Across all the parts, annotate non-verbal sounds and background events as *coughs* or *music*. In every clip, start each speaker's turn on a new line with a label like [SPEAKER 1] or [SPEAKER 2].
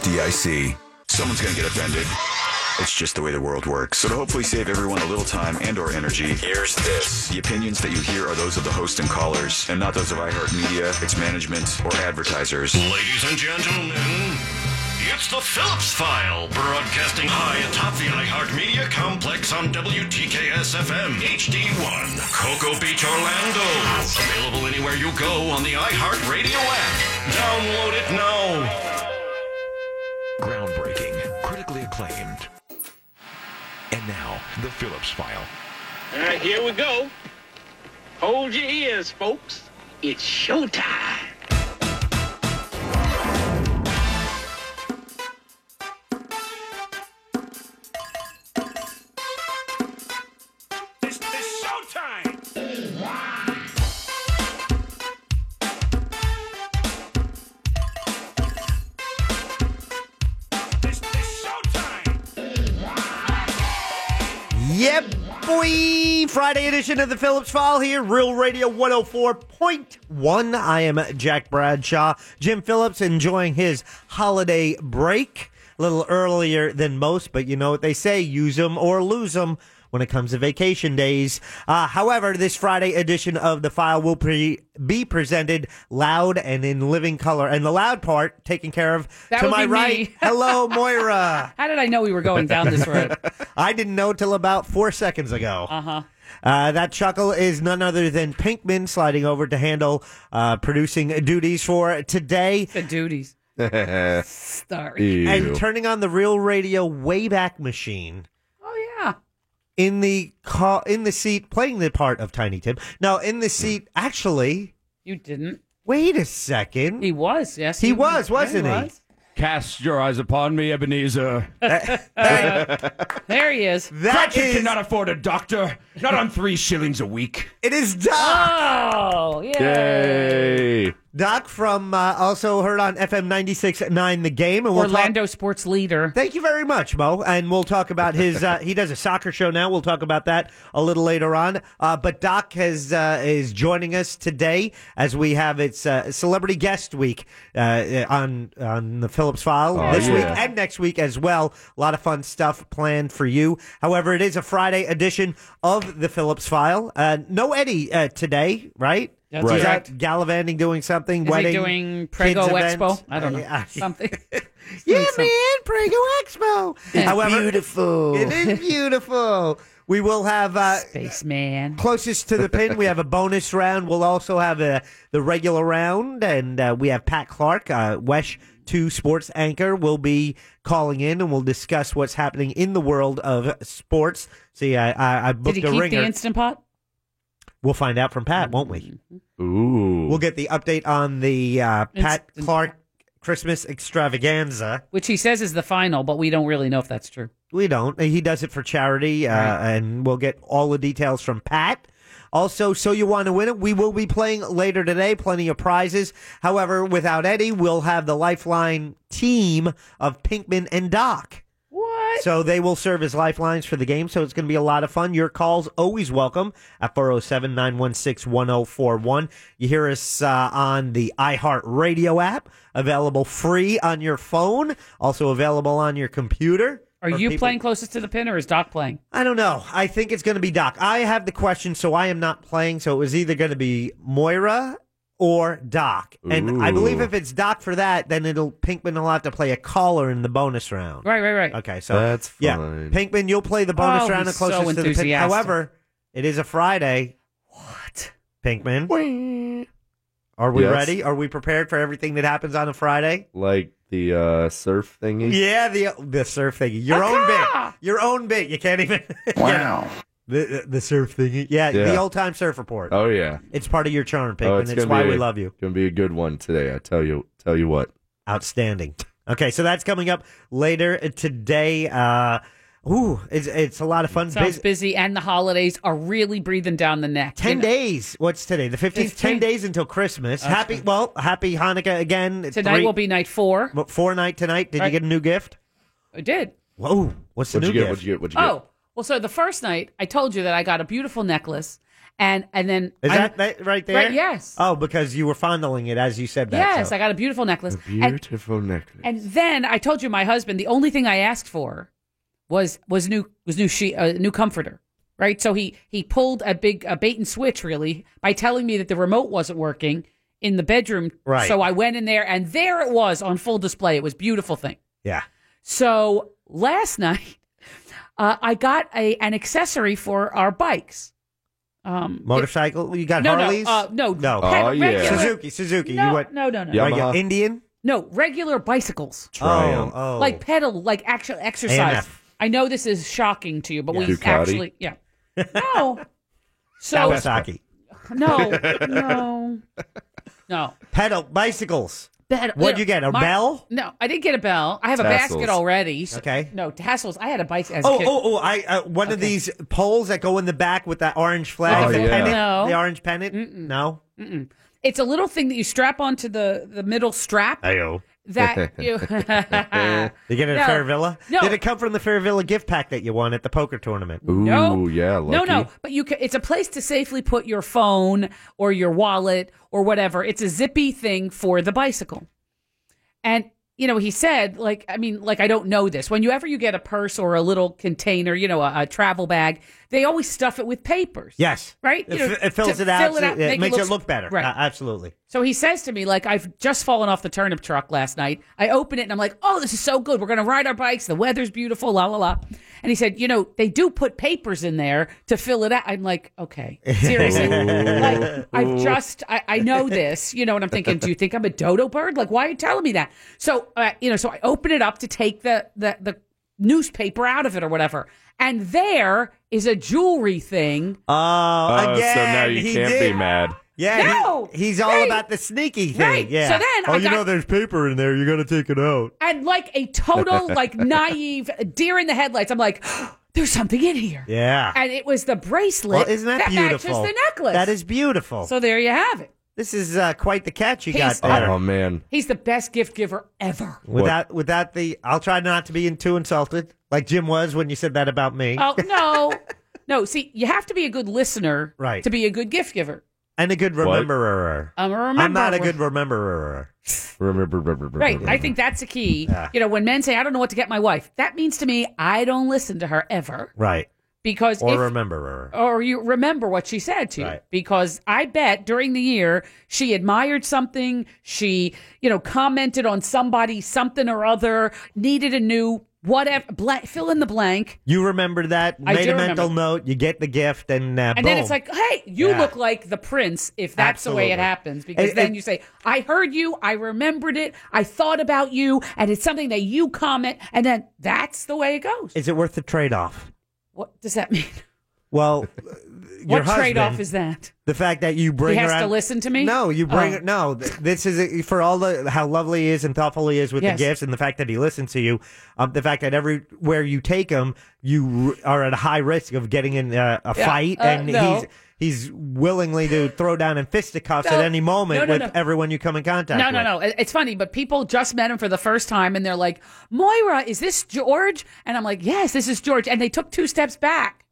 [SPEAKER 1] FDIC. Someone's going to get offended. It's just the way the world works. So to hopefully save everyone a little time and or energy, here's this. The opinions that you hear are those of the host and callers, and not those of iHeartMedia, its management, or advertisers.
[SPEAKER 2] Ladies and gentlemen, it's the Phillips File, broadcasting high atop the iHeartMedia complex on WTKS FM HD1, Cocoa Beach, Orlando. Available anywhere you go on the iHeartRadio app. Download it now.
[SPEAKER 3] Groundbreaking, critically acclaimed. And now, the Phillips File.
[SPEAKER 4] All right, here we go. Hold your ears, folks. It's showtime.
[SPEAKER 5] It's, it's showtime! It's, it's showtime!
[SPEAKER 6] Yep, boy. Friday edition of the Phillips File here, Real Radio 104.1. I am Jack Bradshaw. Jim Phillips enjoying his holiday break a little earlier than most, but you know what they say use them or lose them when it comes to vacation days. Uh, however, this Friday edition of the file will pre- be presented loud and in living color. And the loud part taken care of
[SPEAKER 7] That
[SPEAKER 6] to
[SPEAKER 7] would
[SPEAKER 6] my
[SPEAKER 7] be me.
[SPEAKER 6] right. Hello, Oh, Moira.
[SPEAKER 7] *laughs* How did I know we were going down this road?
[SPEAKER 6] *laughs* I didn't know till about four seconds ago. Uh-huh. that chuckle is none other than Pinkman sliding over to handle uh, producing duties for today. *laughs*
[SPEAKER 7] The duties. Sorry.
[SPEAKER 6] And turning on the real radio Wayback Machine
[SPEAKER 7] Oh yeah.
[SPEAKER 6] in the car, in the seat, playing the part of Tiny Tim. Now, in the seat, actually,
[SPEAKER 7] You didn't.
[SPEAKER 6] wait a second.
[SPEAKER 7] He was. Yes.
[SPEAKER 6] He was, wasn't he?
[SPEAKER 8] Cast your eyes upon me, Ebenezer.
[SPEAKER 7] *laughs* There *laughs* he is.
[SPEAKER 6] That
[SPEAKER 8] You
[SPEAKER 6] is,
[SPEAKER 8] cannot afford a doctor, not on three shillings a week.
[SPEAKER 6] it is Doc.
[SPEAKER 7] Oh yeah.
[SPEAKER 9] Hey,
[SPEAKER 6] Doc from uh, also heard on FM 96.9 The Game. And we'll talk-
[SPEAKER 7] Orlando sports leader.
[SPEAKER 6] Thank you very much, Mo. And we'll talk about his. Uh, he does a soccer show now. We'll talk about that a little later on. Uh, but Doc has uh, is joining us today as we have its uh, celebrity guest week uh, on on the Phillips File
[SPEAKER 9] Oh,
[SPEAKER 6] this week
[SPEAKER 9] yeah.
[SPEAKER 6] and next week as well. A lot of fun stuff planned for you. However, it is a Friday edition of the Phillips File. Uh, no Eddie uh, today, right?
[SPEAKER 7] That's
[SPEAKER 6] He's
[SPEAKER 7] correct.
[SPEAKER 6] out gallivanting, doing something.
[SPEAKER 7] Is
[SPEAKER 6] wedding,
[SPEAKER 7] he doing
[SPEAKER 6] kids
[SPEAKER 7] Prego
[SPEAKER 6] event.
[SPEAKER 7] Expo? I don't know.
[SPEAKER 6] Uh,
[SPEAKER 7] Something.
[SPEAKER 6] yeah,
[SPEAKER 7] Doing some-
[SPEAKER 6] man, Prego Expo. beautiful. It is beautiful. We will have uh,
[SPEAKER 7] Spaceman.
[SPEAKER 6] closest to the pin. We have a bonus round. We'll also have a, the regular round, and uh, we have Pat Clark, uh, Wesh Two Sports anchor, will be calling in, and we'll discuss what's happening in the world of sports. See, I I, I
[SPEAKER 7] Did
[SPEAKER 6] booked
[SPEAKER 7] he
[SPEAKER 6] a
[SPEAKER 7] keep
[SPEAKER 6] ringer.
[SPEAKER 7] the instant pot?
[SPEAKER 6] we'll find out from Pat, won't we?
[SPEAKER 7] Mm-hmm.
[SPEAKER 9] ooh,
[SPEAKER 6] We'll get the update on the uh, Pat
[SPEAKER 7] Instant-
[SPEAKER 6] Clark Christmas extravaganza.
[SPEAKER 7] Which he says is the final, but we don't really know if that's true.
[SPEAKER 6] We don't. He does it for charity, uh,
[SPEAKER 7] Right.
[SPEAKER 6] and we'll get all the details from Pat. Also, so you want to win it? We will be playing later today. Plenty of prizes. However, without Eddie, we'll have the Lifeline team of Pinkman and Doc.
[SPEAKER 7] What?
[SPEAKER 6] So they will serve as lifelines for the game. So it's going to be a lot of fun. Your calls always welcome at 407 916 1041. You hear us uh, on the iHeartRadio app, available free on your phone, also available on your computer.
[SPEAKER 7] Are
[SPEAKER 6] for
[SPEAKER 7] you
[SPEAKER 6] people-
[SPEAKER 7] playing closest to the pin, or is Doc playing?
[SPEAKER 6] I don't know. I think it's going to be Doc. I have the question, so I am not playing. So it was either going to be Moira or Doc. And I
[SPEAKER 9] Ooh.
[SPEAKER 6] believe if it's Doc for that, then it'll Pinkman will have to play a caller in the bonus round.
[SPEAKER 7] Right, right, right.
[SPEAKER 6] Okay, so
[SPEAKER 9] That's
[SPEAKER 6] yeah,
[SPEAKER 9] fine.
[SPEAKER 6] Pinkman, you'll play the bonus
[SPEAKER 7] Oh,
[SPEAKER 6] round and
[SPEAKER 7] he's
[SPEAKER 6] closest
[SPEAKER 7] so
[SPEAKER 6] to the pin.
[SPEAKER 7] enthusiastic.
[SPEAKER 6] However, it is a Friday.
[SPEAKER 7] What?
[SPEAKER 6] Pinkman, are we
[SPEAKER 9] Yes.
[SPEAKER 6] ready? Are we prepared for everything that happens on a Friday?
[SPEAKER 9] like the uh, surf thingy.
[SPEAKER 6] Yeah, the the surf thingy. Your own bit. Your own bit. You can't even. *laughs* wow. The the surf thingy. Yeah, the
[SPEAKER 9] Yeah.
[SPEAKER 6] old time surf report.
[SPEAKER 9] Oh yeah,
[SPEAKER 6] It's part of your charm, Pinkman.
[SPEAKER 9] oh,
[SPEAKER 6] it's
[SPEAKER 9] gonna
[SPEAKER 6] why
[SPEAKER 9] be
[SPEAKER 6] we
[SPEAKER 9] a-
[SPEAKER 6] love you.
[SPEAKER 9] Gonna be a good one today. I tell you, tell you what.
[SPEAKER 6] Outstanding. Okay, so that's coming up later today. Uh, ooh, it's it's a lot of fun.
[SPEAKER 7] Sounds
[SPEAKER 6] Bus-
[SPEAKER 7] busy, and the holidays are really breathing down the neck.
[SPEAKER 6] Ten
[SPEAKER 7] You know,
[SPEAKER 6] days. What's today? The fifteenth. Ten
[SPEAKER 7] 15th.
[SPEAKER 6] days until Christmas. happy. Well, happy Hanukkah again.
[SPEAKER 7] Tonight
[SPEAKER 6] Three-
[SPEAKER 7] will be night four.
[SPEAKER 6] well, four night tonight. Did you
[SPEAKER 7] Right.
[SPEAKER 6] get a new gift?
[SPEAKER 7] I did.
[SPEAKER 6] Whoa! What's the
[SPEAKER 9] What'd
[SPEAKER 6] new
[SPEAKER 9] you get?
[SPEAKER 6] gift?
[SPEAKER 9] What'd you get? What'd you
[SPEAKER 7] Oh, well, so the first night I told you that I got a beautiful necklace and and then
[SPEAKER 6] Is
[SPEAKER 7] I-
[SPEAKER 6] that, that right there?
[SPEAKER 7] Right, yes.
[SPEAKER 6] Oh, because you were fondling it as you said that.
[SPEAKER 7] yes,
[SPEAKER 6] so-
[SPEAKER 7] I got a beautiful necklace. And,
[SPEAKER 9] Beautiful necklace.
[SPEAKER 7] and then I told you my husband. The only thing I asked for was was new was new she uh, new comforter. Right, so he he pulled a big a bait and switch really by telling me that the remote wasn't working in the bedroom.
[SPEAKER 6] Right.
[SPEAKER 7] So I went in there, and there it was on full display. It was a beautiful thing.
[SPEAKER 6] yeah.
[SPEAKER 7] So last *laughs* night, uh, I got a an accessory for our bikes. Um,
[SPEAKER 6] Motorcycle? You got
[SPEAKER 7] no,
[SPEAKER 6] Harleys?
[SPEAKER 7] no, uh, no,
[SPEAKER 6] No.
[SPEAKER 7] kind of
[SPEAKER 9] Oh, yeah. Uh-huh.
[SPEAKER 7] regular-
[SPEAKER 6] Suzuki, Suzuki.
[SPEAKER 7] No,
[SPEAKER 6] you went
[SPEAKER 7] no, no, no,
[SPEAKER 9] Yeah.
[SPEAKER 6] regular
[SPEAKER 9] Yamaha.
[SPEAKER 6] Indian?
[SPEAKER 7] no, regular bicycles,
[SPEAKER 9] Triumph.
[SPEAKER 6] Oh, oh.
[SPEAKER 7] like pedal, like actual exercise.
[SPEAKER 6] AMF.
[SPEAKER 7] I know this is shocking to you, but we
[SPEAKER 9] Ducati?
[SPEAKER 7] actually, yeah,
[SPEAKER 6] *laughs*
[SPEAKER 7] no. So
[SPEAKER 6] Kawasaki.
[SPEAKER 7] no, no, no.
[SPEAKER 6] Pedal bicycles.
[SPEAKER 7] Bed-
[SPEAKER 6] What'd you get, a bell?
[SPEAKER 7] No, I didn't get a bell. I have a
[SPEAKER 9] Tassels.
[SPEAKER 7] basket already. so-
[SPEAKER 6] Okay.
[SPEAKER 7] No tassels. I had a bike as a
[SPEAKER 6] Oh,
[SPEAKER 7] kid.
[SPEAKER 6] oh, oh! I uh, one of these poles that go in the back with that orange flag,
[SPEAKER 9] Oh,
[SPEAKER 6] the
[SPEAKER 9] yeah.
[SPEAKER 6] pennant,
[SPEAKER 7] No.
[SPEAKER 6] the orange pennant. No,
[SPEAKER 7] It's a little thing that you strap onto the the middle strap
[SPEAKER 6] Ayo. *laughs*
[SPEAKER 7] that you. *laughs*
[SPEAKER 6] They get it at
[SPEAKER 7] No.
[SPEAKER 6] Fair Villa.
[SPEAKER 7] No.
[SPEAKER 6] Did it come from the Fair Villa gift pack that you won at the poker tournament?
[SPEAKER 9] Ooh,
[SPEAKER 7] no.
[SPEAKER 9] yeah, lucky.
[SPEAKER 7] No, no, but you can, it's a place to safely put your phone or your wallet or whatever. It's a zippy thing for the bicycle. And you know, he said like I mean, like I don't know this. Whenever you get a purse or a little container, you know, a, a travel bag, they always stuff it with papers.
[SPEAKER 6] Yes.
[SPEAKER 7] Right?
[SPEAKER 6] It,
[SPEAKER 7] You know,
[SPEAKER 6] f- it fills
[SPEAKER 7] to
[SPEAKER 6] it out.
[SPEAKER 7] fill it
[SPEAKER 6] so
[SPEAKER 7] out,
[SPEAKER 6] it,
[SPEAKER 7] make it
[SPEAKER 6] makes it
[SPEAKER 7] look-
[SPEAKER 6] look better.
[SPEAKER 7] Right.
[SPEAKER 6] Uh, absolutely.
[SPEAKER 7] So he says to me, like, I've just fallen off the turnip truck last night. I open it and I'm like, oh, this is so good. We're going to ride our bikes. The weather's beautiful, la, la, la. And he said, you know, they do put papers in there to fill it out. I'm like, okay, seriously. like, I've just, I, I know this, you know, and I'm thinking, do you think I'm a dodo bird? Like, why are you telling me that? So, uh, you know, so I open it up to take the, the, the newspaper out of it or whatever. And there is a jewelry thing.
[SPEAKER 6] Oh,
[SPEAKER 9] Oh,
[SPEAKER 6] again,
[SPEAKER 9] so now you
[SPEAKER 6] he
[SPEAKER 9] can't
[SPEAKER 6] did.
[SPEAKER 9] be mad.
[SPEAKER 6] Yeah, he-
[SPEAKER 7] No!
[SPEAKER 6] he's all
[SPEAKER 7] Right.
[SPEAKER 6] about the sneaky thing.
[SPEAKER 7] Right.
[SPEAKER 6] Yeah. Oh,
[SPEAKER 7] So then I got-
[SPEAKER 6] there's paper in there. You got to take it out.
[SPEAKER 7] and like
[SPEAKER 6] *laughs*
[SPEAKER 7] a total like naive deer in the headlights. I'm like, *gasps* there's something in here.
[SPEAKER 6] Yeah.
[SPEAKER 7] And it was the bracelet
[SPEAKER 6] Ah. well, isn't that, beautiful?
[SPEAKER 7] matches the necklace.
[SPEAKER 6] That is beautiful.
[SPEAKER 7] so there you have it.
[SPEAKER 6] this is uh, quite the catch you
[SPEAKER 7] He's-
[SPEAKER 6] got there.
[SPEAKER 9] Oh man,
[SPEAKER 7] He's the best gift giver ever.
[SPEAKER 6] Without without the, I'll try not to be in too insulted, like Jim was when you said that about me,
[SPEAKER 7] Oh
[SPEAKER 6] *laughs*
[SPEAKER 7] no. No, see, you have to be a good listener
[SPEAKER 6] Right.
[SPEAKER 7] to be a good gift giver.
[SPEAKER 6] and a good
[SPEAKER 9] What?
[SPEAKER 6] rememberer.
[SPEAKER 7] Um, remember,
[SPEAKER 6] I'm not a good rememberer.
[SPEAKER 9] remember, remember,
[SPEAKER 7] Right.
[SPEAKER 9] remember.
[SPEAKER 7] I think that's the key. You know, when men say, I don't know what to get my wife, that means to me, I don't listen to her ever.
[SPEAKER 6] Right.
[SPEAKER 7] Because
[SPEAKER 6] Or
[SPEAKER 7] Oh, if,
[SPEAKER 6] rememberer.
[SPEAKER 7] or you remember what she said to you
[SPEAKER 6] Right.
[SPEAKER 7] because i bet during the year she admired something she you know commented on somebody something or other needed a new whatever blank, fill in the blank
[SPEAKER 6] You remember that,
[SPEAKER 7] I
[SPEAKER 6] made
[SPEAKER 7] do
[SPEAKER 6] a mental
[SPEAKER 7] remember.
[SPEAKER 6] note, you get the gift, and, uh,
[SPEAKER 7] and
[SPEAKER 6] boom.
[SPEAKER 7] then it's like hey you
[SPEAKER 6] Yeah.
[SPEAKER 7] look like the prince if that's the way it
[SPEAKER 6] Absolutely.
[SPEAKER 7] happens because
[SPEAKER 6] It-
[SPEAKER 7] then
[SPEAKER 6] it-
[SPEAKER 7] you say i heard you i remembered it i thought about you and it's something that you comment and then that's the way it goes
[SPEAKER 6] Is it worth the trade off?
[SPEAKER 7] what does that mean
[SPEAKER 9] *laughs*
[SPEAKER 6] Well, your
[SPEAKER 7] what trade-off
[SPEAKER 6] husband-
[SPEAKER 7] is that
[SPEAKER 6] The fact that you bring
[SPEAKER 7] He
[SPEAKER 6] her
[SPEAKER 7] has to
[SPEAKER 6] out-
[SPEAKER 7] listen to me?
[SPEAKER 6] No, you bring
[SPEAKER 7] Oh.
[SPEAKER 6] her. No, th- this is a, for all the how lovely he is and thoughtful he is with
[SPEAKER 7] Yes.
[SPEAKER 6] the gifts, and the fact that he listens to you. Um, the fact that everywhere you take him, you r- are at high risk of getting in uh, a
[SPEAKER 7] Yeah,
[SPEAKER 6] fight,
[SPEAKER 7] uh,
[SPEAKER 6] and
[SPEAKER 7] no.
[SPEAKER 6] he's he's willingly to throw down in fisticuffs
[SPEAKER 7] No.
[SPEAKER 6] at any moment
[SPEAKER 7] No, no,
[SPEAKER 6] with
[SPEAKER 7] no.
[SPEAKER 6] everyone you come in contact
[SPEAKER 7] No,
[SPEAKER 6] with.
[SPEAKER 7] no, no. It- It's funny, but people just met him for the first time and they're like, Moira, is this George? And I'm like, yes, this is George. And they took two steps back.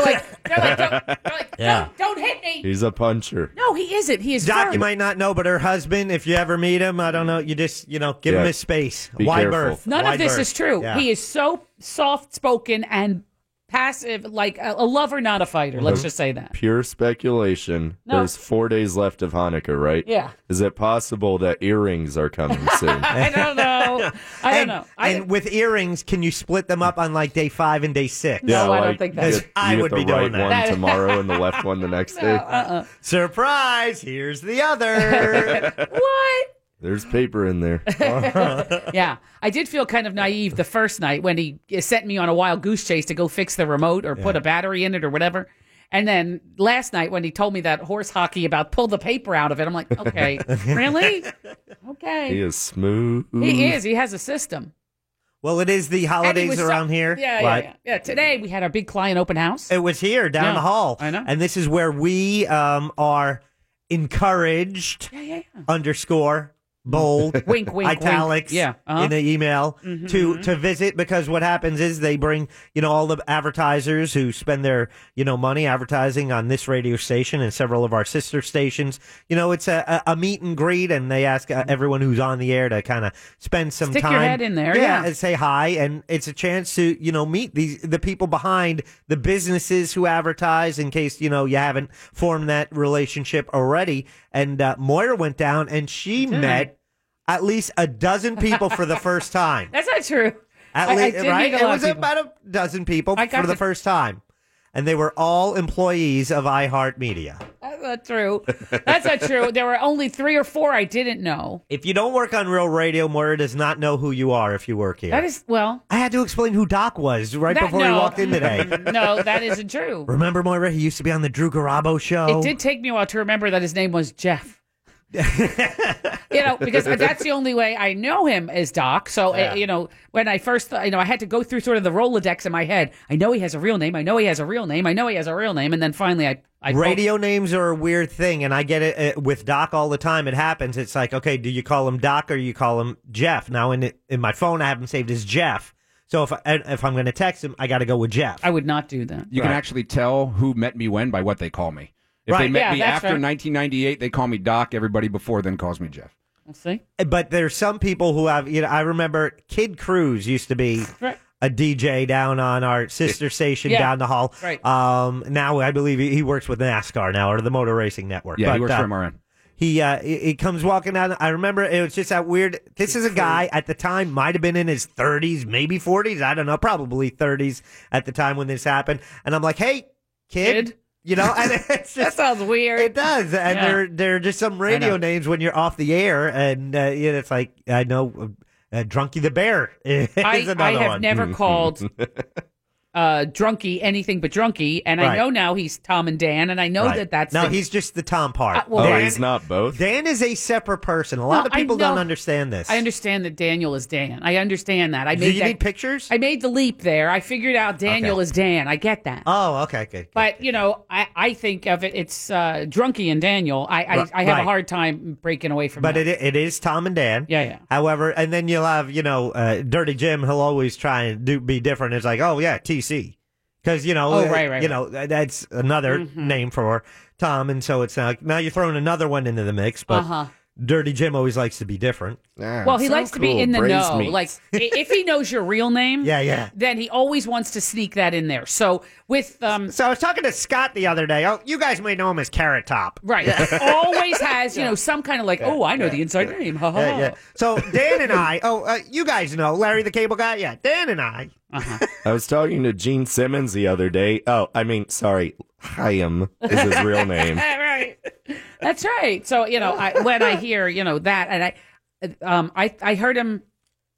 [SPEAKER 6] *laughs*
[SPEAKER 7] like, they're like, don't, they're like,
[SPEAKER 6] Yeah.
[SPEAKER 7] don't, don't hit me.
[SPEAKER 9] he's a puncher.
[SPEAKER 7] No, he isn't. He is
[SPEAKER 6] Doc,
[SPEAKER 7] firm.
[SPEAKER 6] you might not know, but her husband, if you ever meet him, I don't know, you just, you know, give him
[SPEAKER 9] Yeah.
[SPEAKER 6] his space.
[SPEAKER 9] Be
[SPEAKER 6] Why
[SPEAKER 9] careful.
[SPEAKER 6] birth?
[SPEAKER 7] None
[SPEAKER 6] Why
[SPEAKER 7] of this
[SPEAKER 6] berth?
[SPEAKER 7] is true.
[SPEAKER 6] Yeah.
[SPEAKER 7] He is so soft spoken and passive, like a, a lover, not a fighter.
[SPEAKER 6] Mm-hmm.
[SPEAKER 7] Let's just say that.
[SPEAKER 9] Pure speculation.
[SPEAKER 7] No.
[SPEAKER 9] There's four days left of Hanukkah, right?
[SPEAKER 7] Yeah.
[SPEAKER 9] Is it possible that earrings are
[SPEAKER 7] *laughs*
[SPEAKER 9] coming soon?
[SPEAKER 7] I
[SPEAKER 6] *laughs*
[SPEAKER 7] don't know. I don't
[SPEAKER 6] and,
[SPEAKER 7] know. I
[SPEAKER 6] and
[SPEAKER 7] didn't-
[SPEAKER 6] with earrings, can you split them up on like day five and day six?
[SPEAKER 7] No, I don't think that-
[SPEAKER 9] you
[SPEAKER 6] Yes, I
[SPEAKER 9] you
[SPEAKER 6] would
[SPEAKER 9] the
[SPEAKER 6] be doing
[SPEAKER 9] right
[SPEAKER 6] that.
[SPEAKER 9] one
[SPEAKER 7] *laughs*
[SPEAKER 9] tomorrow and the left one the next day.
[SPEAKER 7] uh-uh.
[SPEAKER 6] Surprise! Here's the other.
[SPEAKER 7] what?
[SPEAKER 9] There's paper in there.
[SPEAKER 7] *laughs* Yeah, I did feel kind of naive the first night when he sent me on a wild goose chase to go fix the remote or put a battery in it or whatever. And then last night when he told me that horse hockey about pull the paper out of it, I'm like,
[SPEAKER 6] *laughs*
[SPEAKER 7] okay, really?
[SPEAKER 9] He
[SPEAKER 7] Okay.
[SPEAKER 9] is smooth.
[SPEAKER 7] He is. He has a system.
[SPEAKER 6] well, it is the
[SPEAKER 7] And he
[SPEAKER 6] Mm. holidays
[SPEAKER 7] was so-
[SPEAKER 6] around here.
[SPEAKER 7] Yeah, yeah,
[SPEAKER 6] but
[SPEAKER 7] yeah, yeah. Today we had our big client open house.
[SPEAKER 6] It was here down
[SPEAKER 7] Yeah,
[SPEAKER 6] the hall.
[SPEAKER 7] I know.
[SPEAKER 6] And this is where we um, are encouraged
[SPEAKER 7] yeah, yeah, yeah.
[SPEAKER 6] underscore bold,
[SPEAKER 7] *laughs* Wink, wink, wink.
[SPEAKER 6] italics,
[SPEAKER 7] Yeah, uh-huh.
[SPEAKER 6] in the email
[SPEAKER 7] Mhm,
[SPEAKER 6] to
[SPEAKER 7] mhm.
[SPEAKER 6] to visit because what happens is they bring you know all the advertisers who spend their you know money advertising on this radio station and several of our sister stations. You know, it's a a, a meet and greet, and they ask uh, everyone who's on the air to kind of spend some
[SPEAKER 7] Mm-hmm. Stick your
[SPEAKER 6] time
[SPEAKER 7] head in there, yeah.
[SPEAKER 6] and say hi, and it's a chance to you know meet these the people behind the businesses who advertise in case you know you haven't formed that relationship already. And uh, Moira went down and she met at least a dozen people for
[SPEAKER 7] *laughs*
[SPEAKER 6] the first time.
[SPEAKER 7] That's not true.
[SPEAKER 6] At
[SPEAKER 7] I- I
[SPEAKER 6] least,
[SPEAKER 7] did
[SPEAKER 6] right?
[SPEAKER 7] meet a
[SPEAKER 6] It
[SPEAKER 7] lot of
[SPEAKER 6] was
[SPEAKER 7] people.
[SPEAKER 6] about a dozen people
[SPEAKER 7] I got
[SPEAKER 6] for the
[SPEAKER 7] to-
[SPEAKER 6] first time, and they were all employees of iHeartMedia.
[SPEAKER 7] That's not true. That's
[SPEAKER 6] *laughs*
[SPEAKER 7] not true. There were only three or four I didn't know.
[SPEAKER 6] If you don't work on real radio, Moira does not know who you are if you work here.
[SPEAKER 7] That is well.
[SPEAKER 6] I had to explain who Doc was right
[SPEAKER 7] That-
[SPEAKER 6] before he
[SPEAKER 7] no.
[SPEAKER 6] walked in today.
[SPEAKER 7] *laughs* No, that isn't true.
[SPEAKER 6] Remember, Moira, he used to be on the Drew Garabo show.
[SPEAKER 7] It did take me a while to remember that his name was Jeff.
[SPEAKER 6] *laughs*
[SPEAKER 7] you know, because that's the only way I know him as Doc. So,
[SPEAKER 6] Yeah.
[SPEAKER 7] uh, you know, when I first, uh, you know, I had to go through sort of the Rolodex in my head. I know he has a real name. I know he has a real name. I know he has a real name. And then finally, I, I
[SPEAKER 6] Radio names are a weird thing, and I get it uh, with Doc all the time. It happens. It's like, okay, do you call him Doc or you call him Jeff? Now, in in my phone, I have him saved as Jeff. So if I, if I'm going to text him, I got to go with Jeff.
[SPEAKER 7] I would not do that.
[SPEAKER 8] You can actually tell who met me when by what they call me. If they
[SPEAKER 6] Right.
[SPEAKER 8] met
[SPEAKER 6] Yeah,
[SPEAKER 8] me
[SPEAKER 6] that's
[SPEAKER 8] after
[SPEAKER 6] right.
[SPEAKER 8] 1998, they call me Doc. Everybody before then calls me Jeff.
[SPEAKER 7] see.
[SPEAKER 6] Uh, But there's some people who have. You know, I remember Kid Cruz used to be.
[SPEAKER 7] Right.
[SPEAKER 6] A DJ down on our sister station
[SPEAKER 8] Yeah.
[SPEAKER 6] down the hall.
[SPEAKER 8] Right.
[SPEAKER 6] Um, now I believe he, he works with NASCAR now or the Motor Racing Network.
[SPEAKER 8] Yeah, he
[SPEAKER 6] But,
[SPEAKER 8] works
[SPEAKER 6] uh,
[SPEAKER 8] for MRN.
[SPEAKER 6] He uh he, he comes walking down. I remember it was just that weird. This is a guy at the time might have been in his 30s, maybe 40s. I don't know, probably 30s at the time when this happened. And I'm like, hey, kid. You know, and *laughs* it's just, that
[SPEAKER 7] sounds weird.
[SPEAKER 6] It does, and
[SPEAKER 7] Yeah.
[SPEAKER 6] there there are just some radio names when you're off the air, and uh, you know, it's like I know uh, uh, Drunky the Bear *laughs* is
[SPEAKER 7] I-
[SPEAKER 6] another
[SPEAKER 7] I have
[SPEAKER 6] one.
[SPEAKER 7] never
[SPEAKER 6] *laughs*
[SPEAKER 7] called- Uh, drunky, anything but drunky. And I
[SPEAKER 6] Right.
[SPEAKER 7] know now he's Tom and Dan. And I know
[SPEAKER 6] Right.
[SPEAKER 7] that that's.
[SPEAKER 6] no,
[SPEAKER 7] the-
[SPEAKER 6] he's just the Tom part.
[SPEAKER 7] Uh, well, Oh, Dan- he's
[SPEAKER 6] not both. Dan is a separate person. A lot
[SPEAKER 7] No,
[SPEAKER 6] of
[SPEAKER 7] I
[SPEAKER 6] people don't
[SPEAKER 7] know-
[SPEAKER 6] understand this.
[SPEAKER 7] I understand that Daniel is Dan. I understand that. I
[SPEAKER 6] Do
[SPEAKER 7] made
[SPEAKER 6] you
[SPEAKER 7] that,
[SPEAKER 6] need pictures?
[SPEAKER 7] I made the leap there. I figured out Daniel
[SPEAKER 6] Okay.
[SPEAKER 7] is Dan. I get that.
[SPEAKER 6] Oh, okay, good.
[SPEAKER 7] But you know, I, I think of it. It's uh, Drunky and Daniel. I I,
[SPEAKER 6] Right,
[SPEAKER 7] I have
[SPEAKER 6] right.
[SPEAKER 7] a hard time breaking away from
[SPEAKER 6] But
[SPEAKER 7] that.
[SPEAKER 6] it, it is Tom and Dan.
[SPEAKER 7] Yeah, yeah.
[SPEAKER 6] However, and then you'll have you know uh, Dirty Jim. He'll always try and do be different. It's like oh yeah, TC, because you know
[SPEAKER 7] Oh,
[SPEAKER 6] uh,
[SPEAKER 7] right, right,
[SPEAKER 6] you
[SPEAKER 7] right. Mm-hmm.
[SPEAKER 6] know uh, that's another name for Tom, and so it's now now you're throwing another one into the mix. But
[SPEAKER 7] Uh-huh.
[SPEAKER 6] Dirty Jim always likes to be different.
[SPEAKER 7] well, he likes to be in the know. Like i- if he knows your real
[SPEAKER 6] *laughs*
[SPEAKER 7] name,
[SPEAKER 6] Yeah, yeah.
[SPEAKER 7] Then he always wants to sneak that in there. So with um,
[SPEAKER 6] so I was talking to Scott the other day. Oh, you guys may know him as Carrot Top.
[SPEAKER 7] right, *laughs* always has you know some kind of like oh I know the inside name. Ha ha.
[SPEAKER 6] Yeah, yeah. So Dan
[SPEAKER 7] *laughs*
[SPEAKER 6] and I. Oh, uh, you guys know Larry the Cable Guy. Yeah, Dan and I.
[SPEAKER 9] *laughs* I was talking to Gene Simmons the other day. Oh, I mean, sorry, Chaim is his real name.
[SPEAKER 7] *laughs* right. That's right. So you know, I, when I hear you know that, and I, um, I I heard him.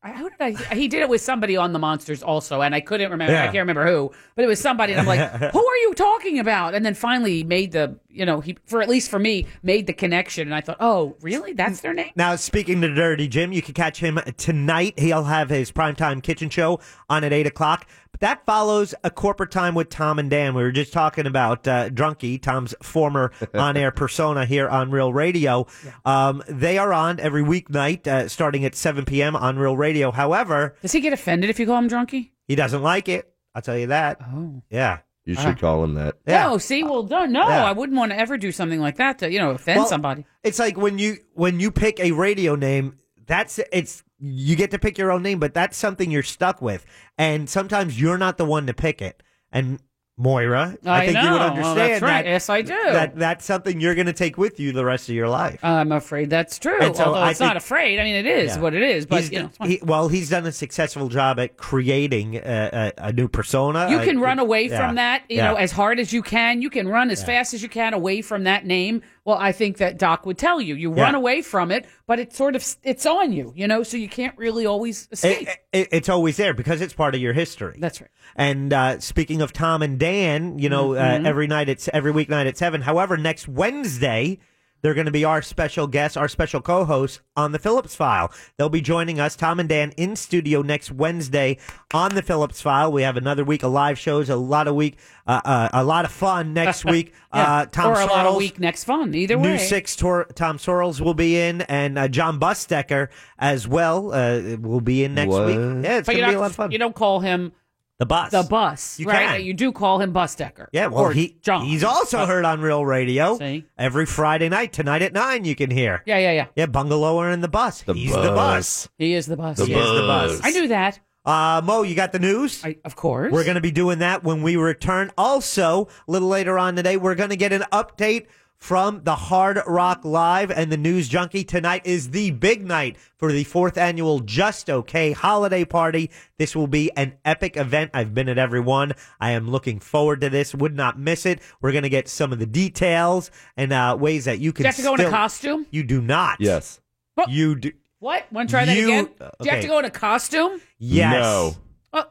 [SPEAKER 7] I, who did I? He did it with somebody on the monsters also, and I couldn't remember. I
[SPEAKER 10] Yeah.
[SPEAKER 7] can't remember who, but it was somebody. And
[SPEAKER 6] *laughs*
[SPEAKER 7] I'm like, who are you talking about? And then finally he made the you know he for at least for me made the connection, and I thought, oh really? That's their name.
[SPEAKER 6] Now, speaking to Dirty Jim, you can catch him tonight. He'll have his primetime kitchen show on at 8 o'clock. But that follows a corporate time with Tom and Dan. We were just talking about uh, Drunky, Tom's
[SPEAKER 7] *laughs*
[SPEAKER 6] former on air persona here on Real Radio. Um, they are on every weeknight uh, starting at 7 p.m. on Real Radio. However,
[SPEAKER 7] does he get offended if you call him Drunky?
[SPEAKER 6] He doesn't like it. I'll tell you that.
[SPEAKER 7] Oh.
[SPEAKER 6] Yeah.
[SPEAKER 9] You
[SPEAKER 7] should Ah.
[SPEAKER 9] call him that.
[SPEAKER 7] No, see, well, no, no,
[SPEAKER 6] Yeah.
[SPEAKER 7] I wouldn't want to ever do something like that to you know offend
[SPEAKER 6] Well,
[SPEAKER 7] somebody.
[SPEAKER 6] It's like when you when you pick a radio name, that's it's you get to pick your own name, but that's something you're stuck with. And sometimes you're not the one to pick it. And Moira, I,
[SPEAKER 7] I
[SPEAKER 6] think you would
[SPEAKER 7] know. Well,
[SPEAKER 6] understand
[SPEAKER 7] that's right.
[SPEAKER 6] that.
[SPEAKER 7] Yes, I do.
[SPEAKER 6] That that's something you're going to take with you the rest of your life.
[SPEAKER 7] I'm afraid that's true.
[SPEAKER 6] And so
[SPEAKER 7] Although
[SPEAKER 6] I
[SPEAKER 7] it's not
[SPEAKER 6] think-
[SPEAKER 7] afraid. I mean, it is what it is. But
[SPEAKER 6] He's-
[SPEAKER 7] you know,
[SPEAKER 6] he- well, he's done a successful job at creating a, a, a new persona.
[SPEAKER 7] You
[SPEAKER 6] I-
[SPEAKER 7] can run away
[SPEAKER 6] yeah,
[SPEAKER 7] from that, you
[SPEAKER 6] yeah.
[SPEAKER 7] know, as hard as you can. You can run as fast as you can away from that name. Well, I think that Doc would tell you. You
[SPEAKER 6] Yeah.
[SPEAKER 7] run away from it, but it's sort of it's on you, you know, so you can't really always escape.
[SPEAKER 6] It, it, it's always there because it's part of your history.
[SPEAKER 7] That's right.
[SPEAKER 6] And uh, speaking of Tom and Dan, you know,
[SPEAKER 11] Mhm.
[SPEAKER 7] Mm-hmm.
[SPEAKER 6] uh, every night it's every weeknight at seven. However, next Wednesday They're going to be our special guests, our special co hosts on the Phillips File. They'll be joining us, Tom and Dan, in studio next Wednesday on the Phillips File. We have another week of live shows, a lot of week, uh, uh, a lot of fun
[SPEAKER 7] *laughs*
[SPEAKER 6] next week. uh, Tom
[SPEAKER 7] or a lot of
[SPEAKER 6] Sorrells,
[SPEAKER 7] week next fun. Either
[SPEAKER 6] New
[SPEAKER 7] way.
[SPEAKER 6] Six Tor- Tom Sorrells will be in, and uh, John Busdecker as well uh, will be in next
[SPEAKER 7] What?
[SPEAKER 6] week. Yeah, it's
[SPEAKER 7] But
[SPEAKER 6] going
[SPEAKER 7] you
[SPEAKER 6] to be a
[SPEAKER 7] don't-
[SPEAKER 6] lot of fun.
[SPEAKER 7] You don't call him
[SPEAKER 6] the bus.
[SPEAKER 7] the bus,
[SPEAKER 6] You
[SPEAKER 7] right?
[SPEAKER 6] can.
[SPEAKER 7] You do call him Bus Decker.
[SPEAKER 6] Yeah, well,
[SPEAKER 7] Or
[SPEAKER 6] he
[SPEAKER 7] John.
[SPEAKER 6] he's also heard on Real Radio
[SPEAKER 7] See?
[SPEAKER 6] every Friday night. Tonight at nine, you can hear.
[SPEAKER 7] Yeah, yeah, yeah.
[SPEAKER 6] Yeah, bungalower and the bus. he's the bus.
[SPEAKER 7] He is the bus.
[SPEAKER 6] he is the bus.
[SPEAKER 7] I knew that.
[SPEAKER 6] Uh, Mo, you got the news?
[SPEAKER 7] of course.
[SPEAKER 6] We're going to be doing that when we return. Also, a little later on today, we're going to get an update from the Hard Rock Live and the News Junkie. Tonight is the big night for the fourth annual Just Okay holiday party. This will be an epic event. I've been at every one. I am looking forward to this. Would not miss it. We're going to get some of the details and uh, ways that you
[SPEAKER 7] Do
[SPEAKER 6] can
[SPEAKER 7] you have to go in a
[SPEAKER 6] still-
[SPEAKER 7] costume?
[SPEAKER 6] You do not. Yes. You do.
[SPEAKER 7] What? Want to try that
[SPEAKER 6] You-
[SPEAKER 7] again?
[SPEAKER 6] Uh,
[SPEAKER 7] Do you have
[SPEAKER 6] okay.
[SPEAKER 7] to go in a costume?
[SPEAKER 6] Yes.
[SPEAKER 7] No. Oh.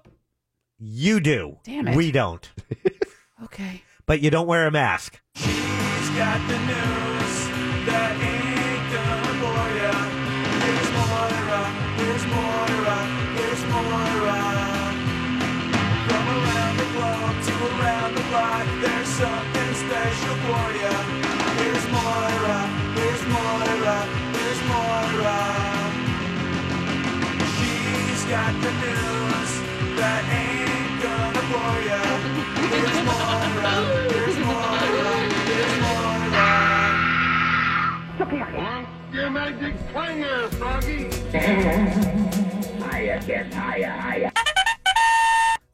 [SPEAKER 6] You do.
[SPEAKER 7] Damn it.
[SPEAKER 6] We don't.
[SPEAKER 7] *laughs* okay.
[SPEAKER 6] But you don't wear a mask.
[SPEAKER 5] He's got the news that ain't gonna bore ya. Here's Moira, here's Moira, here's Moira. From around the globe to around the block, there's something special for ya. Here's Moira, here's Moira, here's Moira. She's got the news that ain't gonna bore ya. Here's Moira, here's Moira, here's Moira.
[SPEAKER 10] Look here.
[SPEAKER 5] Your magic clanger, Froggy.
[SPEAKER 10] Hiya, kid. Hiya, hiya.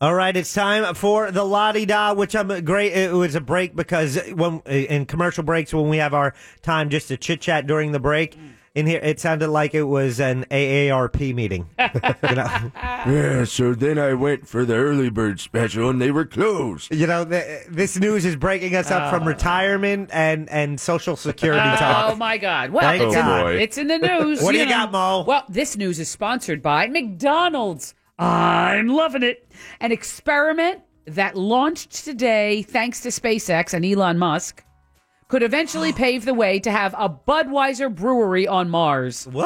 [SPEAKER 6] All right, it's time for the la di da, which I'm great. It was a break because when in commercial breaks when we have our time just to chit chat during the break. In here, it sounded like it was an AARP meeting. *laughs* you know,
[SPEAKER 11] Yeah, so then I went for the early bird special and they were closed.
[SPEAKER 6] you know th- this news is breaking us up from retirement and and social security
[SPEAKER 7] Uh. Oh
[SPEAKER 6] talk.
[SPEAKER 7] my God! Well,
[SPEAKER 6] Thank
[SPEAKER 7] it's,
[SPEAKER 6] God.
[SPEAKER 7] in, it's
[SPEAKER 6] *laughs*
[SPEAKER 7] in the news.
[SPEAKER 6] What do you got,
[SPEAKER 7] Mo? Well, this news is sponsored by McDonald's. I'm loving it. An experiment that launched today, thanks to SpaceX and Elon Musk, could
[SPEAKER 6] *gasps*
[SPEAKER 7] eventually pave the way to have a Budweiser brewery on Mars.
[SPEAKER 6] What?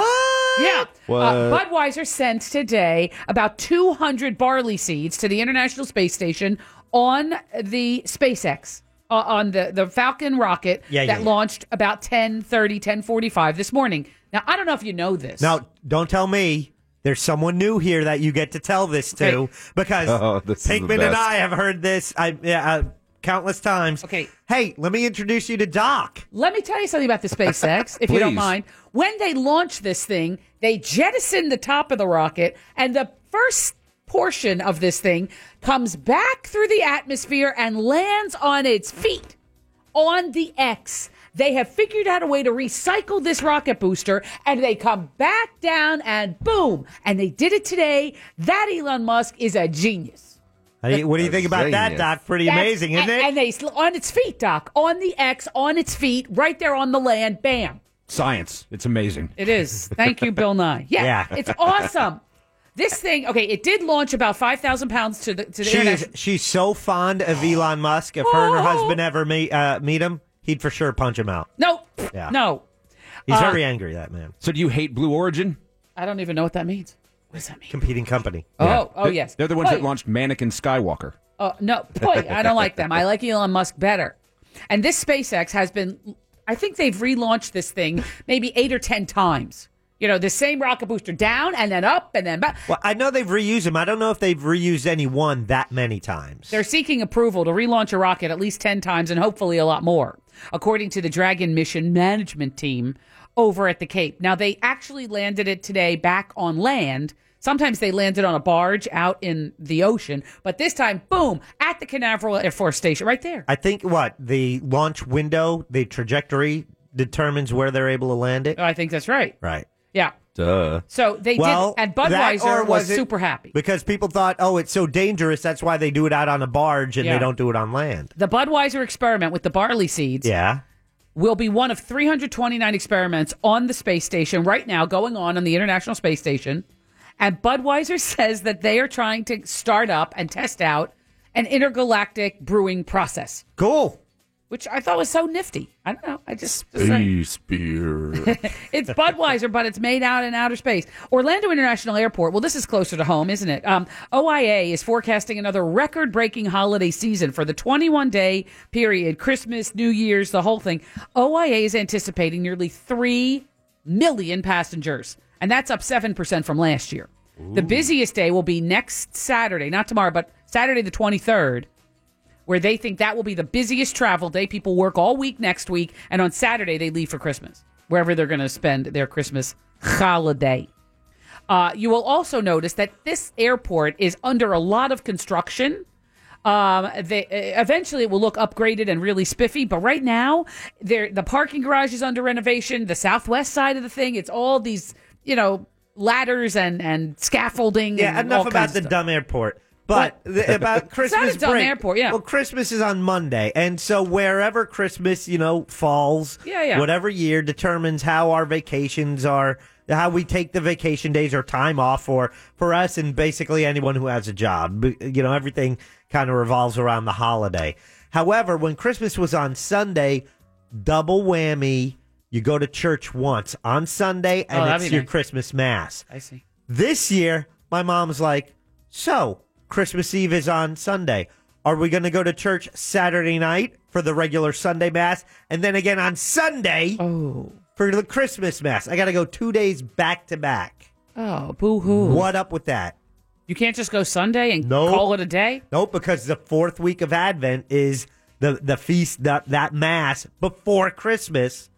[SPEAKER 7] Yeah. Uh,
[SPEAKER 12] What?
[SPEAKER 7] Budweiser sent today about 200 barley seeds to the International Space Station on the SpaceX. uh, on the, the Falcon rocket
[SPEAKER 6] Yeah, yeah,
[SPEAKER 7] that
[SPEAKER 6] yeah.
[SPEAKER 7] launched about 10.30, 10.45 this morning. Now, I don't know if you know this.
[SPEAKER 6] Now, don't tell me there's someone new here that you get to tell this to
[SPEAKER 7] Okay.
[SPEAKER 6] because
[SPEAKER 11] *laughs* Oh, this is the
[SPEAKER 6] Pinkman and
[SPEAKER 11] best.
[SPEAKER 6] I have heard this I, yeah, uh, countless times. Okay. Hey, let me introduce you to Doc.
[SPEAKER 7] Let me tell you something about the SpaceX, if you don't
[SPEAKER 6] Please.
[SPEAKER 7] mind. When they launched this thing, they jettisoned the top of the rocket, and the first portion of this thing comes back through the atmosphere and lands on its feet on the X. They have figured out a way to recycle this rocket booster and they come back down and boom. And they did it today. That Elon Musk is a genius.
[SPEAKER 6] How
[SPEAKER 7] *laughs*
[SPEAKER 6] do you- what do you think about that, Doc? Pretty
[SPEAKER 7] That's-
[SPEAKER 6] amazing, isn't
[SPEAKER 7] and-
[SPEAKER 6] it?
[SPEAKER 7] And they sl- on its feet, Doc, on the X, on its feet, right there on the land. Bam!
[SPEAKER 8] Science. It's amazing.
[SPEAKER 7] It is. Thank you,
[SPEAKER 8] *laughs*
[SPEAKER 7] Bill Nye. Yeah,
[SPEAKER 8] Yeah.
[SPEAKER 7] it's
[SPEAKER 6] *laughs*
[SPEAKER 7] awesome. This thing, okay, it did launch about five thousand pounds to the to the
[SPEAKER 6] She is,
[SPEAKER 7] international- Oh.
[SPEAKER 6] she's so fond of Elon Musk. If her and her husband ever meet uh, meet him, he'd for sure punch him out.
[SPEAKER 7] No,
[SPEAKER 6] Yeah.
[SPEAKER 7] no,
[SPEAKER 6] He's
[SPEAKER 7] Uh,
[SPEAKER 6] very angry, that man.
[SPEAKER 8] So do you hate Blue Origin?
[SPEAKER 7] I don't even know what that means. What does that mean?
[SPEAKER 6] Competing company.
[SPEAKER 7] Oh, oh,
[SPEAKER 8] They're-
[SPEAKER 7] yes.
[SPEAKER 8] They're the ones
[SPEAKER 7] Wait.
[SPEAKER 8] that launched Mannequin Skywalker.
[SPEAKER 7] Oh no, boy, I don't like them. I like Elon Musk better. And this SpaceX has been I think they've relaunched this thing maybe 8 or 10 times. You know, the same rocket booster down and then up and then back.
[SPEAKER 6] Well, I know they've reused him. I don't know if they've reused any one that many times.
[SPEAKER 7] They're seeking approval to relaunch a rocket at least 10 times and hopefully a lot more, according to the Dragon mission management team over at the Cape. Now, they actually landed it today back on land. Sometimes they landed on a barge out in the ocean, but this time, boom, at the Canaveral Air Force Station, right there.
[SPEAKER 6] I think what the launch window, the trajectory determines where they're able to land it.
[SPEAKER 7] Oh, I think that's right.
[SPEAKER 6] Right.
[SPEAKER 7] Yeah.
[SPEAKER 6] Duh.
[SPEAKER 7] So they
[SPEAKER 6] Well,
[SPEAKER 7] did, and
[SPEAKER 6] that
[SPEAKER 7] Budweiser
[SPEAKER 6] or
[SPEAKER 7] was,
[SPEAKER 6] was it-
[SPEAKER 7] super happy.
[SPEAKER 6] Because people thought, oh, it's so dangerous. That's why they do it out on a barge and
[SPEAKER 7] Yeah.
[SPEAKER 6] they don't do it on land.
[SPEAKER 7] The Budweiser experiment with the barley seeds
[SPEAKER 6] Yeah.
[SPEAKER 7] will be one of 329 experiments on the space station right now going on on the International Space Station. And Budweiser *laughs* says that they are trying to start up and test out an intergalactic brewing process.
[SPEAKER 6] Cool.
[SPEAKER 7] which I thought was so nifty. I don't know. I just, just saying.
[SPEAKER 11] Space
[SPEAKER 9] *laughs*
[SPEAKER 11] beer.
[SPEAKER 7] *laughs* it's Budweiser, but it's made out in outer space. Orlando International Airport. Well, this is closer to home, isn't it? Um, OIA is forecasting another record breaking holiday season for the 21 day period Christmas, New Year's, the whole thing. OIA is anticipating nearly 3 million passengers, and that's up 7% from last year. The busiest day will be next Saturday, not tomorrow, but Saturday the 23rd where they think that will be the busiest travel day. People work all week next week, and on Saturday they leave for Christmas, wherever they're going to spend their Christmas holiday. Uh, you will also notice that this airport is under a lot of construction. Um, they, uh, eventually, it will look upgraded and really spiffy. But right now, there the parking garage is under renovation. The southwest side of the thing, it's all these you know ladders and and scaffolding.
[SPEAKER 6] Yeah,
[SPEAKER 7] and
[SPEAKER 6] enough
[SPEAKER 7] all kinds
[SPEAKER 6] about
[SPEAKER 7] of
[SPEAKER 6] the
[SPEAKER 7] stuff.
[SPEAKER 6] dumb airport. But
[SPEAKER 7] What?
[SPEAKER 6] the, about
[SPEAKER 7] *laughs* It's not a
[SPEAKER 6] Christmas
[SPEAKER 7] dumb
[SPEAKER 6] break.
[SPEAKER 7] airport, yeah.
[SPEAKER 6] Well, Christmas is on Monday, and so wherever Christmas, you know, falls,
[SPEAKER 7] Yeah, yeah.
[SPEAKER 6] whatever year determines how our vacations are, how we take the vacation days or time off, or for us and basically anyone who has a job, b- you know, everything kind of revolves around the holiday. However, when Christmas was on Sunday, double whammy. You go to church once on Sunday,
[SPEAKER 7] Oh,
[SPEAKER 6] and
[SPEAKER 7] that'd
[SPEAKER 6] it's
[SPEAKER 7] be
[SPEAKER 6] your
[SPEAKER 7] nice.
[SPEAKER 6] Christmas mass.
[SPEAKER 7] I see.
[SPEAKER 6] This year, my mom's like, so Christmas Eve is on Sunday. Are we going to go to church Saturday night for the regular Sunday mass, and then again on Sunday
[SPEAKER 7] Oh.
[SPEAKER 6] for the Christmas mass? I got to go two days back to back.
[SPEAKER 7] Oh, boo hoo!
[SPEAKER 6] What up with that?
[SPEAKER 7] You can't just go Sunday and
[SPEAKER 6] Nope.
[SPEAKER 7] call it a day.
[SPEAKER 6] Nope, because the fourth week of Advent is the the feast that that mass before Christmas,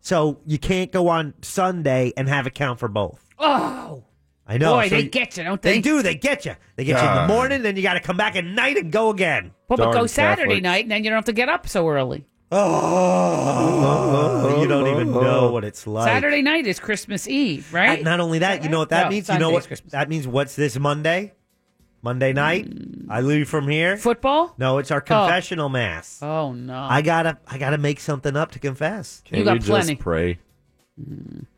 [SPEAKER 6] so you can't go on Sunday and have it count for both.
[SPEAKER 7] Oh,
[SPEAKER 6] I know.
[SPEAKER 7] Boy,
[SPEAKER 6] so
[SPEAKER 7] they
[SPEAKER 6] you-
[SPEAKER 7] get you, don't
[SPEAKER 6] They
[SPEAKER 7] they?
[SPEAKER 6] do. They get you. They get you in
[SPEAKER 7] God.
[SPEAKER 6] the morning, then you got to come back at night and go again.
[SPEAKER 7] Well, but go Saturday night, and then you don't have to get up so early.
[SPEAKER 6] Oh, you don't even know what it's like.
[SPEAKER 7] Saturday night is Christmas Eve, right?
[SPEAKER 6] And not only that, you know what that
[SPEAKER 7] No,
[SPEAKER 6] means. you
[SPEAKER 7] Sunday
[SPEAKER 6] know
[SPEAKER 7] is
[SPEAKER 6] what
[SPEAKER 7] Christmas.
[SPEAKER 6] that means. What's this Monday? Monday night. I leave from here.
[SPEAKER 7] Mm. Football?
[SPEAKER 6] No, it's our confessional mass.
[SPEAKER 7] Oh no!
[SPEAKER 6] I gotta, I gotta make something up to confess.
[SPEAKER 7] You got plenty.
[SPEAKER 9] pray?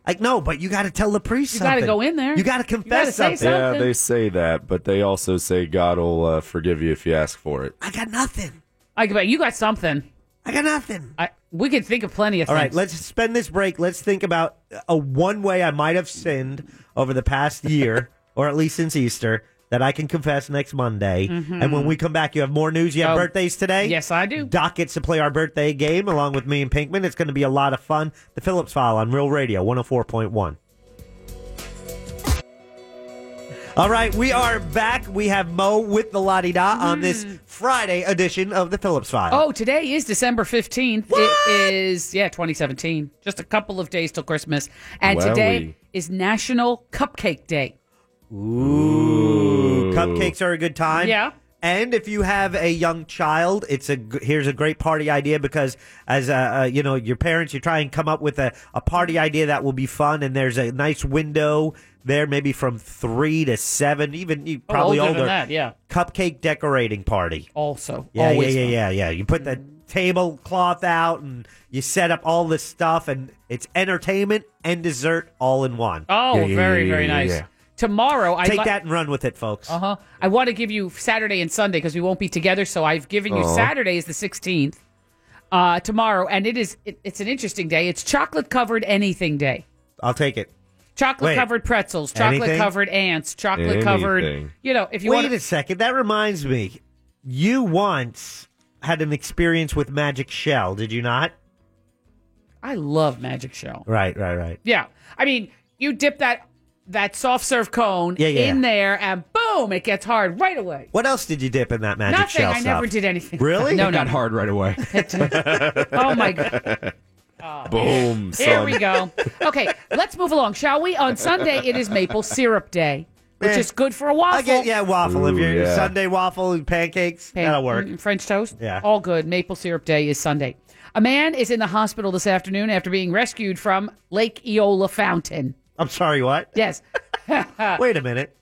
[SPEAKER 6] Like no, but you gotta tell the priest.
[SPEAKER 7] You gotta
[SPEAKER 6] something.
[SPEAKER 7] go in there.
[SPEAKER 6] You gotta
[SPEAKER 7] You gotta
[SPEAKER 6] confess
[SPEAKER 7] say
[SPEAKER 6] something.
[SPEAKER 9] Yeah, they say that, but they also say God will uh, forgive you if you ask for it.
[SPEAKER 6] I got nothing.
[SPEAKER 7] I but you got something.
[SPEAKER 6] I got nothing.
[SPEAKER 7] I we can think of plenty of
[SPEAKER 6] All
[SPEAKER 7] things.
[SPEAKER 6] right, let's spend this break. Let's think about a one way I might have sinned over the past
[SPEAKER 7] *laughs*
[SPEAKER 6] year, or at least since Easter, that I can confess next Monday.
[SPEAKER 7] Mhm.
[SPEAKER 6] And when we come back, you have more news. You have
[SPEAKER 7] Oh,
[SPEAKER 6] birthdays today.
[SPEAKER 7] yes, I do.
[SPEAKER 6] Doc gets to play our birthday game along with me and Pinkman. It's going to be a lot of fun. The Phillips File on Real Radio 104.1. All right, we are back. We have Mo with the La Di Da on this
[SPEAKER 7] Mm.
[SPEAKER 6] Friday edition of the Phillips File.
[SPEAKER 7] Oh, today is December 15th. It is, yeah, 2017. Just a couple of days till Christmas. And
[SPEAKER 6] Wowee.
[SPEAKER 7] today is National Cupcake Day.
[SPEAKER 6] Ooh, cupcakes are a good time.
[SPEAKER 7] Yeah.
[SPEAKER 6] And if you have a young child, it's a g- here's a great party idea because as a, uh you know your parents, you try and come up with a, a party idea that will be fun, and there's a nice window there, maybe from three to seven, even you
[SPEAKER 7] Oh,
[SPEAKER 6] probably
[SPEAKER 7] older
[SPEAKER 6] older.
[SPEAKER 7] than that, yeah.
[SPEAKER 6] Cupcake decorating party.
[SPEAKER 7] Also,
[SPEAKER 6] yeah,
[SPEAKER 7] always
[SPEAKER 6] yeah, yeah,
[SPEAKER 7] fun.
[SPEAKER 6] yeah, yeah. You put the tablecloth out, and you set up all this stuff, and it's entertainment and dessert all in one.
[SPEAKER 7] Oh, very, very nice. Tomorrow, I
[SPEAKER 6] Take
[SPEAKER 7] li-
[SPEAKER 6] that and run with it, folks.
[SPEAKER 7] Uh huh. I want to give you Saturday and Sunday because we won't be together. So I've given you
[SPEAKER 6] Aw.
[SPEAKER 7] Saturday is the sixteenth, uh, tomorrow, and it is it, it's an interesting day. It's chocolate covered anything day.
[SPEAKER 6] I'll take it.
[SPEAKER 7] Chocolate
[SPEAKER 6] Wait.
[SPEAKER 7] covered pretzels, chocolate
[SPEAKER 6] Anything?
[SPEAKER 7] covered ants, chocolate covered.
[SPEAKER 6] Anything.
[SPEAKER 7] You know, if you
[SPEAKER 6] Wait
[SPEAKER 7] want
[SPEAKER 6] a second, that reminds me. You once had an experience with Magic Shell, did you not?
[SPEAKER 7] I love Magic Shell.
[SPEAKER 6] Right, right, right.
[SPEAKER 7] Yeah, I mean, you dip that that soft serve cone
[SPEAKER 6] Yeah, yeah.
[SPEAKER 7] in there, and boom, it gets hard right away.
[SPEAKER 6] What else did you dip in that Magic
[SPEAKER 7] Nothing.
[SPEAKER 6] Shell
[SPEAKER 7] I never
[SPEAKER 6] stuff?
[SPEAKER 7] did anything.
[SPEAKER 6] Really?
[SPEAKER 7] No, no.
[SPEAKER 6] hard right
[SPEAKER 7] *laughs*
[SPEAKER 6] away. *laughs*
[SPEAKER 7] Oh, my
[SPEAKER 6] god.
[SPEAKER 9] Boom.
[SPEAKER 7] There we go. Okay, let's move along, shall we? On Sunday, it is maple syrup day, which
[SPEAKER 6] Eh.
[SPEAKER 7] is good for a waffle.
[SPEAKER 6] I get yeah, waffle. if
[SPEAKER 7] Ooh,
[SPEAKER 6] you're
[SPEAKER 7] yeah.
[SPEAKER 6] Sunday waffle and pancakes,
[SPEAKER 7] Pan-
[SPEAKER 6] that'll work.
[SPEAKER 7] mm, French toast.
[SPEAKER 6] Yeah.
[SPEAKER 7] All good. Maple syrup day is Sunday. A man is in the hospital this afternoon after being rescued from Lake Eola Fountain.
[SPEAKER 6] I'm sorry, what?
[SPEAKER 7] Yes.
[SPEAKER 6] Wait a minute.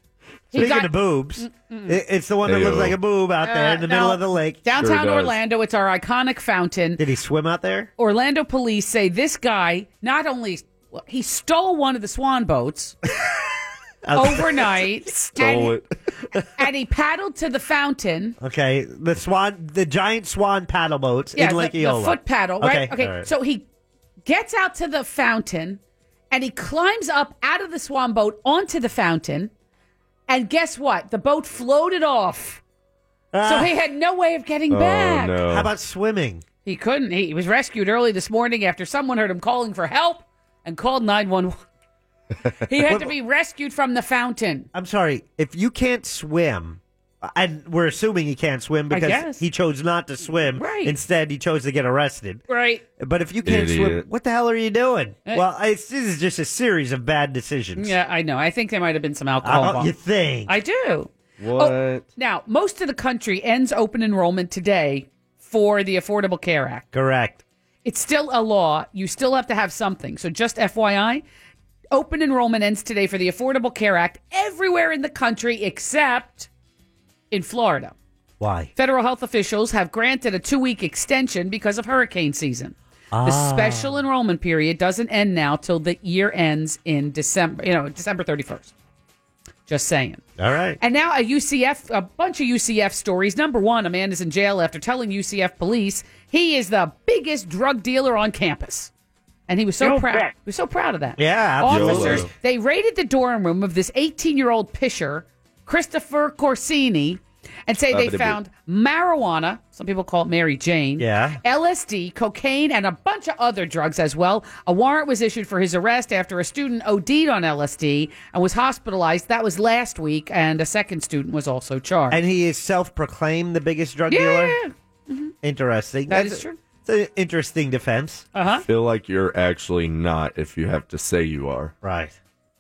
[SPEAKER 7] He
[SPEAKER 6] Speaking
[SPEAKER 7] got-
[SPEAKER 6] of boobs,
[SPEAKER 7] Mm-mm.
[SPEAKER 6] i- it's the one that looks
[SPEAKER 9] Ayo.
[SPEAKER 6] like a boob out there
[SPEAKER 7] Uh,
[SPEAKER 6] in the
[SPEAKER 7] no.
[SPEAKER 6] middle of the lake.
[SPEAKER 7] Downtown Orlando, it's our iconic fountain.
[SPEAKER 6] Did he swim out there?
[SPEAKER 7] Orlando
[SPEAKER 6] *laughs*
[SPEAKER 7] police say this guy not only well, he stole one of the swan boats, overnight.
[SPEAKER 6] Stole
[SPEAKER 7] and, and he paddled to the fountain.
[SPEAKER 6] Okay, the swan, the giant swan paddle boats
[SPEAKER 7] Yeah,
[SPEAKER 6] in
[SPEAKER 7] the-
[SPEAKER 6] Lake
[SPEAKER 7] the,
[SPEAKER 6] Eola.
[SPEAKER 7] foot paddle, right? Okay.
[SPEAKER 6] all right.
[SPEAKER 7] So he gets out to the fountain and he climbs up out of the swan boat onto the fountain. And guess what? The boat floated off. So
[SPEAKER 6] Ah.
[SPEAKER 7] he had no way of getting back.
[SPEAKER 6] How about swimming?
[SPEAKER 7] He couldn't. He, he was rescued early this morning after someone heard him calling for help and called 911. He had
[SPEAKER 6] *laughs*
[SPEAKER 7] to be rescued from the fountain.
[SPEAKER 6] I'm sorry, if you can't swim, and we're assuming he can't swim
[SPEAKER 7] I
[SPEAKER 6] because
[SPEAKER 7] guess.
[SPEAKER 6] he chose not to swim.
[SPEAKER 7] Right.
[SPEAKER 6] Instead, he chose to get arrested.
[SPEAKER 7] Right.
[SPEAKER 6] But if you can't swim,
[SPEAKER 7] Idiot.
[SPEAKER 6] what the hell are you doing?
[SPEAKER 7] Eh.
[SPEAKER 6] well, it's, this is just a series of bad decisions.
[SPEAKER 7] Yeah, I know. I think there might have been some alcohol.
[SPEAKER 6] Oh,
[SPEAKER 7] involved.
[SPEAKER 6] you think?
[SPEAKER 7] I do.
[SPEAKER 6] What?
[SPEAKER 7] Now, most of the country ends open enrollment today for the Affordable Care Act.
[SPEAKER 6] Correct.
[SPEAKER 7] It's still a law. You still have to have something. So, just FYI, open enrollment ends today for the Affordable Care Act everywhere in the country except in Florida.
[SPEAKER 6] Why?
[SPEAKER 7] Federal health officials have granted a two week extension because of hurricane season.
[SPEAKER 6] Ah.
[SPEAKER 7] The special enrollment period doesn't end now till the year ends in December, you know, December 31st. Just saying.
[SPEAKER 6] All right.
[SPEAKER 7] And now a UCF, a bunch of UCF stories. Number one, a man is in jail after telling UCF police he is the biggest drug dealer on campus. And he was so
[SPEAKER 6] You
[SPEAKER 7] proud.
[SPEAKER 6] bet.
[SPEAKER 7] He was so proud of that.
[SPEAKER 6] Yeah, absolutely.
[SPEAKER 7] Officers, they raided the dorm room of this 18 year old pisher, Christopher Corsini, and say they
[SPEAKER 6] Babadaboo.
[SPEAKER 7] found marijuana. Some people call it Mary Jane.
[SPEAKER 6] Yeah.
[SPEAKER 7] LSD, cocaine, and a bunch of other drugs as well. A warrant was issued for his arrest after a student OD'd on LSD and was hospitalized. That was last week, and a second student was also charged.
[SPEAKER 6] And he is self-proclaimed the biggest drug dealer. Interesting.
[SPEAKER 7] Mm-hmm. That
[SPEAKER 6] That's
[SPEAKER 7] is true.
[SPEAKER 6] It's an interesting defense.
[SPEAKER 7] Uh huh.
[SPEAKER 9] feel like you're actually not if you have to say you are.
[SPEAKER 6] Right.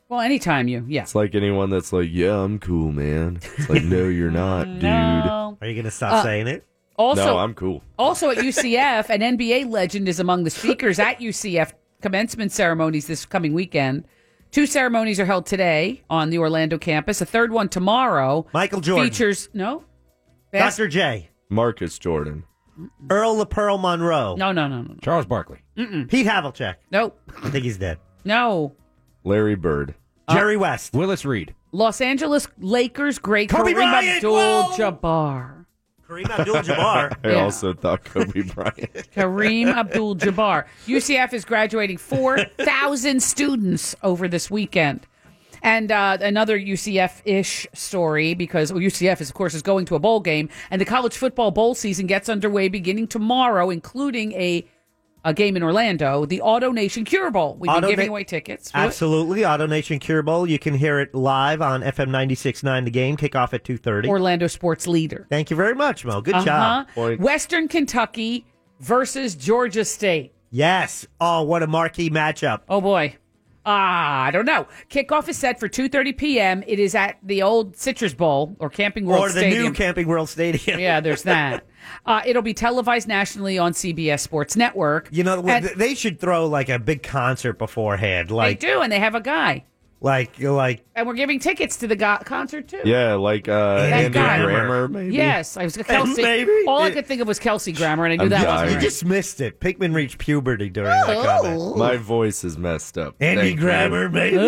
[SPEAKER 7] Well, anytime you, yeah.
[SPEAKER 9] It's like anyone that's like, yeah, I'm cool, man. It's like, no, you're
[SPEAKER 7] *laughs*
[SPEAKER 9] not, dude.
[SPEAKER 7] No.
[SPEAKER 6] Are you gonna stop
[SPEAKER 7] Uh, saying
[SPEAKER 6] it?
[SPEAKER 7] also-
[SPEAKER 9] no, I'm cool.
[SPEAKER 7] Also at UCF, an NBA legend is among the speakers at UCF commencement ceremonies this coming weekend. Two ceremonies are held today on the Orlando campus. A third one tomorrow.
[SPEAKER 6] Michael Jordan.
[SPEAKER 7] features no. Bas-
[SPEAKER 6] Dr. J.
[SPEAKER 9] Marcus Jordan.
[SPEAKER 6] Earl La Pearl Monroe.
[SPEAKER 7] No, no, no, no.
[SPEAKER 6] Charles Barkley. Pete Havlicek.
[SPEAKER 7] Nope.
[SPEAKER 6] I think he's dead.
[SPEAKER 7] No. Uh,
[SPEAKER 9] Larry Bird.
[SPEAKER 6] Jerry West.
[SPEAKER 8] Willis Reed.
[SPEAKER 7] Los Angeles Lakers great
[SPEAKER 6] Kobe
[SPEAKER 7] Kareem
[SPEAKER 6] Bryant,
[SPEAKER 7] Abdul-Jabbar.
[SPEAKER 6] Kareem Abdul-Jabbar.
[SPEAKER 9] *laughs* I
[SPEAKER 7] Yeah.
[SPEAKER 9] also thought Kobe Bryant.
[SPEAKER 7] Kareem Abdul-Jabbar. UCF is graduating 4,000 students over this weekend. And uh, another UCF-ish story because well, UCF is, of course, is going to a bowl game, and the college football bowl season gets underway beginning tomorrow, including a a game in Orlando, the Auto Nation Cure Bowl. We've
[SPEAKER 6] Auto
[SPEAKER 7] been giving
[SPEAKER 6] Na-
[SPEAKER 7] away tickets.
[SPEAKER 6] Absolutely. Auto Nation Cure Bowl. You can hear it live on FM 96.9 The Game. Kickoff at 2.30.
[SPEAKER 7] Orlando sports leader.
[SPEAKER 6] Thank you very much, Mo. Good job.
[SPEAKER 7] Uh-huh. Western Kentucky versus Georgia State.
[SPEAKER 6] Yes. Oh, what a marquee matchup.
[SPEAKER 7] Oh boy. Ah, I don't know. Kickoff is set for 2:30 p.m. It is at the old Citrus Bowl or Camping World
[SPEAKER 6] or the
[SPEAKER 7] Stadium.
[SPEAKER 6] new Camping World Stadium. *laughs*
[SPEAKER 7] yeah, there's that. Uh, it'll be televised nationally on CBS Sports Network.
[SPEAKER 6] You know,
[SPEAKER 7] And-
[SPEAKER 6] they should throw like a big concert beforehand. Like,
[SPEAKER 7] they do, and they have a guy,
[SPEAKER 6] like, like,
[SPEAKER 7] and we're giving tickets to the go- concert too.
[SPEAKER 9] Yeah, like uh,
[SPEAKER 6] That
[SPEAKER 9] Andy
[SPEAKER 6] guy.
[SPEAKER 9] Grammer, maybe?
[SPEAKER 7] Yes, I was Kelsey.
[SPEAKER 6] Maybe.
[SPEAKER 7] All I could think of was Kelsey Grammer, and I knew
[SPEAKER 9] I'm
[SPEAKER 7] that
[SPEAKER 9] dying.
[SPEAKER 6] *laughs*
[SPEAKER 7] wasn't
[SPEAKER 6] you
[SPEAKER 7] right.
[SPEAKER 6] just missed it. Pinkman reached puberty during that
[SPEAKER 7] Oh.
[SPEAKER 6] comment.
[SPEAKER 9] My voice is messed up.
[SPEAKER 6] Andy
[SPEAKER 9] Thank
[SPEAKER 6] Grammer,
[SPEAKER 9] you.
[SPEAKER 6] baby.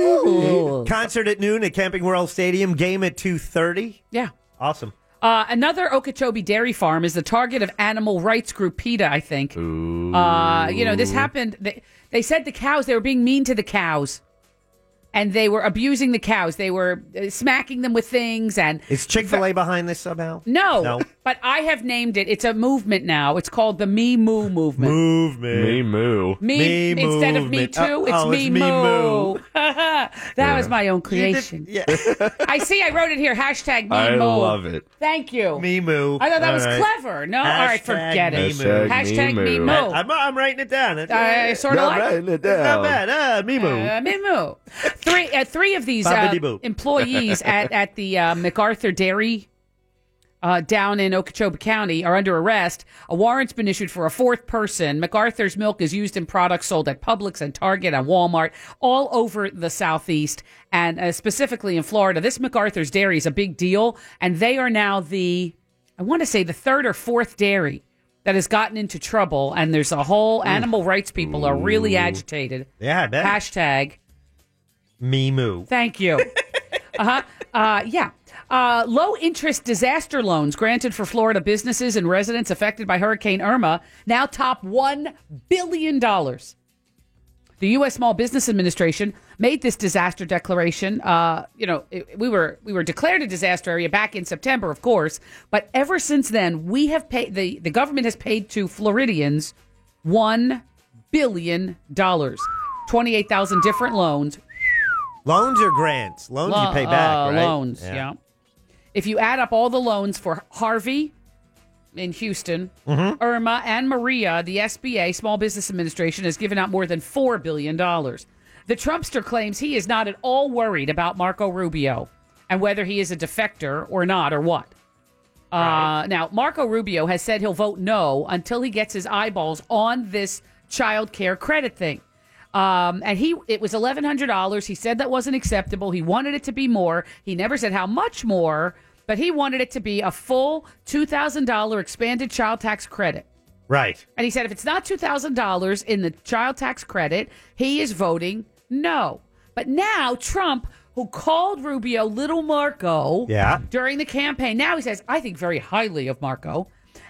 [SPEAKER 7] Ooh.
[SPEAKER 6] Concert at noon at Camping World Stadium. Game at two thirty.
[SPEAKER 7] Yeah.
[SPEAKER 6] Awesome.
[SPEAKER 7] Uh, another Okeechobee dairy farm is the target of animal rights group PETA, I think. Uh, you know, this happened. They, they said the cows, they were being mean to the cows. And they were abusing the cows. They were uh, smacking them with things. And
[SPEAKER 6] Is Chick Fil A behind this somehow?
[SPEAKER 7] no,
[SPEAKER 6] No.
[SPEAKER 7] but I have named it. It's a movement now. It's called the Me Moo movement.
[SPEAKER 6] Movement.
[SPEAKER 9] Me moo.
[SPEAKER 7] Me, instead of me
[SPEAKER 6] movement.
[SPEAKER 7] too,
[SPEAKER 6] Oh,
[SPEAKER 9] Uh,
[SPEAKER 7] it's
[SPEAKER 6] oh,
[SPEAKER 7] me
[SPEAKER 6] Me
[SPEAKER 7] moo.
[SPEAKER 6] Moo.
[SPEAKER 7] *laughs* that was my own creation. *laughs* I see. I wrote it here. Hashtag me
[SPEAKER 9] I
[SPEAKER 7] moo.
[SPEAKER 9] love it.
[SPEAKER 7] Thank you.
[SPEAKER 6] Me moo.
[SPEAKER 7] I thought that
[SPEAKER 6] All
[SPEAKER 7] was
[SPEAKER 6] right.
[SPEAKER 7] clever. No, all right, forget
[SPEAKER 6] me
[SPEAKER 7] it.
[SPEAKER 6] moo.
[SPEAKER 7] Hashtag me moo.
[SPEAKER 6] I- I'm, I'm writing it down. It's,
[SPEAKER 7] I sorta
[SPEAKER 6] Not
[SPEAKER 7] like it.
[SPEAKER 6] writing it down. It's not bad. Ah, me moo.
[SPEAKER 7] Uh, me moo. Three, uh, three of these uh,
[SPEAKER 6] Bobbidi-boo.
[SPEAKER 7] employees at, at the uh, MacArthur Dairy uh, down in Okeechobee County are under arrest. A warrant's been issued for a fourth person. MacArthur's milk is used in products sold at Publix and Target and Walmart all over the Southeast and uh, specifically in Florida. This MacArthur's Dairy is a big deal, and they are now the, I want to say, the third or fourth dairy. That has gotten into trouble, and there's a whole animal rights people are really agitated.
[SPEAKER 6] Yeah, I bet.
[SPEAKER 7] Hashtag
[SPEAKER 6] me moo.
[SPEAKER 7] Thank you. Uh-huh. Uh Yeah. Uh, low interest disaster loans granted for Florida businesses and residents affected by Hurricane Irma now top $1 billion. The U.S. Small Business Administration made this disaster declaration. Uh, you know, it- we were we were declared a disaster area back in September, of course, but ever since then, we have paid the the government has paid to Floridians one billion dollars, twenty eight thousand different loans,
[SPEAKER 6] Loans or grants? Loans you
[SPEAKER 7] Lo-
[SPEAKER 6] pay back,
[SPEAKER 7] uh,
[SPEAKER 6] right?
[SPEAKER 7] Loans, yeah. If you add up all the loans for Harvey in Houston,
[SPEAKER 6] Mhm.
[SPEAKER 7] Irma and Maria, the SBA Small Business Administration has given out more than four billion dollars. The Trumpster claims he is not at all worried about Marco Rubio and whether he is a defector or not or what. Uh, now, Marco Rubio has said he'll vote no until he gets his eyeballs on this child care credit thing. Um, and he it was eleven hundred dollars. He said that wasn't acceptable. He wanted it to be more. He never said how much more, but he wanted it to be a full two thousand dollar expanded child tax credit.
[SPEAKER 6] Right.
[SPEAKER 7] And he said if it's not $2,000 in the child tax credit, he is voting no. But now Trump, who called Rubio little Marco
[SPEAKER 5] Yeah.
[SPEAKER 7] during the campaign, now he says, I think very highly of Marco.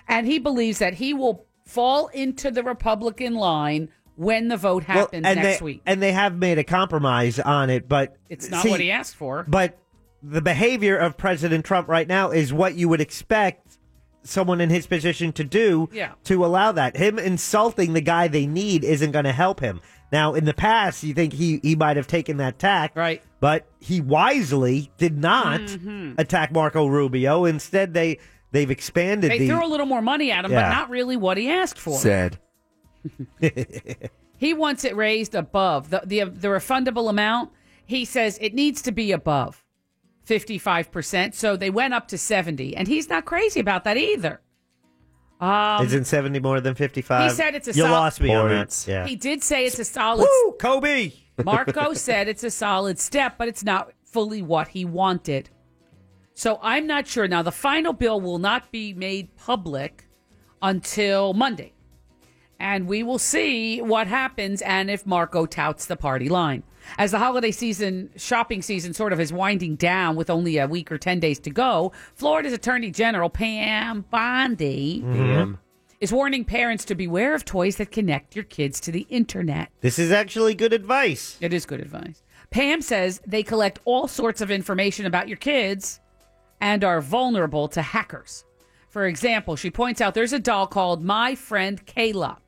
[SPEAKER 7] And he believes that he will fall into the Republican line when the vote
[SPEAKER 6] Well,
[SPEAKER 7] happens
[SPEAKER 6] and
[SPEAKER 7] next
[SPEAKER 6] they,
[SPEAKER 7] week.
[SPEAKER 6] And they have made a compromise on it, but
[SPEAKER 7] It's not
[SPEAKER 6] see,
[SPEAKER 7] what he asked for.
[SPEAKER 6] But the behavior of President Trump right now is what you would expect someone in his position to do
[SPEAKER 7] Yeah.
[SPEAKER 6] to allow that. Him insulting the guy they need isn't going to help him. Now, in the past, you think he, he might have taken that tack. Right. But he wisely did not
[SPEAKER 7] Mhm.
[SPEAKER 6] attack Marco Rubio. Instead, they, they've expanded
[SPEAKER 7] They
[SPEAKER 6] the.
[SPEAKER 7] threw a little more money at him,
[SPEAKER 6] Yeah.
[SPEAKER 7] but not really what he asked for.
[SPEAKER 6] Sad.
[SPEAKER 7] *laughs* He wants it raised above the, the the refundable amount. He says it needs to be above 55%. So they went up to 70 and he's not crazy about that either. Um,
[SPEAKER 6] Isn't 70 more than 55?
[SPEAKER 7] he said it's a
[SPEAKER 6] You
[SPEAKER 7] sol-
[SPEAKER 6] lost me on that.
[SPEAKER 7] Points.
[SPEAKER 6] Yeah.
[SPEAKER 7] He did say it's a solid
[SPEAKER 6] Woo, Kobe. *laughs*
[SPEAKER 7] Marco said it's a solid step, but it's not fully what he wanted. So I'm not sure. Now, the final bill will not be made public until Monday. And we will see what happens and if Marco touts the party line. As the holiday season, shopping season sort of is winding down with only a week or 10 days to go, Florida's Attorney General Pam Bondi
[SPEAKER 6] Mhm.
[SPEAKER 7] is warning parents to beware of toys that connect your kids to the internet.
[SPEAKER 6] This is actually good advice.
[SPEAKER 7] It is good advice. Pam says they collect all sorts of information about your kids and are vulnerable to hackers. For example, she points out there's a doll called My Friend Kayla.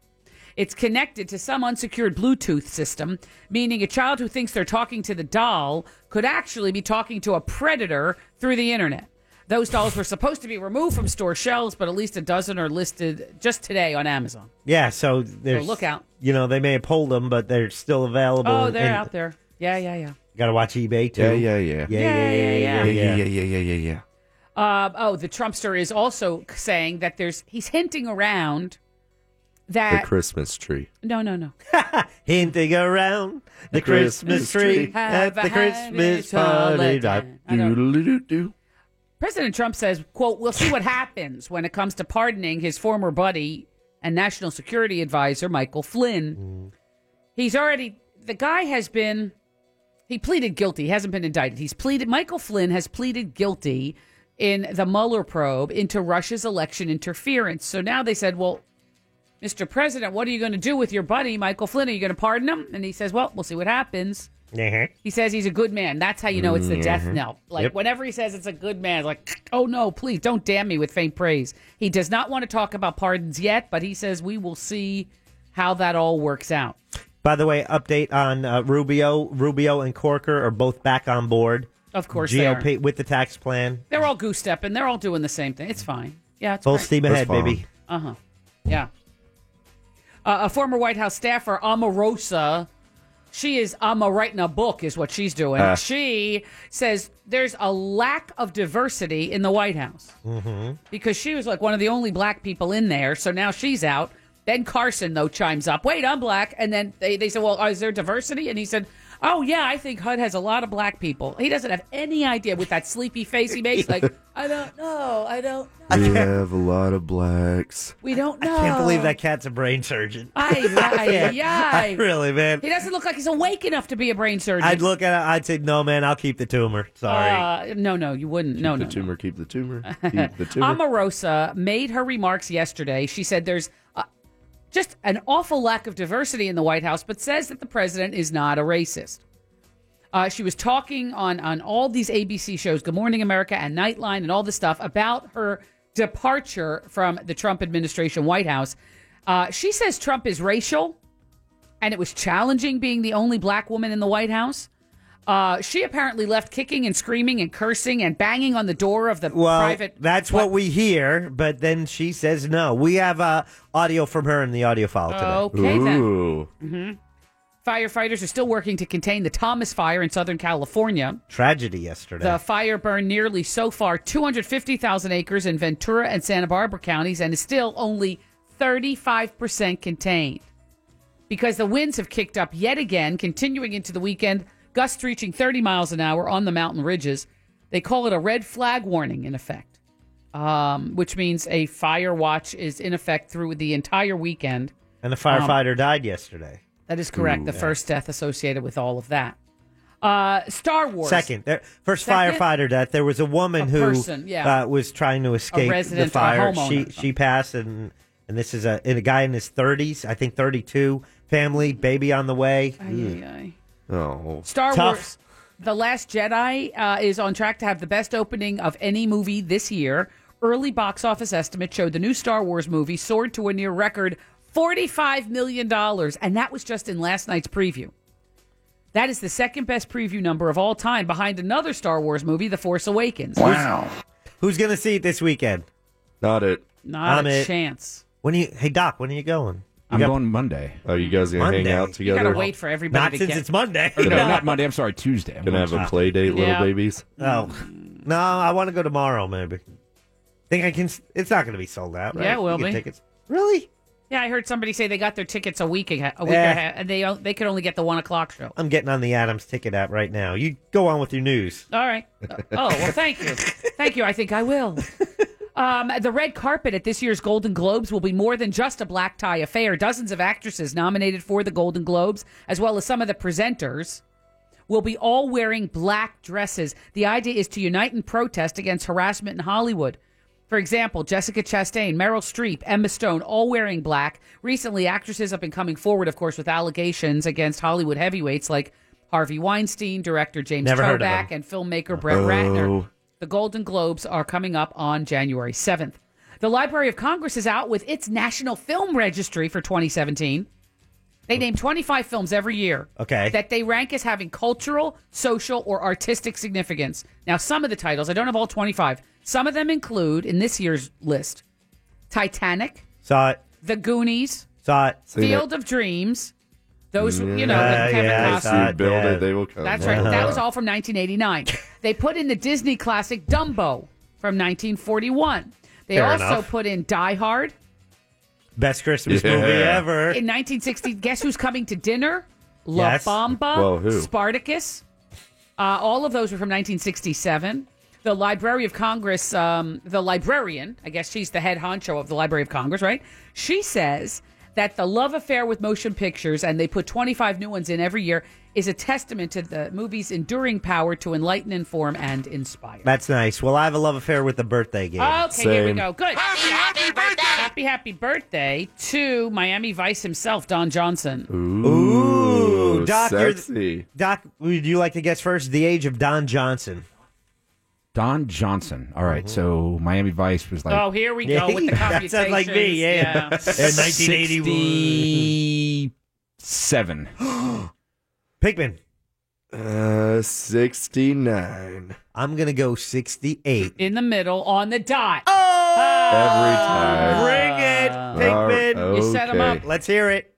[SPEAKER 7] It's connected to some unsecured Bluetooth system, meaning a child who thinks they're talking to the doll could actually be talking to a predator through the internet. Those dolls were supposed to be removed from store shelves, but at least a dozen are listed just today on Amazon.
[SPEAKER 6] Yeah, so there's
[SPEAKER 7] look out.
[SPEAKER 6] You know, they may have pulled them, but they're still available.
[SPEAKER 7] Oh,
[SPEAKER 6] and-
[SPEAKER 7] they're
[SPEAKER 6] and
[SPEAKER 7] out there. Yeah, yeah, yeah.
[SPEAKER 6] You gotta watch eBay too.
[SPEAKER 9] Yeah, yeah, yeah.
[SPEAKER 6] Yeah, yeah, yeah, yeah, yeah,
[SPEAKER 9] yeah, yeah, yeah, yeah, yeah, yeah.
[SPEAKER 7] Uh, oh, the Trumpster is also saying that there's he's hinting around
[SPEAKER 9] The
[SPEAKER 7] that
[SPEAKER 9] Christmas tree.
[SPEAKER 7] no, no, no.
[SPEAKER 6] Hinting around the Christmas tree at the Christmas party.
[SPEAKER 9] Do-do-do-do.
[SPEAKER 7] President Trump says, "quote We'll see what happens when it comes to pardoning his former buddy and national security advisor Michael Flynn. He's already the guy has been he pleaded guilty. He hasn't been indicted. He's pleaded. Michael Flynn has pleaded guilty in the Mueller probe into Russia's election interference. So now they said, well." Mr. President, what are you going to do with your buddy, Michael Flynn? Are you going to pardon him? And he says, Well, we'll see what happens.
[SPEAKER 9] Uh-huh.
[SPEAKER 7] He says he's a good man. That's how you know it's the death
[SPEAKER 6] Mm-hmm.
[SPEAKER 5] Mhm.
[SPEAKER 7] knell. Like
[SPEAKER 5] Yep.
[SPEAKER 7] whenever he says it's a good man, like, oh no, please don't damn me with faint praise. He does not want to talk about pardons yet, but he says we will see how that all works out.
[SPEAKER 6] By the way, update on uh, Rubio. Rubio and Corker are both back on board.
[SPEAKER 7] Of course they
[SPEAKER 6] GOP with the tax plan.
[SPEAKER 7] They're all goose stepping. They're all doing the same thing. It's fine. Yeah, it's
[SPEAKER 6] Full
[SPEAKER 7] great.
[SPEAKER 6] steam ahead, baby.
[SPEAKER 7] Uh huh. Yeah. Uh, a former White House staffer, Omarosa, she is Ama writing a book, is what she's doing.
[SPEAKER 6] Uh.
[SPEAKER 5] Ah.
[SPEAKER 7] She says there's a lack of diversity in the White House
[SPEAKER 5] Mm-hmm.
[SPEAKER 7] because she was like one of the only black people in there. So now she's out. Then Carson, though, chimes up, wait, I'm black. And then they, they said, well, is there diversity? And he said, "Oh yeah, I think Hud has a lot of black people." He doesn't have any idea with that sleepy face he
[SPEAKER 6] *laughs*
[SPEAKER 7] makes. Like, I don't know. I don't.
[SPEAKER 9] We have a lot of blacks.
[SPEAKER 7] We don't know.
[SPEAKER 6] I can't believe that cat's a brain
[SPEAKER 7] *laughs*
[SPEAKER 6] surgeon. *laughs*
[SPEAKER 7] Ay, ay, ay.
[SPEAKER 6] Really, man.
[SPEAKER 7] He doesn't look like he's awake enough to be a brain surgeon.
[SPEAKER 6] I'd look at it. I'd say, no, man. I'll keep the tumor. Sorry.
[SPEAKER 7] Uh, no, no, you wouldn't. no,
[SPEAKER 9] the
[SPEAKER 7] no.
[SPEAKER 9] tumor, keep the
[SPEAKER 7] *laughs*
[SPEAKER 9] tumor, keep the tumor.
[SPEAKER 7] Omarosa made her remarks yesterday. She said there's uh, just an awful lack of diversity in the White House, but says that the president is not a racist. Uh, she was talking on on all these ABC shows, Good Morning America and Nightline, and all this stuff about her departure from the Trump administration White House. Uh, she says Trump is racial, and it was challenging being the only black woman in the White House. Uh, she apparently left kicking and screaming and cursing and banging on the door of the
[SPEAKER 6] well,
[SPEAKER 7] private
[SPEAKER 6] that's what, we hear, but then she says no. We have uh, audio from her in the audio file today.
[SPEAKER 7] Okay, then. hmm Firefighters are still working to contain the Thomas fire in Southern California.
[SPEAKER 6] Tragedy yesterday.
[SPEAKER 7] The fire burned nearly so far 250,000 acres in Ventura and Santa Barbara counties and is still only 35% contained. Because the winds have kicked up yet again, continuing into the weekend, gusts reaching 30 miles an hour on the mountain ridges. They call it a red flag warning, in effect, um, which means a fire watch is in effect through the entire weekend.
[SPEAKER 6] and the
[SPEAKER 7] Um,
[SPEAKER 6] firefighter died yesterday.
[SPEAKER 7] that is correct.
[SPEAKER 6] Ooh.
[SPEAKER 7] the
[SPEAKER 6] Yeah.
[SPEAKER 7] first death associated with all of that. Uh, Star Wars.
[SPEAKER 6] Second, there, first
[SPEAKER 7] Second?
[SPEAKER 6] firefighter death. There was a woman who
[SPEAKER 7] person, yeah.
[SPEAKER 6] uh, was trying to escape
[SPEAKER 7] resident or a
[SPEAKER 6] the fire. She
[SPEAKER 7] homeowner.
[SPEAKER 6] she passed, and and this is a and a guy in his thirties, I think thirty two, family, baby on the way.
[SPEAKER 9] Hmm. Oh,
[SPEAKER 7] Star Wars. The Last Jedi uh, is on track to have the best opening of any movie this year. Early box office estimates showed the new Star Wars movie soared to a near record $45 million, and that was just in last night's preview. That is the second best preview number of all time behind another Star Wars movie, The Force Awakens.
[SPEAKER 6] Who's gonna see it this weekend?
[SPEAKER 9] Not it.
[SPEAKER 7] Not a chance.
[SPEAKER 6] When you hey Doc, when are you going? You
[SPEAKER 8] I'm
[SPEAKER 6] got-
[SPEAKER 8] going Monday.
[SPEAKER 9] Are Oh, you guys gonna
[SPEAKER 8] Monday.
[SPEAKER 9] hang out
[SPEAKER 7] You
[SPEAKER 9] together?
[SPEAKER 7] gotta wait for everybody
[SPEAKER 6] Not
[SPEAKER 7] to
[SPEAKER 6] since
[SPEAKER 7] get...
[SPEAKER 6] it's
[SPEAKER 7] *laughs*
[SPEAKER 6] Monday.
[SPEAKER 8] Or no, not Monday. I'm sorry, Tuesday. I'm
[SPEAKER 9] Gonna have a
[SPEAKER 8] sorry.
[SPEAKER 9] play date, little
[SPEAKER 6] Yeah.
[SPEAKER 9] babies.
[SPEAKER 6] Oh no, I want to go tomorrow. Maybe. Think I can? s- It's not gonna be sold out. Right?
[SPEAKER 7] Yeah, it will
[SPEAKER 6] You get
[SPEAKER 7] be.
[SPEAKER 6] Tickets. Really?
[SPEAKER 7] Yeah, I heard somebody say they got their tickets a week ahead, a week
[SPEAKER 6] Yeah.
[SPEAKER 7] ahead, and they they could only get the one o'clock show.
[SPEAKER 6] I'm getting on the Adams ticket app right now. You go on with your news.
[SPEAKER 7] All right. Uh, oh well, thank you, thank you. I think I will. Um, the red carpet at this year's Golden Globes will be more than just a black tie affair. Dozens of actresses nominated for the Golden Globes, as well as some of the presenters, will be all wearing black dresses. The idea is to unite and protest against harassment in Hollywood. For example, Jessica Chastain, Meryl Streep, Emma Stone, all wearing black. Recently, actresses have been coming forward, of course, with allegations against Hollywood heavyweights like Harvey Weinstein, director James
[SPEAKER 6] Never heard of
[SPEAKER 7] Toback,
[SPEAKER 6] him.
[SPEAKER 7] and filmmaker
[SPEAKER 6] Uh-huh.
[SPEAKER 7] Brett Ratner. The Golden Globes are coming up on January 7th. The Library of Congress is out with its National Film Registry for 2017. They name 25 films every year
[SPEAKER 6] Okay.
[SPEAKER 7] that they rank as having cultural, social, or artistic significance. Now, some of the titles, I don't have all 25, some of them include in this year's list Titanic,
[SPEAKER 6] *laughs* Saw it.
[SPEAKER 7] The Goonies,
[SPEAKER 6] Saw it.
[SPEAKER 7] Field of Dreams, those, you know,
[SPEAKER 6] Yeah,
[SPEAKER 7] with Kevin
[SPEAKER 6] yeah, I
[SPEAKER 7] Costner.
[SPEAKER 6] saw
[SPEAKER 9] You build
[SPEAKER 6] yeah.
[SPEAKER 9] it, they will come.
[SPEAKER 7] That's right. That
[SPEAKER 6] *laughs*
[SPEAKER 7] was all from 1989. they put in the Disney classic Dumbo from 1941. They
[SPEAKER 6] Fair
[SPEAKER 7] also
[SPEAKER 6] enough.
[SPEAKER 7] put in Die Hard
[SPEAKER 6] Best Christmas
[SPEAKER 9] Yeah.
[SPEAKER 6] movie ever.
[SPEAKER 7] in 1960. Guess who's coming to dinner? La
[SPEAKER 6] Yes.
[SPEAKER 7] Bamba,
[SPEAKER 6] Well, who?
[SPEAKER 7] Spartacus. Uh, all of those were from 1967. The Library of Congress, um, the librarian, I guess she's the head honcho of the Library of Congress, right? She says that the love affair with motion pictures, and they put 25 new ones in every year, is a testament to the movie's enduring power to enlighten, inform, and inspire.
[SPEAKER 6] That's nice. Well, I have a love affair with the birthday game.
[SPEAKER 7] Okay, here we go. Good. Happy, happy, birthday. Happy, happy birthday to Miami Vice himself, Don Johnson.
[SPEAKER 6] Ooh, Doc, you're-
[SPEAKER 9] sexy.
[SPEAKER 6] Doc, would you like to guess first the age of Don Johnson?
[SPEAKER 8] Don Johnson. All
[SPEAKER 9] Mm-hmm.
[SPEAKER 8] right, so Miami Vice was like.
[SPEAKER 7] oh, here we go with
[SPEAKER 6] *laughs*
[SPEAKER 7] the
[SPEAKER 6] That
[SPEAKER 7] computations.
[SPEAKER 6] sounds like me, yeah. *laughs* In 1981. *gasps*
[SPEAKER 8] Seven.
[SPEAKER 6] Pigman.
[SPEAKER 9] Uh, 69.
[SPEAKER 6] I'm going to go 68.
[SPEAKER 7] *gasps* In the middle, on the dot.
[SPEAKER 9] Every time.
[SPEAKER 6] Bring it, Pigman.
[SPEAKER 9] All right,
[SPEAKER 7] Ah. You set 'em up.
[SPEAKER 9] okay.
[SPEAKER 6] Let's hear it.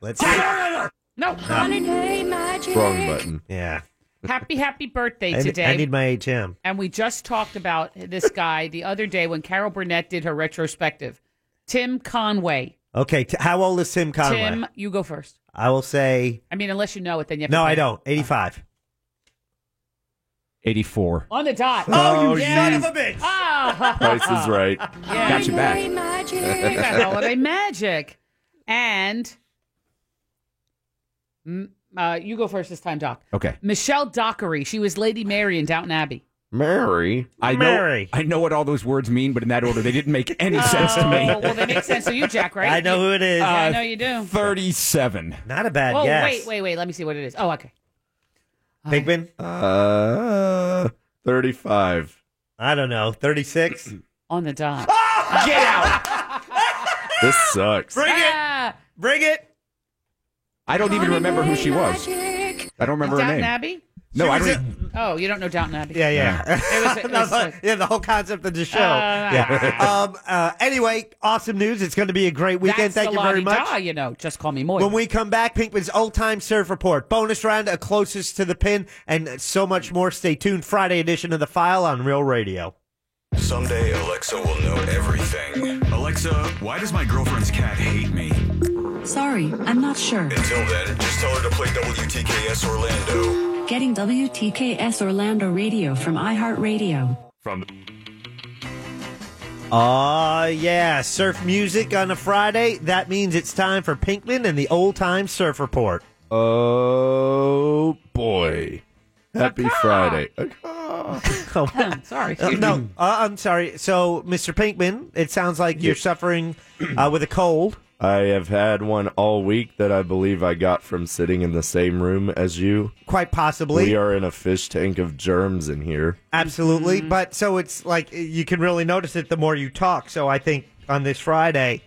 [SPEAKER 6] Let's hear it.
[SPEAKER 7] No. Holiday magic.
[SPEAKER 9] Wrong button.
[SPEAKER 6] Yeah.
[SPEAKER 7] Happy, happy birthday
[SPEAKER 6] I,
[SPEAKER 7] today.
[SPEAKER 6] I need my HM.
[SPEAKER 7] and we just talked about this guy the other day when Carol Burnett did her retrospective. Tim Conway.
[SPEAKER 6] Okay, t- how old is Tim Conway?
[SPEAKER 7] Tim, you go first.
[SPEAKER 6] I will say
[SPEAKER 7] I mean, unless you know it, then you have
[SPEAKER 6] no.
[SPEAKER 7] to
[SPEAKER 6] I
[SPEAKER 7] pay.
[SPEAKER 6] don't. Eighty-five.
[SPEAKER 8] Eighty-four.
[SPEAKER 7] On the dot.
[SPEAKER 6] Oh, you
[SPEAKER 7] yeah.
[SPEAKER 6] son of a bitch. *laughs*
[SPEAKER 7] Oh.
[SPEAKER 9] right.
[SPEAKER 7] Yeah.
[SPEAKER 8] Got you back.
[SPEAKER 7] We got holiday magic. And Mm, uh, you go first this time, Doc.
[SPEAKER 8] Okay.
[SPEAKER 7] Michelle Dockery. She was Lady Mary in
[SPEAKER 6] *laughs*
[SPEAKER 7] Downton Abbey.
[SPEAKER 8] Mary. I know,
[SPEAKER 6] Mary. Oh,
[SPEAKER 8] I know what all those words mean, but in that order, they didn't make any sense to me.
[SPEAKER 7] Well, they make sense to you, Jack, right?
[SPEAKER 8] I know who it is.
[SPEAKER 7] Yeah, I
[SPEAKER 8] Uh,
[SPEAKER 7] know you do.
[SPEAKER 8] 37.
[SPEAKER 6] Not a bad
[SPEAKER 7] oh, wait, wait, wait. Let me see what it is. Oh, okay.
[SPEAKER 6] Bigman?
[SPEAKER 9] Uh, 35.
[SPEAKER 6] I don't know. 36?
[SPEAKER 7] On the dot.
[SPEAKER 6] Get out.
[SPEAKER 9] This sucks.
[SPEAKER 6] Bring
[SPEAKER 7] it.
[SPEAKER 6] Bring it.
[SPEAKER 8] I don't even remember who she was. I don't remember her
[SPEAKER 7] Downton
[SPEAKER 8] name.
[SPEAKER 7] Abbey?
[SPEAKER 8] No,
[SPEAKER 7] She
[SPEAKER 8] I
[SPEAKER 7] was
[SPEAKER 8] don't.
[SPEAKER 7] Oh, you don't know Downton Abbey.
[SPEAKER 6] Yeah, yeah. *laughs*
[SPEAKER 7] It *laughs* was, it was uh, like,
[SPEAKER 6] yeah, the whole concept of the show.
[SPEAKER 7] Uh,
[SPEAKER 6] yeah. um, uh, anyway, awesome news. It's going to be a great weekend.
[SPEAKER 7] That's
[SPEAKER 6] Thank
[SPEAKER 7] the
[SPEAKER 6] you very
[SPEAKER 7] la-di-da,
[SPEAKER 6] much.
[SPEAKER 7] you know, just call me Moira.
[SPEAKER 6] When we come back, Pinkman's old time surf report, bonus round, a closest to the pin, and so much more. Stay tuned. Friday edition of The File on Real Radio.
[SPEAKER 1] Someday Alexa will know everything. Alexa, why does my girlfriend's cat hate me?
[SPEAKER 12] Sorry, I'm not sure.
[SPEAKER 1] Until then, just tell her to play WTKS Orlando.
[SPEAKER 12] Getting WTKS Orlando Radio from iHeartRadio.
[SPEAKER 1] From
[SPEAKER 6] Oh, yeah. Surf music on a Friday. That means it's time for Pinkman and the old time surf report.
[SPEAKER 9] Oh, boy. Happy Friday.
[SPEAKER 7] sorry.
[SPEAKER 6] Uh, no, uh, I'm sorry. So, Mr. Pinkman, it sounds like you're suffering uh, with a cold.
[SPEAKER 9] I have had one all week that I believe I got from sitting in the same room as you.
[SPEAKER 6] Quite possibly.
[SPEAKER 9] We are in a fish tank of germs in here.
[SPEAKER 6] Absolutely. But so it's like you can really notice it the more you talk. So, I think on this Friday,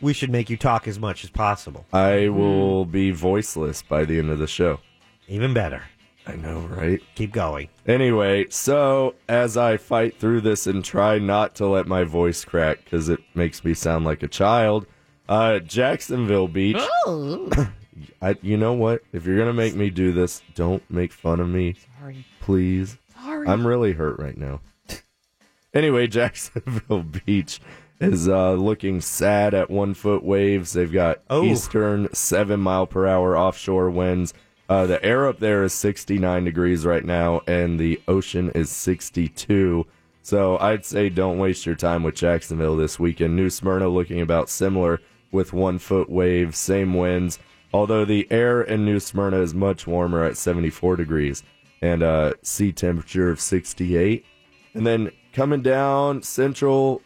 [SPEAKER 6] we should make you talk as much as possible.
[SPEAKER 9] I will be voiceless by the end of the show.
[SPEAKER 6] Even better.
[SPEAKER 9] I know, right?
[SPEAKER 6] Keep going.
[SPEAKER 9] Anyway, so as I fight through this and try not to let my voice crack because it makes me sound like a child, uh, Jacksonville Beach.
[SPEAKER 7] Ooh.
[SPEAKER 9] *coughs* I, you know what? If you're gonna make me do this, don't make fun of me.
[SPEAKER 7] Sorry.
[SPEAKER 9] Please.
[SPEAKER 7] Sorry.
[SPEAKER 9] I'm really hurt right now. anyway, *laughs* Jacksonville Beach is uh, looking sad at one foot waves. They've got
[SPEAKER 6] Oh.
[SPEAKER 9] eastern seven mile per hour offshore winds. Uh, the air up there is 69 degrees right now, and the ocean is 62. So I'd say don't waste your time with Jacksonville this weekend. New Smyrna looking about similar with one foot waves, same winds. Although the air in New Smyrna is much warmer at 74 degrees and uh, sea temperature of 68. And then coming down central,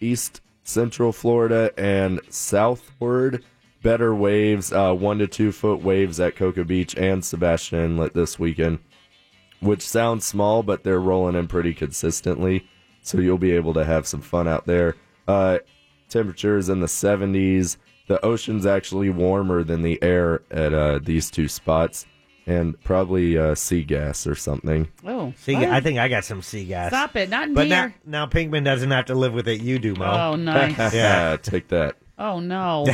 [SPEAKER 9] east central Florida and southward, better waves, uh, one to two foot waves at Cocoa Beach and Sebastian Inlet this weekend, which sounds small, but they're rolling in pretty consistently. So you'll be able to have some fun out there. Uh, temperatures in the 70s. The ocean's actually warmer than the air at uh, these two spots, and probably uh, sea gas or something.
[SPEAKER 7] Oh.
[SPEAKER 6] See,
[SPEAKER 7] Oh.
[SPEAKER 6] I think I got some sea gas.
[SPEAKER 7] Stop it. Not in
[SPEAKER 6] But now,
[SPEAKER 7] here.
[SPEAKER 6] now Pinkman doesn't have to live with it. You do, Mo.
[SPEAKER 9] *laughs*
[SPEAKER 7] Oh, nice.
[SPEAKER 6] yeah.
[SPEAKER 9] take that.
[SPEAKER 6] *laughs*
[SPEAKER 7] Oh, no.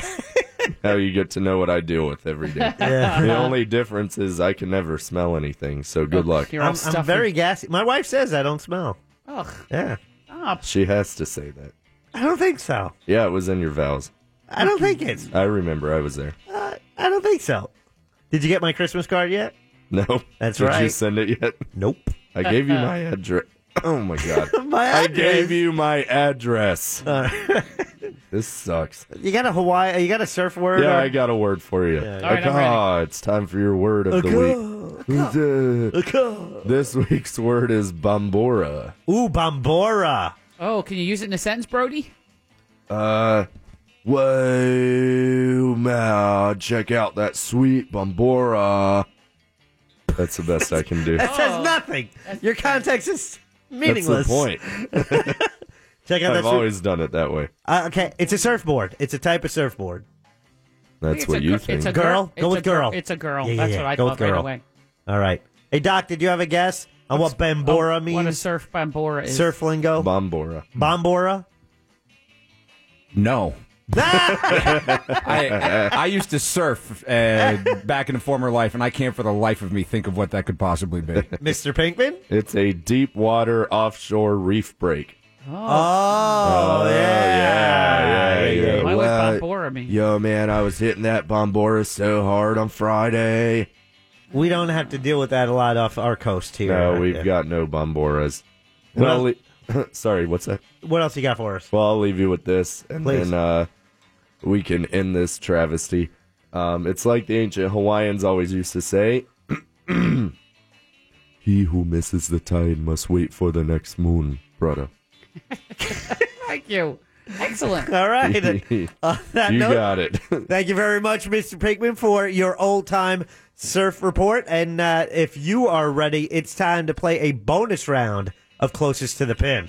[SPEAKER 9] How you get to know what I deal with every day.
[SPEAKER 7] Yeah.
[SPEAKER 9] The only difference is I can never smell anything, so good luck.
[SPEAKER 6] I'm, I'm very gassy. My wife says I don't smell.
[SPEAKER 7] Ugh.
[SPEAKER 6] Yeah.
[SPEAKER 7] Stop.
[SPEAKER 9] She has to say that.
[SPEAKER 6] I don't think so.
[SPEAKER 9] Yeah, it was in your vows.
[SPEAKER 6] I don't think it's.
[SPEAKER 9] I remember I was there. *laughs*
[SPEAKER 6] I don't think so. Did you get my Christmas card yet?
[SPEAKER 9] No.
[SPEAKER 6] That's
[SPEAKER 9] Did you
[SPEAKER 6] right.
[SPEAKER 9] send it yet?
[SPEAKER 6] Nope. *laughs*
[SPEAKER 9] I gave you my address. Oh my god.
[SPEAKER 6] My
[SPEAKER 9] I
[SPEAKER 6] address.
[SPEAKER 9] gave you
[SPEAKER 6] *laughs*
[SPEAKER 9] my address. this sucks.
[SPEAKER 6] You got a Hawaii? You got a surf word?
[SPEAKER 9] Yeah,
[SPEAKER 6] or-
[SPEAKER 9] I got a word for you.
[SPEAKER 6] Yeah. All right, I'm
[SPEAKER 9] Ah, it's time for your word of the week. This week's word is Bambora.
[SPEAKER 6] Ooh, Bambora.
[SPEAKER 7] Oh, can you use it in a sentence, Brody?
[SPEAKER 9] Uh, whoa, man, check out that sweet Bambora. That's the best I
[SPEAKER 6] *laughs*
[SPEAKER 9] can do.
[SPEAKER 6] That
[SPEAKER 7] Oh.
[SPEAKER 6] says nothing. Your context is
[SPEAKER 9] That's
[SPEAKER 6] meaningless.
[SPEAKER 9] the point.
[SPEAKER 6] *laughs* Check out that.
[SPEAKER 9] I've
[SPEAKER 6] sur-
[SPEAKER 9] always done it that way.
[SPEAKER 6] Uh, okay, it's a surfboard. It's a type of surfboard.
[SPEAKER 9] That's
[SPEAKER 7] It's
[SPEAKER 9] what
[SPEAKER 7] a
[SPEAKER 9] you
[SPEAKER 7] gir-
[SPEAKER 9] think.
[SPEAKER 7] It's a
[SPEAKER 6] Girl?
[SPEAKER 7] girl.
[SPEAKER 6] Go
[SPEAKER 7] it's
[SPEAKER 6] with
[SPEAKER 7] a gir-
[SPEAKER 6] girl.
[SPEAKER 7] It's a girl.
[SPEAKER 6] Yeah, yeah,
[SPEAKER 7] That's
[SPEAKER 6] yeah.
[SPEAKER 7] what I
[SPEAKER 6] Go with
[SPEAKER 7] thought right
[SPEAKER 6] girl.
[SPEAKER 7] away.
[SPEAKER 6] All right. Hey, Doc, did you have a guess on what Bambora means?
[SPEAKER 7] um, What a surf bambora is.
[SPEAKER 6] surf lingo?
[SPEAKER 9] Bambora.
[SPEAKER 6] Bambora? *laughs*
[SPEAKER 8] No. I I used to surf uh, back in a former life, and I can't for the life of me think of what
[SPEAKER 6] *laughs*
[SPEAKER 8] that could possibly be.
[SPEAKER 6] Mr. Pinkman?
[SPEAKER 9] It's a deep water offshore reef break.
[SPEAKER 6] Oh,
[SPEAKER 9] yeah, yeah, yeah.
[SPEAKER 7] Why would
[SPEAKER 9] Well,
[SPEAKER 7] Bombora mean?
[SPEAKER 9] Yo, man, I was hitting that Bombora so hard on Friday.
[SPEAKER 6] We don't have to deal with that a lot off our coast here.
[SPEAKER 9] No, we've got no Bomboras.
[SPEAKER 6] What
[SPEAKER 9] Well, *laughs* sorry, what's that?
[SPEAKER 6] What else you got for us?
[SPEAKER 9] Well, I'll leave you with this, and
[SPEAKER 6] Please.
[SPEAKER 9] then uh, we can end this travesty. Um, it's like the ancient Hawaiians always used to say. He who misses the tide must wait for the next moon, brother.
[SPEAKER 7] Thank you. Excellent.
[SPEAKER 6] *laughs* All
[SPEAKER 9] *laughs*
[SPEAKER 6] right. On that
[SPEAKER 9] you
[SPEAKER 6] note- *laughs*
[SPEAKER 9] got it.
[SPEAKER 6] Thank you very much, Mr. Pinkman, for your old time surf report. And uh, if you are ready, it's time to play a bonus round of Closest to the Pin.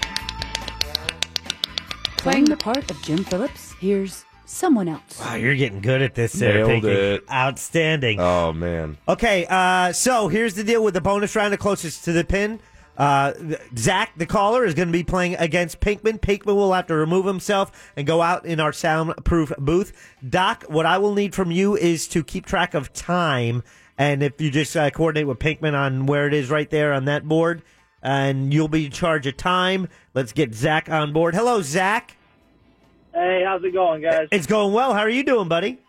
[SPEAKER 12] Playing the part of Jim Phillips, here's someone else.
[SPEAKER 6] Wow, you're getting good at this, Sarah
[SPEAKER 9] Nailed
[SPEAKER 6] Pinky.
[SPEAKER 9] it.
[SPEAKER 6] Outstanding.
[SPEAKER 9] Oh man.
[SPEAKER 6] Okay, uh, so here's the deal with the bonus round of closest to the pin. Uh, th- Zach, the caller, is going to be playing against Pinkman. Pinkman will have to remove himself and go out in our soundproof booth. Doc, what I will need from you is to keep track of time. And if you just uh, coordinate with Pinkman on where it is right there on that board, and you'll be in charge of time. Let's get Zach on board. Hello, Zach.
[SPEAKER 13] Hey, how's it going, guys?
[SPEAKER 6] It's going well. How are you doing, buddy?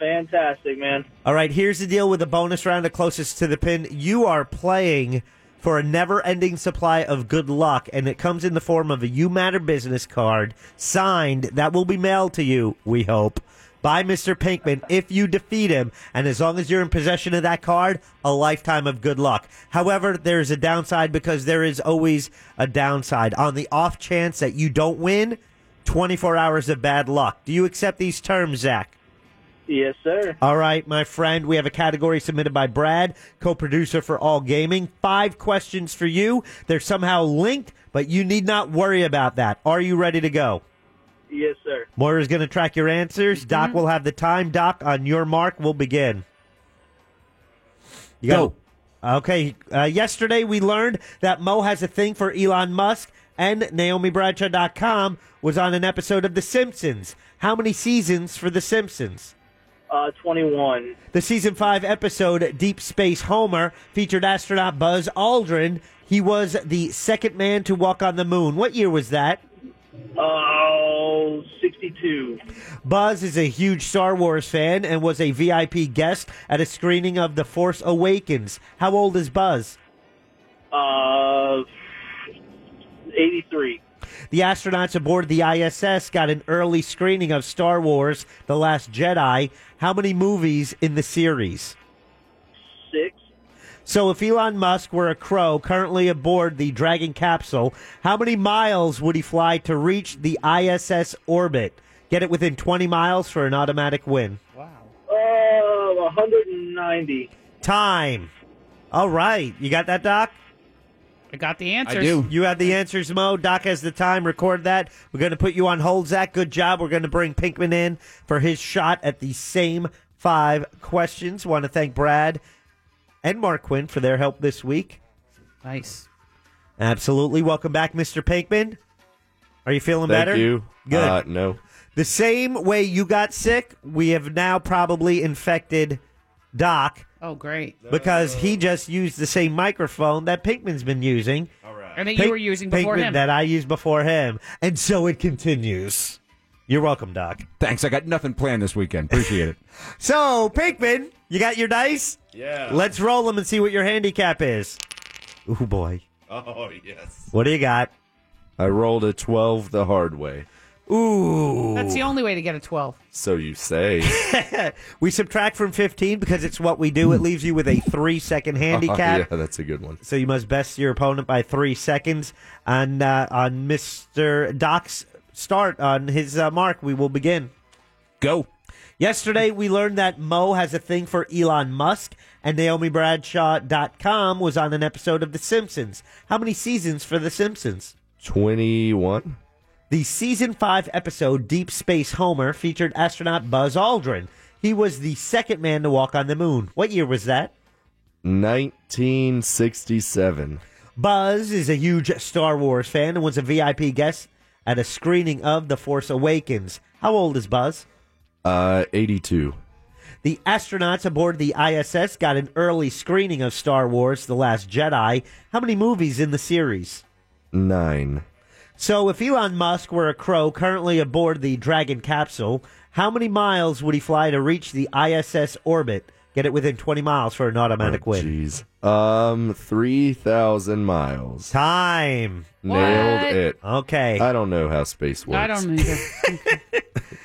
[SPEAKER 13] Fantastic, man.
[SPEAKER 6] All right, here's the deal with the bonus round of closest to the pin. You are playing for a never ending supply of good luck, and it comes in the form of a You Matter business card signed that will be mailed to you, we hope, by Mr. Pinkman if you defeat him. And as long as you're in possession of that card, a lifetime of good luck. However, there's a downside because there is always a downside. On the off chance that you don't win, 24 hours of bad luck. Do you accept these terms, Zach?
[SPEAKER 13] Yes, sir.
[SPEAKER 6] All right, my friend, we have a category submitted by Brad, co producer for All Gaming. Five questions for you. They're somehow linked, but you need not worry about that. Are you ready to go?
[SPEAKER 13] Yes, sir.
[SPEAKER 6] Moira's going to track your answers. Doc will have the time. Doc, on your mark, we'll begin. You go. Okay. Uh, yesterday, we learned that Mo has a thing for Elon Musk, and NaomiBradshaw.com was on an episode of The Simpsons. How many seasons for The Simpsons?
[SPEAKER 13] Uh, 21.
[SPEAKER 6] The season five episode Deep Space Homer featured astronaut Buzz Aldrin. He was the second man to walk on the moon. What year was that?
[SPEAKER 13] Oh, 62.
[SPEAKER 6] Buzz is a huge Star Wars fan and was a VIP guest at a screening of The Force Awakens. How old is Buzz?
[SPEAKER 13] Uh, 83.
[SPEAKER 6] The astronauts aboard the ISS got an early screening of Star Wars The Last Jedi. How many movies in the series?
[SPEAKER 13] Six.
[SPEAKER 6] So if Elon Musk were a crow currently aboard the Dragon capsule, how many miles would he fly to reach the ISS orbit? Get it within 20 miles for an automatic win.
[SPEAKER 13] Uh, 190.
[SPEAKER 6] Time. All right. You got that, Doc?
[SPEAKER 7] I got the answers.
[SPEAKER 6] You have the answers, Mo. Doc has the time. Record that. We're going to put you on hold, Zach. Good job. We're going to bring Pinkman in for his shot at the same five questions. Want to thank Brad and Mark Quinn for their help this week.
[SPEAKER 7] Nice.
[SPEAKER 6] Absolutely. Welcome back, Mr. Pinkman. Are you feeling
[SPEAKER 9] Thank
[SPEAKER 6] better?
[SPEAKER 9] you.
[SPEAKER 6] Good.
[SPEAKER 9] Uh, no.
[SPEAKER 6] The same way you got sick, we have now probably infected Doc
[SPEAKER 7] Oh, great.
[SPEAKER 6] because he just used the same microphone that Pinkman's been using. All right.
[SPEAKER 7] And that you were using before him.
[SPEAKER 6] That I used before him. And so it continues. You're welcome, Doc.
[SPEAKER 8] Thanks. I got nothing planned this weekend. Appreciate it.
[SPEAKER 6] *laughs* So, Pinkman, you got your dice? Yeah. Let's roll them and see what your handicap is. Ooh, boy.
[SPEAKER 9] Oh yes.
[SPEAKER 6] What do you got?
[SPEAKER 9] I rolled a twelve the hard way.
[SPEAKER 6] Ooh.
[SPEAKER 7] That's the only way to get
[SPEAKER 6] *laughs*
[SPEAKER 7] a 12.
[SPEAKER 9] So you say.
[SPEAKER 6] we subtract from 15 because it's what we do. It leaves you with a three
[SPEAKER 8] *laughs* Oh,
[SPEAKER 6] second
[SPEAKER 9] *laughs*
[SPEAKER 6] handicap.
[SPEAKER 9] Oh, yeah, that's a good one.
[SPEAKER 6] So you must best your opponent by three seconds. And uh, on Mr. Doc's start, on his uh, mark, we will begin.
[SPEAKER 8] Go.
[SPEAKER 6] Yesterday, we learned that Mo has a thing for Elon Musk, and NaomiBradshaw.com was on an episode of The Simpsons. How many seasons for The Simpsons?
[SPEAKER 9] Twenty-one.
[SPEAKER 6] The season five episode Deep Space Homer featured astronaut Buzz Aldrin. He was the second man to walk on the moon. What year was that?
[SPEAKER 9] 1967.
[SPEAKER 6] Buzz is a huge Star Wars fan and was a VIP guest at a screening of The Force Awakens. How old is Buzz?
[SPEAKER 9] Uh, 82.
[SPEAKER 6] The astronauts aboard the ISS got an early screening of Star Wars The Last Jedi. How many movies in the series?
[SPEAKER 9] Nine.
[SPEAKER 6] So, if Elon Musk were a crow currently aboard the Dragon capsule, how many miles would he fly to reach the ISS orbit? Get it within 20 miles for an automatic win.
[SPEAKER 9] Oh, Jeez. Um, 3,000 miles.
[SPEAKER 6] Time.
[SPEAKER 9] Nailed
[SPEAKER 6] What?
[SPEAKER 9] it.
[SPEAKER 6] Okay.
[SPEAKER 9] I don't know how space works.
[SPEAKER 7] I don't need to.
[SPEAKER 6] *laughs*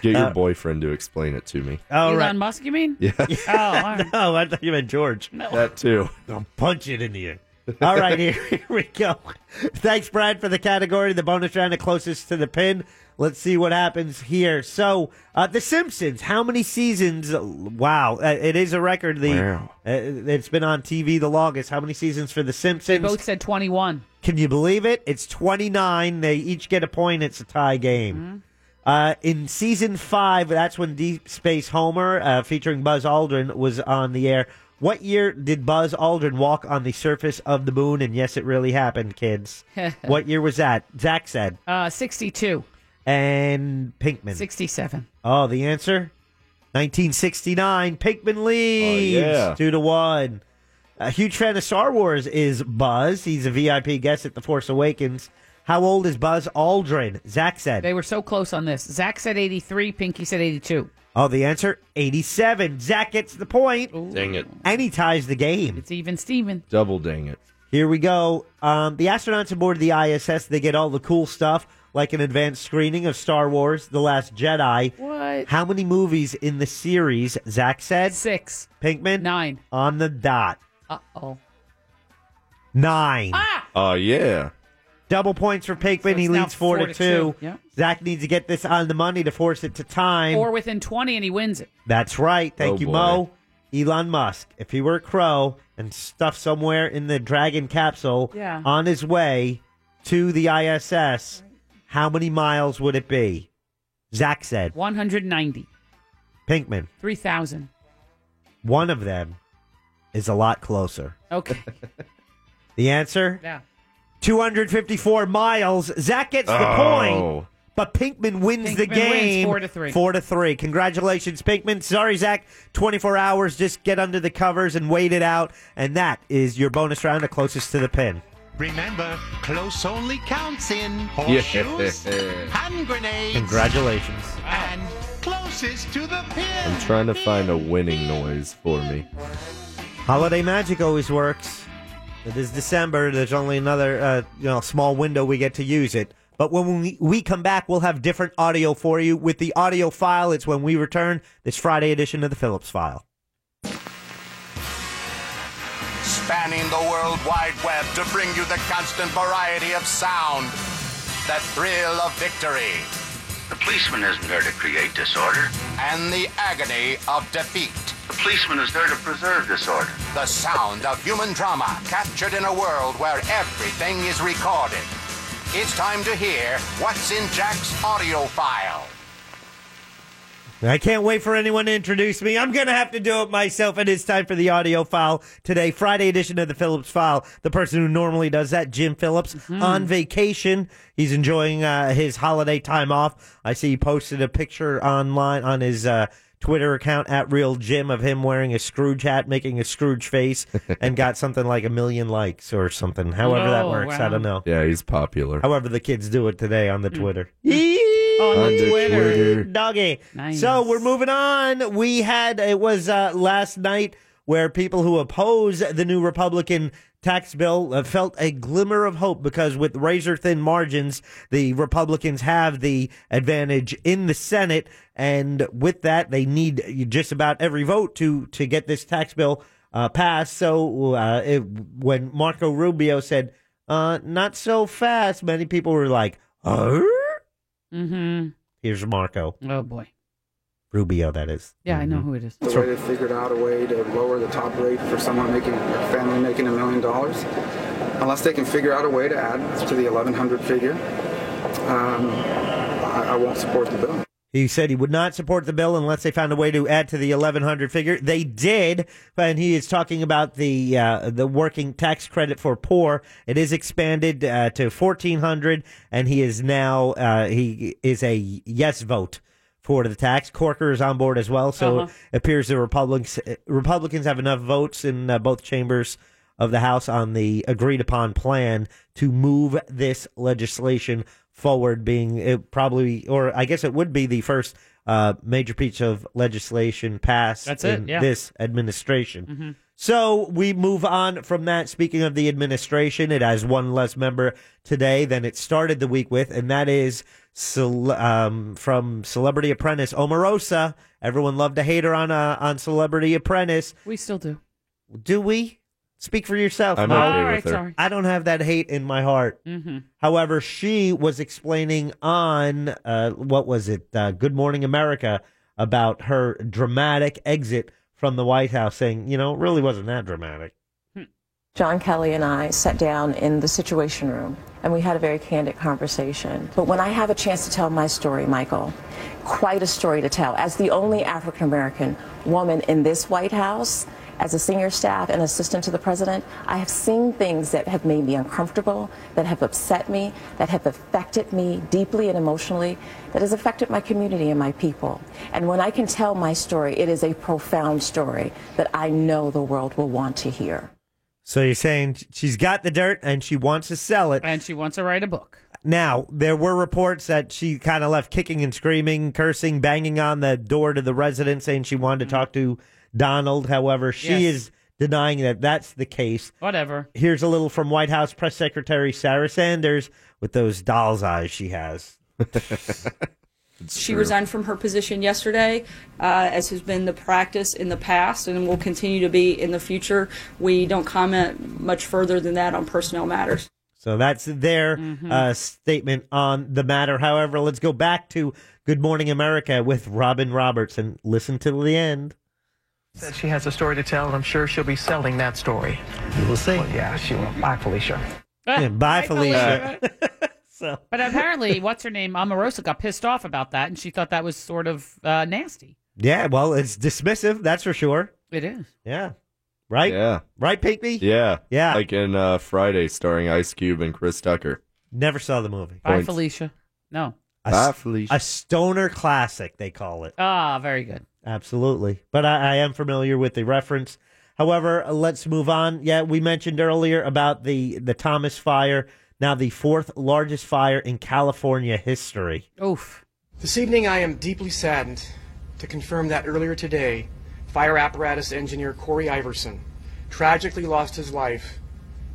[SPEAKER 9] Get your
[SPEAKER 6] Uh,
[SPEAKER 9] boyfriend to explain it to me.
[SPEAKER 7] Elon Musk, you mean?
[SPEAKER 9] Yeah.
[SPEAKER 7] Oh, all right.
[SPEAKER 6] *laughs* no, I thought you meant George.
[SPEAKER 9] That too.
[SPEAKER 6] I'll punch it in the air. *laughs* All right, here, here we go. Thanks, Brad, for the category. The bonus round, the closest to the pin. Let's see what happens here. So, uh, The Simpsons. How many seasons? Wow, uh, it is a record. The
[SPEAKER 9] Wow.
[SPEAKER 6] uh, it's been on TV the longest. How many seasons for The
[SPEAKER 7] They
[SPEAKER 6] Simpsons?
[SPEAKER 7] both said 21.
[SPEAKER 6] Can you believe it? It's 29. They each get a point. It's a tie game. Uh, in season five, that's when Deep Space Homer, uh, featuring Buzz Aldrin, was on the air. What year did Buzz Aldrin walk on the surface of the moon? And yes, it really happened, kids. what year was that? Zach said.
[SPEAKER 7] *laughs* Uh, 62.
[SPEAKER 6] And Pinkman.
[SPEAKER 7] 67.
[SPEAKER 6] Oh, the answer? 1969.
[SPEAKER 9] Oh,
[SPEAKER 6] Pinkman leads
[SPEAKER 7] yeah.
[SPEAKER 6] two to one. A huge fan of Star Wars is Buzz. He's a VIP guest at The Force Awakens. How old is Buzz Aldrin? Zach said.
[SPEAKER 7] They were so close on this. Zach said 83. Pinky said 82.
[SPEAKER 6] Oh, the answer? 87. Zach gets the point.
[SPEAKER 9] Dang it.
[SPEAKER 6] And he ties the game.
[SPEAKER 7] It's even Steven.
[SPEAKER 9] Double dang it.
[SPEAKER 6] Here we go. Um, the astronauts aboard the ISS, they get all the cool stuff, like an advanced screening of Star Wars The Last Jedi.
[SPEAKER 7] What?
[SPEAKER 6] How many movies in the series, Zach said?
[SPEAKER 7] Six.
[SPEAKER 6] Pinkman?
[SPEAKER 7] Nine.
[SPEAKER 6] On the dot.
[SPEAKER 7] Uh oh.
[SPEAKER 6] Nine.
[SPEAKER 9] Oh, yeah.
[SPEAKER 6] Double points for Pinkman. he
[SPEAKER 7] Ah! it's now
[SPEAKER 6] leads four, to two.
[SPEAKER 7] Yeah.
[SPEAKER 6] Zach needs to get this on the money to force it to time.
[SPEAKER 7] Or within 20 and he wins it.
[SPEAKER 6] That's right. Thank
[SPEAKER 7] Oh,
[SPEAKER 6] you,
[SPEAKER 7] boy.
[SPEAKER 6] Mo. Elon Musk, if he were a crow and stuffed somewhere in the Dragon capsule
[SPEAKER 7] Yeah.
[SPEAKER 6] on his way to the ISS, how many miles would it be? Zach said.
[SPEAKER 7] 190.
[SPEAKER 6] Pinkman,
[SPEAKER 7] 3,000.
[SPEAKER 6] one of them is a lot closer.
[SPEAKER 7] Okay.
[SPEAKER 6] *laughs* The answer?
[SPEAKER 7] Yeah.
[SPEAKER 6] 254 miles. Zach gets the
[SPEAKER 9] Oh.
[SPEAKER 6] point. But Pinkman wins the
[SPEAKER 7] Pinkman wins
[SPEAKER 6] game.
[SPEAKER 7] four to three.
[SPEAKER 6] Four to three. Congratulations, Pinkman. Sorry, Zach. 24 hours. Just get under the covers and wait it out. And that is your bonus round, the closest to the pin.
[SPEAKER 14] Remember, close only counts in horseshoes, hand grenades,
[SPEAKER 6] Congratulations.
[SPEAKER 14] and closest to the pin.
[SPEAKER 9] I'm trying to find a winning noise for me.
[SPEAKER 6] Holiday magic always works. It is December. There's only another uh, you know small window we get to use it. But when we, we come back, we'll have different audio for you. With the audio file, it's when we return this Friday edition of the Phillips File.
[SPEAKER 15] spanning the World Wide Web to bring you the constant variety of sound, the thrill of victory,
[SPEAKER 16] The policeman isn't there to create disorder.
[SPEAKER 15] and the agony of defeat.
[SPEAKER 16] The policeman is there to preserve disorder.
[SPEAKER 15] The sound of human drama captured in a world where everything is recorded. It's time to hear what's in Jack's audio file.
[SPEAKER 6] I can't wait for anyone to introduce me. I'm going to have to do it myself. It is time for the audio file today, Friday edition of the Phillips File. The person who normally does that, Jim Phillips,
[SPEAKER 9] Mm-hmm.
[SPEAKER 6] on vacation. He's enjoying uh, his holiday time off. I see he posted a picture online on his uh, Twitter account at Real Jim of him wearing a Scrooge hat, making a Scrooge
[SPEAKER 9] *laughs*
[SPEAKER 6] face, and got something like a million likes or something. However that
[SPEAKER 9] Oh,
[SPEAKER 6] works, I
[SPEAKER 9] wow.
[SPEAKER 6] don't know.
[SPEAKER 9] Yeah, he's Mm. popular.
[SPEAKER 6] However the kids do it today on the Twitter.
[SPEAKER 7] Oh,
[SPEAKER 9] On the Twitter. Twitter.
[SPEAKER 6] Doggy. So we're moving on. We had, it was uh, last night where people who oppose the new Republican tax bill uh, felt a glimmer of hope because with razor thin margins, the Republicans have the advantage in the Senate. And with that, they need just about every vote to, to get this tax bill uh, passed. So uh, it, when Marco Rubio said, uh, not so fast, many people were like, oh,
[SPEAKER 7] Mm-hmm.
[SPEAKER 6] here's Marco.
[SPEAKER 7] Oh, boy.
[SPEAKER 6] Rubio, that is.
[SPEAKER 7] Yeah, I know who it is.
[SPEAKER 17] So they figured out a way to lower the top rate for someone making a family making a million dollars, unless they can figure out a way to add to the 1100 figure. um, I, I won't support the bill.
[SPEAKER 6] He said he would not support the bill unless they found a way to add to the 1100 figure. They did, and he is talking about the uh, the working tax credit for poor. It is expanded uh, to 1400, and he is now uh, he is a yes vote for the tax. Corker is on board as well, so
[SPEAKER 18] Uh-huh.
[SPEAKER 6] it appears the Republicans Republicans have enough votes in uh, both chambers of the House on the agreed upon plan to move this legislation forward, being it probably, or I guess it would be the first uh, major piece of legislation passed
[SPEAKER 18] That's it,
[SPEAKER 6] in
[SPEAKER 18] yeah.
[SPEAKER 6] this administration.
[SPEAKER 18] Mhm.
[SPEAKER 6] So we move on from that. Speaking of the administration, it has one less member today than it started the week with, and that is cel- um, from Celebrity Apprentice Omarosa. Everyone loved to hate her on uh, on Celebrity Apprentice.
[SPEAKER 7] We still do.
[SPEAKER 6] Do we? Speak for yourself.
[SPEAKER 7] I'm
[SPEAKER 6] Mike.
[SPEAKER 7] okay All with right, her. sorry.
[SPEAKER 6] I don't have that hate in my heart.
[SPEAKER 7] Mm-hmm.
[SPEAKER 6] However, she was explaining on uh, what was it? Uh, Good Morning America about her dramatic exit from the White House, saying, you know, it really wasn't that dramatic.
[SPEAKER 19] John Kelly and I sat down in the Situation Room and we had a very candid conversation. But when I have a chance to tell my story, Michael, quite a story to tell. As the only African American woman in this White House, as a senior staff and assistant to the president, I have seen things that have made me uncomfortable, that have upset me, that have affected me deeply and emotionally, that has affected my community and my people. And when I can tell my story, it is a profound story that I know the world will want to hear.
[SPEAKER 6] So you're saying she's got the dirt and she wants to sell it.
[SPEAKER 7] And she wants to write a book.
[SPEAKER 6] Now, there were reports that she kind of left kicking and screaming, cursing, banging on the door to the residence, saying she wanted to talk to Donald. However, she
[SPEAKER 7] Mm-hmm. Yes.
[SPEAKER 6] is denying that that's the case.
[SPEAKER 7] Whatever.
[SPEAKER 6] Here's a little from White House Press Secretary Sarah Sanders with those doll's eyes she has.
[SPEAKER 20] She resigned from her position yesterday, uh, as has been the practice in the past and will continue to be in the future. We don't comment much further than that on personnel matters.
[SPEAKER 6] So that's their uh, statement on the matter. However, let's go back to Good Morning America with Robin Roberts and listen till the end.
[SPEAKER 21] That she has a story to tell, and I'm sure she'll be selling that story. We'll see. yeah, she will. Bye, Felicia.
[SPEAKER 7] Ah, *laughs*
[SPEAKER 6] Yeah, bye, Felicia. *laughs* so.
[SPEAKER 7] But apparently,
[SPEAKER 6] *laughs*
[SPEAKER 7] what's her name? Omarosa got pissed off about that, and she thought that was sort of uh, nasty.
[SPEAKER 6] Yeah, well, it's dismissive, that's for sure.
[SPEAKER 7] It is.
[SPEAKER 6] Yeah. Right?
[SPEAKER 9] Yeah.
[SPEAKER 6] Right, Pinkney?
[SPEAKER 9] Yeah.
[SPEAKER 6] Yeah.
[SPEAKER 9] Like in uh, Friday, starring Ice Cube and Chris Tucker.
[SPEAKER 6] Never saw the movie.
[SPEAKER 7] Bye,
[SPEAKER 9] Points.
[SPEAKER 7] Felicia. No.
[SPEAKER 6] A,
[SPEAKER 9] Bye,
[SPEAKER 6] s- a stoner classic, they call it.
[SPEAKER 7] Ah, very good.
[SPEAKER 6] Absolutely. But I, I am familiar with the reference. However, let's move on. Yeah, we mentioned earlier about the, the Thomas fire, now the fourth largest fire in California history.
[SPEAKER 7] Oof.
[SPEAKER 22] This evening, I am deeply saddened to confirm that earlier today, fire apparatus engineer Corey Iverson tragically lost his life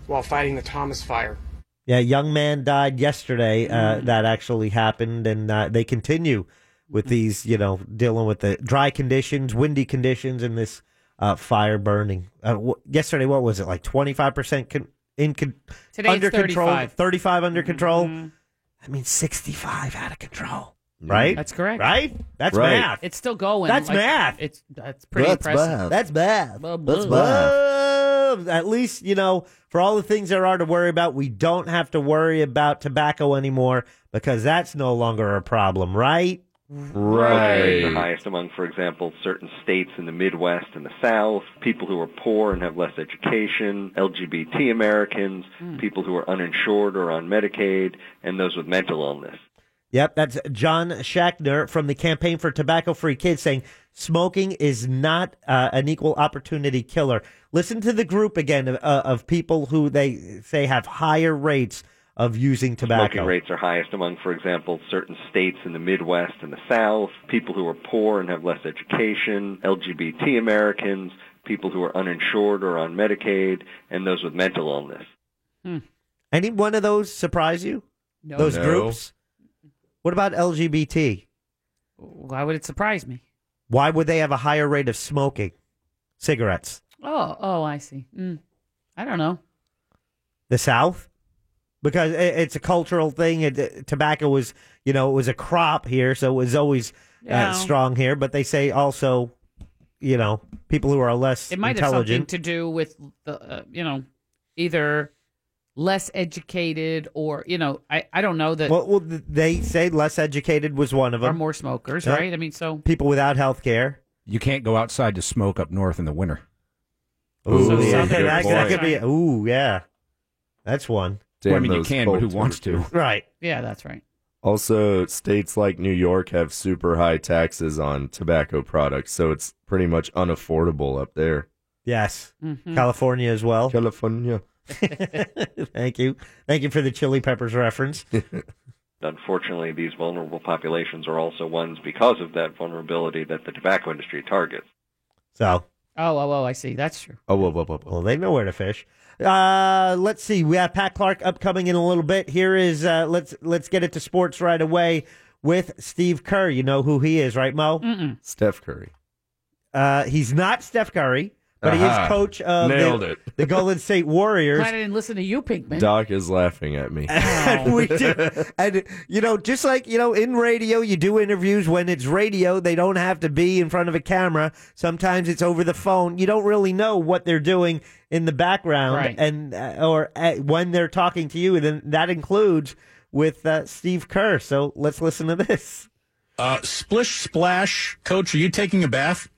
[SPEAKER 22] while fighting the Thomas Fire.
[SPEAKER 6] Yeah, a young man died yesterday. Uh,
[SPEAKER 7] Mm-hmm.
[SPEAKER 6] That actually happened, and uh, they continue
[SPEAKER 7] Mm-hmm.
[SPEAKER 6] with these, you know, dealing with the dry conditions, windy conditions, and this uh, fire burning. Uh, w- yesterday, what was it like? Twenty five percent in con-
[SPEAKER 7] Today it's Mm-hmm.
[SPEAKER 6] under control,
[SPEAKER 7] 35.
[SPEAKER 6] thirty five under control. I mean, sixty five out of control. Right.
[SPEAKER 7] Mm-hmm. That's correct.
[SPEAKER 6] Right. That's math.
[SPEAKER 7] It's still going.
[SPEAKER 6] That's
[SPEAKER 7] Like,
[SPEAKER 6] math.
[SPEAKER 7] It's that's pretty
[SPEAKER 6] That's
[SPEAKER 7] impressive.
[SPEAKER 6] math. That's math.
[SPEAKER 7] Blah,
[SPEAKER 6] That's
[SPEAKER 7] blah.
[SPEAKER 6] bad. At least, you know, for all the things there are to worry about, we don't have to worry about tobacco anymore because that's no longer a problem, right?
[SPEAKER 23] Right. The highest among, for example, certain states in the Midwest and the South, people who are poor and have less education, LGBT Americans, people who are uninsured or on Medicaid, and those with mental illness.
[SPEAKER 6] Yep, that's John Shackner from the Campaign for Tobacco Free Kids saying smoking is not uh, an equal opportunity killer. Listen to the group again of, uh, of people who they say have higher rates of using
[SPEAKER 23] Smoking
[SPEAKER 6] tobacco.
[SPEAKER 23] rates are highest among, for example, certain states in the Midwest and the South, people who are poor and have less education, LGBT Americans, people who are uninsured or on Medicaid, and those with mental illness.
[SPEAKER 6] Any one of those surprise you?
[SPEAKER 7] No.
[SPEAKER 6] Those
[SPEAKER 7] No.
[SPEAKER 6] groups? What about LGBT?
[SPEAKER 7] Why would it surprise me?
[SPEAKER 6] Why would they have a higher rate of smoking cigarettes?
[SPEAKER 7] Oh, oh, I see. Mm. I don't know.
[SPEAKER 6] The South? Because i- it's a cultural thing. It- It, tobacco was, you know, it was a crop here, so it was always
[SPEAKER 7] Yeah.
[SPEAKER 6] uh, strong here. But they say also, you know, people who are less
[SPEAKER 7] It might have something
[SPEAKER 6] intelligent.
[SPEAKER 7] to do with the uh, you know either less educated or you know I, I don't know that
[SPEAKER 6] Well, well, th- they say less educated was one of them.
[SPEAKER 7] Or more smokers, right? I mean, so-
[SPEAKER 6] people without health care.
[SPEAKER 8] You can't go outside to smoke up north in the winter.
[SPEAKER 6] Ooh, yeah, that, that could be. Ooh, yeah, that's one.
[SPEAKER 8] Well, I mean, you can, but who wants to?
[SPEAKER 6] Right.
[SPEAKER 7] yeah that's right
[SPEAKER 9] Also, states like New York have super high taxes on tobacco products, so it's pretty much unaffordable up there.
[SPEAKER 6] Yes.
[SPEAKER 7] Mm-hmm.
[SPEAKER 9] Mhm.
[SPEAKER 6] California as well.
[SPEAKER 7] *laughs*
[SPEAKER 9] California.
[SPEAKER 6] *laughs* Thank you. Thank you for the Chili Peppers reference.
[SPEAKER 23] Unfortunately, these vulnerable populations are also ones because of that vulnerability that the tobacco industry targets.
[SPEAKER 6] so.
[SPEAKER 7] Oh, oh, oh, I see. That's true.
[SPEAKER 9] Oh, whoa, whoa, whoa,
[SPEAKER 6] Well, they know where to fish. Uh, let's see. We have Pat Clark upcoming in a little bit. Here is uh, let's let's get it to sports right away with Steve Kerr. You know who he is, right, Mo?
[SPEAKER 7] Mm-mm.
[SPEAKER 9] Steph Curry.
[SPEAKER 6] Uh, he's not Steph Curry, but he
[SPEAKER 9] Aha.
[SPEAKER 6] is coach of
[SPEAKER 9] Uh-huh. Nailed
[SPEAKER 6] the,
[SPEAKER 9] it.
[SPEAKER 6] the Golden State Warriors.
[SPEAKER 7] Glad I didn't listen to you, Pinkman.
[SPEAKER 9] Doc is laughing
[SPEAKER 6] *laughs*
[SPEAKER 9] at me.
[SPEAKER 6] and Oh,
[SPEAKER 9] *laughs*
[SPEAKER 7] *laughs*
[SPEAKER 6] we do. And you know, just like you know, in radio, you do interviews when it's radio. They don't have to be in front of a camera. Sometimes it's over the phone. You don't really know what they're doing in the background,
[SPEAKER 7] Right.
[SPEAKER 6] and uh, or uh when they're talking to you. And then that includes with uh, Steve Kerr. So let's listen to this.
[SPEAKER 2] Uh, splish splash, coach. Are you taking a bath?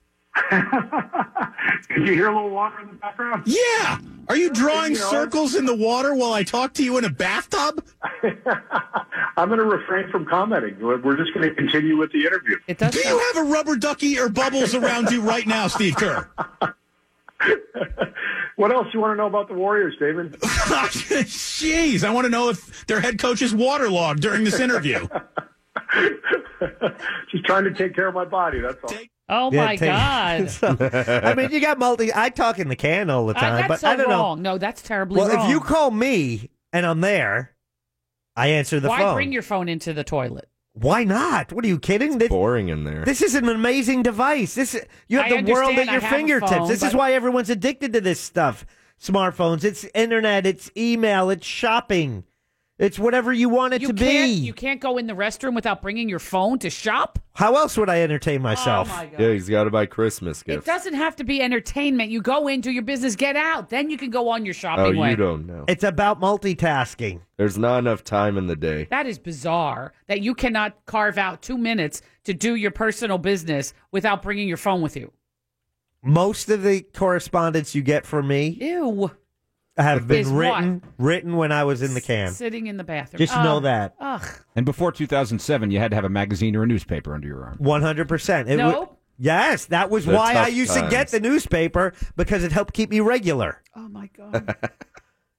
[SPEAKER 3] Did you hear a little water in the background?
[SPEAKER 2] Yeah. Are you drawing
[SPEAKER 3] Yeah.
[SPEAKER 2] circles in the water while I talk to you in a bathtub?
[SPEAKER 3] I'm going to refrain from commenting. We're we're just going to continue with the interview.
[SPEAKER 7] It
[SPEAKER 2] Do you have a rubber ducky or bubbles around you right now, Steve Kerr?
[SPEAKER 3] *laughs* What else you want to know about the Warriors, David?
[SPEAKER 2] *laughs* Jeez, I want to know if their head coach is waterlogged during
[SPEAKER 3] *laughs*
[SPEAKER 2] this interview.
[SPEAKER 3] Just trying to take care of my body. That's all.
[SPEAKER 7] Oh
[SPEAKER 6] Yeah,
[SPEAKER 7] my
[SPEAKER 6] take- *laughs*
[SPEAKER 7] God!
[SPEAKER 6] So, I mean, you got multi. I talk in the can all the
[SPEAKER 7] I-
[SPEAKER 6] time,
[SPEAKER 7] that's
[SPEAKER 6] but
[SPEAKER 7] so
[SPEAKER 6] I don't know.
[SPEAKER 7] wrong. No, that's terribly
[SPEAKER 6] well,
[SPEAKER 7] wrong.
[SPEAKER 6] if you call me and I'm there, I answer the
[SPEAKER 7] why
[SPEAKER 6] phone.
[SPEAKER 7] bring your phone into the toilet?
[SPEAKER 6] Why not? What are you kidding? This,
[SPEAKER 9] boring in there.
[SPEAKER 6] This is an amazing device. This you have
[SPEAKER 7] I
[SPEAKER 6] the world at
[SPEAKER 7] understand I
[SPEAKER 6] your
[SPEAKER 7] have a
[SPEAKER 6] fingertips.
[SPEAKER 7] phone,
[SPEAKER 6] this is
[SPEAKER 7] but-
[SPEAKER 6] why everyone's addicted to this stuff. Smartphones, it's internet, it's email, it's shopping. It's whatever you want it
[SPEAKER 7] You
[SPEAKER 6] to
[SPEAKER 7] can't.
[SPEAKER 6] be.
[SPEAKER 7] You can't go in the restroom without bringing your phone to shop.
[SPEAKER 6] How else would I entertain myself?
[SPEAKER 7] Oh my
[SPEAKER 9] yeah, he's got to buy Christmas
[SPEAKER 7] It
[SPEAKER 9] gifts.
[SPEAKER 7] doesn't have to be entertainment. You go in, do your business, get out. Then you can go on your shopping
[SPEAKER 9] oh,
[SPEAKER 7] way.
[SPEAKER 9] you don't know.
[SPEAKER 6] It's about multitasking.
[SPEAKER 9] There's not enough time in the day.
[SPEAKER 7] That is bizarre that you cannot carve out two minutes to do your personal business without bringing your phone with you.
[SPEAKER 6] Most of the correspondence you get from me
[SPEAKER 7] Ew.
[SPEAKER 6] have been
[SPEAKER 7] Is what?
[SPEAKER 6] written written when I was in the can.
[SPEAKER 7] Sitting in the bathroom.
[SPEAKER 6] Just know
[SPEAKER 7] Ugh.
[SPEAKER 6] that.
[SPEAKER 7] Ugh.
[SPEAKER 8] And before 2007, you had to have a magazine or a newspaper under your arm.
[SPEAKER 6] One hundred percent.
[SPEAKER 7] No.
[SPEAKER 6] Yes, that was
[SPEAKER 8] They're
[SPEAKER 6] why I
[SPEAKER 8] tough
[SPEAKER 6] used to get
[SPEAKER 8] times.
[SPEAKER 6] the newspaper because it helped keep me regular.
[SPEAKER 7] Oh my god.
[SPEAKER 6] *laughs*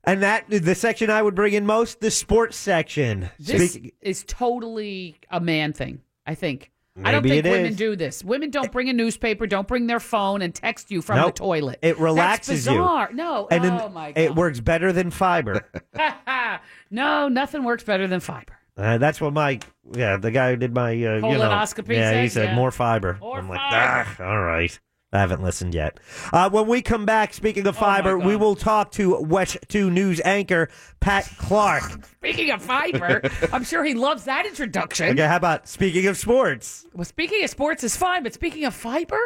[SPEAKER 6] And that the section I would bring in most, the sports section.
[SPEAKER 7] This
[SPEAKER 6] Speak-
[SPEAKER 7] is totally a man thing, I think. I don't
[SPEAKER 6] Maybe
[SPEAKER 7] think
[SPEAKER 6] it
[SPEAKER 7] women
[SPEAKER 6] is.
[SPEAKER 7] do this. Women don't bring a newspaper, don't bring their phone and text you from
[SPEAKER 6] Nope.
[SPEAKER 7] the toilet.
[SPEAKER 6] It relaxes
[SPEAKER 7] That's bizarre.
[SPEAKER 6] you.
[SPEAKER 7] No.
[SPEAKER 6] And then
[SPEAKER 7] oh my
[SPEAKER 6] It works better than fiber.
[SPEAKER 7] god. *laughs* no, nothing works better than fiber.
[SPEAKER 6] uh, that's what my yeah, the guy who did my uh, you know,
[SPEAKER 7] Colonoscopy
[SPEAKER 6] Yeah, he
[SPEAKER 7] said,
[SPEAKER 6] said
[SPEAKER 7] yeah.
[SPEAKER 6] more fiber. I'm like, "Ah, all right. I haven't listened yet. Uh, when we come back, speaking
[SPEAKER 7] Oh
[SPEAKER 6] of fiber, we will talk to West Two News anchor Pat Clark.
[SPEAKER 7] Speaking
[SPEAKER 6] *laughs*
[SPEAKER 7] of fiber, I'm sure he loves that introduction.
[SPEAKER 6] okay, how about speaking of sports?
[SPEAKER 7] Well, speaking of sports is fine, but speaking of fiber,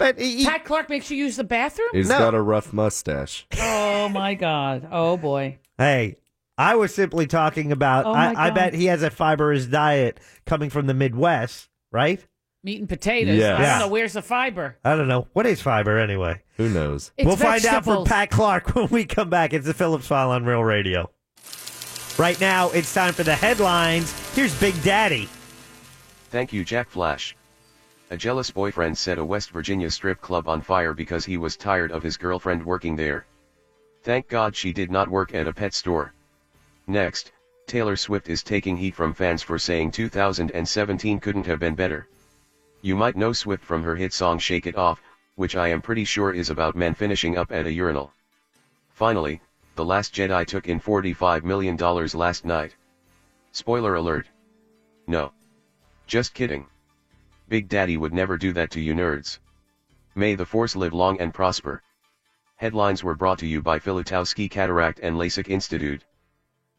[SPEAKER 6] but
[SPEAKER 7] Pat Clark makes you use the bathroom.
[SPEAKER 9] He's got a rough mustache.
[SPEAKER 7] oh my god! Oh boy!
[SPEAKER 6] Hey, I was simply talking about.
[SPEAKER 7] Oh my
[SPEAKER 6] I, I
[SPEAKER 7] God.
[SPEAKER 6] bet he has a fibrous diet coming from the Midwest, right?
[SPEAKER 7] Meat and potatoes.
[SPEAKER 6] Yeah.
[SPEAKER 7] I
[SPEAKER 6] Yeah.
[SPEAKER 7] don't know where's the fiber.
[SPEAKER 6] I don't know what is fiber anyway.
[SPEAKER 9] Who knows?
[SPEAKER 7] It's
[SPEAKER 6] we'll find out from
[SPEAKER 7] vegetables.
[SPEAKER 6] Pat Clark when we come back. It's the Phillips File on Real Radio. Right now, it's time for the headlines. Here's Big Daddy.
[SPEAKER 18] Thank you, Jack Flash. A jealous boyfriend set a West Virginia strip club on fire because he was tired of his girlfriend working there. Thank God she did not work at a pet store. Next, Taylor Swift is taking heat from fans for saying 2017 couldn't have been better. You might know Swift from her hit song Shake It Off, which I am pretty sure is about men finishing up at a urinal. Finally, The Last Jedi took in $45 million last night. Spoiler alert. No. Just kidding. Big Daddy would never do that to you nerds. May the force live long and prosper. Headlines were brought to you by Filatowski Cataract and LASIK Institute.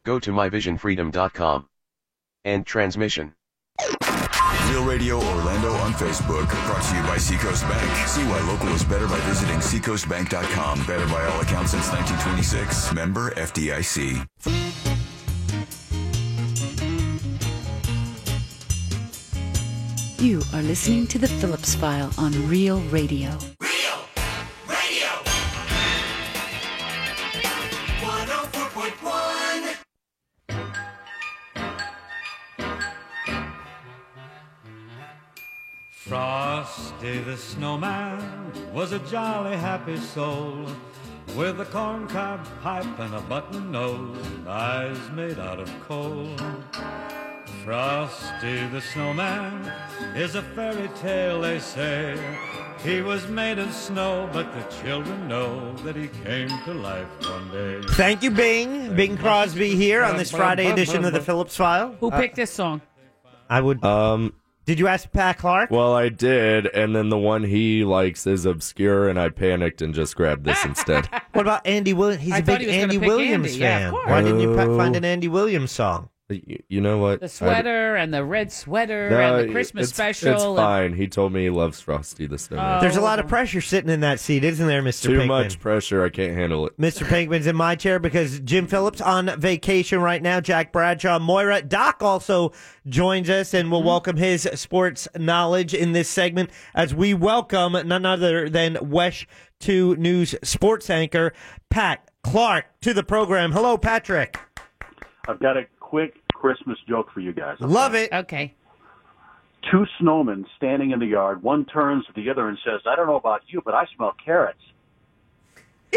[SPEAKER 18] Go to myvisionfreedom.com. End transmission.
[SPEAKER 1] Real Radio Orlando on Facebook. Brought to you by Seacoast Bank. See why local is better by visiting seacoastbank.com. Better by all accounts since 1926. Member FDIC.
[SPEAKER 12] You are listening to The Phillips File on Real Radio.
[SPEAKER 4] Frosty the snowman was a jolly happy soul with a corncob pipe and a button nose and eyes made out of coal. Frosty the snowman is a fairy tale, they say. He was made of snow, but the children know that he came to life one day.
[SPEAKER 6] Thank you, Bing. Bing Crosby here on this Friday edition of the Phillips File. Uh,
[SPEAKER 7] Who picked this song?
[SPEAKER 6] I would.
[SPEAKER 9] Um,
[SPEAKER 6] did you ask Pat Clark?
[SPEAKER 9] Well, I did, and then the one he likes is obscure, and I panicked and just grabbed this instead.
[SPEAKER 6] What about Andy Williams? He's a
[SPEAKER 7] I thought
[SPEAKER 6] big
[SPEAKER 7] he was
[SPEAKER 6] *laughs*
[SPEAKER 7] gonna
[SPEAKER 6] Andy
[SPEAKER 7] pick
[SPEAKER 6] Williams
[SPEAKER 7] Andy. Yeah, of
[SPEAKER 6] fan.
[SPEAKER 7] course.
[SPEAKER 6] Why didn't you pa- find
[SPEAKER 9] Oh.
[SPEAKER 6] an Andy Williams song?
[SPEAKER 9] You, you know what?
[SPEAKER 7] The sweater and the red sweater and the
[SPEAKER 9] No,
[SPEAKER 7] Christmas
[SPEAKER 9] it's,
[SPEAKER 7] special.
[SPEAKER 9] It's
[SPEAKER 7] and-
[SPEAKER 9] fine. He told me he loves Frosty the Snowman.
[SPEAKER 7] Oh.
[SPEAKER 6] There's a lot of pressure sitting in that seat, isn't there, Mr.
[SPEAKER 9] Too
[SPEAKER 6] Pinkman?
[SPEAKER 9] much pressure. I can't handle it.
[SPEAKER 6] Mr. Pinkman's in my chair because Jim Phillips on vacation right now. Jack Bradshaw, Moira, Doc also joins us, and we'll welcome his sports knowledge in this segment as we welcome none other than Wesh Two News sports anchor Pat Clark to the program. Hello, Patrick.
[SPEAKER 10] I've got a quick Christmas joke for you guys.
[SPEAKER 6] Love it. *laughs*
[SPEAKER 7] Okay.
[SPEAKER 10] Two snowmen standing in the yard. One turns to the other and says, I don't know about you, but I smell
[SPEAKER 6] *laughs*
[SPEAKER 10] carrots.
[SPEAKER 7] *laughs*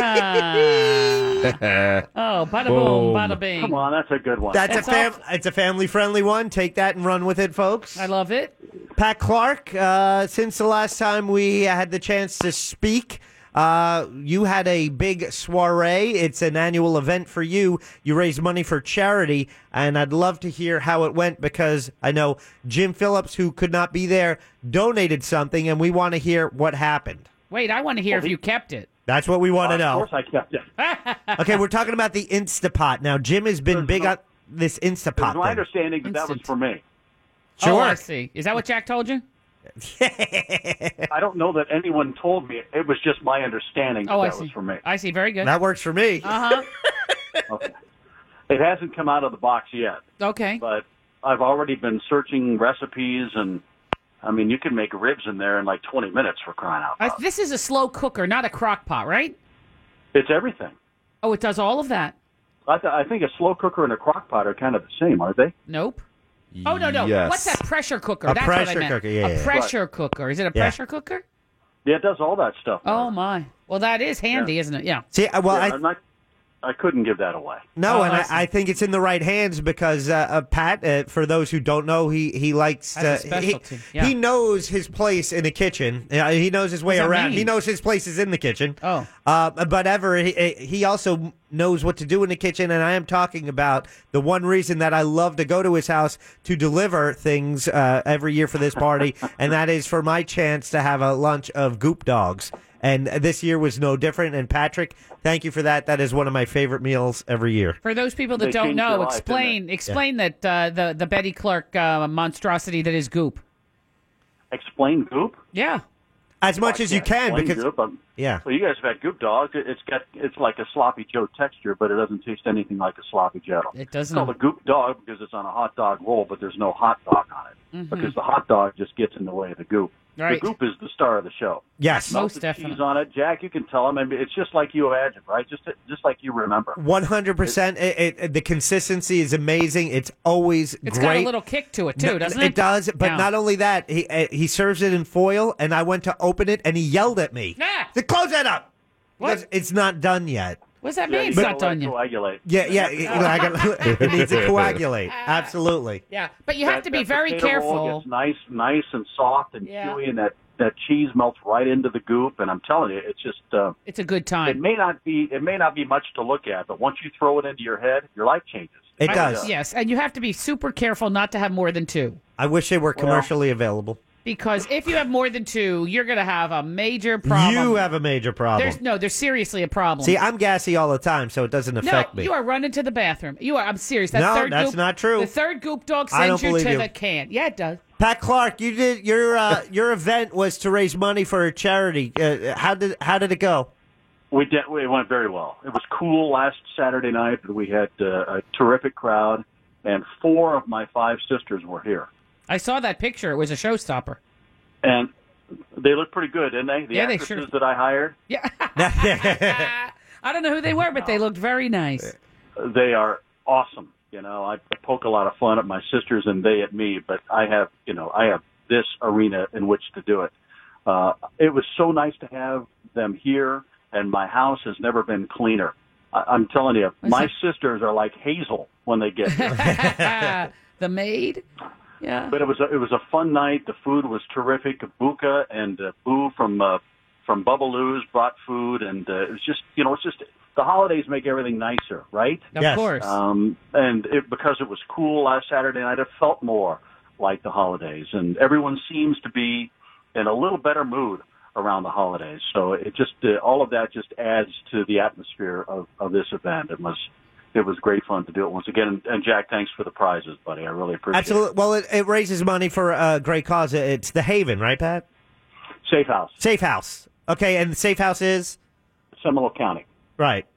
[SPEAKER 7] oh, bada boom, bada bing.
[SPEAKER 10] Come on, that's a good one.
[SPEAKER 6] That's, a fam- it's a family friendly one. Take that and run with it, folks. I
[SPEAKER 7] love it.
[SPEAKER 6] Pat Clark, uh, since the last time we had the chance to speak, uh, you had a big soiree. It's an annual event for you. You raise money for charity, and I'd love to hear how it went because I know Jim Phillips, who could not be there, donated something, and we want to hear what happened.
[SPEAKER 7] Wait, I want to hear if you kept it.
[SPEAKER 6] That's what we want to know.
[SPEAKER 10] Of course I
[SPEAKER 7] *laughs*
[SPEAKER 10] kept it.
[SPEAKER 6] okay, we're talking about the Instapot now. Jim has been big on this Instapot.
[SPEAKER 10] It's my
[SPEAKER 6] thing.
[SPEAKER 10] understanding that that was for me.
[SPEAKER 7] Oh, I
[SPEAKER 10] Sure.
[SPEAKER 7] see. Is that what Jack told you?
[SPEAKER 10] I don't know that anyone told me. It was just my understanding that,
[SPEAKER 7] Oh, I
[SPEAKER 10] that
[SPEAKER 7] see.
[SPEAKER 10] was for me. *laughs*
[SPEAKER 7] I see. Very good.
[SPEAKER 6] That works for me.
[SPEAKER 7] Uh huh.
[SPEAKER 10] It hasn't come out of the box yet,
[SPEAKER 7] Okay.
[SPEAKER 10] but I've already been searching recipes and. I mean, you can make ribs in there in like 20 minutes for crying out.
[SPEAKER 7] I, this is a slow cooker, not a crock pot, right?
[SPEAKER 10] It's everything.
[SPEAKER 7] Oh, it does all of that.
[SPEAKER 10] I, th- I think a slow cooker and a crock pot are kind of the same, aren't they?
[SPEAKER 7] Nope. Oh no no! What's that pressure cooker?
[SPEAKER 10] A
[SPEAKER 7] That's what
[SPEAKER 10] pressure
[SPEAKER 7] I meant.
[SPEAKER 10] cooker, yeah,
[SPEAKER 7] a
[SPEAKER 10] yeah, yeah.
[SPEAKER 7] pressure cooker. Is it a
[SPEAKER 10] Yeah.
[SPEAKER 7] pressure cooker?
[SPEAKER 10] Yeah, it does all that stuff.
[SPEAKER 7] Oh my! Well, that is handy, isn't it? Yeah.
[SPEAKER 6] See, uh, well,
[SPEAKER 10] Yeah,
[SPEAKER 6] I,
[SPEAKER 10] I'm not, I couldn't give that away.
[SPEAKER 6] No,
[SPEAKER 7] Oh,
[SPEAKER 6] and
[SPEAKER 7] I
[SPEAKER 6] I, I think it's in the right hands because uh, uh, Pat, uh, for those who don't know, he he likes to.
[SPEAKER 7] That's a
[SPEAKER 6] he,
[SPEAKER 7] specialty, yeah.
[SPEAKER 6] he knows his place in the kitchen. Uh, he knows his way
[SPEAKER 7] What does that
[SPEAKER 6] around.
[SPEAKER 7] mean?
[SPEAKER 6] He knows
[SPEAKER 7] *laughs*
[SPEAKER 6] his place is in the kitchen.
[SPEAKER 7] Oh,
[SPEAKER 6] uh, but ever he, he also knows what to do in the kitchen, and I am talking about the one reason that I love to go to his house to deliver things uh, every year for this
[SPEAKER 7] *laughs*
[SPEAKER 6] party, and that is for my chance to have a lunch of Goop Dogs. And this year was no different. And Patrick, thank you for that. That is one of my favorite meals every year.
[SPEAKER 7] For those people that
[SPEAKER 6] They
[SPEAKER 7] don't
[SPEAKER 6] changed their
[SPEAKER 7] know,
[SPEAKER 6] life, didn't
[SPEAKER 7] explain
[SPEAKER 6] they?
[SPEAKER 7] explain that uh, the the Betty Clark uh, monstrosity that is Goop.
[SPEAKER 10] Explain goop.
[SPEAKER 7] Yeah.
[SPEAKER 6] As
[SPEAKER 10] much as you can, because goop. I'm-
[SPEAKER 6] yeah.
[SPEAKER 10] Well, you guys have had goop dog. It- It's got it's like a sloppy Joe texture, but it doesn't taste anything like a sloppy Joe.
[SPEAKER 7] It
[SPEAKER 10] It's
[SPEAKER 7] doesn't.
[SPEAKER 10] called a goop dog because it's on a hot dog roll, but there's no hot dog on it because the hot dog just gets in the way of the goop.
[SPEAKER 7] Mm-hmm. Right.
[SPEAKER 10] The goop is the star of the show.
[SPEAKER 6] Yes.
[SPEAKER 10] Melted
[SPEAKER 6] Most
[SPEAKER 10] cheese on it, Jack. You can tell them. I mean, it's just like you imagine, right? Just just like you remember.
[SPEAKER 6] One hundred percent. The consistency is amazing. It's always
[SPEAKER 7] It's
[SPEAKER 6] great.
[SPEAKER 7] got a little kick to it too,
[SPEAKER 6] No,
[SPEAKER 7] doesn't it?
[SPEAKER 6] it? does. But
[SPEAKER 7] Yeah.
[SPEAKER 6] not only that, he uh, he serves it in foil, and I went to open it, and he yelled at me.
[SPEAKER 7] Yeah.
[SPEAKER 6] To close that up. Because It's not done yet.
[SPEAKER 7] What does that
[SPEAKER 10] Yeah,
[SPEAKER 7] mean?
[SPEAKER 10] you
[SPEAKER 7] It's
[SPEAKER 10] gotta
[SPEAKER 7] not
[SPEAKER 10] let
[SPEAKER 7] done
[SPEAKER 10] it
[SPEAKER 7] yet.
[SPEAKER 10] Coagulate.
[SPEAKER 6] Yeah, yeah. it- I got- *laughs* it
[SPEAKER 10] *laughs*
[SPEAKER 6] needs to coagulate. Absolutely.
[SPEAKER 7] Yeah, but you
[SPEAKER 10] That-
[SPEAKER 7] have to be
[SPEAKER 10] that
[SPEAKER 7] very
[SPEAKER 10] potato
[SPEAKER 7] careful.
[SPEAKER 10] Roll gets nice, nice and soft and
[SPEAKER 7] Yeah.
[SPEAKER 10] chewy, and that that cheese melts right into the goop. And I'm telling you, it's just uh,
[SPEAKER 7] it's a good time.
[SPEAKER 10] It may not be it may not be much to look at, but once you throw it into your head, your life changes. uh,
[SPEAKER 7] Yes, and you have to be super careful not to have more than two.
[SPEAKER 6] I wish they were commercially available.
[SPEAKER 7] Because if you have more than two, you're going to have a major problem.
[SPEAKER 6] You have a major problem.
[SPEAKER 7] There's no, there's seriously a problem.
[SPEAKER 6] See, I'm gassy all the time, so it doesn't affect
[SPEAKER 7] no,
[SPEAKER 6] me.
[SPEAKER 7] you are running to the bathroom. You are. I'm serious. That
[SPEAKER 6] No,
[SPEAKER 7] third
[SPEAKER 6] that's
[SPEAKER 7] goop,
[SPEAKER 6] not true.
[SPEAKER 7] The third goop dog
[SPEAKER 6] I
[SPEAKER 7] sends
[SPEAKER 6] don't
[SPEAKER 7] you to
[SPEAKER 6] believe you.
[SPEAKER 7] the can. Yeah, it does.
[SPEAKER 6] Pat Clark, you did your uh, your event was to raise money for a charity. Uh, how did how did it go?
[SPEAKER 10] We did. It went very well. It was cool last Saturday night. We had uh, a terrific crowd, and four of my five sisters were here,
[SPEAKER 7] I saw that picture. It was a showstopper.
[SPEAKER 10] and they looked pretty good, didn't they? The
[SPEAKER 7] Yeah, they
[SPEAKER 10] actresses that I hired,
[SPEAKER 7] I don't know who they were,
[SPEAKER 6] *laughs*
[SPEAKER 7] but they looked very nice.
[SPEAKER 10] they are awesome. You know, I poke a lot of fun at my sisters and they at me, but I have, you know, I have this arena in which to do it. Uh, it was so nice to have them here, and my house has never been cleaner. I- I'm telling you, my sisters are like Hazel when they get here.
[SPEAKER 7] Uh,
[SPEAKER 6] *laughs*
[SPEAKER 7] the maid. *laughs* Yeah.
[SPEAKER 10] But it was a, it was a fun night. The food was terrific. Buka and uh, Boo from uh, from Bubbaloo's brought food, and uh, it was just you know it's just the holidays make everything nicer, right?
[SPEAKER 7] Of Yes. course.
[SPEAKER 10] Um, and it, because it was cool last Saturday night, it felt more like the holidays, and everyone seems to be in a little better mood around the holidays. So it just uh, all of that just adds to the atmosphere of, of this event. It was it was great fun to do it once again. And, and Jack, thanks for the prizes, buddy. I really appreciate it.
[SPEAKER 6] Absolutely. Well, it, it raises money for a great cause. It's the Haven, right, Pat?
[SPEAKER 10] Safe House.
[SPEAKER 6] Safe House. Okay, and the Safe House is
[SPEAKER 10] Seminole County.
[SPEAKER 6] Right.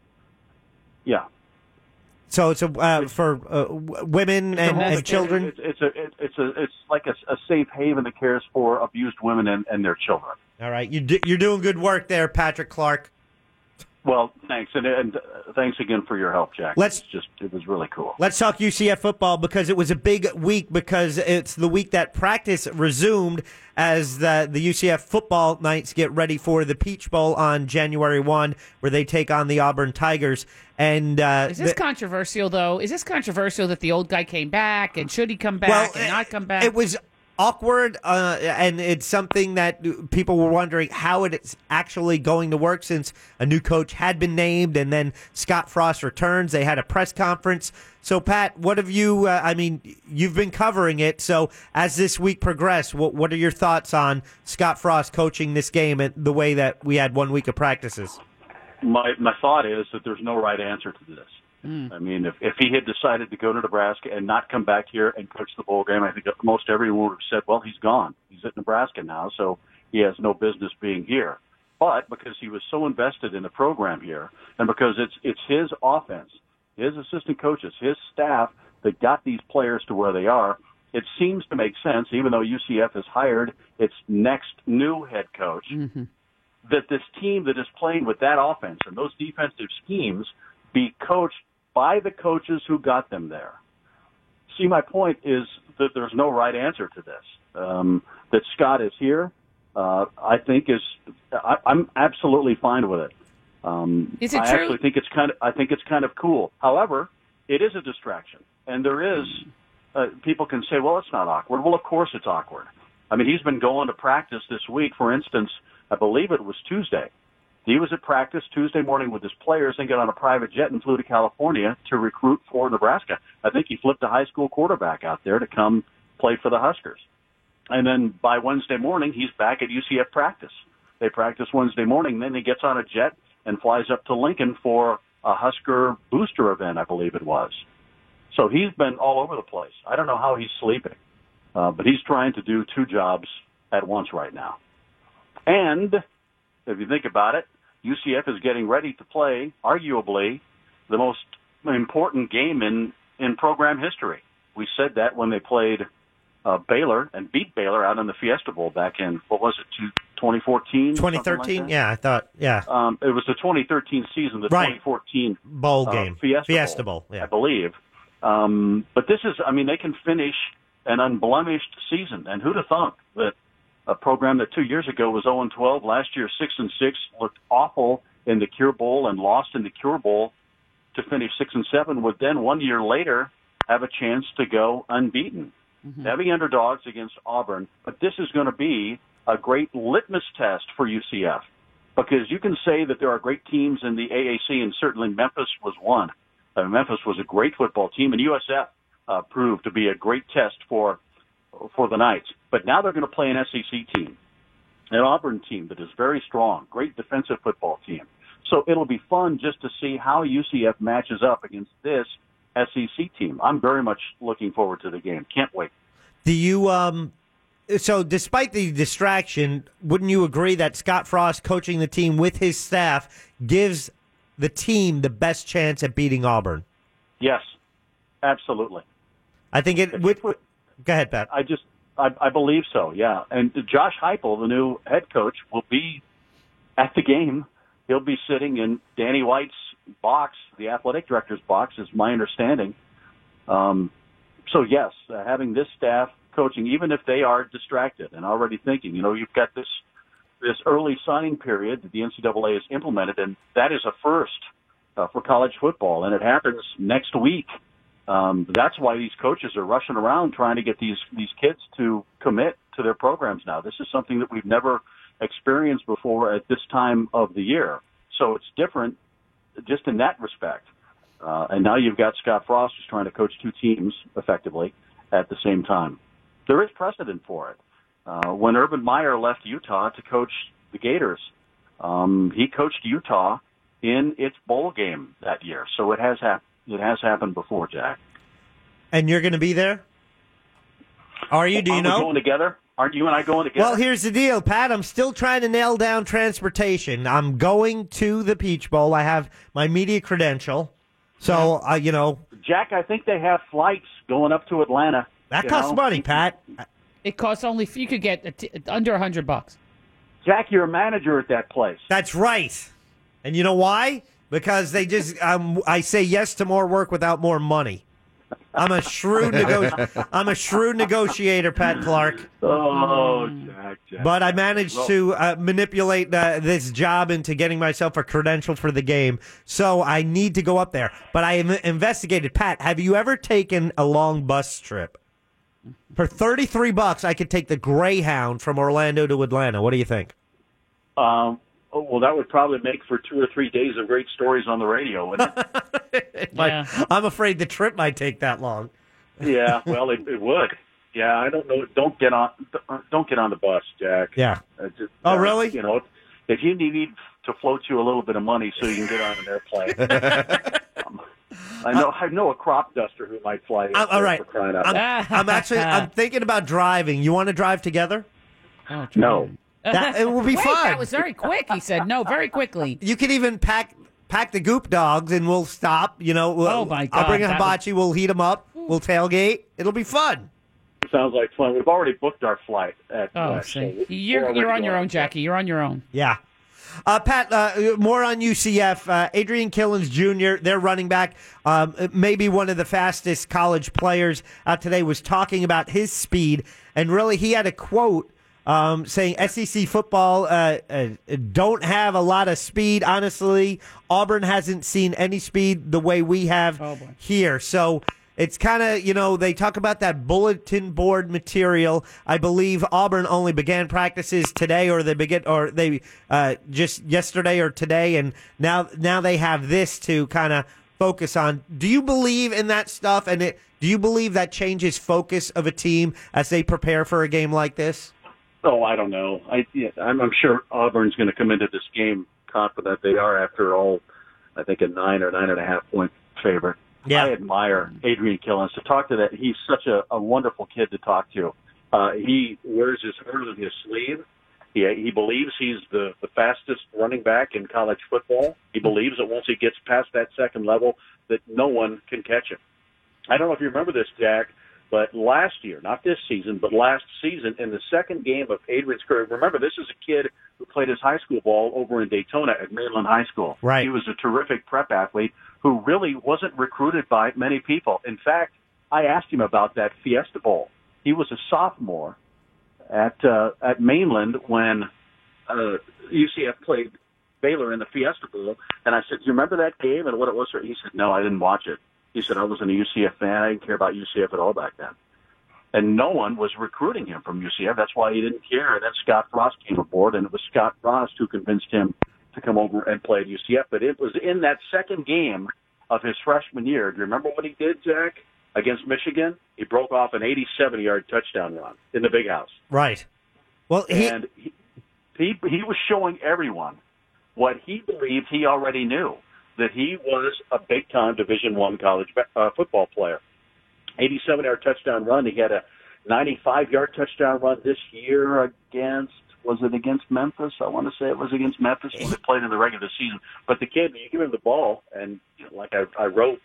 [SPEAKER 10] Yeah.
[SPEAKER 6] So it's a, uh, for uh, w- women and, and children.
[SPEAKER 10] It's, it's a it- it's a it's like a, a safe haven that cares for abused women and, and their children.
[SPEAKER 6] All right, you do, you're doing good work there, Patrick Clark.
[SPEAKER 10] Well, thanks and, and uh, thanks again for your help, Jack.
[SPEAKER 6] Let's-
[SPEAKER 10] it's just it was really cool.
[SPEAKER 6] Let's talk UCF football because it was a big week because it's the week that practice resumed as the, the UCF football Knights get ready for the Peach Bowl on January 1 where they take on the Auburn Tigers and uh,
[SPEAKER 7] Is this
[SPEAKER 6] the-
[SPEAKER 7] controversial though? Is this controversial that the old guy came back and should he come back
[SPEAKER 6] Well,
[SPEAKER 7] and not come back?
[SPEAKER 6] it was awkward uh, and it's something that people were wondering how it's actually going to work since a new coach had been named and then Scott Frost returns they had a press conference so Pat what have you uh, I mean you've been covering it so as this week progressed what what are your thoughts on Scott Frost coaching this game and the way that we had one week of practices
[SPEAKER 10] My my thought is that there's no right answer to this. I mean, if if he had decided to go to Nebraska and not come back here and coach the bowl game, I think most everyone would have said, "Well, he's gone. He's at Nebraska now, so he has no business being here." But because he was so invested in the program here, and because it's it's his offense, his assistant coaches, his staff that got these players to where they are, it seems to make sense. Even though UCF has hired its next new head coach,
[SPEAKER 2] Hmm.
[SPEAKER 7] Mm-hmm.
[SPEAKER 10] that this team that is playing with that offense and those defensive schemes be coached by the coaches who got them there. See, my point is that there's no right answer to this. Um, that Scott is here, uh, I think is I, I'm absolutely fine with it. Um,
[SPEAKER 5] Is it
[SPEAKER 10] I
[SPEAKER 5] true-
[SPEAKER 10] actually think it's kind of I think it's kind of cool. However, it is a distraction, and there is uh, people can say, "Well, it's not awkward." Well, of course it's awkward. I mean, he's been going to practice this week. For instance, I believe it was Tuesday. He was at practice Tuesday morning with his players, then got on a private jet and flew to California to recruit for Nebraska. I think he flipped a high school quarterback out there to come play for the Huskers. And then by Wednesday morning, he's back at UCF practice. They practice Wednesday morning, then he gets on a jet and flies up to Lincoln for a Husker booster event, I believe it was. So he's been all over the place. I don't know how he's sleeping, uh, but he's trying to do two jobs at once right now. And if you think about it, UCF is getting ready to play, arguably, the most important game in, in program history. We said that when they played uh, Baylor and beat Baylor out in the Fiesta Bowl back in, what was it, two- 2014?
[SPEAKER 6] 2013 yeah I thought yeah
[SPEAKER 10] Um, it was the 2013 season, the
[SPEAKER 6] Right.
[SPEAKER 10] 2014
[SPEAKER 6] bowl
[SPEAKER 10] uh,
[SPEAKER 6] game
[SPEAKER 10] Fiesta,
[SPEAKER 6] Fiesta
[SPEAKER 10] Bowl,
[SPEAKER 6] Bowl, yeah.
[SPEAKER 10] I believe. Um, but this is, I mean, they can finish an unblemished season, and who'd have thunk that a program that two years ago was 0 12, last year 6 and 6, looked awful in the Cure Bowl and lost in the Cure Bowl to finish 6 and 7, would then one year later have a chance to go unbeaten. Heavy underdogs against Auburn, but this is going to be a great litmus test for UCF because you can say that there are great teams in the AAC, and certainly Memphis was one. Uh, Memphis was a great football team, and USF uh, proved to be a great test for for the Knights. But now they're going to play an SEC team, an Auburn team that is very strong, great defensive football team. So it'll be fun just to see how UCF matches up against this SEC team. I'm very much looking forward to the game. Can't wait.
[SPEAKER 6] Do you um so despite the distraction, wouldn't you agree that Scott Frost coaching the team with his staff gives the team the best chance at beating Auburn?
[SPEAKER 10] Yes, absolutely.
[SPEAKER 6] I think it would Go ahead, Pat.
[SPEAKER 10] I just I, I believe so. Yeah, and Josh Heupel, the new head coach, will be at the game. He'll be sitting in Danny White's box, the athletic director's box, is my understanding. Um, so yes, uh, having this staff coaching, even if they are distracted and already thinking, you know, you've got this this early signing period that the NCAA has implemented, and that is a first uh, for college football, and it happens next week. Um, that's why these coaches are rushing around trying to get these these kids to commit to their programs now. This is something that we've never experienced before at this time of the year, so it's different just in that respect. Uh, and now you've got Scott Frost who's trying to coach two teams effectively at the same time. There is precedent for it. Uh, when Urban Meyer left Utah to coach the Gators, um, he coached Utah in its bowl game that year. So it has happened. It has happened before, Jack.
[SPEAKER 6] And you're going to be there? Are you? Do you
[SPEAKER 10] Aren't
[SPEAKER 6] know?
[SPEAKER 10] we going together? Aren't you and I going together?
[SPEAKER 6] Well, here's the deal, Pat. I'm still trying to nail down transportation. I'm going to the Peach Bowl. I have my media credential. So, uh, you know,
[SPEAKER 10] Jack, I think they have flights going up to Atlanta.
[SPEAKER 6] that
[SPEAKER 10] you
[SPEAKER 6] costs
[SPEAKER 10] know?
[SPEAKER 6] money, Pat.
[SPEAKER 7] It costs only if you could get a t- under a hundred bucks.
[SPEAKER 10] Jack, you're a manager at that place.
[SPEAKER 6] That's right. And you know why? Because they just um, I say yes to more work without more money. I'm a shrewd nego- I'm a shrewd negotiator, Pat Clark.
[SPEAKER 10] Oh,
[SPEAKER 7] Hmm.
[SPEAKER 10] Jack, Jack.
[SPEAKER 6] But I managed to uh, manipulate uh, this job into getting myself a credential for the game. So I need to go up there. But I am- investigated. Pat, have you ever taken a long bus trip? For 33 bucks, I could take the Greyhound from Orlando to Atlanta. What do you think?
[SPEAKER 10] Um, oh, well, that would probably make for two or three days of great stories on the radio, wouldn't
[SPEAKER 6] *laughs*
[SPEAKER 10] it?
[SPEAKER 6] Like, I'm afraid the trip might take that long.
[SPEAKER 10] yeah, well, it, it would. Yeah, I don't know. Don't get on. Don't get on the bus, Jack.
[SPEAKER 6] Yeah.
[SPEAKER 10] Uh, just-
[SPEAKER 6] Oh,
[SPEAKER 10] uh,
[SPEAKER 6] really?
[SPEAKER 10] You know, if you need to float you a little bit of money so you can get on an airplane.
[SPEAKER 6] *laughs*
[SPEAKER 10] Um, I know. I know a crop duster who might fly.
[SPEAKER 6] I'm- Uh, all right. Um,
[SPEAKER 10] For crying out
[SPEAKER 6] I'm,
[SPEAKER 10] loud.
[SPEAKER 6] I'm actually
[SPEAKER 7] *laughs*
[SPEAKER 6] I'm thinking about driving. You want to drive together?
[SPEAKER 10] no.
[SPEAKER 6] That- it will be
[SPEAKER 7] Wait,
[SPEAKER 6] fun.
[SPEAKER 7] That was very
[SPEAKER 6] *laughs*
[SPEAKER 7] *laughs* quick. He said no very quickly.
[SPEAKER 6] You can even pack pack the goop dogs, and we'll stop. You know, we'll,
[SPEAKER 7] Oh, my
[SPEAKER 6] I'll
[SPEAKER 7] God,
[SPEAKER 6] bring a
[SPEAKER 7] that
[SPEAKER 6] hibachi. We'll heat them up. We'll tailgate. It'll be fun.
[SPEAKER 10] Sounds like fun. We've already booked our flight. At,
[SPEAKER 7] Oh,
[SPEAKER 10] uh,
[SPEAKER 7] see.
[SPEAKER 10] so we're
[SPEAKER 7] you're
[SPEAKER 10] already
[SPEAKER 7] you're on your
[SPEAKER 10] going.
[SPEAKER 7] own, Jackie. You're on your own.
[SPEAKER 6] Yeah. Uh, Pat, uh, more on UCF. Uh, Adrian Killens Jr., their running back, um, maybe one of the fastest college players out today, was talking about his speed. And really, he had a quote um, saying SEC football uh, uh, don't have a lot of speed. Honestly, Auburn hasn't seen any speed the way we have here. So it's kind of, you know, they talk about that bulletin board material. I believe Auburn only began practices today or they begin or they uh, just yesterday or today and now now they have this to kind of focus on. Do you believe in that stuff and it do you believe that changes focus of a team as they prepare for a game like this?
[SPEAKER 10] Oh, I don't know. I yeah, I'm, I'm sure Auburn's going to come into this game confident they are after all. I think a nine or nine and a half point favorite. Yeah. I admire Adrian Killens to talk to that. He's such a, a wonderful kid to talk to. Uh, he wears his heart on his sleeve. He, he believes he's the, the fastest running back in college football. He believes that once he gets past that second level, that no one can catch him. I don't know if you remember this, Jack, but last year, not this season, but last season, in the second game of Adrian's career, remember this is a kid who played his high school ball over in Daytona at Maryland High School.
[SPEAKER 6] Right.
[SPEAKER 10] He was a terrific prep athlete who really wasn't recruited by many people. In fact, I asked him about that Fiesta Bowl. He was a sophomore at uh, at Mainland when uh, UCF played Baylor in the Fiesta Bowl, and I said, "Do you remember that game and what it was?" for-" He said, "No, I didn't watch it." He said, "I wasn't a UCF fan. I didn't care about UCF at all back then." And no one was recruiting him from UCF. That's why he didn't care. And then Scott Frost came aboard, and it was Scott Frost who convinced him to come over and play at UCF. But it was in that second game of his freshman year. Do you remember what he did, Jack? against Michigan, he broke off an 87 yard touchdown run in the big house.
[SPEAKER 6] Right. Well, he,
[SPEAKER 10] and he, he he was showing everyone what he believed he already knew that he was a big time Division One college uh, football player. 87 yard touchdown run. He had a 95 yard touchdown run this year against was it against Memphis? I
[SPEAKER 7] *laughs*
[SPEAKER 10] want to say it was against Memphis when they played in the regular season. But the kid, you give him the ball, and you know, like I, I wrote,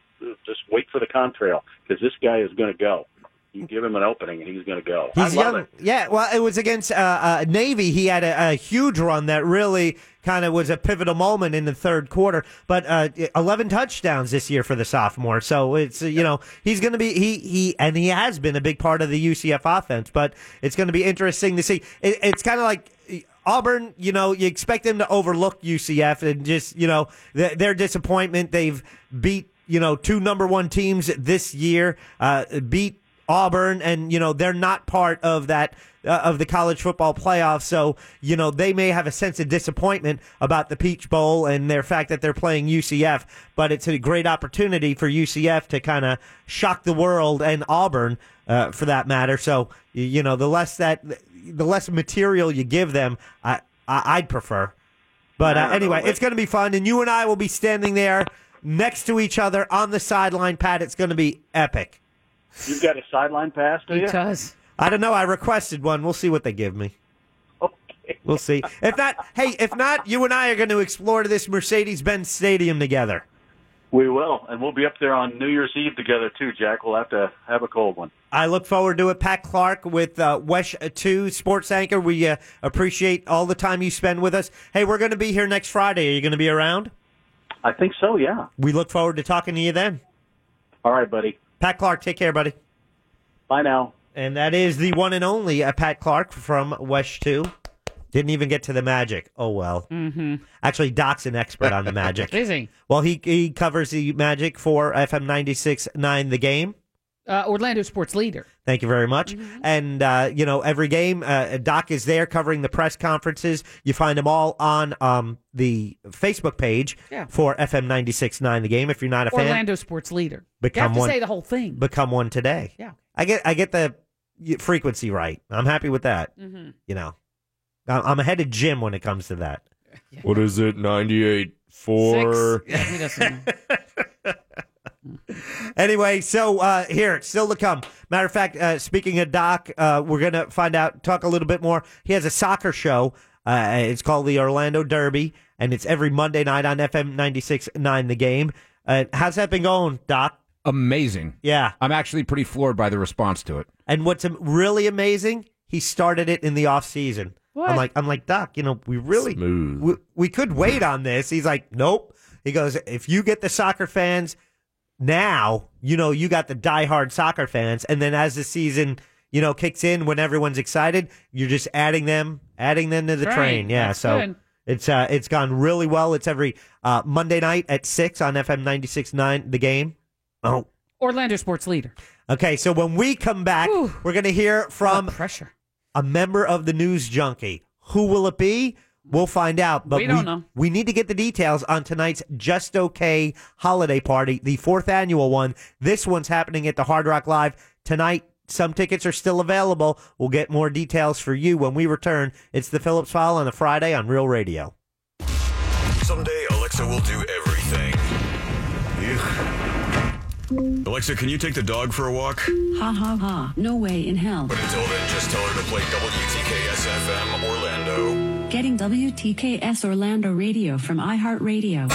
[SPEAKER 10] just wait for the contrail because this guy is going to go. You give him an opening, and he's going to go.
[SPEAKER 6] He's
[SPEAKER 10] I love
[SPEAKER 6] young.
[SPEAKER 10] it.
[SPEAKER 6] Yeah, well, it was against uh, uh, Navy. He had a, a huge run that really kind of was a pivotal moment in the third quarter. But uh, 11 touchdowns this year for the sophomore. So it's, uh, you know, he's going to be, he, he, and he has been a big part of the UCF offense. But it's going to be interesting to see. It, it's kind of like Auburn, you know, you expect them to overlook UCF and just, you know, th- their disappointment. They've beat, you know, two number one teams this year, uh, beat Auburn, and, you know, they're not part of that. Uh, of the college football playoff, so you know they may have a sense of disappointment about the Peach Bowl and their fact that they're playing UCF. But it's a great opportunity for UCF to kind of shock the world and Auburn, uh, for that matter. So y- you know, the less that, the less material you give them, I, I I'd prefer. But
[SPEAKER 5] I
[SPEAKER 6] uh,
[SPEAKER 5] don't
[SPEAKER 6] anyway,
[SPEAKER 5] know.
[SPEAKER 6] it's going to be fun, and you and I will be standing there next to each other on the sideline, Pat. It's going to be epic.
[SPEAKER 10] You've got a sideline pass, do you?
[SPEAKER 6] I don't know. I requested one. We'll see what they give me. We'll see. If not, hey, if not, you and I are going to explore this Mercedes-Benz Stadium together.
[SPEAKER 10] We will, and we'll be up there on New Year's Eve together too, Jack. We'll have to have a cold one.
[SPEAKER 6] I look forward to it. Pat Clark with uh, Wesh 2 Sports Anchor. We uh, appreciate all the time you spend with us. Hey, we're going to be here next Friday. Are you going to be around?
[SPEAKER 10] I think so, yeah.
[SPEAKER 6] We look forward to talking to you then.
[SPEAKER 10] All right, buddy.
[SPEAKER 6] Pat Clark, take care, buddy.
[SPEAKER 10] Bye now.
[SPEAKER 6] And that is the one and only uh, Pat Clark from Wesh 2. Didn't even get to the magic. Oh, well.
[SPEAKER 7] Mm-hmm.
[SPEAKER 6] Actually, Doc's an expert on the magic.
[SPEAKER 7] *laughs* Is he?
[SPEAKER 6] Well, he, he covers the magic for FM 96.9 The Game.
[SPEAKER 7] Uh, Orlando sports leader.
[SPEAKER 6] Thank you very much.
[SPEAKER 7] Mm-hmm.
[SPEAKER 6] And, uh, you know, every game, uh, Doc is there covering the press conferences. You find them all on um, the Facebook page
[SPEAKER 7] Yeah.
[SPEAKER 6] for FM 96.9 The Game. If you're not a fan,
[SPEAKER 7] Orlando sports leader. you
[SPEAKER 6] Become
[SPEAKER 7] have to
[SPEAKER 6] one-
[SPEAKER 7] say the whole thing.
[SPEAKER 6] become one today.
[SPEAKER 7] Yeah.
[SPEAKER 6] I get, I get the frequency right. I'm happy with that.
[SPEAKER 7] Mhm.
[SPEAKER 6] You know, I- I'm ahead of Jim when it comes to that.
[SPEAKER 9] What is it? 98 4.
[SPEAKER 7] *laughs* he doesn't.
[SPEAKER 6] Anyway, so uh, here, it's still to come. Matter of fact, uh, speaking of Doc, uh, we're going to find out, talk a little bit more. He has a soccer show. Uh, it's called the Orlando Derby, and it's every Monday night on FM 96.9 The Game. Uh, how's that been going, Doc?
[SPEAKER 8] Amazing.
[SPEAKER 6] Yeah.
[SPEAKER 8] I'm actually pretty floored by the response to it.
[SPEAKER 6] And what's am- really amazing, he started it in the off season.
[SPEAKER 8] What?
[SPEAKER 6] I'm like, I'm like, Doc, you know, we really We, we could wait on this. He's like, nope. He goes, if you get the soccer fans now, you know, you got the diehard soccer fans, and then as the season, you know, kicks in when everyone's excited, you're just adding them, adding them to the
[SPEAKER 5] Right.
[SPEAKER 6] train. Yeah.
[SPEAKER 5] That's
[SPEAKER 6] so.
[SPEAKER 5] good.
[SPEAKER 6] It's uh, it's gone really well. It's every uh, Monday night at six on FM 96.9 The game. Oh,
[SPEAKER 7] Orlando sports leader.
[SPEAKER 6] Okay, so when we come back, we're going to hear from
[SPEAKER 7] pressure.
[SPEAKER 6] a member of the news junkie. Who will it be? We'll find out. But
[SPEAKER 7] We don't know.
[SPEAKER 6] we need to get the details on tonight's Just Okay holiday party, the fourth annual one. This one's happening at the Hard Rock Live tonight. Some tickets are still available. We'll get more details for you when we return. It's the Phillips File on a Friday on Real Radio.
[SPEAKER 1] Someday, Alexa will do everything. Ugh. Alexa, can you take the dog for a walk?
[SPEAKER 12] Ha ha ha. No way in hell.
[SPEAKER 1] But until then, just tell her to play WTKS FM Orlando.
[SPEAKER 12] Getting WTKS Orlando Radio from iHeartRadio.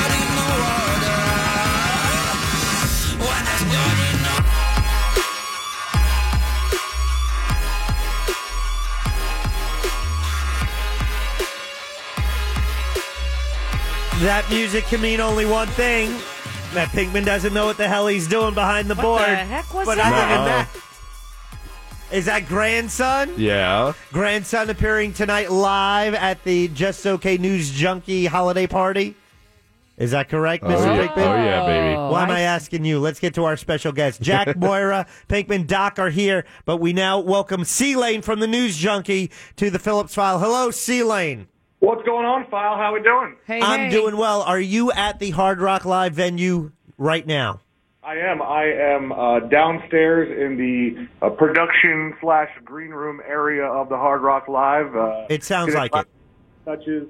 [SPEAKER 6] That music can mean only one thing. Matt Pinkman doesn't know what the hell he's doing behind the
[SPEAKER 7] What
[SPEAKER 6] board.
[SPEAKER 7] the heck was
[SPEAKER 6] but
[SPEAKER 7] that?
[SPEAKER 6] other than
[SPEAKER 9] No.
[SPEAKER 6] that, is that grandson?
[SPEAKER 9] Yeah.
[SPEAKER 6] Grandson appearing tonight live at the Just Okay News Junkie holiday party. Is that correct,
[SPEAKER 9] Oh,
[SPEAKER 6] Mr.
[SPEAKER 9] yeah.
[SPEAKER 6] Pinkman?
[SPEAKER 9] Oh, yeah, baby.
[SPEAKER 6] Why am I asking you? Let's get to our special guest.
[SPEAKER 9] *laughs*
[SPEAKER 6] Jack Moira, Pinkman, Doc are here, but we now welcome C Lane from the News Junkie to the Phillips File. Hello, C Lane.
[SPEAKER 11] What's going on, File? How we doing?
[SPEAKER 6] I'm doing well. Are you at the Hard Rock Live venue right now?
[SPEAKER 5] I am. I am uh, downstairs in the uh, production slash green room area of the Hard Rock Live. Uh,
[SPEAKER 6] It sounds
[SPEAKER 5] getting
[SPEAKER 6] like
[SPEAKER 5] my
[SPEAKER 6] it.
[SPEAKER 5] Touches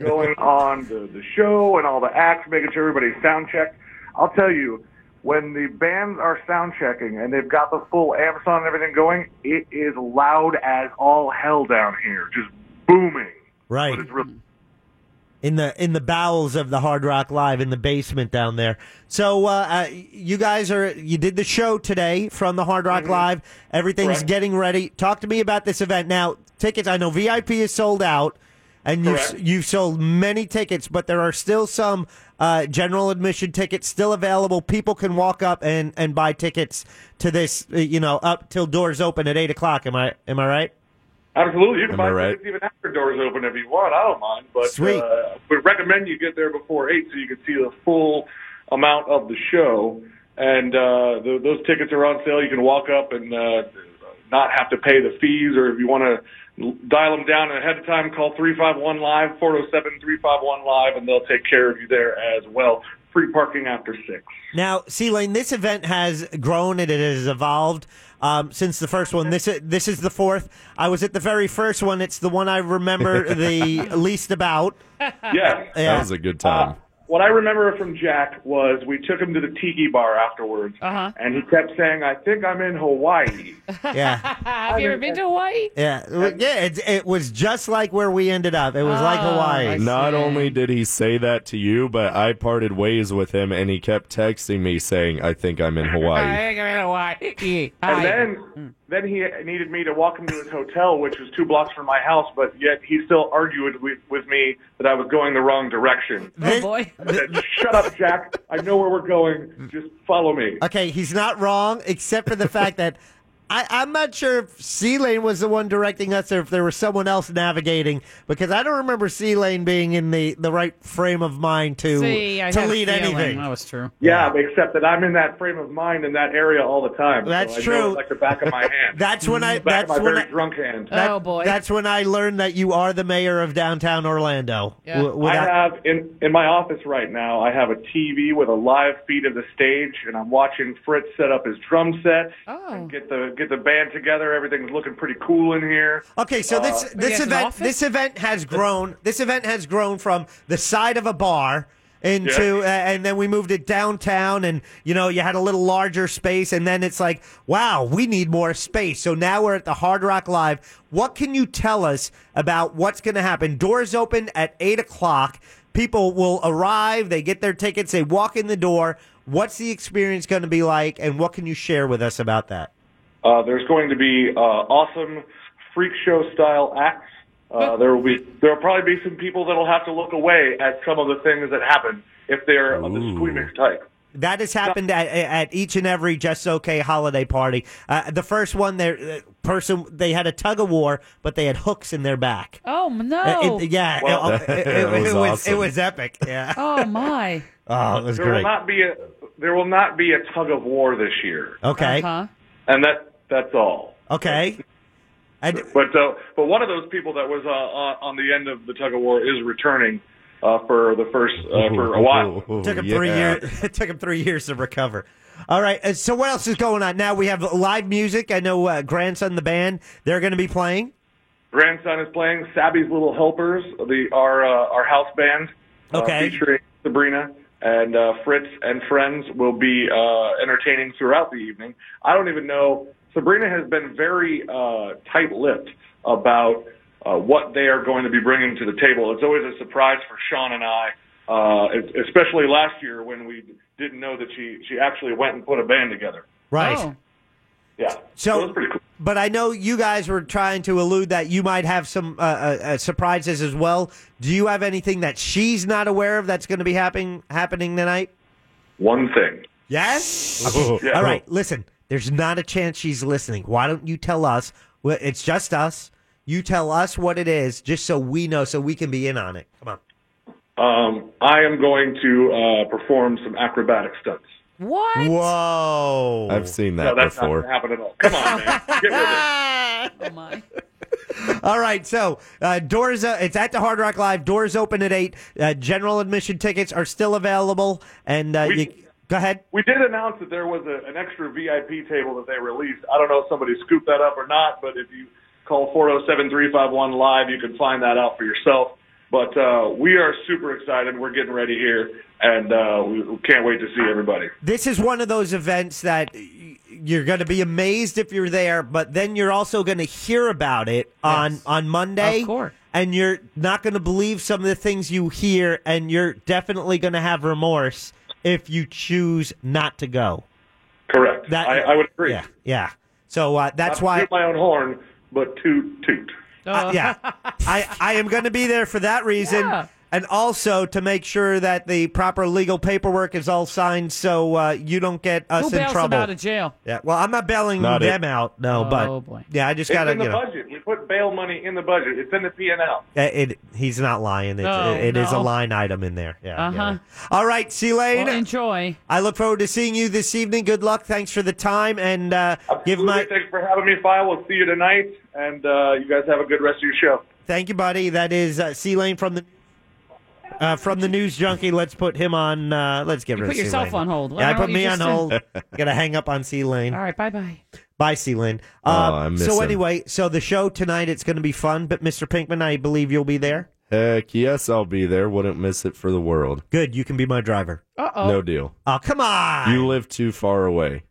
[SPEAKER 5] going on the, the show and all the acts, making sure everybody's sound checked. I'll tell you, when the bands are sound checking and they've got the full amps on and everything going, it is loud as all hell down here, just booming.
[SPEAKER 6] Right.
[SPEAKER 5] It's really
[SPEAKER 6] in the in the bowels of the Hard Rock Live in the basement down there. So uh, uh, you guys are you did the show today from the Hard Rock Live. Everything's
[SPEAKER 5] Mm-hmm. Correct.
[SPEAKER 6] getting ready. Talk to me about this event now. Tickets. I know VIP is sold out, and you
[SPEAKER 5] Correct.
[SPEAKER 6] you've sold many tickets, but there are still some uh, general admission tickets still available. People can walk up and and buy tickets to this. uh, You know, up till doors open at eight o'clock. Am I am I right?
[SPEAKER 5] Absolutely, you can
[SPEAKER 6] Am I
[SPEAKER 5] buy
[SPEAKER 6] right?
[SPEAKER 5] tickets even after doors open if you want. I don't mind, but
[SPEAKER 6] Sweet.
[SPEAKER 5] uh, we recommend you get there before eight so you can see the full amount of the show. And uh, th those tickets are on sale. You can walk up and uh, not have to pay the fees, or if you want to dial them down ahead of time, call three five one live four zero seven three five one live, and they'll take care of you there as well. Free parking after six.
[SPEAKER 6] Now, C Lane, this event has grown and it has evolved um, since the first one. This i- this is the fourth. I was at the very first one. It's the one I remember the least about.
[SPEAKER 5] Yes.
[SPEAKER 9] That was a good time.
[SPEAKER 5] What I remember from Jack was we took him to the tiki bar afterwards,
[SPEAKER 7] Uh-huh.
[SPEAKER 5] and he kept saying, "I think I'm in
[SPEAKER 7] *laughs*
[SPEAKER 5] Hawaii."
[SPEAKER 6] *laughs* Yeah,
[SPEAKER 7] Have you ever been to Hawaii?
[SPEAKER 6] yeah, yeah. It, it was just like where we ended up. It was
[SPEAKER 7] Ah,
[SPEAKER 9] Oh.
[SPEAKER 6] like Hawaii.
[SPEAKER 9] Not only did he say that to you, but I parted ways with him, and he kept texting me saying, "I think I'm in Hawaii."
[SPEAKER 7] think I'm in Hawaii. Mm.
[SPEAKER 5] and then, then he needed me to walk him to his hotel, which was two blocks from my house. But yet he still argued with, with me that I was going the wrong direction.
[SPEAKER 6] Oh
[SPEAKER 7] boy! Mm.
[SPEAKER 5] I
[SPEAKER 7] *laughs*
[SPEAKER 5] said, "Shut up, Jack! I know where we're going. Just follow me."
[SPEAKER 6] Okay, he's not wrong, except for the fact that I, I'm not sure if C Lane was the one directing us or if there was someone else navigating, because I don't remember C Lane being in the, the right frame of mind to,
[SPEAKER 5] See, I
[SPEAKER 6] to
[SPEAKER 5] had a
[SPEAKER 6] lead
[SPEAKER 5] feeling
[SPEAKER 6] anything.
[SPEAKER 5] that
[SPEAKER 7] was true.
[SPEAKER 5] Yeah, except that I'm in that frame of mind in that area all the time. so
[SPEAKER 6] That's
[SPEAKER 5] I know
[SPEAKER 6] true.
[SPEAKER 5] it like the back of my hand.
[SPEAKER 6] *laughs* That's when I-
[SPEAKER 5] Back of
[SPEAKER 6] that's
[SPEAKER 5] my
[SPEAKER 6] when
[SPEAKER 5] very
[SPEAKER 6] I-
[SPEAKER 5] drunk hand.
[SPEAKER 7] Uh,
[SPEAKER 6] That- That's when I learned that you are the mayor of downtown Orlando. W- without-
[SPEAKER 5] I have in in my office right now. I have a TV with a live feed of the stage, and I'm watching Fritz set up his drum set and get the get the band together. Everything's looking pretty cool in here.
[SPEAKER 6] Okay, so this
[SPEAKER 5] Uh,
[SPEAKER 6] this event this event has grown. This event has grown from the side of a bar into uh, and then we moved it downtown and you know you had a little larger space and then it's like wow we need more space so now we're at the hard rock live what can you tell us about what's going to happen doors open at 8 o'clock people will arrive they get their tickets they walk in the door what's the experience going to be like and what can you share with us about that
[SPEAKER 5] Uh, there's going to be uh, awesome freak show style acts. Uh, there will be there will probably be some people that'll have to look away at some of the things that happen if they're of the squeamish type.
[SPEAKER 6] That has happened at, at each and every Just Okay holiday party. Uh, the first one, their uh, person they had a tug of war, but they had hooks in their back.
[SPEAKER 7] Oh no!
[SPEAKER 6] Uh, it- yeah,
[SPEAKER 5] Well,
[SPEAKER 6] it, it- it-
[SPEAKER 5] *laughs* that
[SPEAKER 6] it
[SPEAKER 5] was
[SPEAKER 6] was
[SPEAKER 5] awesome.
[SPEAKER 6] it was epic. Yeah.
[SPEAKER 7] oh my!
[SPEAKER 6] Oh, it was
[SPEAKER 5] there will
[SPEAKER 6] great.
[SPEAKER 5] not be a there will not be a tug of war this year,
[SPEAKER 6] Okay.
[SPEAKER 5] and that that's all.
[SPEAKER 6] Okay. And
[SPEAKER 5] But uh, but one of those people that was uh, uh, on the end of the tug of war is returning uh, for the first uh, for
[SPEAKER 6] *laughs* Oh,
[SPEAKER 5] a while.
[SPEAKER 6] took him three years. *laughs* It took him three years to recover. All right. uh, So what else is going on now? We have live music. I know uh, grandson the band. They're going to be playing.
[SPEAKER 5] Grandson is playing Sabby's Little Helpers, the our uh, our house band, uh,
[SPEAKER 6] Okay.
[SPEAKER 5] featuring Sabrina and uh, Fritz and friends will be uh, entertaining throughout the evening. I don't even know. Sabrina has been very uh, tight-lipped about uh, what they are going to be bringing to the table. It's always a surprise for Sean and I, uh, es- especially last year when we didn't know that she she actually went and put a band together.
[SPEAKER 6] Right.
[SPEAKER 5] Yeah.
[SPEAKER 6] So, but I know you guys were trying to allude that you might have some uh, uh, uh, surprises as well. Do you have anything that she's not aware of that's going to be happening happening tonight?
[SPEAKER 5] One thing.
[SPEAKER 6] Yes.
[SPEAKER 5] Oh. Yeah.
[SPEAKER 6] All right. Listen, there's not a chance she's listening. Why don't you tell us? Well, it's just us. You tell us what it is, just so we know, so we can be in on it. Come on.
[SPEAKER 5] Um, I am going to uh, perform some acrobatic stunts.
[SPEAKER 7] What?
[SPEAKER 6] Whoa!
[SPEAKER 9] I've seen
[SPEAKER 5] no,
[SPEAKER 9] that
[SPEAKER 5] that's
[SPEAKER 9] before.
[SPEAKER 5] not going to happen at all. Come on, man. Get with it.
[SPEAKER 6] All right, so uh, doors. Uh, it's at the Hard Rock Live. Doors open at eight. Uh, general admission tickets are still available, and uh, you Go ahead.
[SPEAKER 5] We did announce that there was a, an extra VIP table that they released. I don't know if somebody scooped that up or not, but if you call 407-351 live, you can find that out for yourself. But uh, we are super excited. We're getting ready here, and uh, we we can't wait to see everybody.
[SPEAKER 6] This is one of those events that y- you're going to be amazed if you're there, but then you're also going to hear about it on on Monday. Of course. And you're not going to believe some of the things you hear, and you're definitely going to have remorse if you choose not to go.
[SPEAKER 5] Correct.
[SPEAKER 6] That-
[SPEAKER 5] I, I would agree.
[SPEAKER 6] Yeah, yeah. So uh, that's
[SPEAKER 5] Not to
[SPEAKER 6] why
[SPEAKER 5] toot my own horn, but toot toot.
[SPEAKER 6] Uh, *laughs* yeah, I, I am going to be there for that reason, and also to make sure that the proper legal paperwork is all signed, so uh, you don't get us
[SPEAKER 7] Who
[SPEAKER 6] in
[SPEAKER 7] bails
[SPEAKER 6] trouble.
[SPEAKER 7] them out of jail? Oh,
[SPEAKER 6] yeah, well, I'm not bailing
[SPEAKER 7] Not
[SPEAKER 6] them
[SPEAKER 7] it.
[SPEAKER 6] out, no, but yeah, I just
[SPEAKER 5] it's
[SPEAKER 6] got to
[SPEAKER 5] in the
[SPEAKER 6] you know,
[SPEAKER 5] budget. We put bail money in the budget. It's in the P and L.
[SPEAKER 6] uh, it. He's not lying. It's,
[SPEAKER 5] No,
[SPEAKER 7] Oh,
[SPEAKER 6] it it is a
[SPEAKER 5] no.
[SPEAKER 6] line item in there. Yeah.
[SPEAKER 7] Uh huh.
[SPEAKER 6] *laughs* All right, Celine.
[SPEAKER 7] Well, enjoy.
[SPEAKER 6] I look forward to seeing you this evening. Good luck. Thanks for the time, and uh, give my
[SPEAKER 5] Thanks for having me, File. We'll see you tonight, and uh, you guys have a good rest of your show.
[SPEAKER 6] Thank you, buddy. That is uh, C Lane from the uh, from the news junkie. Let's put him on. Uh, let's get
[SPEAKER 7] You
[SPEAKER 6] rid
[SPEAKER 7] put
[SPEAKER 6] of
[SPEAKER 7] yourself
[SPEAKER 6] C-Lane.
[SPEAKER 7] on hold. Why
[SPEAKER 6] Yeah, I
[SPEAKER 7] don't
[SPEAKER 6] put
[SPEAKER 7] you
[SPEAKER 6] me on
[SPEAKER 7] just, uh,
[SPEAKER 6] hold. *laughs* Gotta hang up on C Lane.
[SPEAKER 7] All right. Bye bye.
[SPEAKER 6] Bye, C Lane.
[SPEAKER 9] Oh,
[SPEAKER 6] Um,
[SPEAKER 9] I miss
[SPEAKER 6] so
[SPEAKER 9] him.
[SPEAKER 6] anyway, so the show tonight it's going to be fun. But Mr. Pinkman, I believe you'll be there.
[SPEAKER 9] Heck yes, I'll be there. Wouldn't miss it for the world.
[SPEAKER 6] Good, you can be my driver.
[SPEAKER 7] Uh-oh.
[SPEAKER 9] No deal.
[SPEAKER 6] Oh come on!
[SPEAKER 9] You live too far away.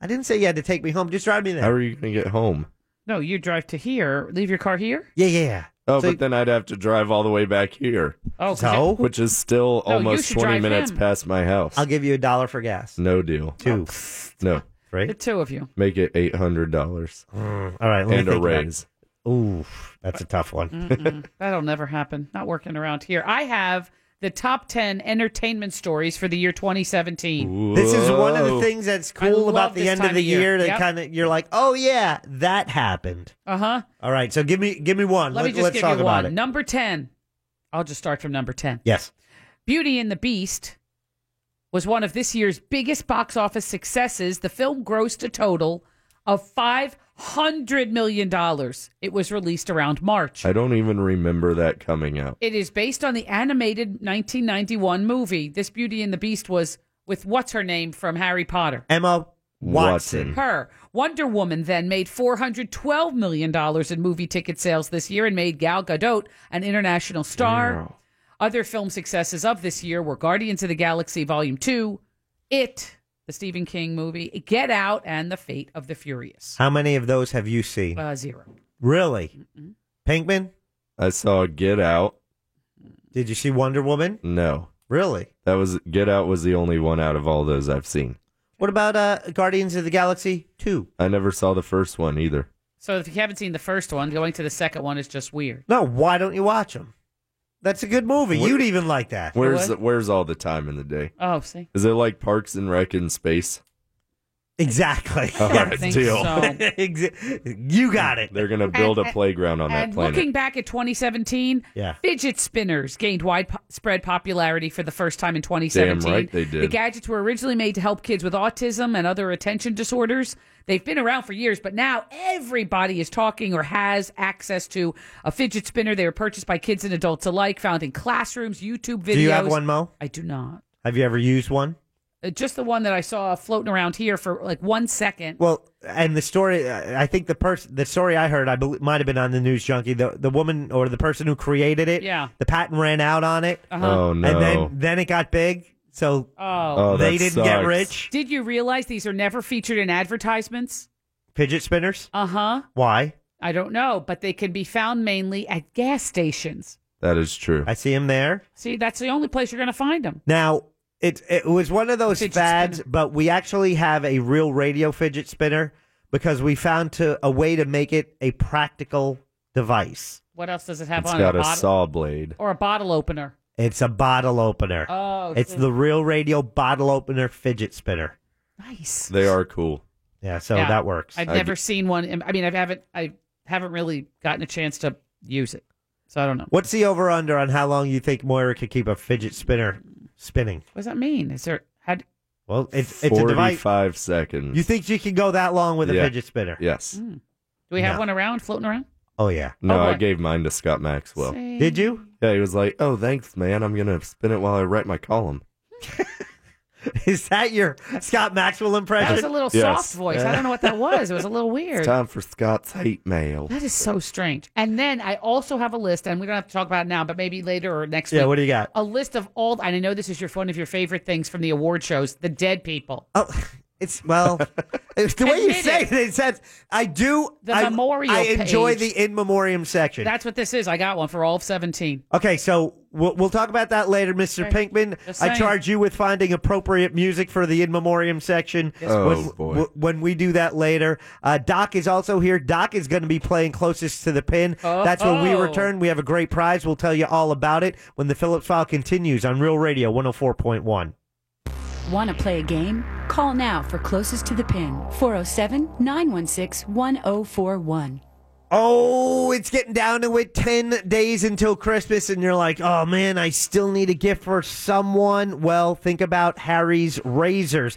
[SPEAKER 6] I didn't say you had to take me home. Just drive me there.
[SPEAKER 9] How are you going to get home?
[SPEAKER 7] No, you drive to here. Leave your car here.
[SPEAKER 6] Yeah, yeah, yeah.
[SPEAKER 9] Oh,
[SPEAKER 7] So-
[SPEAKER 9] but then I'd have to drive all the way back here.
[SPEAKER 7] Oh, 'cause So? you-
[SPEAKER 9] which is still
[SPEAKER 7] No, you
[SPEAKER 9] almost
[SPEAKER 7] should
[SPEAKER 9] twenty
[SPEAKER 7] drive
[SPEAKER 9] minutes
[SPEAKER 7] him.
[SPEAKER 9] past my house.
[SPEAKER 6] I'll give you a dollar for gas.
[SPEAKER 9] No deal.
[SPEAKER 6] Two.
[SPEAKER 9] No.
[SPEAKER 6] Right.
[SPEAKER 7] The two of you.
[SPEAKER 9] Make it eight hundred dollars.
[SPEAKER 6] Mm, All right, let me
[SPEAKER 9] and a
[SPEAKER 6] think about it.
[SPEAKER 9] raise.
[SPEAKER 6] Ooh, that's a tough one.
[SPEAKER 7] Mm-mm. That'll never happen. Not working around here. I have the top 10 entertainment stories for the year 2017.
[SPEAKER 6] This is one of the things that's cool about the end of the year. that kind of you're like, oh yeah, that happened.
[SPEAKER 7] Uh huh.
[SPEAKER 6] All right, so give me give me one.
[SPEAKER 7] Let me just
[SPEAKER 6] us
[SPEAKER 7] give
[SPEAKER 6] talk
[SPEAKER 7] you
[SPEAKER 6] about
[SPEAKER 7] one.
[SPEAKER 6] it.
[SPEAKER 7] Number 10. I'll just start from number 10.
[SPEAKER 6] Yes.
[SPEAKER 7] Beauty and the Beast was one of this year's biggest box office successes. The film grossed a total of $500 million. It was released around
[SPEAKER 9] *laughs*
[SPEAKER 7] March.
[SPEAKER 9] I don't even remember that coming out.
[SPEAKER 7] It is based on the animated 1991 movie. This Beauty and the Beast was with what's her name from Harry Potter?
[SPEAKER 6] Emma
[SPEAKER 9] Watson.
[SPEAKER 7] Her. Wonder Woman then made $412 million in movie ticket sales this year and made Gal Gadot an international star. Other film successes of this year were Guardians of the Galaxy Volume 2, It, the Stephen King movie, Get Out, and The Fate of the Furious.
[SPEAKER 6] How many of those have you seen?
[SPEAKER 7] Uh, zero.
[SPEAKER 6] Really, Pinkman?
[SPEAKER 9] I saw Get Out.
[SPEAKER 6] Did you see Wonder Woman?
[SPEAKER 9] No.
[SPEAKER 6] Really?
[SPEAKER 9] That was Get Out was the only one out of all those I've seen.
[SPEAKER 6] What about uh, Guardians of the Galaxy Two?
[SPEAKER 9] I never saw the first one either.
[SPEAKER 7] So if you haven't seen the first one, going to the second one is just weird.
[SPEAKER 6] No, why don't you watch them? That's a good movie.
[SPEAKER 9] Where-
[SPEAKER 6] You'd even like that.
[SPEAKER 9] Where's where's all the time in the day?
[SPEAKER 7] Oh, see?
[SPEAKER 9] Is it like Parks and Rec in space?
[SPEAKER 6] Exactly.
[SPEAKER 9] All
[SPEAKER 7] I don't
[SPEAKER 9] right,
[SPEAKER 7] think
[SPEAKER 9] deal.
[SPEAKER 7] so.
[SPEAKER 6] you got it.
[SPEAKER 9] They're gonna build a
[SPEAKER 7] *laughs* And-
[SPEAKER 9] playground on that
[SPEAKER 7] and
[SPEAKER 9] planet.
[SPEAKER 7] looking back at 2017,
[SPEAKER 9] Yeah.
[SPEAKER 7] fidget spinners gained widespread popularity for the first time in 2017.
[SPEAKER 9] Damn right they did.
[SPEAKER 7] The gadgets were originally made to help kids with autism and other attention disorders. They've been around for years, but now everybody is talking or has access to a fidget spinner. They were purchased by kids and adults alike, found in classrooms, YouTube
[SPEAKER 6] *laughs*
[SPEAKER 7] videos.
[SPEAKER 6] Do you have one, Mo?
[SPEAKER 7] I do not.
[SPEAKER 6] Have you ever used one?
[SPEAKER 7] Uh, Just the one that I saw floating around here for like one second.
[SPEAKER 6] Well, and the story, uh, I I think the person, the story I heard, I believe, might have been on the news junkie. The the woman or the person who created it,
[SPEAKER 7] Yeah.
[SPEAKER 6] the patent ran out on it.
[SPEAKER 7] Uh-huh. Oh,
[SPEAKER 6] And
[SPEAKER 9] no.
[SPEAKER 6] then then it got big, so
[SPEAKER 7] Oh.
[SPEAKER 6] they didn't
[SPEAKER 9] Uh,
[SPEAKER 6] get rich.
[SPEAKER 7] Did you realize these are never featured in advertisements?
[SPEAKER 6] Fidget spinners.
[SPEAKER 7] Uh huh.
[SPEAKER 6] Why?
[SPEAKER 7] I don't know, but they can be found mainly at gas stations.
[SPEAKER 9] That is true.
[SPEAKER 6] I see him there
[SPEAKER 7] See, that's the only place you're going to find them.
[SPEAKER 6] now. It it was one of those fads, but we actually have a real radio fidget spinner because we found to a way to make it a practical device.
[SPEAKER 7] What else does it have
[SPEAKER 9] It's
[SPEAKER 7] on it?
[SPEAKER 9] got a
[SPEAKER 7] bottle-
[SPEAKER 9] saw blade.
[SPEAKER 7] or a bottle opener?
[SPEAKER 6] It's a bottle opener.
[SPEAKER 7] Oh,
[SPEAKER 6] it's
[SPEAKER 7] so-
[SPEAKER 6] the real radio bottle opener fidget spinner.
[SPEAKER 7] Nice.
[SPEAKER 9] They are cool.
[SPEAKER 6] Yeah, so
[SPEAKER 7] Yeah.
[SPEAKER 6] that works.
[SPEAKER 7] I've never seen one. in- I mean, I haven't. I haven't really gotten a chance to use it, so I don't know.
[SPEAKER 6] What's the over under on how long you think Moira could keep a fidget spinner spinning?
[SPEAKER 7] What does that mean? Is there had?
[SPEAKER 6] Well, it's it's a device.
[SPEAKER 9] Forty-five seconds.
[SPEAKER 6] You think you can go that long with a
[SPEAKER 9] Yeah.
[SPEAKER 6] fidget spinner?
[SPEAKER 9] Yes.
[SPEAKER 7] Mm. Do we have
[SPEAKER 9] No.
[SPEAKER 7] one around floating around?
[SPEAKER 6] Oh yeah.
[SPEAKER 9] No,
[SPEAKER 7] Oh,
[SPEAKER 9] I
[SPEAKER 7] boy.
[SPEAKER 9] gave mine to Scott Maxwell.
[SPEAKER 7] Say- Did
[SPEAKER 6] you?
[SPEAKER 9] Yeah, he was like, "Oh, thanks, man. I'm gonna spin it while I write my column."
[SPEAKER 6] *laughs* Is that your Scott Maxwell impression?
[SPEAKER 7] That was a little soft voice. I don't know what that was. It was a little weird.
[SPEAKER 9] It's time for Scott's hate mail.
[SPEAKER 7] That is so strange. And then I also have a list, and we don't have to talk about it now, but maybe later or next
[SPEAKER 6] Yeah,
[SPEAKER 7] week.
[SPEAKER 6] what do you got?
[SPEAKER 7] A list of all, and I know this is your one of your favorite things from the award shows, the dead people. Oh,
[SPEAKER 6] *laughs* it's well, it's the way you say it. It says I do.
[SPEAKER 7] The
[SPEAKER 6] I,
[SPEAKER 7] memorial
[SPEAKER 6] I enjoy
[SPEAKER 7] page.
[SPEAKER 6] the in memoriam section.
[SPEAKER 7] That's what this is. I got one for all of 17.
[SPEAKER 6] Okay, so we'll, we'll talk about that later, Mr.
[SPEAKER 7] Okay.
[SPEAKER 6] Pinkman.
[SPEAKER 7] Just
[SPEAKER 6] I
[SPEAKER 7] saying.
[SPEAKER 6] charge you with finding appropriate music for the in memoriam section.
[SPEAKER 9] Yes, Oh,
[SPEAKER 6] when,
[SPEAKER 9] boy.
[SPEAKER 6] w- when we do that later, uh, Doc is also here. Doc is going to be playing closest to the pin. That's when we
[SPEAKER 11] Oh.
[SPEAKER 6] return. We have a great prize. We'll tell you all about it when the Phillips File continues on Real Radio 104.1.
[SPEAKER 12] Want to play a game? Call now for closest to the pin 407 916 1041.
[SPEAKER 6] Oh, it's getting down to it. 10 days until Christmas, and you're like, oh man, I still need a gift for someone. Well, think about Harry's Razors.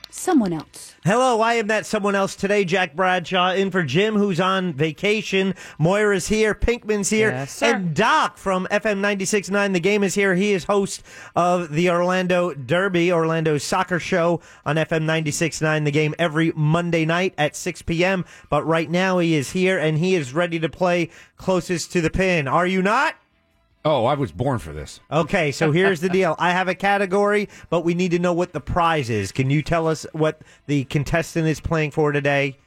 [SPEAKER 12] someone else.
[SPEAKER 6] Hello, I am that someone else today, Jack Bradshaw, in for Jim, who's on vacation. Moira's here, Pinkman's here, and Doc from FM 96.9. The game is here. He is host of the Orlando Derby, Orlando Soccer Show on FM 96.9. The game every Monday night at 6 p.m. But right now he is here and he is ready to play closest to the pin. Are you not?
[SPEAKER 8] Oh, I was born for this.
[SPEAKER 6] Okay, so
[SPEAKER 8] *laughs*
[SPEAKER 6] here's the deal. I have a category, but we need to know what the prize is. Can you tell us what the contestant is playing for today?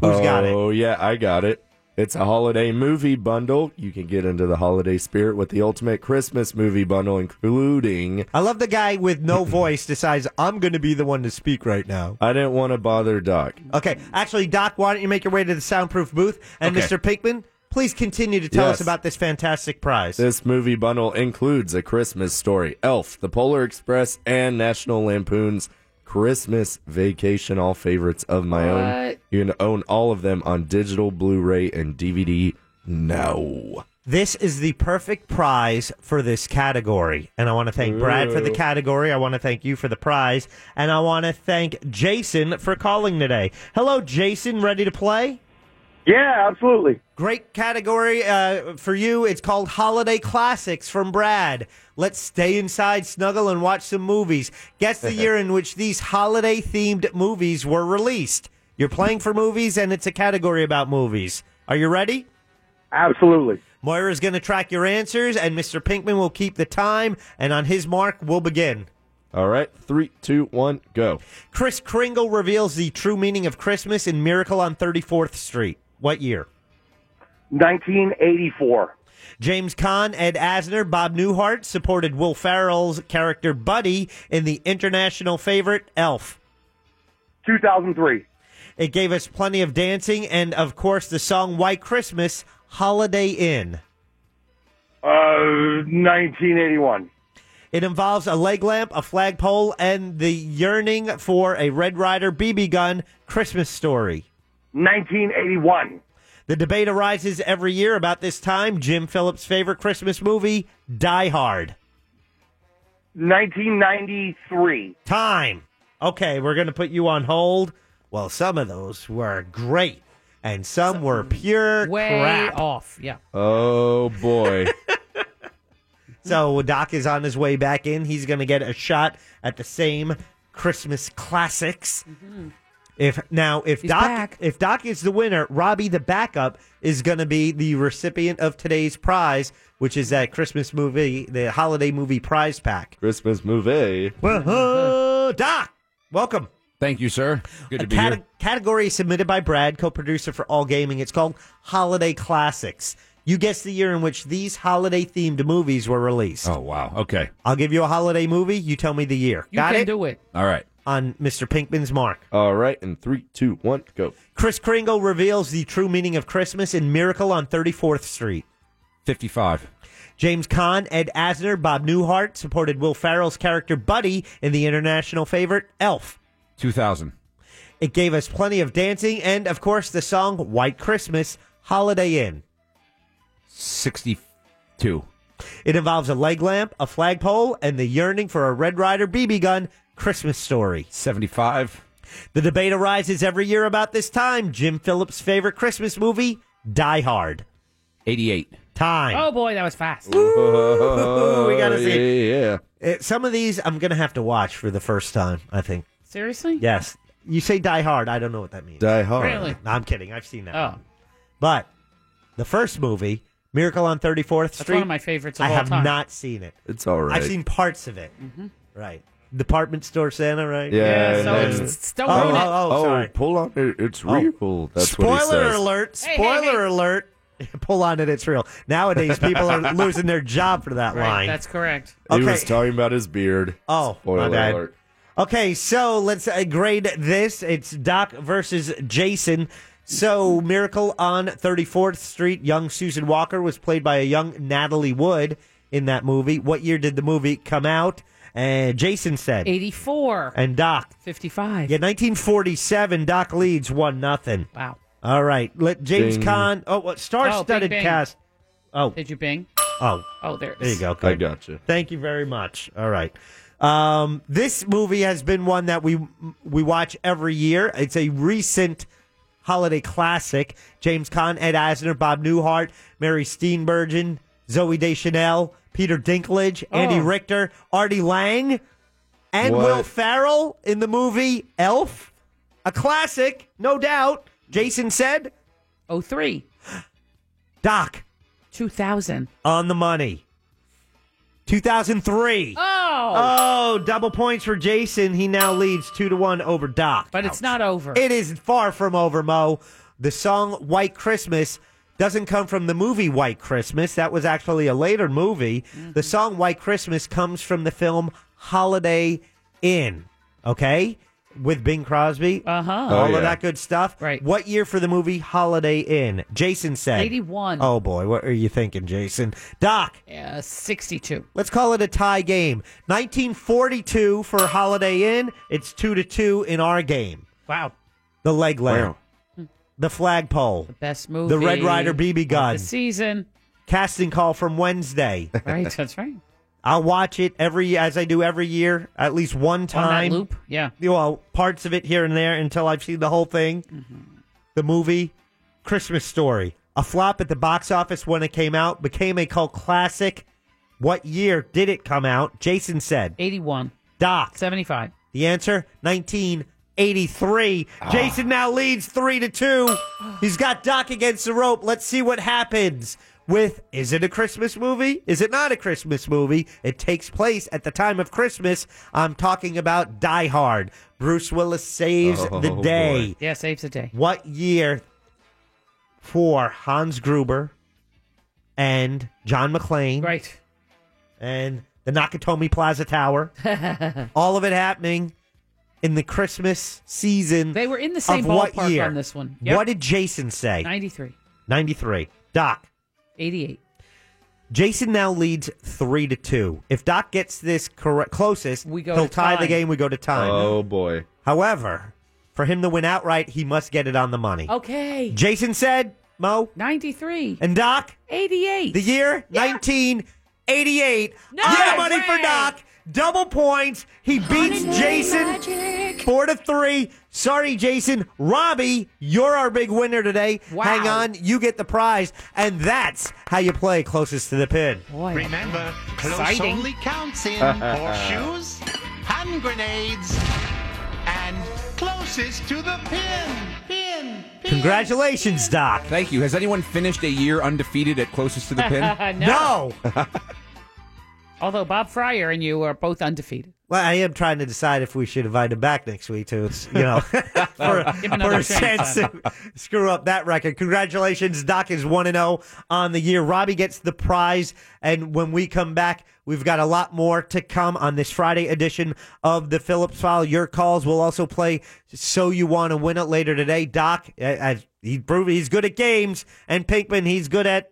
[SPEAKER 6] Who's
[SPEAKER 9] oh,
[SPEAKER 6] got it?
[SPEAKER 9] yeah, I got it. It's a holiday movie bundle. You can get into the holiday spirit with the ultimate Christmas movie bundle, including.
[SPEAKER 6] I love the guy with
[SPEAKER 9] *laughs*
[SPEAKER 6] no voice decides I'm going to be the one to speak right now.
[SPEAKER 9] I didn't want to bother Doc.
[SPEAKER 6] Okay, actually, Doc, why don't you make your way to the soundproof booth? And
[SPEAKER 9] Okay.
[SPEAKER 6] Mr. Pinkman, please continue to tell us
[SPEAKER 9] Yes.
[SPEAKER 6] about this fantastic prize.
[SPEAKER 9] This movie bundle includes A Christmas Story, Elf, The Polar Express, and National Lampoon's Christmas Vacation, all favorites of my own.
[SPEAKER 6] What?
[SPEAKER 9] You can own all of them on digital, Blu ray, and DVD now.
[SPEAKER 6] This is the perfect prize for this category. And I want to thank Brad for the
[SPEAKER 9] Ooh.
[SPEAKER 6] category. I want to thank you for the prize. And I want to thank Jason for calling today. Hello, Jason. Ready to play?
[SPEAKER 14] Yeah, absolutely.
[SPEAKER 6] Great category uh, for you. It's called Holiday Classics from Brad. Let's stay inside, snuggle, and watch some movies.
[SPEAKER 14] *laughs*
[SPEAKER 6] Guess the year in which these holiday themed movies were released. You're playing for movies, and it's a category about movies. Are you ready?
[SPEAKER 14] Absolutely.
[SPEAKER 6] Moira's going to track your answers, and Mr. Pinkman will keep the time. And on his mark, we'll begin.
[SPEAKER 9] All right, three, two, one, go.
[SPEAKER 6] Chris Kringle reveals the true meaning of Christmas in Miracle on 34th Street. What year?
[SPEAKER 14] 1984.
[SPEAKER 6] James Caan, Ed Asner, Bob Newhart supported Will Farrell's character Buddy in the international favorite Elf.
[SPEAKER 14] 2003.
[SPEAKER 6] It gave us plenty of dancing and, of course, the song White Christmas, Holiday Inn.
[SPEAKER 14] Uh, 1981.
[SPEAKER 6] It involves a leg lamp, a flagpole, and the yearning for a Red Rider BB gun Christmas story.
[SPEAKER 14] 1981.
[SPEAKER 6] The debate arises every year about this time. Jim Phillips' favorite Christmas movie, Die Hard.
[SPEAKER 14] 1993.
[SPEAKER 6] Time. Okay, we're going to put you on hold. Well, some of those were great, and some were pure
[SPEAKER 7] Way
[SPEAKER 6] crap.
[SPEAKER 7] off. Yeah.
[SPEAKER 9] Oh boy.
[SPEAKER 6] *laughs* so Doc is on his way back in. He's going to get a shot at the same Christmas classics. If now if Doc if Doc is the winner, Robbie the backup is going to be the recipient of today's prize, which is that Christmas movie, the holiday movie prize pack.
[SPEAKER 9] Christmas movie.
[SPEAKER 6] Whoa, Doc, welcome.
[SPEAKER 8] Thank you, sir. Good to be here.
[SPEAKER 6] Category submitted by Brad, co-producer for All Gaming. It's called Holiday Classics. You guess the year in which these holiday-themed movies were released.
[SPEAKER 8] Oh wow. Okay.
[SPEAKER 6] I'll give you a holiday movie. You tell me the year.
[SPEAKER 7] You
[SPEAKER 6] Got
[SPEAKER 7] can
[SPEAKER 6] it?
[SPEAKER 7] do it.
[SPEAKER 8] All right.
[SPEAKER 6] On Mr. Pinkman's mark.
[SPEAKER 9] All right, and three, two, one, go.
[SPEAKER 6] Chris Kringle reveals the true meaning of Christmas in Miracle on 34th Street.
[SPEAKER 8] 55.
[SPEAKER 6] James Caan, Ed Asner, Bob Newhart supported Will Farrell's character Buddy in the international favorite Elf.
[SPEAKER 8] 2000.
[SPEAKER 6] It gave us plenty of dancing and, of course, the song White Christmas, Holiday Inn.
[SPEAKER 8] 62.
[SPEAKER 6] It involves a leg lamp, a flagpole, and the yearning for a Red Rider BB gun Christmas story.
[SPEAKER 8] 75.
[SPEAKER 6] The debate arises every year about this time. Jim Phillips' favorite Christmas movie, Die Hard.
[SPEAKER 8] 88.
[SPEAKER 6] Time.
[SPEAKER 7] Oh boy, that was fast.
[SPEAKER 6] Oh, we gotta see.
[SPEAKER 9] *laughs* Yeah,
[SPEAKER 6] Uh, some of these I'm gonna have to watch for the first time. I think.
[SPEAKER 7] Seriously?
[SPEAKER 6] Yes. You say Die Hard. I don't know what that means.
[SPEAKER 9] Die
[SPEAKER 7] Hard. Really?
[SPEAKER 6] No, I'm kidding. I've seen that.
[SPEAKER 7] Oh.
[SPEAKER 6] one. But the first movie, Miracle on 34th Street.
[SPEAKER 7] one of my favorites of
[SPEAKER 6] I
[SPEAKER 7] all
[SPEAKER 6] have
[SPEAKER 7] time. Mm-hmm.
[SPEAKER 6] not seen it.
[SPEAKER 9] It's all right.
[SPEAKER 6] I've seen parts of it. Right. Department Store Santa. Right.
[SPEAKER 9] Yeah,
[SPEAKER 6] so
[SPEAKER 9] and
[SPEAKER 6] it's- don't ruin it. Oh, oh, sorry. Oh.
[SPEAKER 9] pull on it. It's real. That's what he
[SPEAKER 6] Spoiler
[SPEAKER 9] says.
[SPEAKER 6] alert!
[SPEAKER 7] Hey, hey,
[SPEAKER 6] Spoiler alert! *laughs* Pull on it. It's real. Nowadays, people
[SPEAKER 9] *laughs*
[SPEAKER 6] are losing their job for that
[SPEAKER 7] Right,
[SPEAKER 6] line.
[SPEAKER 7] that's correct.
[SPEAKER 9] He was
[SPEAKER 6] Okay.
[SPEAKER 9] talking about his beard.
[SPEAKER 6] Oh, my
[SPEAKER 9] spoiler
[SPEAKER 6] bad.
[SPEAKER 9] alert.
[SPEAKER 6] Okay, so let's uh, grade this. It's Doc versus Jason. So, Miracle on 34th Street, young Susan Walker was played by a young Natalie Wood in that movie. What year did the movie come out? Uh, Jason said.
[SPEAKER 7] 84.
[SPEAKER 6] And Doc.
[SPEAKER 7] 55.
[SPEAKER 6] Yeah, 1947. Doc leads 1 nothing.
[SPEAKER 7] Wow.
[SPEAKER 6] All right. Let James
[SPEAKER 7] Bing.
[SPEAKER 6] Caan. Oh, what star studded
[SPEAKER 7] Oh, Bing Bing.
[SPEAKER 6] cast. Oh.
[SPEAKER 7] Did you bing?
[SPEAKER 6] Oh.
[SPEAKER 7] Oh, there it
[SPEAKER 6] There
[SPEAKER 7] is.
[SPEAKER 6] you go. Good.
[SPEAKER 9] I gotcha.
[SPEAKER 6] Thank you very much. All right. Um, this movie has been one that we we watch every year. It's a recent holiday classic. James Caan, Ed Asner, Bob Newhart, Mary Steenburgen, Zoe Deschanel, Peter Dinklage, Andy
[SPEAKER 2] Oh.
[SPEAKER 6] Richter, Artie Lang, and
[SPEAKER 2] What?
[SPEAKER 6] Will Farrell in the movie Elf. A classic, no doubt. Jason said,
[SPEAKER 7] "Oh three,
[SPEAKER 6] Doc,
[SPEAKER 7] 2000.
[SPEAKER 6] on the money. 2003. Oh, double points for Jason. He now leads two to one over Doc.
[SPEAKER 7] But it's not over.
[SPEAKER 6] It is far from over, Mo. The song White Christmas doesn't come from the movie White Christmas. That was actually a later movie.
[SPEAKER 7] Mm-hmm.
[SPEAKER 6] The song White Christmas comes from the film Holiday Inn. Okay? With Bing Crosby.
[SPEAKER 7] Uh-huh.
[SPEAKER 6] All
[SPEAKER 7] Oh, yeah.
[SPEAKER 6] of that good stuff. Right. What year for the movie Holiday Inn? Jason said.
[SPEAKER 7] 81.
[SPEAKER 6] Oh boy, what are you thinking, Jason? Doc.
[SPEAKER 7] Yeah, 62.
[SPEAKER 6] Let's call it a tie game. 1942 for Holiday Inn. It's 2 to 2 in our game.
[SPEAKER 7] Wow.
[SPEAKER 6] The leg lamp. Hmm. The flagpole. The
[SPEAKER 7] best movie.
[SPEAKER 6] The Red Rider BB gun.
[SPEAKER 7] The season.
[SPEAKER 6] Casting call from Wednesday.
[SPEAKER 7] *laughs* Right, that's right.
[SPEAKER 6] I'll watch it every as I do every year, at least one time.
[SPEAKER 7] loop, yeah.
[SPEAKER 6] Well, parts of it here and there until I've seen the whole thing.
[SPEAKER 7] Mm.
[SPEAKER 6] The movie, Christmas Story, a flop at the box office when it came out, became a cult classic. What year did it come out? Jason said
[SPEAKER 7] eighty-one.
[SPEAKER 6] Doc
[SPEAKER 7] 75.
[SPEAKER 6] The answer 1983.
[SPEAKER 7] Ah.
[SPEAKER 6] Jason now leads three to two. He's got Doc against the rope. Let's see what happens. With is it a Christmas movie? Is it not a Christmas movie? It takes place at the time of Christmas. I'm talking about Die Hard. Bruce Willis saves
[SPEAKER 7] Oh,
[SPEAKER 6] the day.
[SPEAKER 7] boy. Yeah, saves the day.
[SPEAKER 6] What year for Hans Gruber and John McClane?
[SPEAKER 7] Right.
[SPEAKER 6] And the Nakatomi Plaza
[SPEAKER 7] *laughs*
[SPEAKER 6] Tower. all of it happening in the Christmas season.
[SPEAKER 7] They were in the same
[SPEAKER 6] of what
[SPEAKER 7] ballpark
[SPEAKER 6] year?
[SPEAKER 7] on this one. Yep.
[SPEAKER 6] What did Jason say?
[SPEAKER 7] 93.
[SPEAKER 6] 93. Doc.
[SPEAKER 7] 88.
[SPEAKER 6] Jason now leads three to two. If Doc gets this correct, closest, we
[SPEAKER 7] go
[SPEAKER 6] he'll
[SPEAKER 7] to
[SPEAKER 6] tie the
[SPEAKER 7] time.
[SPEAKER 6] game. We go to time.
[SPEAKER 9] Oh boy.
[SPEAKER 6] However, for him to win outright, he must get it on the money.
[SPEAKER 7] Okay.
[SPEAKER 6] Jason said, Mo.
[SPEAKER 7] 93.
[SPEAKER 6] And Doc.
[SPEAKER 7] 88.
[SPEAKER 6] The year? 1988. Yeah, money for Doc. Double points. He beats Jason. Four to three. Sorry, Jason. Robbie, you're our big winner today. Hang on. You get the prize. And that's how you play closest to the pin.
[SPEAKER 11] Remember, close
[SPEAKER 21] Exciting.
[SPEAKER 11] only counts in horseshoes, hand grenades, and closest to the pin. Pin.
[SPEAKER 6] Congratulations, Doc.
[SPEAKER 8] Thank you. Has anyone finished a year undefeated at closest to the pin?
[SPEAKER 7] *laughs* No.
[SPEAKER 8] *laughs*
[SPEAKER 7] Although Bob Fryer and you are both undefeated.
[SPEAKER 6] Well, I am trying to decide if we should invite him back next week to, you know, for,
[SPEAKER 7] *laughs* Give him
[SPEAKER 6] for
[SPEAKER 7] another
[SPEAKER 6] a chance
[SPEAKER 7] chance.
[SPEAKER 6] to *laughs* screw up that record. Congratulations, Doc is one and zero on the year. Robbie gets the prize, and when we come back, we've got a lot more to come on this Friday edition of the Phillips File. Your calls will also play. So you want to win it later today, Doc? As he proved, he's good at games, and Pinkman, he's good at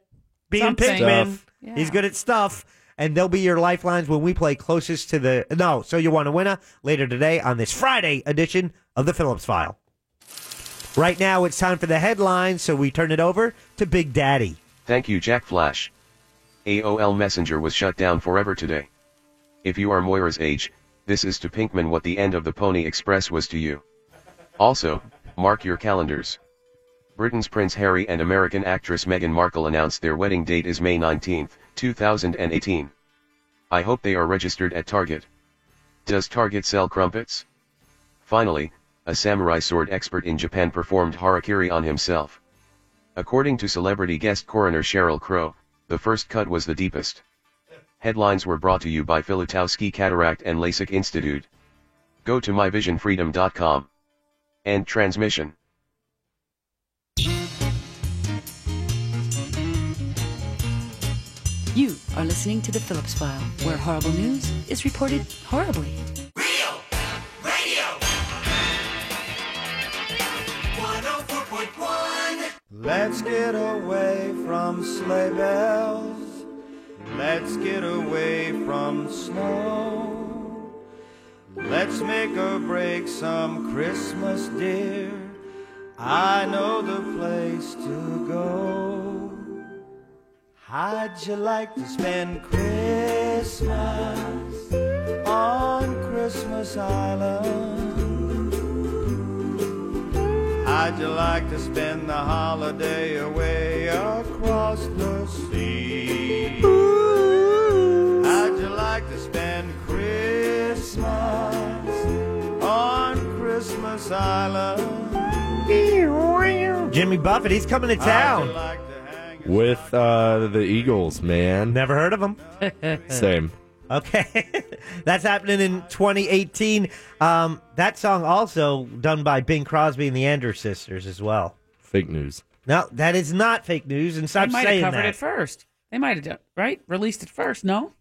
[SPEAKER 6] being
[SPEAKER 7] Something.
[SPEAKER 6] Pinkman.
[SPEAKER 7] Stuff.
[SPEAKER 6] He's good at stuff. And they'll be your lifelines when we play closest to the. No, so you want to win a later today on this Friday edition of the Phillips File. Right now, it's time for the headlines, so we turn it over to Big Daddy.
[SPEAKER 18] Thank you, Jack Flash. AOL Messenger was shut down forever today. If you are Moira's age, this is to Pinkman what the end of the Pony Express was to you. Also, mark your calendars. Britain's Prince Harry and American actress Meghan Markle announced their wedding date is May 19, 2018. I hope they are registered at Target. Does Target sell crumpets? Finally, a samurai sword expert in Japan performed harakiri on himself. According to celebrity guest coroner Cheryl Crow, the first cut was the deepest. Headlines were brought to you by Filutowski Cataract and LASIK Institute. Go to myvisionfreedom.com. End transmission.
[SPEAKER 12] You are listening to The Phillips File, where horrible news is reported horribly.
[SPEAKER 13] Let's get away from sleigh bells. Let's get away from snow. Let's make or break some Christmas, dear. I know the place to go. How'd you like to spend Christmas on Christmas Island? How'd you like to spend the holiday away across the sea? How'd you like to spend Christmas on Christmas Island?
[SPEAKER 6] Jimmy Buffett, he's coming
[SPEAKER 9] Ah,
[SPEAKER 6] to town.
[SPEAKER 9] With uh, the Eagles, man.
[SPEAKER 6] Never heard of them.
[SPEAKER 9] *laughs* Same.
[SPEAKER 6] Okay. *laughs* That's happening in 2018. Um, that song also done by Bing Crosby and the Andrews sisters as well.
[SPEAKER 9] Fake news.
[SPEAKER 6] No, that is not fake news, and
[SPEAKER 7] They
[SPEAKER 6] stop
[SPEAKER 7] might
[SPEAKER 6] saying
[SPEAKER 7] have covered
[SPEAKER 6] that.
[SPEAKER 7] it first. They might have done right. Released it first. No.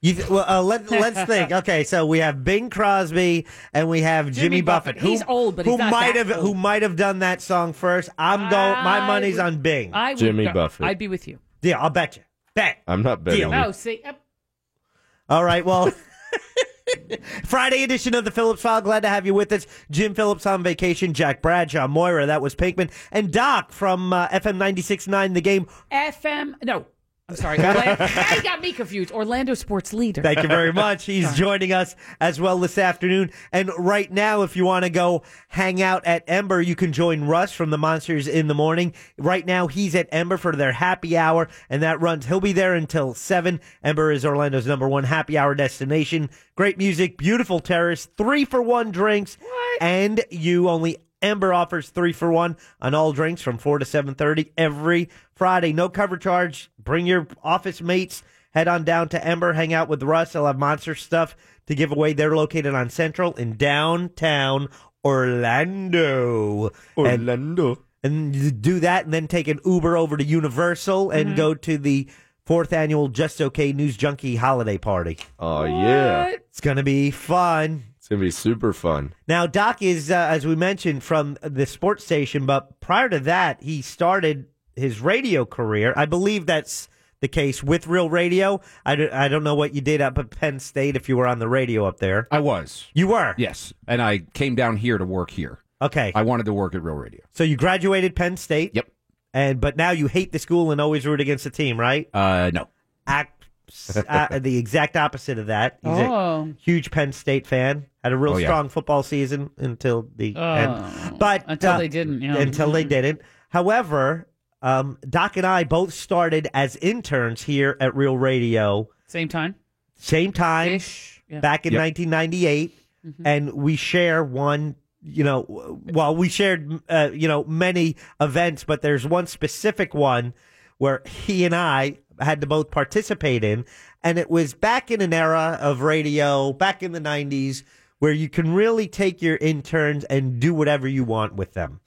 [SPEAKER 6] You th- well, uh, let, let's
[SPEAKER 7] *laughs*
[SPEAKER 6] think. Okay, so we have Bing Crosby and we have Jimmy,
[SPEAKER 7] Jimmy
[SPEAKER 6] Buffett.
[SPEAKER 7] Buffett. He's old, but
[SPEAKER 6] who
[SPEAKER 7] he's not
[SPEAKER 6] might
[SPEAKER 7] that
[SPEAKER 6] have
[SPEAKER 7] old.
[SPEAKER 6] who might have done that song first? I'm going. Oh, My
[SPEAKER 7] I
[SPEAKER 6] money's
[SPEAKER 7] would-
[SPEAKER 6] on Bing.
[SPEAKER 7] I would go- I'd be with you.
[SPEAKER 6] Yeah, I'll bet you. Bet.
[SPEAKER 9] I'm not betting.
[SPEAKER 6] Deal.
[SPEAKER 7] Oh, see, yep. Oh.
[SPEAKER 6] All right.
[SPEAKER 7] *laughs*
[SPEAKER 6] Well, Friday edition of the Phillips File. Glad to have you with us. Jim Phillips on vacation. Jack Bradshaw, Moira. That was Pinkman and Doc from uh, FM 96.9 The Game.
[SPEAKER 7] FM. No, I'm
[SPEAKER 6] *laughs*
[SPEAKER 7] sorry. Orlando, now you got me confused. Orlando sports leader.
[SPEAKER 6] Thank you
[SPEAKER 7] *laughs*
[SPEAKER 6] very much. He's joining us as well this afternoon. And right now, if you want to go hang out at Ember, you can join Russ from the Monsters in the Morning. Right now, he's at Ember for their happy hour, and that runs. He'll be there until 7. Ember is Orlando's number one happy hour destination. Great music, beautiful terrace, three for one drinks, and you only. Ember offers three for one on all drinks from four to seven thirty every Friday. No cover charge. Bring your office mates. Head on down to Ember, hang out with Russ. They'll have monster stuff to give away. They're located on Central in downtown Orlando.
[SPEAKER 9] Orlando.
[SPEAKER 6] And, and you do that and then take an Uber over to Universal and
[SPEAKER 9] Mhm.
[SPEAKER 6] go to the fourth annual Just Okay News Junkie holiday party.
[SPEAKER 9] Oh, yeah.
[SPEAKER 6] It's going to be fun.
[SPEAKER 9] It's going to be super fun.
[SPEAKER 6] Now, Doc is, uh, as we mentioned, from the sports station, but prior to that, he started his radio career. I believe that's the case with Real Radio. I, d- I don't know what you did up at Penn State if you were on the radio up there.
[SPEAKER 13] I was.
[SPEAKER 6] You were?
[SPEAKER 13] Yes. And I came down here to work here.
[SPEAKER 6] Okay.
[SPEAKER 13] I wanted to work at Real Radio.
[SPEAKER 6] So you graduated Penn State.
[SPEAKER 13] Yep.
[SPEAKER 6] And but now you hate the school and always root against the team, right?
[SPEAKER 13] Uh, no.
[SPEAKER 6] Act *laughs* uh, the exact opposite of that. He's
[SPEAKER 7] Oh.
[SPEAKER 6] a huge Penn State fan. Had a real
[SPEAKER 13] Oh, yeah.
[SPEAKER 6] strong football season until the
[SPEAKER 7] Oh,
[SPEAKER 6] end, but uh,
[SPEAKER 7] until they didn't, yeah. Mm-hmm.
[SPEAKER 6] Until they didn't. However, um, Doc and I both started as interns here at Real Radio.
[SPEAKER 7] Same time.
[SPEAKER 6] Same time.
[SPEAKER 7] yeah.
[SPEAKER 6] Back in
[SPEAKER 7] Yep.
[SPEAKER 6] 1998,
[SPEAKER 7] Mm-hmm.
[SPEAKER 6] and we share one. You know, w- well, we shared uh, you know many events, but there's one specific one where he and I had to both participate in, and it was back in an era of radio, back in the 90s, where you can really take your interns and do whatever you want with them.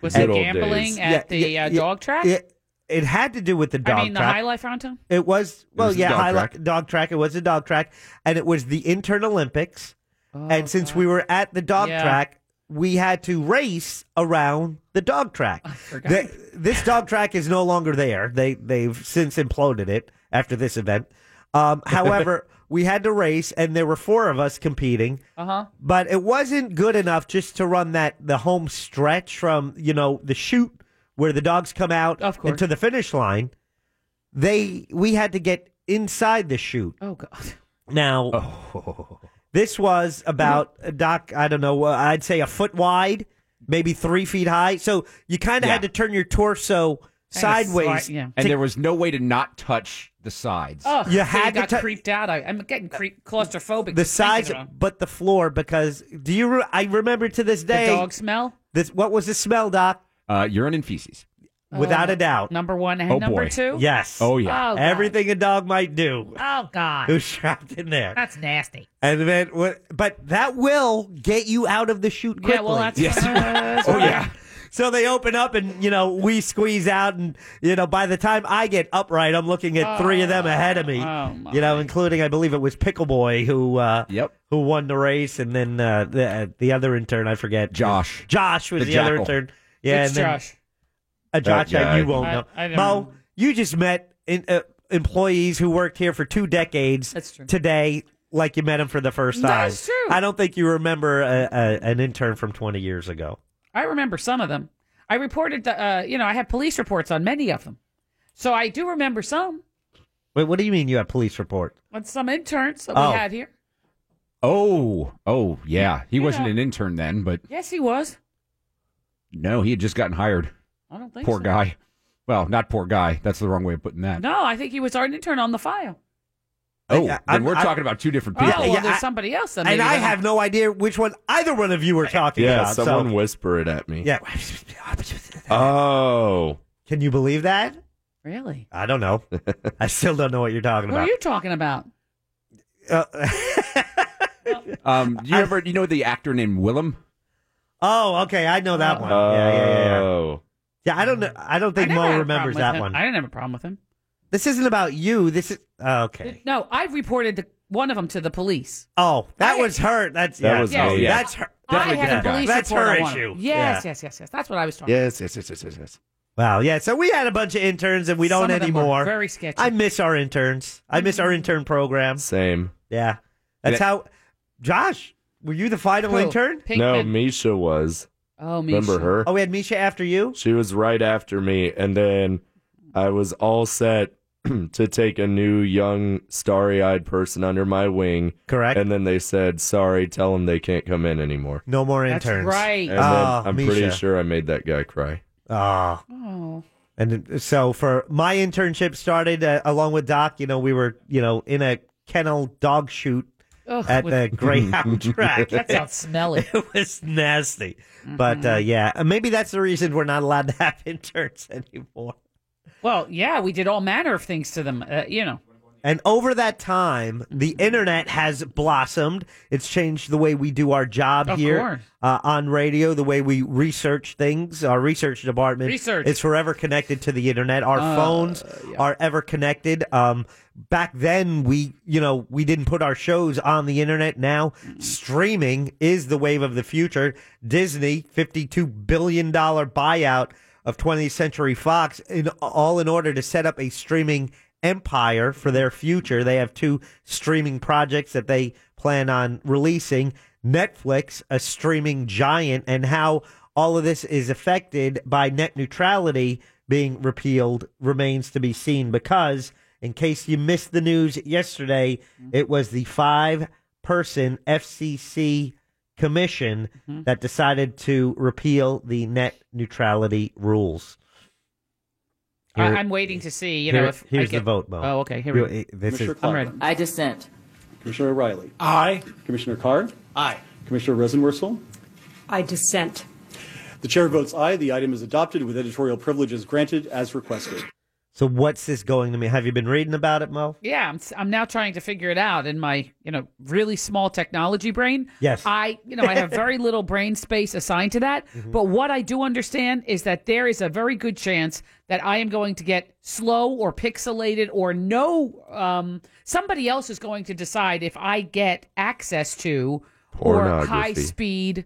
[SPEAKER 7] Was
[SPEAKER 6] And-
[SPEAKER 7] it gambling at
[SPEAKER 6] Yeah,
[SPEAKER 7] the
[SPEAKER 6] yeah,
[SPEAKER 7] uh,
[SPEAKER 6] yeah,
[SPEAKER 7] dog track?
[SPEAKER 6] It, it had to do with the dog
[SPEAKER 7] I mean, the
[SPEAKER 6] track.
[SPEAKER 7] High Life Roundtown.
[SPEAKER 6] It was well,
[SPEAKER 7] was a
[SPEAKER 6] yeah,
[SPEAKER 7] dog
[SPEAKER 6] high
[SPEAKER 7] track.
[SPEAKER 6] li- dog track. It was a dog track, and it was the intern Olympics. and since we were at the dog
[SPEAKER 7] Oh, Yeah.
[SPEAKER 6] track, we had to race around the dog track. The- this dog track is no longer there. They they've since imploded it. after this event.
[SPEAKER 7] *laughs*
[SPEAKER 6] Um, however, we had to race, and there were four of us competing.
[SPEAKER 7] Uh huh.
[SPEAKER 6] But it wasn't good enough just to run that the home stretch from you know the chute where the dogs come out of
[SPEAKER 7] course.
[SPEAKER 6] and to the finish line. They we had to get inside the chute.
[SPEAKER 7] Oh God.
[SPEAKER 6] Now,
[SPEAKER 9] Oh.
[SPEAKER 6] this was about uh, Doc. I don't know. uh, I'd say a foot wide, maybe three feet high. So you kind of had to turn your torso sideways.
[SPEAKER 8] And
[SPEAKER 6] to-
[SPEAKER 8] there was no way to not touch the sides.
[SPEAKER 7] Oh,
[SPEAKER 6] You
[SPEAKER 7] I
[SPEAKER 6] had to
[SPEAKER 7] got
[SPEAKER 6] tou-
[SPEAKER 7] creeped out. I, I'm getting creep, claustrophobic.
[SPEAKER 6] the
[SPEAKER 7] just thinking
[SPEAKER 6] sides,
[SPEAKER 7] about it.
[SPEAKER 6] but the floor. Because do you? Re- I remember to this day.
[SPEAKER 7] dog smell?
[SPEAKER 6] This what was the smell, Doc?
[SPEAKER 8] Uh, urine and feces.
[SPEAKER 6] Without
[SPEAKER 7] Oh.
[SPEAKER 6] a doubt.
[SPEAKER 7] Number one
[SPEAKER 6] Oh,
[SPEAKER 7] and number two.
[SPEAKER 6] Yes.
[SPEAKER 7] Oh, yeah. Oh, God.
[SPEAKER 6] Everything a dog might do.
[SPEAKER 7] Oh God.
[SPEAKER 6] It was trapped in there.
[SPEAKER 7] That's nasty.
[SPEAKER 6] And then, what- but that will get you out of the chute quickly.
[SPEAKER 7] Yeah, well, *laughs* that's- Yes.
[SPEAKER 6] *laughs* oh yeah. So they open up, and you know we squeeze out, and you know by the time I get upright, I'm looking at three of
[SPEAKER 7] Oh,
[SPEAKER 6] them ahead of me. you know, including I believe it was Pickle Boy who uh, yep. who won the race, and then uh, the uh, the other intern I forget Josh. Josh was
[SPEAKER 8] The
[SPEAKER 6] the, other
[SPEAKER 8] jackal.
[SPEAKER 6] intern. Yeah,
[SPEAKER 8] It's
[SPEAKER 6] and then-
[SPEAKER 8] Josh.
[SPEAKER 6] A Josh
[SPEAKER 8] That
[SPEAKER 6] that you
[SPEAKER 8] guy.
[SPEAKER 6] won't
[SPEAKER 8] I-
[SPEAKER 6] know.
[SPEAKER 8] I don't
[SPEAKER 6] Mo,
[SPEAKER 8] know.
[SPEAKER 6] you just met in, uh, employees who worked here for two decades. That's true. Today, like you met him for the first time.
[SPEAKER 7] That's true.
[SPEAKER 6] I don't think you remember a, a, an intern from 20 years ago.
[SPEAKER 7] I remember some of them. I reported, the, uh, you know, I had police reports on many of them, so I do remember some.
[SPEAKER 6] Wait, what do you mean you have police report?
[SPEAKER 7] On some interns that
[SPEAKER 8] Oh.
[SPEAKER 7] we had here.
[SPEAKER 8] Oh, oh, yeah. He
[SPEAKER 7] You
[SPEAKER 8] wasn't
[SPEAKER 7] know.
[SPEAKER 8] an intern then, but
[SPEAKER 7] Yes, he was.
[SPEAKER 8] no, he had just gotten hired.
[SPEAKER 7] I don't think
[SPEAKER 8] Poor
[SPEAKER 7] so.
[SPEAKER 8] guy. Well, not poor guy. That's the wrong way of putting that.
[SPEAKER 7] No, I think he was our intern on the file.
[SPEAKER 8] Oh,
[SPEAKER 6] I-
[SPEAKER 8] then
[SPEAKER 6] I'm-
[SPEAKER 8] we're
[SPEAKER 6] I-
[SPEAKER 8] talking about two different
[SPEAKER 7] Oh,
[SPEAKER 8] people.
[SPEAKER 7] well,
[SPEAKER 6] yeah,
[SPEAKER 7] there's
[SPEAKER 6] I-
[SPEAKER 7] somebody else. That
[SPEAKER 6] and
[SPEAKER 7] maybe
[SPEAKER 6] I
[SPEAKER 7] that-
[SPEAKER 6] have no idea which one either one of you were talking
[SPEAKER 9] Yeah,
[SPEAKER 6] about.
[SPEAKER 9] someone
[SPEAKER 6] so.
[SPEAKER 9] whisper it at me.
[SPEAKER 6] Yeah.
[SPEAKER 9] Oh.
[SPEAKER 6] Can you believe that?
[SPEAKER 7] Really?
[SPEAKER 6] I don't
[SPEAKER 9] *laughs*
[SPEAKER 6] know. I still don't know what you're talking
[SPEAKER 7] What are
[SPEAKER 6] about.
[SPEAKER 7] you talking about?
[SPEAKER 8] Um, do you ever, you know the actor named Willem?
[SPEAKER 6] Oh, okay. I know that one. yeah, yeah, yeah, yeah.
[SPEAKER 9] Oh.
[SPEAKER 6] Yeah, I don't know. I don't
[SPEAKER 7] I
[SPEAKER 6] think
[SPEAKER 7] never had
[SPEAKER 6] Mo
[SPEAKER 7] a problem
[SPEAKER 6] remembers
[SPEAKER 7] with
[SPEAKER 6] that
[SPEAKER 7] him.
[SPEAKER 6] one.
[SPEAKER 7] I didn't have a problem with him.
[SPEAKER 6] This isn't about you. This is oh, okay.
[SPEAKER 7] No, I reported the, one of them to the police.
[SPEAKER 6] Oh, that was her. That's
[SPEAKER 7] That
[SPEAKER 6] yeah.
[SPEAKER 7] was Yes. me, yeah.
[SPEAKER 6] That's her.
[SPEAKER 7] I had a police
[SPEAKER 6] That's
[SPEAKER 7] report
[SPEAKER 6] her
[SPEAKER 7] on one of
[SPEAKER 6] issue.
[SPEAKER 7] them. Yes, yes, yes, yes. That's what I was talking.
[SPEAKER 9] Yes, yes, yes, yes, yes, yes.
[SPEAKER 6] Wow. Yeah. So we had a bunch of interns, and we don't
[SPEAKER 7] Some of them were
[SPEAKER 6] anymore.
[SPEAKER 7] very sketchy. Mm-hmm.
[SPEAKER 6] I miss our interns. I miss our intern program.
[SPEAKER 9] Same.
[SPEAKER 6] Yeah. That's
[SPEAKER 9] And it-
[SPEAKER 6] how. Josh, were you the final
[SPEAKER 9] Who?
[SPEAKER 6] intern?
[SPEAKER 9] No, Misha was.
[SPEAKER 7] Oh,
[SPEAKER 9] Remember her?
[SPEAKER 6] Oh, we had Misha after you.
[SPEAKER 9] She was right after me, and then I was all set *clears throat* to take a new, young, starry-eyed person under my wing.
[SPEAKER 6] Correct.
[SPEAKER 9] And then they said, "Sorry, tell them they can't come in anymore."
[SPEAKER 6] No more interns.
[SPEAKER 7] right.
[SPEAKER 9] And
[SPEAKER 6] Oh,
[SPEAKER 9] then I'm
[SPEAKER 6] Misha.
[SPEAKER 9] pretty sure I made that guy cry.
[SPEAKER 6] Ah.
[SPEAKER 7] Oh.
[SPEAKER 6] And so for my internship started uh, along with Doc, you know, we were, you know, in a kennel dog shoot
[SPEAKER 7] Ugh,
[SPEAKER 6] at
[SPEAKER 7] with- *laughs*
[SPEAKER 6] the Greyhound track.
[SPEAKER 7] That sounds smelly. Mm-hmm.
[SPEAKER 6] It was nasty. *laughs* But uh, yeah, uh, maybe that's the reason we're not allowed to *laughs* have interns anymore.
[SPEAKER 7] Well, yeah, we did all manner of things to them. Uh, you know,
[SPEAKER 6] And over that time, the internet has blossomed. It's changed the way we do our job
[SPEAKER 7] Of
[SPEAKER 6] here
[SPEAKER 7] course.
[SPEAKER 6] uh, on radio, the way we research things. Our research department
[SPEAKER 7] Research.
[SPEAKER 6] is forever connected to the internet. Our
[SPEAKER 7] Uh,
[SPEAKER 6] phones are ever connected. Um, back then, we you know we didn't put our shows on the internet. Now, streaming is the wave of the future. Disney fifty-two billion dollar buyout of 20th Century Fox, in all in order to set up a streaming empire for their future. They have two streaming projects that they plan on releasing. Netflix, a streaming giant, and how all of this is affected by net neutrality being repealed remains to be seen because, in case you missed the news yesterday,
[SPEAKER 7] Mm-hmm.
[SPEAKER 6] it was the five person FCC commission
[SPEAKER 7] Mm-hmm.
[SPEAKER 6] that decided to repeal the net neutrality rules.
[SPEAKER 7] I,
[SPEAKER 6] Here-
[SPEAKER 7] I'm waiting to see. You know,
[SPEAKER 6] here-
[SPEAKER 7] if I
[SPEAKER 6] here's
[SPEAKER 7] get-
[SPEAKER 6] the vote, Mo.
[SPEAKER 7] Oh, okay. Here we
[SPEAKER 6] You- eh,
[SPEAKER 7] go.
[SPEAKER 6] this is-
[SPEAKER 7] I'm ready.
[SPEAKER 15] I dissent.
[SPEAKER 16] Commissioner O'Reilly.
[SPEAKER 15] Aye.
[SPEAKER 16] Commissioner Carr. Aye. Commissioner Rosenworcel.
[SPEAKER 15] I dissent.
[SPEAKER 16] The chair votes aye. The item is adopted with editorial privileges granted as requested.
[SPEAKER 6] So what's this going to mean? Have you been reading about it, Mo?
[SPEAKER 7] Yeah, I'm, s- I'm now trying to figure it out in my, you know, really small technology brain.
[SPEAKER 6] Yes.
[SPEAKER 7] I, you know, I
[SPEAKER 6] *laughs*
[SPEAKER 7] have very little brain space assigned to that.
[SPEAKER 6] Mm-hmm.
[SPEAKER 7] But what I do understand is that there is a very good chance that I am going to get slow or pixelated or no, um, somebody else is going to decide if I get access to or
[SPEAKER 6] Pornography.
[SPEAKER 7] high speed,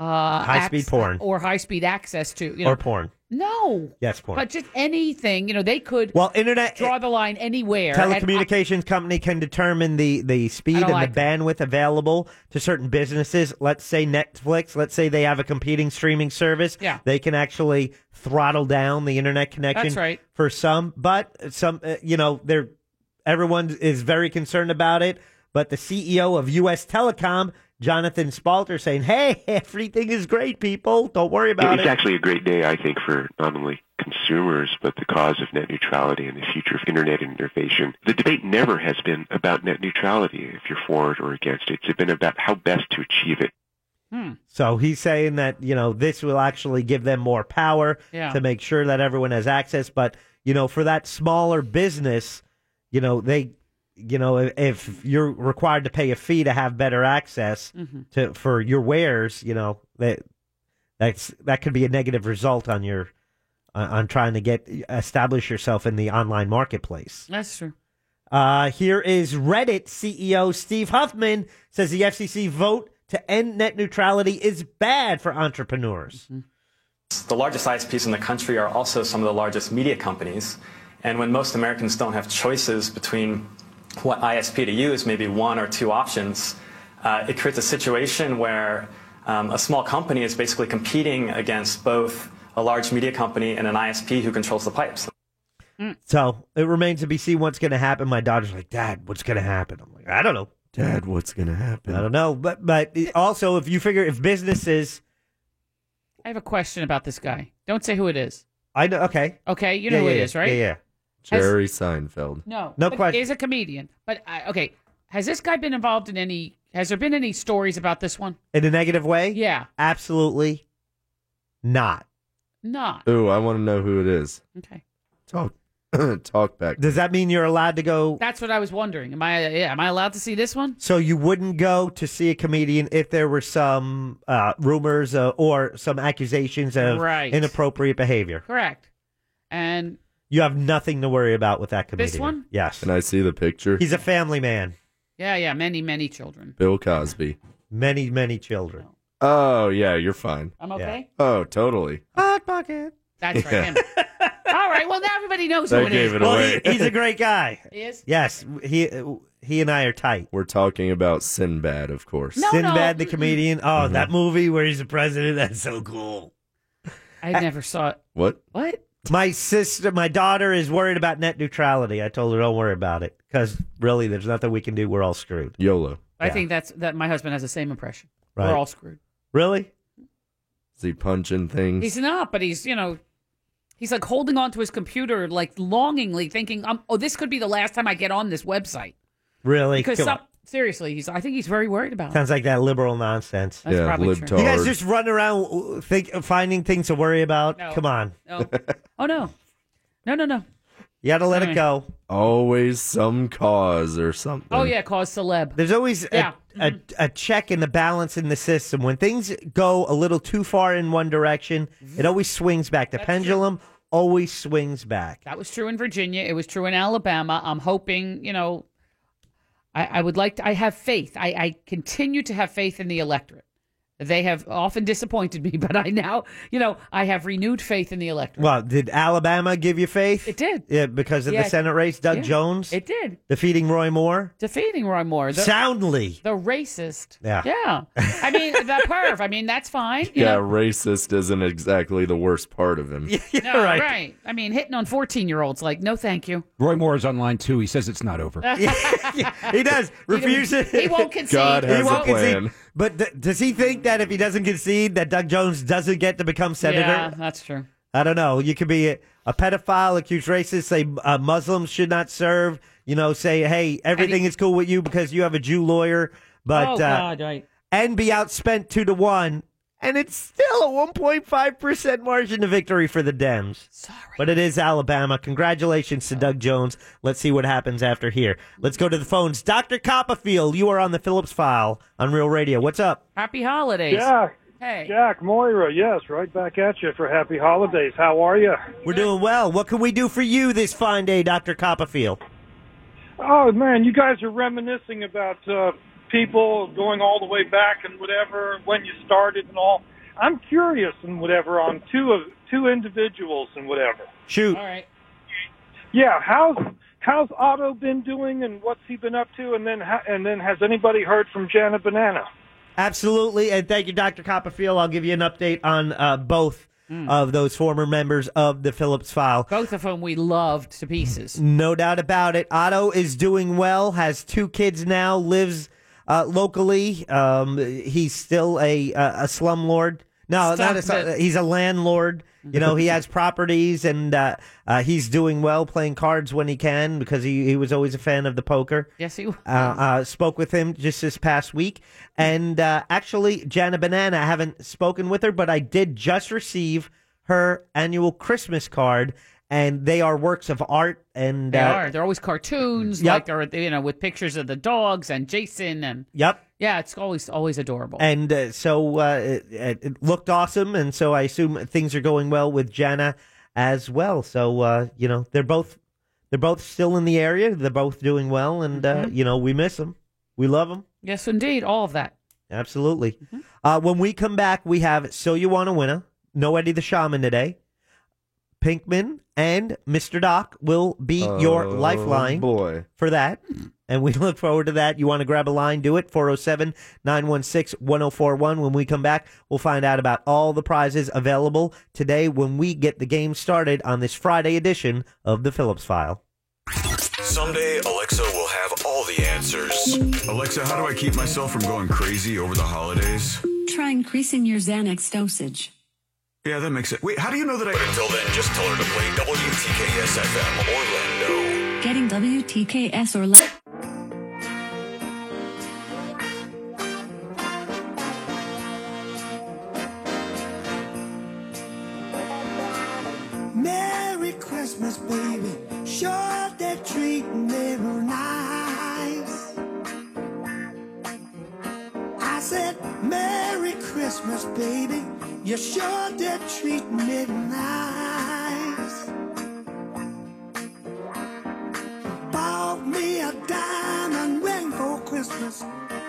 [SPEAKER 7] uh,
[SPEAKER 6] High-speed porn.
[SPEAKER 7] or high speed access to, you know,
[SPEAKER 6] Or porn.
[SPEAKER 7] No.
[SPEAKER 6] Yes, porn.
[SPEAKER 7] But just anything, you know, they could
[SPEAKER 6] Well, internet-
[SPEAKER 7] draw the line anywhere. and I-
[SPEAKER 6] Telecommunications company can determine the, the speed and
[SPEAKER 7] like
[SPEAKER 6] the bandwidth available to certain businesses. Let's say Netflix. Let's say they have a competing streaming service.
[SPEAKER 7] Yeah.
[SPEAKER 6] they can actually throttle down the internet connection.
[SPEAKER 7] That's right.
[SPEAKER 6] for some, but some uh, you know they're everyone is very concerned about it. But the CEO of U.S. Telecom, Jonathan Spalter, saying, "Hey, *laughs* everything is great, people. Don't worry about
[SPEAKER 15] it's
[SPEAKER 6] it."
[SPEAKER 15] actually a great day, I think, for not only consumers, but the cause of net neutrality and the future of Internet innovation. The debate never has been about net neutrality, if you're for it or against it. It's been about how best to achieve it.
[SPEAKER 6] So he's saying that, you know, this will actually give them more power
[SPEAKER 15] Yeah.
[SPEAKER 6] to make sure that everyone has access. But, you know, for that smaller business, you know, they, you know, if, if you're required to pay a fee to have better access
[SPEAKER 7] Mhm.
[SPEAKER 6] to for your wares, you know, that that's that could be a negative result on your on on trying to get establish yourself in the online marketplace.
[SPEAKER 7] That's true.
[SPEAKER 6] Uh, here is Reddit CEO Steve Huffman says the FCC vote to end net neutrality is bad for entrepreneurs.
[SPEAKER 17] The largest ISPs in the country are also some of the largest media companies. And when most Americans don't have choices between what ISP to use, maybe one or two options, uh, it creates a situation where um, a small company is basically competing against both a large media company and an ISP who controls the pipes.
[SPEAKER 6] So it remains to be seen what's going to happen. My daughter's like, Dad, what's going to happen? I'm like, I don't know.
[SPEAKER 9] Dad, what's going to happen?
[SPEAKER 6] I don't know. But but it- also, if you figure if businesses,
[SPEAKER 7] I have a question about this guy. Don't say who it is.
[SPEAKER 6] I know. Okay.
[SPEAKER 7] Okay, you know
[SPEAKER 9] Yeah,
[SPEAKER 7] who it
[SPEAKER 9] yeah,
[SPEAKER 7] is, right?
[SPEAKER 9] yeah, yeah.
[SPEAKER 7] Has-
[SPEAKER 9] Jerry Seinfeld.
[SPEAKER 7] No.
[SPEAKER 9] No
[SPEAKER 7] but
[SPEAKER 9] question.
[SPEAKER 7] He's a comedian. But I, okay, has this guy been involved in any? Has there been any stories about this one?
[SPEAKER 6] in a negative way,
[SPEAKER 7] yeah,
[SPEAKER 6] absolutely not.
[SPEAKER 7] Not.
[SPEAKER 9] Ooh, I want to know who it is.
[SPEAKER 7] Okay.
[SPEAKER 9] Talk, *clears throat* talk back.
[SPEAKER 6] Does that mean you're allowed to go?
[SPEAKER 7] That's what I was wondering. Am I? Yeah, am I allowed to see this one?
[SPEAKER 6] So you wouldn't go to see a comedian if there were some uh, rumors uh, or some accusations of
[SPEAKER 7] Right.
[SPEAKER 6] inappropriate behavior.
[SPEAKER 7] Correct. And
[SPEAKER 6] You have nothing to worry about with that comedian.
[SPEAKER 7] This one?
[SPEAKER 6] Yes.
[SPEAKER 9] Can I see the picture?
[SPEAKER 6] He's a family man.
[SPEAKER 7] yeah, yeah, many, many children.
[SPEAKER 9] Bill Cosby.
[SPEAKER 6] Many, many children.
[SPEAKER 9] Oh, yeah, you're fine.
[SPEAKER 7] I'm okay?
[SPEAKER 9] Oh, totally.
[SPEAKER 6] Hot pocket.
[SPEAKER 7] That's right.
[SPEAKER 9] Yeah. *laughs*
[SPEAKER 7] Him. All right. Well, now everybody knows
[SPEAKER 9] That
[SPEAKER 7] who it is.
[SPEAKER 9] gave it Well, away.
[SPEAKER 6] He's
[SPEAKER 9] *laughs*
[SPEAKER 6] a great guy.
[SPEAKER 7] He is?
[SPEAKER 6] Yes. He he and I are tight.
[SPEAKER 9] We're talking about Sinbad, of course.
[SPEAKER 7] No, no.
[SPEAKER 6] Sinbad the comedian. Oh,
[SPEAKER 9] Mm-hmm.
[SPEAKER 6] that movie where he's the president. That's so cool.
[SPEAKER 7] I never saw it.
[SPEAKER 9] What?
[SPEAKER 7] What?
[SPEAKER 6] My sister, my daughter is worried about net neutrality. I told her don't worry about it because really, there's nothing we can do. We're all screwed.
[SPEAKER 9] YOLO.
[SPEAKER 7] I think that's that. My husband has the same impression.
[SPEAKER 9] Right.
[SPEAKER 7] We're all screwed.
[SPEAKER 6] Really?
[SPEAKER 9] Is he punching
[SPEAKER 6] Mm.
[SPEAKER 9] things? *laughs*
[SPEAKER 7] He's not, but he's you know, he's like holding on to his computer like longingly, thinking, um, "Oh, this could be the last time I get on this website."
[SPEAKER 6] Really?
[SPEAKER 7] Because
[SPEAKER 6] Come
[SPEAKER 7] some,
[SPEAKER 6] on.
[SPEAKER 7] seriously, he's. I think he's very worried
[SPEAKER 6] *laughs*
[SPEAKER 7] about. it.
[SPEAKER 6] Sounds like that liberal nonsense.
[SPEAKER 7] That's Yeah, probably true.
[SPEAKER 6] You guys
[SPEAKER 7] libtard.
[SPEAKER 6] just run around uh, think, finding things to worry about.
[SPEAKER 7] No.
[SPEAKER 6] Come on.
[SPEAKER 7] No. Oh no, no, no, no.
[SPEAKER 6] You got to let it
[SPEAKER 7] Anyway.
[SPEAKER 6] go.
[SPEAKER 9] Always some cause or something.
[SPEAKER 7] Oh yeah, cause celeb.
[SPEAKER 6] There's always a,
[SPEAKER 7] Yeah. Mm-hmm.
[SPEAKER 6] a, a check and a balance in the system. When things go a little too far in one direction,
[SPEAKER 7] Mm-hmm.
[SPEAKER 6] it always swings back. The pendulum always swings back.
[SPEAKER 7] That was true in Virginia. It was true in Alabama. I'm hoping, you know, I, I would like to, I have faith. I, I continue to have faith in the electorate. They have often disappointed me, *laughs* but I now, you know, I have renewed faith in the electorate.
[SPEAKER 6] Well, did Alabama give you faith? It
[SPEAKER 7] did.
[SPEAKER 6] Yeah, because of
[SPEAKER 7] Yeah.
[SPEAKER 6] the Senate race, Doug
[SPEAKER 7] Yeah.
[SPEAKER 6] Jones
[SPEAKER 7] It did.
[SPEAKER 6] defeating Roy Moore
[SPEAKER 7] Defeating Roy Moore. The,
[SPEAKER 6] soundly.
[SPEAKER 7] The racist.
[SPEAKER 9] Yeah.
[SPEAKER 7] Yeah.
[SPEAKER 6] *laughs*
[SPEAKER 7] I mean, the perv. I mean, that's fine. Oh, You
[SPEAKER 9] Yeah,
[SPEAKER 7] *laughs* know?
[SPEAKER 9] racist isn't exactly the worst part of him.
[SPEAKER 7] No, right. I mean, hitting on 14 year olds, like, no, thank you.
[SPEAKER 19] Roy Moore is online too. He says it's not over.
[SPEAKER 6] he
[SPEAKER 7] *laughs*
[SPEAKER 6] does refuse it.
[SPEAKER 7] He won't concede.
[SPEAKER 19] God has
[SPEAKER 6] he won't
[SPEAKER 19] a plan.
[SPEAKER 6] concede. But th- does he think that if he doesn't concede, that Doug Jones doesn't get to become *laughs* senator?
[SPEAKER 7] Yeah, that's true.
[SPEAKER 6] I don't know. You could be a, a pedophile, accused racist, say uh, Muslims should not serve. You know, say hey, everything is cool with you because you have a Jew lawyer. But
[SPEAKER 7] Oh,
[SPEAKER 6] uh,
[SPEAKER 7] God, right.
[SPEAKER 6] and be outspent two to one, and it's still a one point five percent margin of victory for the Dems. Sorry, but it is Alabama. Congratulations to Doug Jones. Let's see what happens after here. Let's go to the phones. Doctor Copperfield, you are on the Phillips File on Real Radio. What's up?
[SPEAKER 7] Happy holidays.
[SPEAKER 24] Jack.
[SPEAKER 7] Hey.
[SPEAKER 24] Jack, Moira, yes, right back at you for happy holidays. How are you?
[SPEAKER 6] We're doing well. What can we do for you this fine day, Doctor Copperfield?
[SPEAKER 24] Oh, man, you guys are reminiscing about uh, people going all the way back and whatever, when you started and all. I'm curious and whatever on two of two individuals and whatever.
[SPEAKER 6] Shoot.
[SPEAKER 24] All right. Yeah, how's how's Otto been doing and what's he been up to? And then ho- and then has anybody heard from Janet Banana?
[SPEAKER 6] Absolutely, and thank you, Dr. Copperfield. I'll give you an update on uh, both of those former members of the Phillips file.
[SPEAKER 7] Hmm. Both of whom we loved to pieces.
[SPEAKER 6] No doubt about it. Otto is doing well, has two kids now, lives uh, locally. Um, he's still a, a, a slumlord. No,
[SPEAKER 3] Stop
[SPEAKER 6] not a, slum-
[SPEAKER 3] it.
[SPEAKER 6] he's a landlord. You know, he
[SPEAKER 7] *laughs*
[SPEAKER 6] has properties and uh, uh, he's doing well playing cards when he can because he, he was always a fan of the poker.
[SPEAKER 7] Yes, he was.
[SPEAKER 6] Uh, uh, spoke with him just this past week. And uh, actually, Jana Banana, I haven't spoken with her, but I did just receive her annual Christmas card. And they are works of art. And
[SPEAKER 7] They
[SPEAKER 6] uh,
[SPEAKER 7] are. They're always cartoons,
[SPEAKER 6] Yep.
[SPEAKER 7] like or you know, with pictures of the dogs and Jason and
[SPEAKER 6] Yep.
[SPEAKER 7] yeah, it's always always adorable.
[SPEAKER 6] And uh, so uh, it, it it looked awesome, and so I assume things are going well with Jana as well. So uh, you know they're both they're both still in the area. They're both doing well, and uh, you know we miss them, we love them,
[SPEAKER 7] Mm-hmm. yes, indeed, all of that. Mm-hmm.
[SPEAKER 6] absolutely. Uh, when we come back, we have so you want to winner, no Eddie the Shaman today, Pinkman and Mr. Doc will be your
[SPEAKER 9] Oh,
[SPEAKER 6] lifeline
[SPEAKER 9] boy.
[SPEAKER 6] for that. And we *laughs* look forward to that. You want to grab a line, do it. 407 916 1041. When we come back, we'll find out about all the prizes available today when we get the game started on this Friday edition of the Phillips File.
[SPEAKER 1] Someday, Alexa will have all the answers. Alexa, how do I keep myself from going crazy over the holidays?
[SPEAKER 12] Try increasing your Xanax dosage.
[SPEAKER 1] Yeah, that makes it. Wait, how do you know that I. But until then, just tell her to play WTKS FM Orlando.
[SPEAKER 12] Getting WTKS or less.
[SPEAKER 3] Merry Christmas, baby. Sure, they're treating me real nice. I said, Merry Christmas, baby. You sure they're treating me nice. Bought me a diamond ring for Christmas,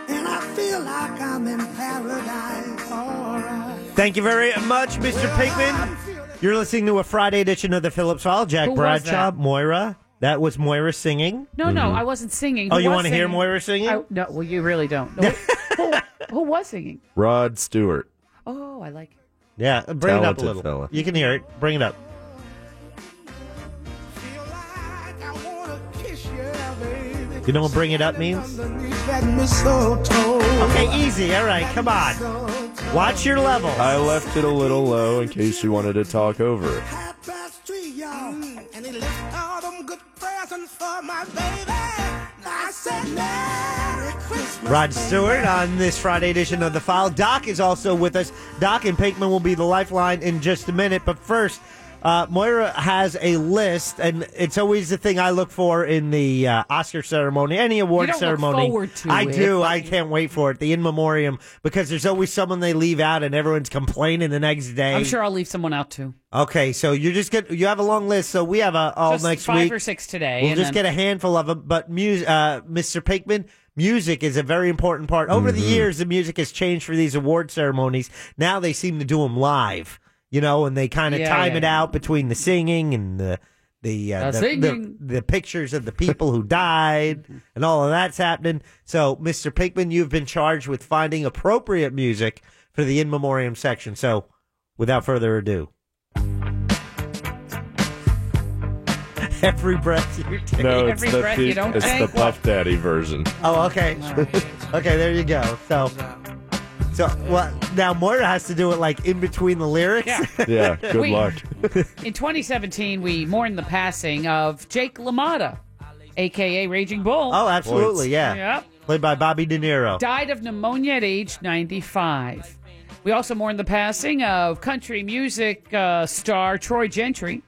[SPEAKER 3] and I feel like I'm in paradise. All right.
[SPEAKER 6] Thank you very much, Mr. Pinkman. You're listening to a Friday edition of the Phillips File. Jack
[SPEAKER 7] Who was
[SPEAKER 6] Bradshaw,
[SPEAKER 7] that?
[SPEAKER 6] Moira. That was Moira singing.
[SPEAKER 7] No, no, I wasn't singing.
[SPEAKER 6] Oh,
[SPEAKER 7] Who
[SPEAKER 6] you
[SPEAKER 7] was
[SPEAKER 6] wanna hear
[SPEAKER 7] singing?
[SPEAKER 6] Moira singing?
[SPEAKER 7] I- no, well, you really don't.
[SPEAKER 6] *laughs*
[SPEAKER 7] Who, who, who was singing?
[SPEAKER 9] Rod Stewart.
[SPEAKER 7] Oh, I like.
[SPEAKER 6] Yeah, uh, bring it up a
[SPEAKER 9] Talented
[SPEAKER 6] little.
[SPEAKER 9] fella.
[SPEAKER 6] You can hear it. Bring it up. You know what bring it up means? Okay, easy. All right, come on. Watch your level.
[SPEAKER 9] I left it a little low in case you wanted to talk over it.
[SPEAKER 3] And he left all them good presents for my baby. I said, Merry Christmas.
[SPEAKER 6] Rod Stewart on this Friday edition of The File. Doc is also with us. Doc and Pinkman will be the lifeline in just a minute. But first, uh, Moira has a list, and it's always the thing I look for in the uh, Oscar ceremony, any award
[SPEAKER 3] don't look
[SPEAKER 6] ceremony.
[SPEAKER 3] forward to
[SPEAKER 6] I
[SPEAKER 3] it,
[SPEAKER 6] do.
[SPEAKER 3] but-
[SPEAKER 6] I can't wait for it. The in memoriam, because there's always someone they leave out, and everyone's complaining the next day.
[SPEAKER 7] I'm sure I'll leave someone out too.
[SPEAKER 6] Okay, so you're just gonna you have a long list. So we have a all
[SPEAKER 7] Just
[SPEAKER 6] next
[SPEAKER 7] five
[SPEAKER 6] week.
[SPEAKER 7] or six today,
[SPEAKER 6] We'll
[SPEAKER 7] and
[SPEAKER 6] just get
[SPEAKER 7] then-
[SPEAKER 6] a handful of them. But mu- uh, Mr. Pinkman, music is a very important part. Over the years, the music has changed for these award ceremonies. Now they seem to do them live, you know, and they kind of
[SPEAKER 3] Yeah,
[SPEAKER 6] time
[SPEAKER 3] yeah,
[SPEAKER 6] it out between the singing and the the, uh,
[SPEAKER 3] The
[SPEAKER 6] the, the
[SPEAKER 3] singing.
[SPEAKER 6] the pictures of the people who
[SPEAKER 7] *laughs*
[SPEAKER 6] died and all of that's happening. So, Mr. Pinkman, you've been charged with finding appropriate music for the in memoriam section. So, without further ado. *laughs* Every breath you take.
[SPEAKER 9] No, it's the, fe- it's the Puff Daddy version.
[SPEAKER 6] Oh, okay. *laughs* okay, there you go. So, so well, now Moira has to do it like in between the lyrics. *laughs*
[SPEAKER 7] Yeah. *laughs*
[SPEAKER 9] Yeah, good
[SPEAKER 7] We-
[SPEAKER 9] luck.
[SPEAKER 7] In 2017, we mourned the passing of Jake LaMotta, aka Raging Bull.
[SPEAKER 6] Oh, absolutely, yeah.
[SPEAKER 7] Yep.
[SPEAKER 6] Played by Bobby De
[SPEAKER 9] Oh.
[SPEAKER 6] Niro.
[SPEAKER 7] Died of pneumonia at age 95. We also mourn the passing of country music uh, star Troy Gentry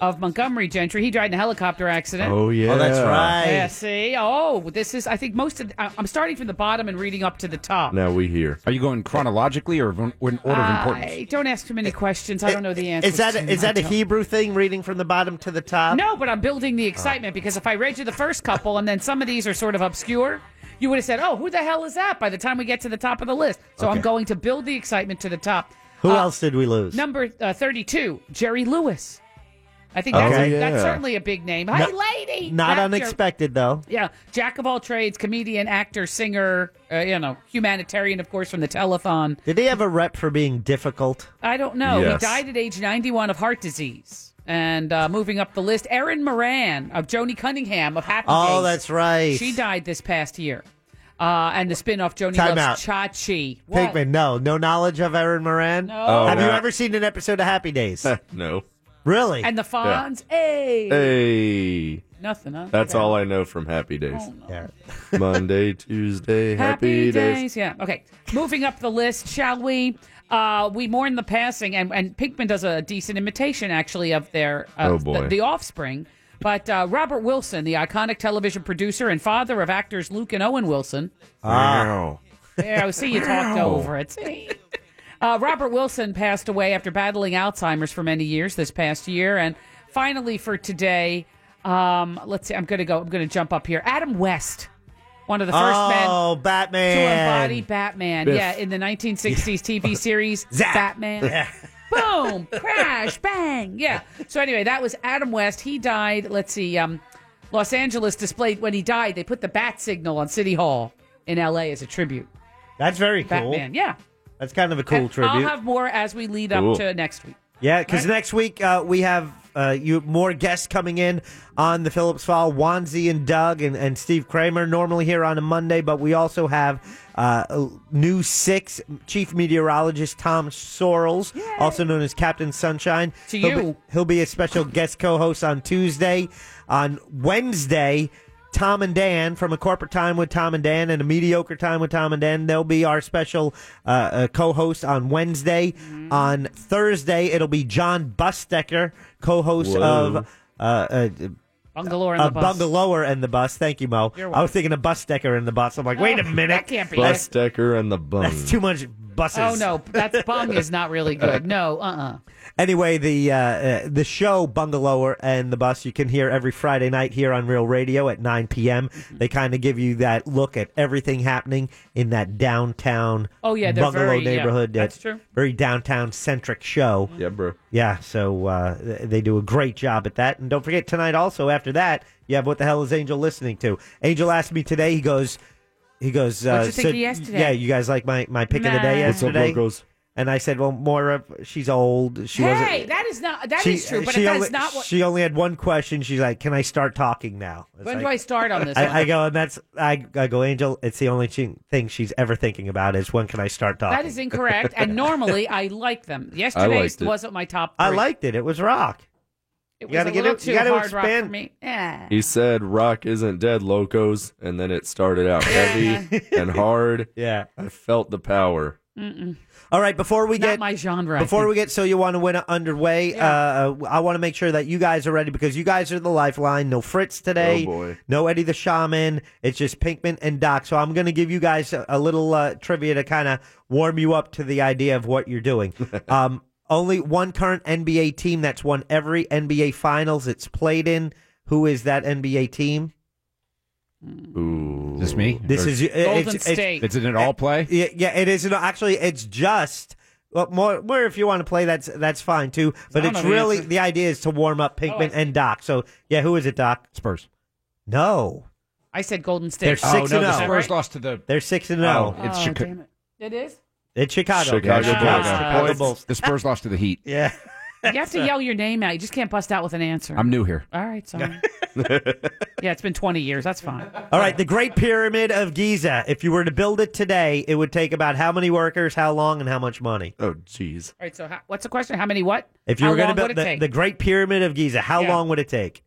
[SPEAKER 7] of Montgomery Gentry. He died in a helicopter accident.
[SPEAKER 9] Oh, yeah. Oh, that's right.
[SPEAKER 7] Yeah, see? Oh, this is, I think most of, I- I'm starting from the bottom and reading up to the top.
[SPEAKER 9] Now we hear.
[SPEAKER 19] Are you going chronologically or in order of importance?
[SPEAKER 7] I don't ask too many questions. I don't know the answer.
[SPEAKER 6] Is that is that a Hebrew thing? Reading from the bottom to the top?
[SPEAKER 7] No, but I'm building the excitement because if I read you the first couple and then some of these are sort of obscure, you would have said, "Oh, who the hell is that?" By the time we get to the top of the list, so I'm
[SPEAKER 6] Okay.
[SPEAKER 7] going to build the excitement to the top.
[SPEAKER 6] Who
[SPEAKER 7] Uh,
[SPEAKER 6] else did we lose?
[SPEAKER 7] Number uh, 32, Jerry Lewis. I think
[SPEAKER 6] Oh,
[SPEAKER 7] that's,
[SPEAKER 6] yeah.
[SPEAKER 7] that's certainly a big name. Hi,
[SPEAKER 6] Not-
[SPEAKER 7] lady!
[SPEAKER 6] Not
[SPEAKER 7] That Jer-
[SPEAKER 6] unexpected, though.
[SPEAKER 7] Yeah, jack of all trades, comedian, actor, singer, uh, you know, humanitarian, of course, from the telethon.
[SPEAKER 6] Did he have a rep for being difficult?
[SPEAKER 7] I don't know.
[SPEAKER 6] Yes.
[SPEAKER 7] He died at age 91 of heart disease. And uh, moving up the list, Erin Moran of Joni Cunningham of Happy
[SPEAKER 6] Oh,
[SPEAKER 7] Days.
[SPEAKER 6] that's right.
[SPEAKER 7] She died this past year. Uh, and the spin-off Joni
[SPEAKER 6] Time out.
[SPEAKER 7] Loves Chachi. What?
[SPEAKER 6] Pinkman, no. No knowledge of Erin Moran?
[SPEAKER 7] No. Oh,
[SPEAKER 6] have you
[SPEAKER 7] no.
[SPEAKER 6] ever seen an episode of Happy
[SPEAKER 9] *laughs*
[SPEAKER 6] Days?
[SPEAKER 9] no.
[SPEAKER 6] Really?
[SPEAKER 7] And the Fonz. Hey.
[SPEAKER 9] Hey.
[SPEAKER 7] Nothing, huh?
[SPEAKER 9] That's
[SPEAKER 7] Okay.
[SPEAKER 9] all I know from Happy Days. *laughs*
[SPEAKER 7] Oh,
[SPEAKER 9] Monday, Tuesday,
[SPEAKER 7] Happy
[SPEAKER 9] Happy,
[SPEAKER 7] days. Yeah. Okay. Moving up the list, shall we? Uh, we mourn the passing, and, and Pinkman does a decent imitation, actually, of their uh,
[SPEAKER 9] Oh, boy.
[SPEAKER 7] The, the Offspring. But uh, Robert Wilson, the iconic television producer and father of actors Luke and Owen Wilson.
[SPEAKER 6] Ah.
[SPEAKER 15] Ah.
[SPEAKER 9] Wow.
[SPEAKER 7] There, I see you talked
[SPEAKER 9] Wow.
[SPEAKER 7] over it. See? Uh, Robert Wilson passed away after battling Alzheimer's for many years this past year, and finally for today, um, let's see. I'm gonna go. I'm gonna jump up here. Adam West, one of the first men.
[SPEAKER 6] Oh, Batman.
[SPEAKER 7] To embody Batman,
[SPEAKER 6] Biff.
[SPEAKER 7] yeah, in the 1960s
[SPEAKER 6] *laughs*
[SPEAKER 7] TV series
[SPEAKER 13] *laughs*
[SPEAKER 6] Zap.
[SPEAKER 7] Batman.
[SPEAKER 6] *laughs*
[SPEAKER 7] Boom, crash, bang, yeah. So anyway, that was Adam West. He died. Let's see, um, Los Angeles displayed when he died. They put the bat signal on City Hall in L.A. as a tribute.
[SPEAKER 6] That's very cool.
[SPEAKER 7] Batman, yeah.
[SPEAKER 6] That's kind of a cool
[SPEAKER 7] And
[SPEAKER 6] tribute.
[SPEAKER 7] I'll have more as we lead up
[SPEAKER 6] Cool.
[SPEAKER 7] to next week.
[SPEAKER 6] Yeah, because next week uh, we have uh, you more guests coming in on the Phillips File. Wanzi and Doug and, and Steve Kramer normally here on a Monday, but we also have uh, new six chief meteorologist Tom Sorrells, also known as Captain Sunshine.
[SPEAKER 7] To
[SPEAKER 6] he'll
[SPEAKER 7] you.
[SPEAKER 6] be, he'll be a special guest co-host on Tuesday. On Wednesday. Tom and Dan from a corporate time with Tom and Dan and a mediocre time with Tom and Dan. They'll be our special uh, uh, co-host on Wednesday.
[SPEAKER 7] Mm-hmm.
[SPEAKER 6] On Thursday, it'll be John Busdecker, co-host
[SPEAKER 7] Whoa.
[SPEAKER 6] of uh, uh,
[SPEAKER 7] Bungalow and
[SPEAKER 6] uh,
[SPEAKER 7] the bus.
[SPEAKER 6] Bungalower and the Bus. Thank you, Mo.
[SPEAKER 7] You're
[SPEAKER 6] I was thinking of Busdecker and the Bus. I'm like, wait a
[SPEAKER 7] Oh,
[SPEAKER 6] minute,
[SPEAKER 7] that can't be
[SPEAKER 6] That's,
[SPEAKER 9] Bus Decker and the Bung.
[SPEAKER 6] that's too much buses.
[SPEAKER 7] Oh no, that's
[SPEAKER 6] *laughs*
[SPEAKER 7] bung is not really good. No, uh,
[SPEAKER 6] Anyway, the uh, uh, the show Bungalower and the Bus you can hear every Friday night here on Real Radio at 9 p.m.
[SPEAKER 7] Mm-hmm.
[SPEAKER 6] They kind of give you that look at everything happening in that downtown
[SPEAKER 7] Oh, yeah, they're
[SPEAKER 6] bungalow
[SPEAKER 7] very- yeah,
[SPEAKER 6] neighborhood.
[SPEAKER 7] that's
[SPEAKER 6] that
[SPEAKER 7] true. Mm-hmm.
[SPEAKER 6] Very downtown centric show.
[SPEAKER 9] Yeah, bro.
[SPEAKER 6] Yeah, so uh, th- they do a great job at that. And don't forget tonight. Also after that, you have what the hell is Angel listening to? Angel asked me today. He goes, he goes.
[SPEAKER 7] What'd
[SPEAKER 6] uh,
[SPEAKER 7] you think
[SPEAKER 6] so-
[SPEAKER 7] of yesterday?
[SPEAKER 6] Yeah, you guys like my my pick of the day
[SPEAKER 7] Nah. What's up,
[SPEAKER 6] yesterday.
[SPEAKER 9] locos?
[SPEAKER 6] And I said, well, Moira, she's old. She
[SPEAKER 7] uh.
[SPEAKER 6] wasn't.
[SPEAKER 7] Hey, that is not that is
[SPEAKER 6] She- uh,
[SPEAKER 7] true, but
[SPEAKER 6] she
[SPEAKER 7] that
[SPEAKER 6] only,
[SPEAKER 7] is not what.
[SPEAKER 6] She only had one question. She's like, "Can I start talking now?" It's
[SPEAKER 7] When do
[SPEAKER 6] like-
[SPEAKER 7] I start on this? one?
[SPEAKER 6] I, I go, and that's I, I go, Angel. It's the only chi- thing she's ever thinking about is when can I start talking.
[SPEAKER 7] That is incorrect. and
[SPEAKER 6] *laughs*
[SPEAKER 7] normally I like them. Yesterday's
[SPEAKER 6] liked it.
[SPEAKER 7] wasn't my top. Three.
[SPEAKER 6] I liked it. It was rock.
[SPEAKER 7] It
[SPEAKER 6] you
[SPEAKER 7] was
[SPEAKER 6] gotta
[SPEAKER 7] a
[SPEAKER 6] get
[SPEAKER 7] little
[SPEAKER 6] it-
[SPEAKER 7] too
[SPEAKER 6] you gotta
[SPEAKER 7] hard rock
[SPEAKER 6] expand-
[SPEAKER 7] for me. Eh.
[SPEAKER 9] He said, "Rock isn't dead, locos," and then it started out heavy
[SPEAKER 6] *laughs*
[SPEAKER 9] and hard.
[SPEAKER 6] Yeah,
[SPEAKER 9] I felt the power.
[SPEAKER 7] Mm-mm.
[SPEAKER 6] All right, before we
[SPEAKER 7] get my genre. I
[SPEAKER 6] Before
[SPEAKER 7] think.
[SPEAKER 6] we get so you want to win underway, uh, I want to make sure that you guys are ready because you guys are the lifeline. No Fritz today.
[SPEAKER 9] Oh, boy.
[SPEAKER 6] No Eddie the Shaman. It's just Pinkman and Doc. So I'm going to give you guys a, a little uh, trivia to kind of warm you up to the idea of what you're
[SPEAKER 9] *laughs*
[SPEAKER 6] doing. um, only one current NBA team that's won every NBA Finals it's played in. Who is that NBA team?
[SPEAKER 9] Ooh.
[SPEAKER 19] Is this me?
[SPEAKER 6] This
[SPEAKER 19] Or-
[SPEAKER 6] is
[SPEAKER 19] Is it an all play?
[SPEAKER 6] Yeah, yeah, it is. an- Actually, it's just. Well, more, more if you want to play, that's that's fine too. But
[SPEAKER 19] I don't
[SPEAKER 6] it's
[SPEAKER 19] know the
[SPEAKER 6] really
[SPEAKER 19] answer.
[SPEAKER 6] the idea is to warm
[SPEAKER 7] Oh,
[SPEAKER 6] up Pinkman and Doc. So yeah, who is it, Doc?
[SPEAKER 19] Spurs.
[SPEAKER 6] No,
[SPEAKER 7] I said Golden State.
[SPEAKER 6] they're six
[SPEAKER 19] no,
[SPEAKER 6] and
[SPEAKER 19] the
[SPEAKER 6] zero.
[SPEAKER 19] Spurs lost to the.
[SPEAKER 6] They're six and zero.
[SPEAKER 19] Oh, it's
[SPEAKER 7] Oh,
[SPEAKER 19] Chica-
[SPEAKER 7] damn it. It is.
[SPEAKER 6] It's Chicago.
[SPEAKER 19] Chicago
[SPEAKER 6] guys.
[SPEAKER 19] Bulls.
[SPEAKER 6] Chicago Bulls.
[SPEAKER 19] The Spurs lost to the Heat.
[SPEAKER 6] Yeah.
[SPEAKER 7] You have to yell your name out. You just can't bust out with an answer.
[SPEAKER 19] I'm new here.
[SPEAKER 7] All right,
[SPEAKER 6] *laughs*
[SPEAKER 7] sorry. yeah, it's been 20 years. That's fine.
[SPEAKER 6] All right, the Great Pyramid of Giza. If you were to build it today, it would take about how many workers, how long, and how much money?
[SPEAKER 9] Oh, jeez.
[SPEAKER 7] All right, so how, what's the question? How many what?
[SPEAKER 6] If you
[SPEAKER 7] How
[SPEAKER 6] were going to
[SPEAKER 7] long
[SPEAKER 6] build
[SPEAKER 7] would it
[SPEAKER 6] the,
[SPEAKER 7] take?
[SPEAKER 6] the Great Pyramid of Giza, how
[SPEAKER 7] Yeah.
[SPEAKER 6] long would it take?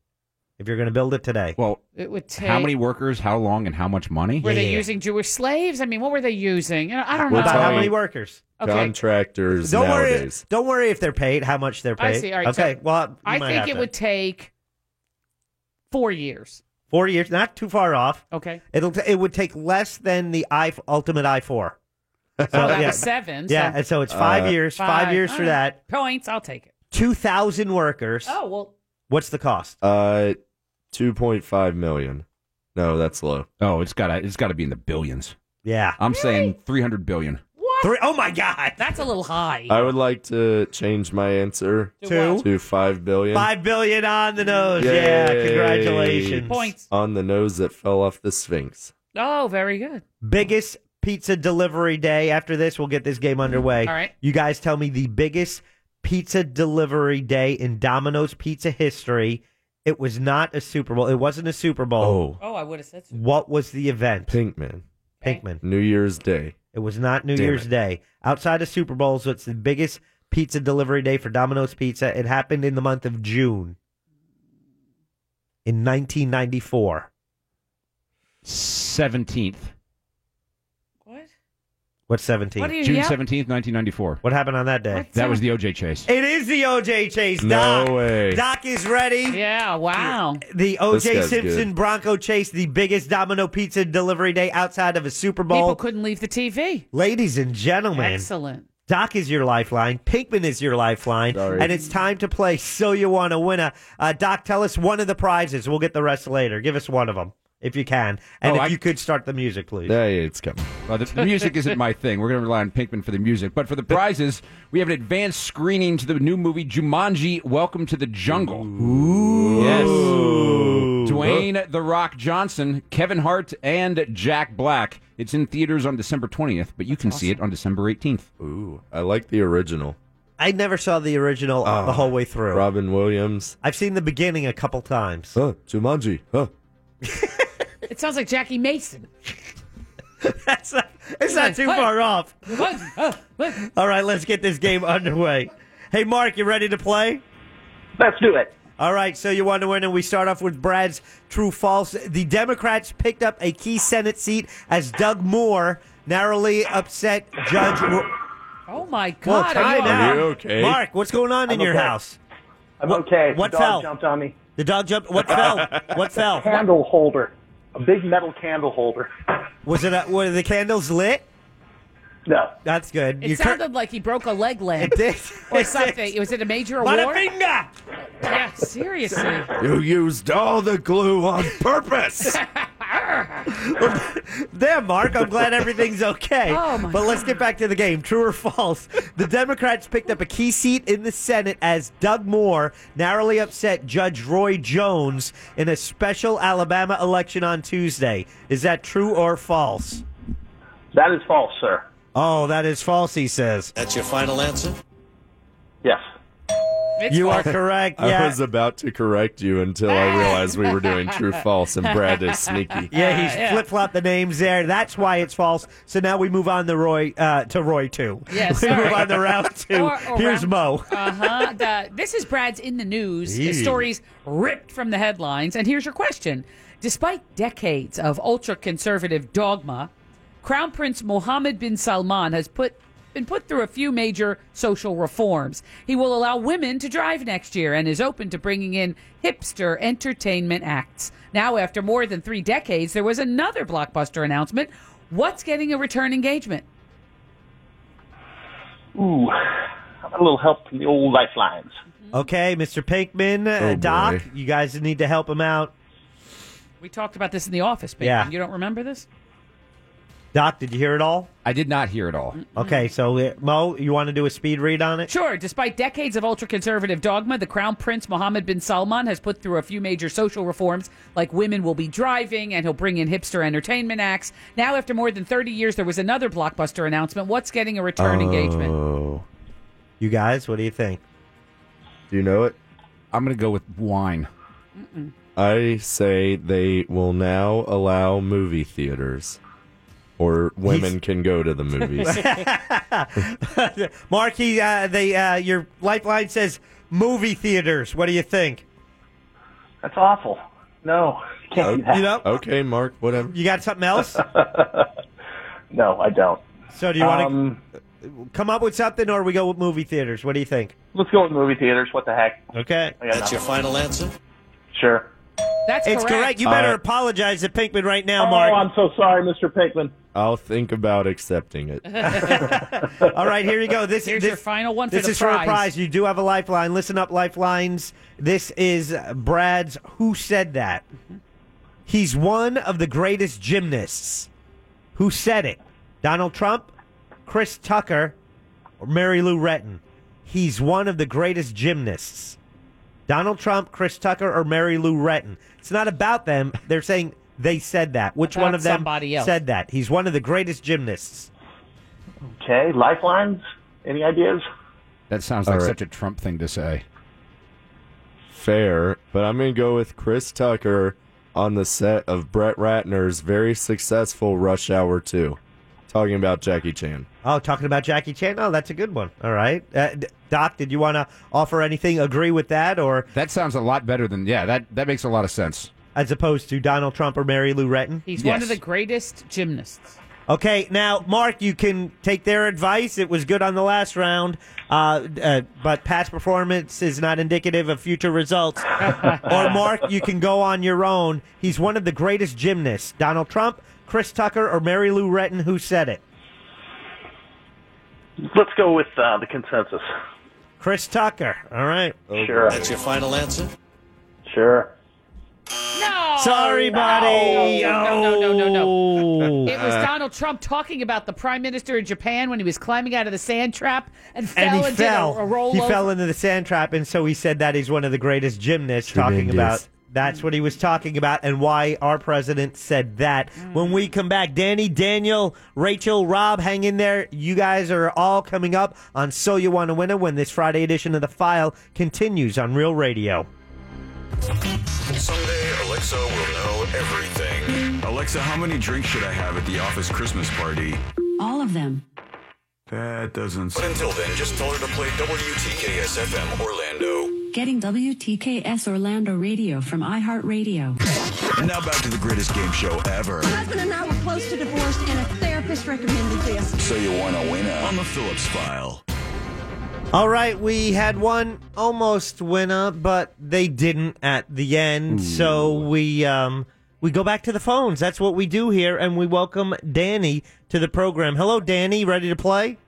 [SPEAKER 6] If you're going to build it today,
[SPEAKER 19] well,
[SPEAKER 7] It would take.
[SPEAKER 19] How many workers? How long? And how much money?
[SPEAKER 7] Were they using Jewish slaves? I mean, what were they using? You know, I don't
[SPEAKER 19] We're
[SPEAKER 7] know.
[SPEAKER 19] talking- How many
[SPEAKER 6] workers?
[SPEAKER 7] Okay.
[SPEAKER 9] Contractors
[SPEAKER 6] Don't worry.
[SPEAKER 9] nowadays.
[SPEAKER 6] Don't worry if they're paid. How much they're
[SPEAKER 7] I
[SPEAKER 6] paid.
[SPEAKER 7] see. All right.
[SPEAKER 6] Okay.
[SPEAKER 7] so
[SPEAKER 6] well, Uh, you
[SPEAKER 7] I
[SPEAKER 6] might
[SPEAKER 7] think
[SPEAKER 6] have
[SPEAKER 7] it
[SPEAKER 6] to.
[SPEAKER 7] would take four years.
[SPEAKER 6] four years. Not too far off.
[SPEAKER 7] Okay.
[SPEAKER 6] It'll. T- it would take less than the I ultimate I four.
[SPEAKER 7] *laughs*
[SPEAKER 6] So
[SPEAKER 7] that was seven,
[SPEAKER 6] Yeah,
[SPEAKER 7] so-
[SPEAKER 6] and so it's five
[SPEAKER 7] Uh,
[SPEAKER 6] years. Five, years
[SPEAKER 7] All
[SPEAKER 6] for
[SPEAKER 7] right.
[SPEAKER 6] that.
[SPEAKER 7] Points. I'll take it.
[SPEAKER 6] Two thousand workers.
[SPEAKER 7] Oh well.
[SPEAKER 6] What's the cost?
[SPEAKER 9] Uh, two point five million. No, that's low.
[SPEAKER 19] Oh, it's got to it's got to be in the billions.
[SPEAKER 6] Yeah,
[SPEAKER 19] I'm saying 300 billion.
[SPEAKER 7] What?
[SPEAKER 6] Three. Oh my God,
[SPEAKER 7] that's a little high.
[SPEAKER 9] I would like to change my answer
[SPEAKER 6] To what?
[SPEAKER 9] to five billion.
[SPEAKER 6] Five billion on the nose. Yeah,
[SPEAKER 9] Yay.
[SPEAKER 6] congratulations.
[SPEAKER 7] Points.
[SPEAKER 9] on the nose that fell off the Sphinx.
[SPEAKER 7] Oh, very good.
[SPEAKER 6] Biggest pizza delivery day. After this, we'll get this game underway.
[SPEAKER 7] All right.
[SPEAKER 6] You guys tell me the biggest pizza delivery day in Domino's pizza history. It was not a Super Bowl. It wasn't a Super Bowl.
[SPEAKER 7] Oh, I would have said.
[SPEAKER 6] What was the event?
[SPEAKER 9] Pinkman.
[SPEAKER 6] Pinkman.
[SPEAKER 9] New Year's Day.
[SPEAKER 6] It was not New
[SPEAKER 9] Damn
[SPEAKER 6] Year's
[SPEAKER 9] it.
[SPEAKER 6] Day. Outside of Super Bowls, so it's the biggest pizza delivery day for Domino's Pizza. It happened in the month of June in 1994.
[SPEAKER 19] 17th.
[SPEAKER 6] What's 17th?
[SPEAKER 19] June 17th, 1994.
[SPEAKER 6] What happened on that day?
[SPEAKER 19] That was the OJ chase.
[SPEAKER 6] It is the OJ Chase.
[SPEAKER 19] No
[SPEAKER 6] Doc.
[SPEAKER 19] way.
[SPEAKER 6] Doc is ready.
[SPEAKER 7] Yeah, wow.
[SPEAKER 6] The
[SPEAKER 19] This
[SPEAKER 6] OJ
[SPEAKER 19] guy's
[SPEAKER 6] Simpson
[SPEAKER 19] good.
[SPEAKER 6] Bronco Chase, the biggest Domino Pizza delivery day outside of a Super Bowl.
[SPEAKER 7] People couldn't leave the TV.
[SPEAKER 6] Ladies and gentlemen.
[SPEAKER 7] Excellent.
[SPEAKER 6] Doc is your lifeline. Pinkman is your lifeline. And it's time to play So You Want to Win. Uh, Doc, tell us one of the prizes. We'll get the rest later. Give us one of them if you can. And
[SPEAKER 19] Oh,
[SPEAKER 6] if
[SPEAKER 19] I-
[SPEAKER 6] you could start the music, please.
[SPEAKER 9] Yeah, it's coming.
[SPEAKER 19] Well, the, the music isn't my thing. We're going to rely on Pinkman for the music. But for the prizes, we have an advanced screening to the new movie Jumanji Welcome to the Jungle. Yes. Dwayne The Rock Johnson, Kevin Hart, and Jack Black. It's in theaters on December 20th, but you can see it on December 18th.
[SPEAKER 9] Ooh, I like the original.
[SPEAKER 6] I never saw the original the whole way through.
[SPEAKER 9] Ah, Robin Williams.
[SPEAKER 6] I've seen the beginning a couple times.
[SPEAKER 9] Huh, Jumanji. Huh.
[SPEAKER 7] It sounds like Jackie Mason.
[SPEAKER 6] *laughs* That's not, it's not too far off. All right, let's get this game underway. Hey, Mark, you ready to play? Let's do it. All right, so you want to win, and we start off with Brad's true false. The Democrats picked up a key Senate seat as Doug Moore narrowly upset Judge. Ro-
[SPEAKER 7] Oh my
[SPEAKER 6] Well,
[SPEAKER 7] God!
[SPEAKER 6] time
[SPEAKER 7] are you
[SPEAKER 6] out.
[SPEAKER 7] on-
[SPEAKER 6] Mark, what's going on in
[SPEAKER 7] I'm
[SPEAKER 6] your
[SPEAKER 7] okay.
[SPEAKER 6] house?
[SPEAKER 4] I'm okay.
[SPEAKER 6] What
[SPEAKER 4] the dog
[SPEAKER 6] fell?
[SPEAKER 4] jumped on me.
[SPEAKER 6] The dog jumped. What fell? What fell?
[SPEAKER 4] *laughs* Candle holder. A big metal candle holder.
[SPEAKER 6] Was it? A, were the candles lit?
[SPEAKER 4] No.
[SPEAKER 6] That's good.
[SPEAKER 7] It
[SPEAKER 6] You cur-
[SPEAKER 7] sounded like he broke a leg lamp.
[SPEAKER 6] *laughs* It did.
[SPEAKER 7] Or something. Was it a major award?
[SPEAKER 6] Bada binga!
[SPEAKER 7] Yeah, seriously.
[SPEAKER 9] You used all the glue
[SPEAKER 6] *laughs*
[SPEAKER 9] on purpose.
[SPEAKER 6] There, Mark. I'm glad everything's okay.
[SPEAKER 7] *laughs* Oh, my
[SPEAKER 6] but let's get back to the game. True or false? The Democrats picked up a key seat in the Senate as Doug Moore narrowly upset Judge Roy Jones in a special Alabama election on Tuesday. Is that true or false?
[SPEAKER 4] That is false, sir.
[SPEAKER 6] Oh, that is false, he says.
[SPEAKER 4] That's your final answer? Yes.
[SPEAKER 6] you are correct.
[SPEAKER 9] I
[SPEAKER 6] Yeah.
[SPEAKER 9] was about to correct you until I realized we were doing
[SPEAKER 6] *laughs*
[SPEAKER 9] true false and Brad is sneaky.
[SPEAKER 7] Uh,
[SPEAKER 6] Yeah, he's flip flopped the names there. That's why it's false. So now we move on to Roy uh, to Roy two. *laughs*
[SPEAKER 7] Yes,
[SPEAKER 6] we
[SPEAKER 7] all
[SPEAKER 6] move
[SPEAKER 7] right.
[SPEAKER 6] on to
[SPEAKER 7] *laughs*
[SPEAKER 6] round two.
[SPEAKER 7] Or- or
[SPEAKER 6] Here's
[SPEAKER 7] round-
[SPEAKER 6] Mo.
[SPEAKER 7] uh-huh. The- this is Brad's in the news. The
[SPEAKER 6] Ew.
[SPEAKER 7] stories ripped from the headlines. And here's your question. Despite decades of ultra-conservative dogma, Crown Prince Mohammed bin Salman has put been put through a few major social reforms. He will allow women to drive next year and is open to bringing in hipster entertainment acts. Now, after more than three decades, there was another blockbuster announcement. What's getting a return engagement?
[SPEAKER 4] Ooh. I'm a little help from the old lifelines.
[SPEAKER 6] Okay, Mr. Pinkman, uh
[SPEAKER 4] Oh,
[SPEAKER 6] Doc,
[SPEAKER 4] boy.
[SPEAKER 6] you guys need to help him out.
[SPEAKER 7] We talked about this in the office, baby.
[SPEAKER 6] Yeah.
[SPEAKER 7] You don't remember this?
[SPEAKER 6] Doc, did you hear it all?
[SPEAKER 19] I did not hear it all.
[SPEAKER 6] Okay, so uh, Mo, you want to do a speed read on it?
[SPEAKER 7] Sure. Despite decades of ultra conservative dogma, the Crown Prince Mohammed bin Salman has put through a few major social reforms, like women will be driving and he'll bring in hipster entertainment acts. Now, after more than 30 years, there was another blockbuster announcement. What's getting a return engagement?
[SPEAKER 9] Oh.
[SPEAKER 6] You guys, what do you think?
[SPEAKER 9] Do you know it?
[SPEAKER 19] I'm going to go with wine.
[SPEAKER 9] I say they will now allow movie theaters or women can go to the *laughs*
[SPEAKER 6] *laughs*
[SPEAKER 9] movies.
[SPEAKER 6] Mark, he, uh, they, uh, your lifeline says movie theaters. What do you think?
[SPEAKER 4] That's awful. No.
[SPEAKER 9] Oh,
[SPEAKER 6] Can't you know?
[SPEAKER 9] Okay, Mark, whatever.
[SPEAKER 6] You got something
[SPEAKER 4] *laughs*
[SPEAKER 6] else?
[SPEAKER 4] No, I don't.
[SPEAKER 6] So do you want to
[SPEAKER 4] Um,
[SPEAKER 6] come up with something, or we go with movie theaters? What do you think?
[SPEAKER 4] Let's go with movie theaters. What the heck?
[SPEAKER 6] Okay.
[SPEAKER 4] That's your final answer? Sure.
[SPEAKER 7] That's
[SPEAKER 6] it's correct. You better
[SPEAKER 9] Uh,
[SPEAKER 6] apologize to Pinkman right now, Mark.
[SPEAKER 4] Oh, I'm so sorry, Mr. Pinkman.
[SPEAKER 9] I'll think about accepting it.
[SPEAKER 6] *laughs* All right, here you go. This
[SPEAKER 7] Here's
[SPEAKER 6] this,
[SPEAKER 7] your final one for
[SPEAKER 6] This
[SPEAKER 7] the
[SPEAKER 6] is for a
[SPEAKER 7] prize.
[SPEAKER 6] prize. You do have a lifeline. Listen up, lifelines. This is Brad's. Who said that? He's one of the greatest gymnasts. Who said it? Donald Trump, Chris Tucker or Mary Lou Retton. He's one of the greatest gymnasts. Donald Trump, Chris Tucker, or Mary Lou Retton. It's not about them. They're saying they said that. Which
[SPEAKER 7] About
[SPEAKER 6] one of them
[SPEAKER 7] somebody else.
[SPEAKER 6] said that? He's one of the greatest gymnasts.
[SPEAKER 4] Okay, lifelines. Any ideas?
[SPEAKER 19] That sounds
[SPEAKER 9] All
[SPEAKER 19] like
[SPEAKER 9] right.
[SPEAKER 19] such a Trump thing to say.
[SPEAKER 9] Fair, but I'm going to go with Chris Tucker on the set of Brett Ratner's very successful Rush Hour 2. Talking about Jackie Chan.
[SPEAKER 6] Oh, talking about Jackie Chan. Oh, that's a good one. All right, uh, D- Doc, did you want to offer anything? Agree with that, or
[SPEAKER 19] that sounds a lot better than yeah. That that makes a lot of sense.
[SPEAKER 6] As opposed to Donald Trump or Mary Lou Retton.
[SPEAKER 7] He's one of the greatest gymnasts.
[SPEAKER 6] Okay, now Mark, you can take their advice. It was good on the last round, uh, uh, but past performance is not
[SPEAKER 7] *laughs*
[SPEAKER 6] indicative of future results. or Mark, you can go on your own. He's one of the greatest gymnasts: Donald Trump, Chris Tucker, or Mary Lou Retton. Who said it?
[SPEAKER 4] Let's go with uh, the consensus.
[SPEAKER 6] Chris Tucker. All right.
[SPEAKER 4] Sure.
[SPEAKER 13] That's your final answer?
[SPEAKER 4] Sure.
[SPEAKER 6] Sorry, buddy.
[SPEAKER 7] Oh,
[SPEAKER 6] Oh.
[SPEAKER 7] No, no, no, no,
[SPEAKER 6] no.
[SPEAKER 7] It
[SPEAKER 6] *laughs*
[SPEAKER 7] was Donald Trump talking about the prime minister in Japan when he was climbing out of the sand trap and fell
[SPEAKER 6] and
[SPEAKER 7] and,
[SPEAKER 6] he fell.
[SPEAKER 7] did a, a roll
[SPEAKER 6] he
[SPEAKER 7] over.
[SPEAKER 6] fell into the sand trap, and so he said that he's one of the greatest gymnasts. Talking
[SPEAKER 9] Tremendous.
[SPEAKER 6] about that's what he was talking about, and why our president said that. When we come back, Danny, Daniel, Rachel, Rob, hang in there. You guys are all coming up on So You Want to Win It when this Friday edition of the File continues on Real Radio.
[SPEAKER 1] Someday, Alexa will know everything. Alexa, how many drinks should I have at the office Christmas party?
[SPEAKER 12] All of them.
[SPEAKER 1] That doesn't. But until then, just tell her to play WTKSFM Orlando.
[SPEAKER 12] Getting WTKS Orlando Radio from iHeartRadio.
[SPEAKER 1] And now back to the greatest game show ever.
[SPEAKER 10] husband and I were close to divorce, and a therapist recommended this.
[SPEAKER 1] So you want a winner on the Phillips File.
[SPEAKER 6] All right, we had one almost winner, but they didn't at the end. So we um we go back to the phones. That's what we do here, and we welcome Danny to the program. Hello, Danny. Ready to play?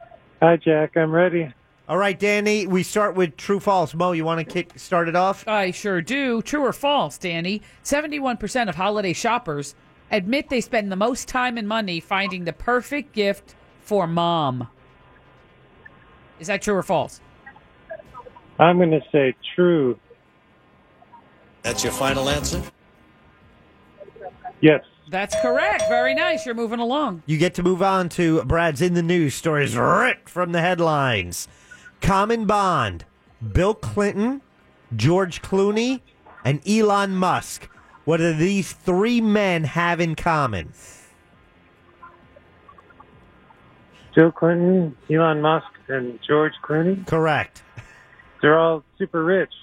[SPEAKER 20] Hi, Jack. I'm ready.
[SPEAKER 6] All right, Danny. We start with true false. Mo, you want to kick start it off?
[SPEAKER 7] I sure do. True or false, Danny? 71% of holiday shoppers admit they spend the most time and money finding the perfect gift for mom. Is that true or false?
[SPEAKER 20] I'm going to say true.
[SPEAKER 13] That's your final answer?
[SPEAKER 20] Yes.
[SPEAKER 7] That's correct. Very nice. You're moving along.
[SPEAKER 6] You get to move on to Brad's in the news stories ripped from the headlines. Common Bond, Bill Clinton, George Clooney, and Elon Musk. What do these three men have in common?
[SPEAKER 20] Joe Clinton, Elon Musk, and George Clooney.
[SPEAKER 6] Correct.
[SPEAKER 20] They're all super rich.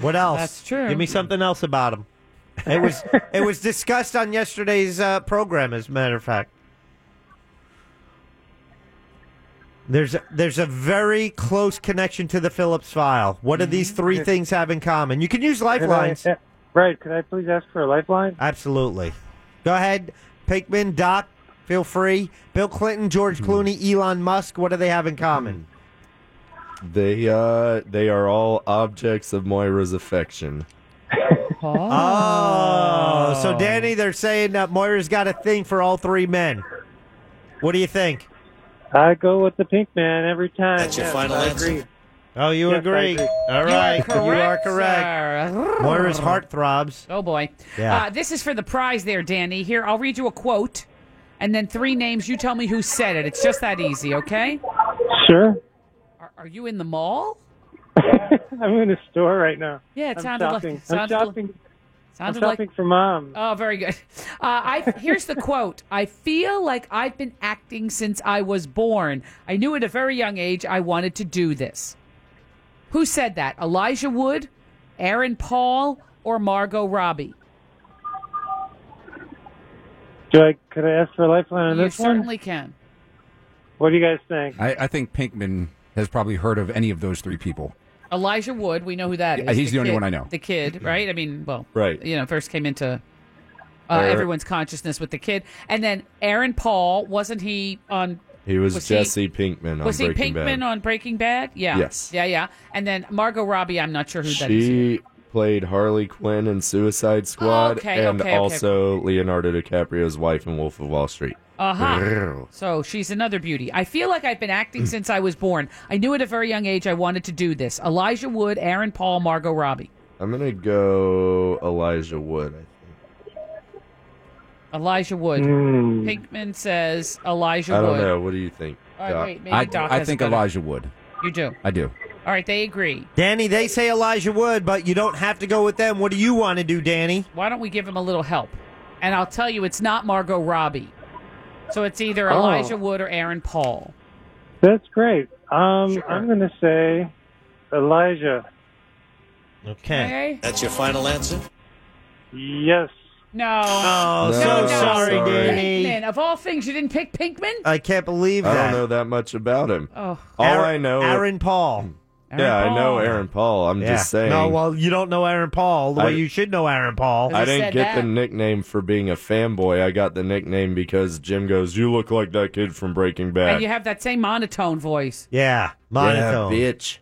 [SPEAKER 6] What else?
[SPEAKER 20] That's true.
[SPEAKER 6] Give me something else about him. It
[SPEAKER 20] *laughs*
[SPEAKER 6] was it was discussed on yesterday's uh, program, as a matter of fact. There's a, there's a very close connection to the Phillips file. What do these three things have in common? You can use lifelines.
[SPEAKER 20] Could Mm-hmm. I- right. Could I please ask for a lifeline?
[SPEAKER 6] Absolutely. Go ahead, Pinkman, Doc. Feel free. Bill Clinton, George
[SPEAKER 20] Mm-hmm.
[SPEAKER 6] Clooney, Elon Musk. What do they have in common?
[SPEAKER 9] They uh they are all objects of Moira's affection.
[SPEAKER 6] Oh, so Danny, they're saying that Moira's got a thing for all three men. What do you think?
[SPEAKER 20] I go with the pink man every time.
[SPEAKER 6] That's your
[SPEAKER 20] Yes,
[SPEAKER 6] final
[SPEAKER 20] I
[SPEAKER 6] answer?
[SPEAKER 20] Agree.
[SPEAKER 6] Oh, you
[SPEAKER 20] Yes, I
[SPEAKER 6] agree.
[SPEAKER 20] agree.
[SPEAKER 6] All
[SPEAKER 20] You are
[SPEAKER 6] right, you are
[SPEAKER 20] correct,
[SPEAKER 6] correct.
[SPEAKER 7] sir.
[SPEAKER 6] Moira's heart throbs.
[SPEAKER 7] Oh boy.
[SPEAKER 6] Yeah.
[SPEAKER 7] Uh, this is for the prize there, Danny. Here, I'll read you a quote and then three names. You tell me who said it. It's just that easy, okay?
[SPEAKER 20] Sure. *laughs*
[SPEAKER 7] Are, are you in the mall?
[SPEAKER 20] I'm in a store right now.
[SPEAKER 7] Yeah, it
[SPEAKER 20] I'm
[SPEAKER 7] sounded like-
[SPEAKER 20] shopping.
[SPEAKER 7] it sounded
[SPEAKER 20] I'm
[SPEAKER 7] like-
[SPEAKER 20] shopping.
[SPEAKER 7] Sounded
[SPEAKER 20] I'm
[SPEAKER 7] like-
[SPEAKER 20] shopping for mom.
[SPEAKER 7] Oh, very good. Uh, I here's the quote. I feel like I've been acting since I was born. I knew at a very young age I wanted to do this. Who said that? Elijah Wood, Aaron Paul, or Margot Robbie?
[SPEAKER 20] Do I? Could I ask for a lifeline on
[SPEAKER 7] you
[SPEAKER 20] Uh, this one?
[SPEAKER 7] certainly can.
[SPEAKER 20] What do you guys think?
[SPEAKER 19] I, I think Pinkman has probably heard of any of those three people.
[SPEAKER 7] Elijah Wood, we know who that is.
[SPEAKER 19] Yeah, he's the only
[SPEAKER 7] kid-
[SPEAKER 19] one I know.
[SPEAKER 7] The kid, right? I mean, well,
[SPEAKER 19] Right.
[SPEAKER 7] You know, first came into uh,
[SPEAKER 9] Or-
[SPEAKER 7] everyone's consciousness with the kid, and then Aaron Paul wasn't he on?
[SPEAKER 9] He was,
[SPEAKER 7] Was he-
[SPEAKER 9] Jesse Pinkman on
[SPEAKER 7] was he
[SPEAKER 9] Breaking
[SPEAKER 7] Pinkman
[SPEAKER 9] Bad.
[SPEAKER 7] on Breaking Bad? Yeah.
[SPEAKER 9] Yes.
[SPEAKER 7] Yeah, yeah. And then Margot Robbie, I'm not sure who that is. Oh,
[SPEAKER 9] she played Harley Quinn in Suicide Squad,
[SPEAKER 7] okay,
[SPEAKER 9] and
[SPEAKER 7] okay, okay.
[SPEAKER 9] also Leonardo DiCaprio's wife in Wolf of Wall Street.
[SPEAKER 7] Uh-huh. So she's another beauty. I feel like I've
[SPEAKER 9] *clears throat*
[SPEAKER 7] been acting since I was born. I knew at a very young age I wanted to do this. Elijah Wood, Aaron Paul, Margot Robbie.
[SPEAKER 9] I'm gonna go Elijah Wood. I think.
[SPEAKER 7] Elijah Wood.
[SPEAKER 9] Hmm.
[SPEAKER 7] Pinkman says Elijah
[SPEAKER 9] I don't
[SPEAKER 7] Wood.
[SPEAKER 9] know. What do you think?
[SPEAKER 7] All right,
[SPEAKER 9] Doc?
[SPEAKER 7] wait, maybe I- Doc I has think a better- Elijah Wood. You do.
[SPEAKER 8] I do.
[SPEAKER 7] All right, they agree.
[SPEAKER 6] Danny, they say Elijah Wood, but you don't have to go with them. What do you want to do, Danny?
[SPEAKER 7] Why don't we give him a little help? And I'll tell you, it's not Margot Robbie. So it's either
[SPEAKER 20] Oh.
[SPEAKER 7] Elijah Wood or Aaron Paul.
[SPEAKER 20] That's great. Um, I'm going to say Elijah.
[SPEAKER 7] Okay.
[SPEAKER 5] That's your final answer?
[SPEAKER 20] Yes.
[SPEAKER 7] No.
[SPEAKER 6] Oh,
[SPEAKER 9] No, so no, sorry, sorry. Danny.
[SPEAKER 7] Pinkman. Of all things, you didn't pick Pinkman?
[SPEAKER 6] I can't believe
[SPEAKER 9] I
[SPEAKER 6] that.
[SPEAKER 9] don't know that much about him.
[SPEAKER 7] Oh.
[SPEAKER 9] All
[SPEAKER 6] Aaron-
[SPEAKER 9] I know,
[SPEAKER 6] Aaron Paul.
[SPEAKER 9] yeah, I know Aaron Paul. I'm
[SPEAKER 6] Yeah.
[SPEAKER 9] just saying.
[SPEAKER 6] No, well, you don't know Aaron Paul the
[SPEAKER 9] I-
[SPEAKER 6] way you should know Aaron Paul.
[SPEAKER 9] I didn't get the nickname for being a fanboy. I got the nickname because Jim goes, "You look like that kid from Breaking
[SPEAKER 7] And
[SPEAKER 9] Bad."
[SPEAKER 7] you have that same monotone voice.
[SPEAKER 6] yeah, monotone.
[SPEAKER 9] Yeah, bitch.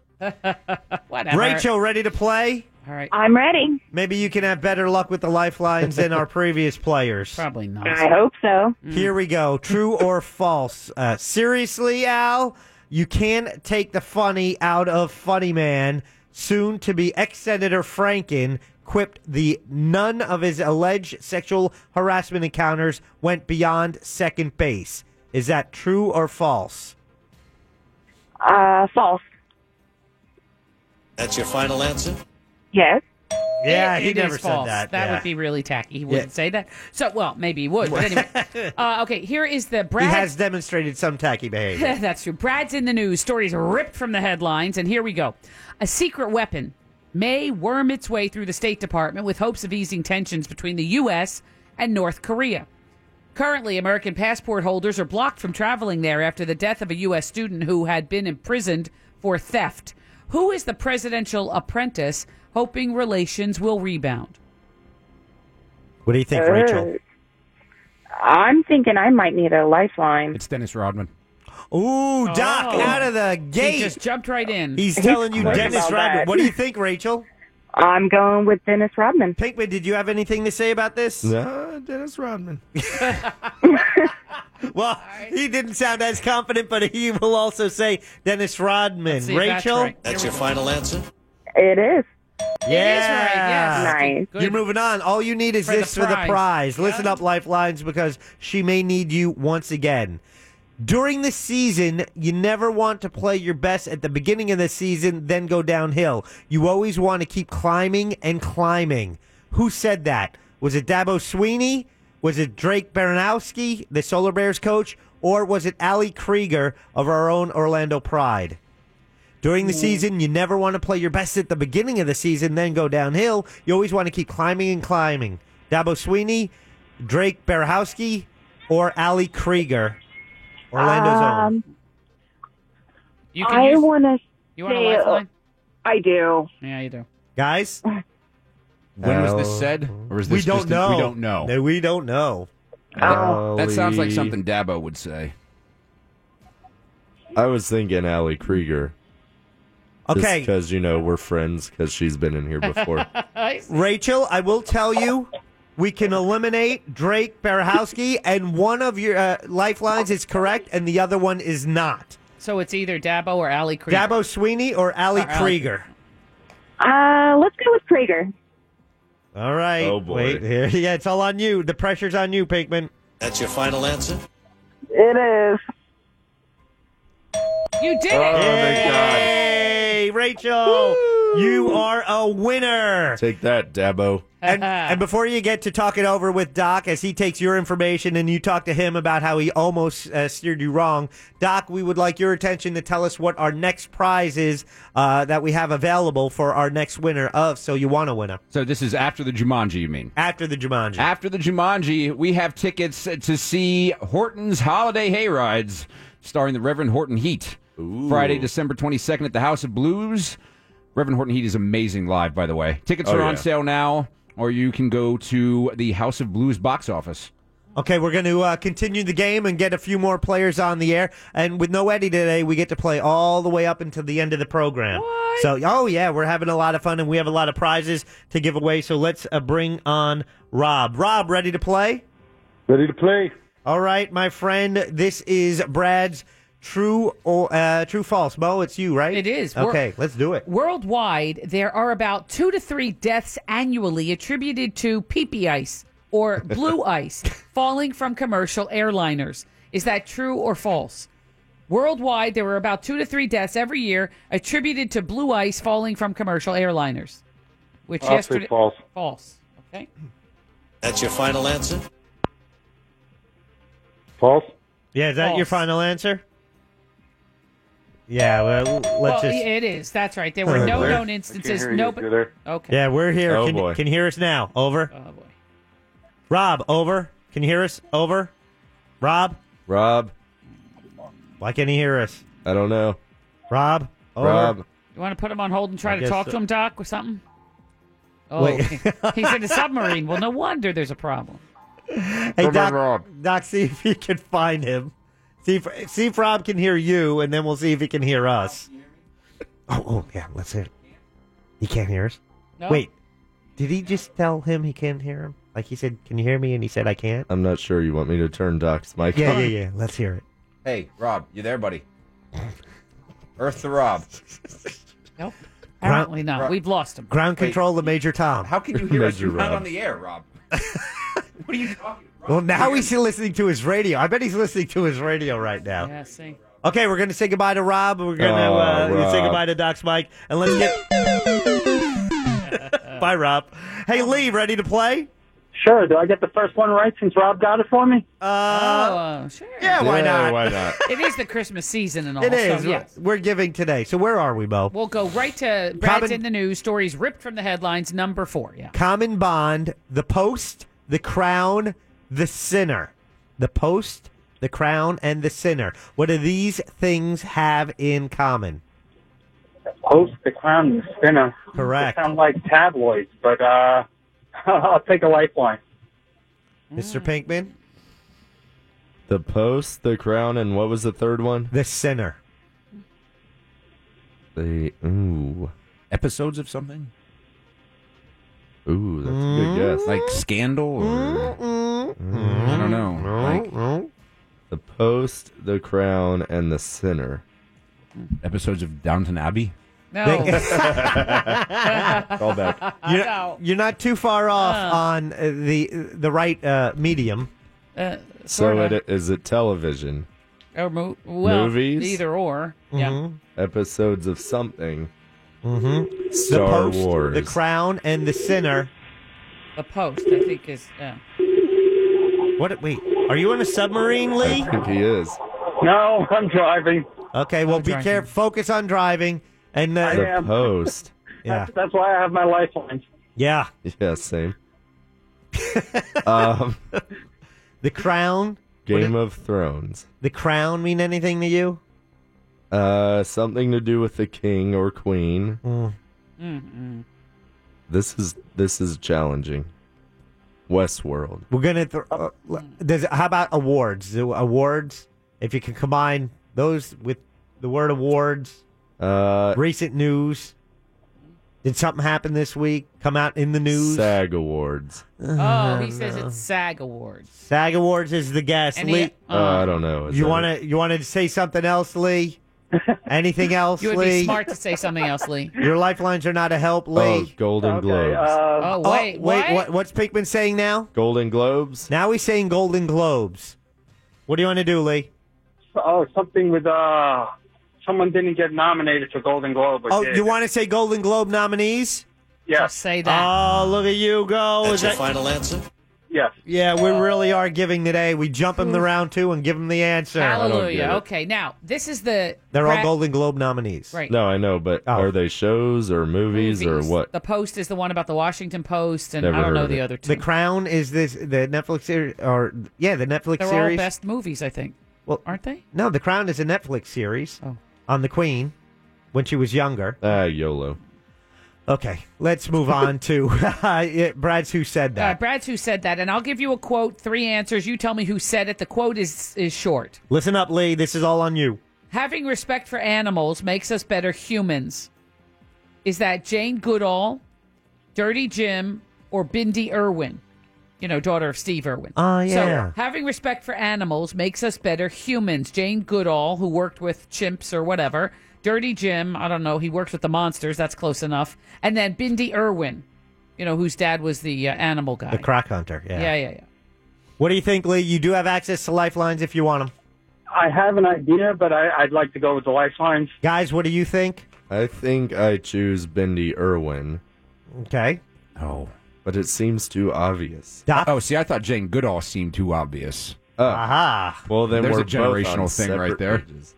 [SPEAKER 7] Whatever.
[SPEAKER 6] Rachel, ready to play?
[SPEAKER 7] All right.
[SPEAKER 14] I'm ready.
[SPEAKER 6] Maybe you can have better luck with the lifelines than
[SPEAKER 7] *laughs*
[SPEAKER 6] our previous players.
[SPEAKER 7] Probably not.
[SPEAKER 14] I hope so.
[SPEAKER 7] Mm.
[SPEAKER 6] Here we go.
[SPEAKER 7] *laughs*
[SPEAKER 6] True or false? Uh, seriously, Al, you can take the funny out of Funny Man. Soon to be ex Senator Franken quipped the none of his alleged sexual harassment encounters went beyond second base. Is that true or false?
[SPEAKER 14] Uh, false.
[SPEAKER 5] That's your final answer?
[SPEAKER 14] Yes.
[SPEAKER 6] Yeah,
[SPEAKER 7] It-
[SPEAKER 6] he
[SPEAKER 7] it
[SPEAKER 6] never
[SPEAKER 7] is
[SPEAKER 6] said
[SPEAKER 7] false.
[SPEAKER 6] that.
[SPEAKER 7] That
[SPEAKER 6] Yeah.
[SPEAKER 7] would be really tacky. He wouldn't say that. So, well, maybe he would. But anyway, uh, okay. Here is the Brad.
[SPEAKER 6] He has demonstrated some tacky behavior.
[SPEAKER 7] *laughs* That's true. Brad's in the news. Stories ripped from the headlines, and here we go. A secret weapon may worm its way through the State Department with hopes of easing tensions between the U.S. and North Korea. Currently, American passport holders are blocked from traveling there after the death of a U.S. student who had been imprisoned for theft. Who is the presidential apprentice hoping relations will rebound?
[SPEAKER 6] What do you think,
[SPEAKER 14] Uh,
[SPEAKER 6] Rachel?
[SPEAKER 14] I'm thinking I might need a lifeline.
[SPEAKER 19] It's Dennis Rodman.
[SPEAKER 6] Ooh, Doc,
[SPEAKER 7] Oh.
[SPEAKER 6] out of the gate.
[SPEAKER 7] He just jumped right in.
[SPEAKER 6] He's telling you
[SPEAKER 14] quick
[SPEAKER 6] Dennis
[SPEAKER 14] about
[SPEAKER 6] Rodman.
[SPEAKER 14] that.
[SPEAKER 6] What do you think, Rachel?
[SPEAKER 14] I'm going with Dennis Rodman.
[SPEAKER 6] Pinkman, did you have anything to say about this?
[SPEAKER 9] No, Dennis Rodman.
[SPEAKER 6] well, he didn't sound as confident, but he will also say Dennis Rodman. Rachel?
[SPEAKER 5] That's your final answer?
[SPEAKER 14] It is.
[SPEAKER 6] Yeah.
[SPEAKER 14] Nice.
[SPEAKER 6] You're moving on. All you need is
[SPEAKER 14] For
[SPEAKER 6] this
[SPEAKER 14] the
[SPEAKER 6] for the
[SPEAKER 14] prize.
[SPEAKER 6] prize. Listen up, Lifelines, because she may need you once again. During the season, you never want to play your best at the beginning of the season, then go downhill. You always want to keep climbing and climbing. Who said that? Was it Dabo Sweeney? Was it Drake Baranowski, the Solar Bears coach? Or was it Ali Krieger of our own Orlando Pride? During the season, you never want to play your best at the beginning of the season, then go downhill. You always want to keep climbing and climbing. Dabo Sweeney, Drake Barahowski, or Ali Krieger. Orlando's own.
[SPEAKER 14] um,
[SPEAKER 7] You
[SPEAKER 14] I want to.
[SPEAKER 7] You want a lifeline?
[SPEAKER 14] I do.
[SPEAKER 7] Yeah, you do.
[SPEAKER 6] Guys?
[SPEAKER 19] When was this said? Or is this
[SPEAKER 6] we don't
[SPEAKER 19] just
[SPEAKER 6] know.
[SPEAKER 19] we don't know.
[SPEAKER 6] No, we don't know.
[SPEAKER 19] That sounds like something Dabo would say.
[SPEAKER 9] I was thinking Ali Krieger.
[SPEAKER 6] Okay.
[SPEAKER 9] Because, you know, we're friends because she's been in
[SPEAKER 6] *laughs*
[SPEAKER 9] here *laughs* before.
[SPEAKER 6] Rachel, I will tell you, we can eliminate Drake Barahowski, and one of your uh, lifelines is correct, and the other one is not.
[SPEAKER 7] So it's either Dabo or Ali Krieger.
[SPEAKER 6] Dabo Sweeney or Ali
[SPEAKER 7] Or Ali.
[SPEAKER 6] Krieger.
[SPEAKER 14] Uh, let's go with Prager.
[SPEAKER 6] All right.
[SPEAKER 5] Oh, boy.
[SPEAKER 6] Wait, here, *laughs* yeah, it's all on you. The pressure's on you, Pinkman.
[SPEAKER 5] That's your final answer?
[SPEAKER 14] It is.
[SPEAKER 7] You did it.
[SPEAKER 5] Uh,
[SPEAKER 6] Hey, Rachel, you
[SPEAKER 2] *laughs*
[SPEAKER 6] are a winner.
[SPEAKER 9] Take that, Dabo.
[SPEAKER 6] And, and before you get to talk it over with Doc, as he takes your information and you talk to him about how he almost uh, steered you wrong, Doc, we would like your attention to tell us what our next prize is uh, that we have available for our next winner of So You Want to Winner.
[SPEAKER 19] So this is after the Jumanji, you mean?
[SPEAKER 6] After the Jumanji.
[SPEAKER 19] After the Jumanji, we have tickets to see Horton's Holiday Hayrides, starring the Reverend Horton Heat. Friday, December 22nd at the House of Blues. Reverend Horton Heat is amazing live, by the way. Tickets
[SPEAKER 9] Oh,
[SPEAKER 19] are on
[SPEAKER 9] yeah.
[SPEAKER 19] sale now, or you can go to the House of Blues box office.
[SPEAKER 6] Okay, we're going to uh, continue the game and get a few more players on the air. And with no Eddie today, we get to play all the way up until the end of the program. So, oh yeah, we're having a lot of fun and we have a lot of prizes to give away. So let's uh, bring on Rob. Rob, ready to play? Ready to play. All right, my friend. This is Brad's true or uh, true false. Mo, it's you, right? It
[SPEAKER 7] is. We're-
[SPEAKER 6] Okay, let's do it.
[SPEAKER 7] Worldwide, there are about two to three deaths annually attributed to peepee ice or blue ice falling from commercial airliners. Is that true or false? Worldwide, there are about two to three deaths every year attributed to blue ice falling from commercial airliners. Which
[SPEAKER 5] I'll say
[SPEAKER 7] yesterday
[SPEAKER 5] false.
[SPEAKER 7] False. Okay.
[SPEAKER 5] That's your final answer?
[SPEAKER 6] False. Yeah, is that your
[SPEAKER 7] False.
[SPEAKER 6] final answer? Yeah, well, let's
[SPEAKER 7] well,
[SPEAKER 6] just.
[SPEAKER 7] it is. That's right.
[SPEAKER 6] *laughs*
[SPEAKER 7] There were no
[SPEAKER 6] There.
[SPEAKER 7] known instances. No. but- Okay.
[SPEAKER 6] Yeah, we're here.
[SPEAKER 7] Oh,
[SPEAKER 6] can,
[SPEAKER 7] boy.
[SPEAKER 6] can you hear us now? Over.
[SPEAKER 7] Oh boy.
[SPEAKER 6] Rob, over. Can you hear us? Over. Rob.
[SPEAKER 9] Rob.
[SPEAKER 6] Why can't he hear us?
[SPEAKER 9] I don't know.
[SPEAKER 6] Rob. Over.
[SPEAKER 9] Rob.
[SPEAKER 7] You want to put him on hold and try
[SPEAKER 6] Oh. I
[SPEAKER 7] to
[SPEAKER 6] guess
[SPEAKER 7] talk
[SPEAKER 6] so.
[SPEAKER 7] to him, Doc,
[SPEAKER 6] *laughs*
[SPEAKER 7] or something? Oh,
[SPEAKER 6] Wait.
[SPEAKER 7] *laughs* he's in a submarine. Well, no wonder there's a problem.
[SPEAKER 6] Hey, Doc, Doc, see if you can find him. See if, see if Rob can hear you, and then we'll see if he can hear us. Oh, oh yeah, let's hear it. He can't hear us?
[SPEAKER 7] No.
[SPEAKER 6] Wait, did he just tell him he can't hear him? Like he said, can you hear me? And he said, I can't.
[SPEAKER 9] I'm not sure you want me to turn Doc's mic
[SPEAKER 6] Yeah,
[SPEAKER 9] on.
[SPEAKER 6] yeah, yeah. Let's hear it.
[SPEAKER 19] Hey, Rob, you there, buddy? Earth to Rob.
[SPEAKER 7] Nope. Apparently not. We've lost him.
[SPEAKER 6] Ground control to Major Tom. How
[SPEAKER 19] can you hear us? You're not on the
[SPEAKER 6] *laughs*
[SPEAKER 19] air, Rob. what are you talking about?
[SPEAKER 6] Well, now he's listening to his radio. I bet he's listening to his radio right now.
[SPEAKER 7] Yeah, see.
[SPEAKER 6] Okay, we're going to say goodbye to Rob. We're going to
[SPEAKER 9] Oh,
[SPEAKER 6] uh, say
[SPEAKER 9] Rob.
[SPEAKER 6] goodbye to Doc's Mike. And let's
[SPEAKER 7] Uh.
[SPEAKER 6] get. Bye, Rob. Hey, Lee, ready to play?
[SPEAKER 2] Sure. Do I get the first one right since Rob got it for me?
[SPEAKER 6] Uh,
[SPEAKER 7] oh, sure.
[SPEAKER 6] Yeah, why not?
[SPEAKER 7] *laughs* it is the Christmas season and all.
[SPEAKER 6] it is.
[SPEAKER 7] So, yeah.
[SPEAKER 6] We're giving today. So where are we, Bo?
[SPEAKER 7] We'll go right to Brad's in the news. Stories ripped from the headlines. Number four. Yeah.
[SPEAKER 6] Common Bond, The Post, The Crown, The Sinner. The Post, The Crown, and The Sinner. What do these things have in common?
[SPEAKER 2] Post the Crown and the Spinner.
[SPEAKER 6] Correct.
[SPEAKER 2] They sound like tabloids, but uh, *laughs* I'll take a lifeline.
[SPEAKER 6] Mr.
[SPEAKER 7] Mm. *laughs*
[SPEAKER 6] Pinkman?
[SPEAKER 9] The Post, The Crown, and what was the third one?
[SPEAKER 6] The Sinner.
[SPEAKER 9] The ooh
[SPEAKER 19] episodes of something.
[SPEAKER 9] Ooh, that's a good
[SPEAKER 6] Mm-hmm.
[SPEAKER 9] guess.
[SPEAKER 19] Like Scandal or I don't know.
[SPEAKER 6] Mm-hmm.
[SPEAKER 19] Like
[SPEAKER 9] The Post, The Crown, and The Sinner.
[SPEAKER 19] Episodes of Downton Abbey.
[SPEAKER 7] No.
[SPEAKER 6] *laughs*
[SPEAKER 9] Call back.
[SPEAKER 6] You're,
[SPEAKER 7] No.
[SPEAKER 6] you're not too far off
[SPEAKER 7] Uh.
[SPEAKER 6] on uh, the the right uh, medium.
[SPEAKER 7] Uh,
[SPEAKER 9] So
[SPEAKER 7] sorta.
[SPEAKER 9] it, is it television?
[SPEAKER 7] Or mo- well,
[SPEAKER 9] Movies?
[SPEAKER 7] Either or. Yeah.
[SPEAKER 9] Mm-hmm. Episodes of something.
[SPEAKER 6] Mm-hmm. the
[SPEAKER 9] Star
[SPEAKER 6] Post,
[SPEAKER 9] Wars.
[SPEAKER 6] The Crown, and The Sinner.
[SPEAKER 7] The Post, I think, is. uh, Yeah.
[SPEAKER 6] What? Wait, are you in a submarine, Lee? I
[SPEAKER 9] think he is.
[SPEAKER 2] No, I'm driving.
[SPEAKER 6] Okay, well,
[SPEAKER 2] I'm
[SPEAKER 6] be
[SPEAKER 2] driving.
[SPEAKER 6] careful. Focus on driving. And uh,
[SPEAKER 2] I The am.
[SPEAKER 9] Post.
[SPEAKER 6] *laughs* Yeah.
[SPEAKER 2] That's why I have my lifeline.
[SPEAKER 6] Yeah. *laughs*
[SPEAKER 9] Yeah, same. um,
[SPEAKER 6] the Crown.
[SPEAKER 9] Game of Thrones.
[SPEAKER 6] The Crown mean anything to you?
[SPEAKER 9] Uh, something to do with the king or queen.
[SPEAKER 6] Mm.
[SPEAKER 7] Mm-mm.
[SPEAKER 9] This is this is challenging. Westworld.
[SPEAKER 6] We're gonna. Th-
[SPEAKER 7] Oh.
[SPEAKER 6] uh, l- does how about awards? Do awards. If you can combine those with the word awards.
[SPEAKER 9] Uh,
[SPEAKER 6] recent news. Did something happen this week? Come out in the news.
[SPEAKER 9] SAG Awards.
[SPEAKER 7] Oh,
[SPEAKER 6] Uh-huh.
[SPEAKER 7] he says it's SAG Awards.
[SPEAKER 6] SAG Awards is the guess.
[SPEAKER 7] Any-
[SPEAKER 6] Lee,
[SPEAKER 7] Uh, I
[SPEAKER 9] don't know. Is
[SPEAKER 6] You
[SPEAKER 9] that
[SPEAKER 6] want to you want to say something else,
[SPEAKER 7] *laughs*
[SPEAKER 6] Lee? Anything else,
[SPEAKER 7] You would
[SPEAKER 6] Lee?
[SPEAKER 7] be smart to say something else,
[SPEAKER 6] *laughs*
[SPEAKER 7] Lee.
[SPEAKER 6] Your lifelines are not a help, Lee.
[SPEAKER 9] Oh, Golden Globes.
[SPEAKER 7] oh, wait.
[SPEAKER 6] Um, wait,
[SPEAKER 7] what?
[SPEAKER 6] what? What's Pinkman saying now?
[SPEAKER 9] Golden Globes.
[SPEAKER 6] Now he's saying Golden Globes. What do you want to do, Lee?
[SPEAKER 2] Oh, something with uh, someone didn't get nominated for Golden Globe. But
[SPEAKER 6] Oh,
[SPEAKER 2] did.
[SPEAKER 6] you want to say Golden Globe nominees?
[SPEAKER 2] Yes.
[SPEAKER 7] say
[SPEAKER 6] Oh, look at you go.
[SPEAKER 2] That's
[SPEAKER 6] Is
[SPEAKER 2] your
[SPEAKER 6] that-
[SPEAKER 2] final
[SPEAKER 5] answer?
[SPEAKER 2] Yes.
[SPEAKER 6] Yeah,
[SPEAKER 7] Uh,
[SPEAKER 6] we really are giving today. We jump him the round two and give him the answer.
[SPEAKER 7] hmm. Hallelujah. Oh, Okay, now this is the
[SPEAKER 6] They're all
[SPEAKER 7] Brad-
[SPEAKER 6] Golden Globe nominees. Oh.
[SPEAKER 7] Right.
[SPEAKER 9] No, I know, but are they shows or movies, or what?
[SPEAKER 7] The Post is the one about the Washington Post, and
[SPEAKER 9] Never
[SPEAKER 7] I
[SPEAKER 9] heard
[SPEAKER 7] don't know
[SPEAKER 9] of
[SPEAKER 7] the
[SPEAKER 9] it.
[SPEAKER 7] other two.
[SPEAKER 6] The Crown is this the Netflix series or yeah, the Netflix
[SPEAKER 7] They're
[SPEAKER 6] series.
[SPEAKER 7] all best movies, I think.
[SPEAKER 6] Well,
[SPEAKER 7] aren't they?
[SPEAKER 6] No, The Crown is a Netflix series
[SPEAKER 7] oh.
[SPEAKER 6] on the Queen when she was younger.
[SPEAKER 9] Ah, YOLO.
[SPEAKER 6] Okay, let's
[SPEAKER 7] *laughs*
[SPEAKER 6] move on to *laughs* uh, it- Brad's Who Said
[SPEAKER 7] All
[SPEAKER 6] That.
[SPEAKER 7] right, Uh, Brad's who said that, and I'll give you a quote, three answers. You tell me who said it. The quote is is short.
[SPEAKER 6] Listen up, Lee. This is all on you.
[SPEAKER 7] Having respect for animals makes us better humans. Is that Jane Goodall, Dirty Jim, or Bindi Irwin? You know, daughter of Steve Irwin.
[SPEAKER 6] Ah, yeah.
[SPEAKER 7] So, having respect for animals makes us better humans. Jane Goodall, who worked with chimps or whatever, Dirty Jim, I don't know, he works with the monsters, that's close enough. And then Bindi Irwin, you know, whose dad was the uh, animal guy.
[SPEAKER 6] The Crack Hunter. Yeah.
[SPEAKER 7] yeah, yeah, yeah.
[SPEAKER 6] What do you think, Lee? You do have access to lifelines if you want them.
[SPEAKER 2] I have an idea, but I, I'd like to go with the lifelines.
[SPEAKER 6] Guys, what do you think?
[SPEAKER 9] I think I choose Bendy Irwin.
[SPEAKER 6] Okay.
[SPEAKER 9] Oh. But it seems too obvious.
[SPEAKER 19] Oh, see, I thought Jane Goodall seemed too obvious.
[SPEAKER 6] Aha.
[SPEAKER 9] Oh. Well, then
[SPEAKER 19] There's
[SPEAKER 9] we're
[SPEAKER 19] a generational
[SPEAKER 9] both on
[SPEAKER 19] thing right
[SPEAKER 9] separate
[SPEAKER 19] there.
[SPEAKER 9] pages.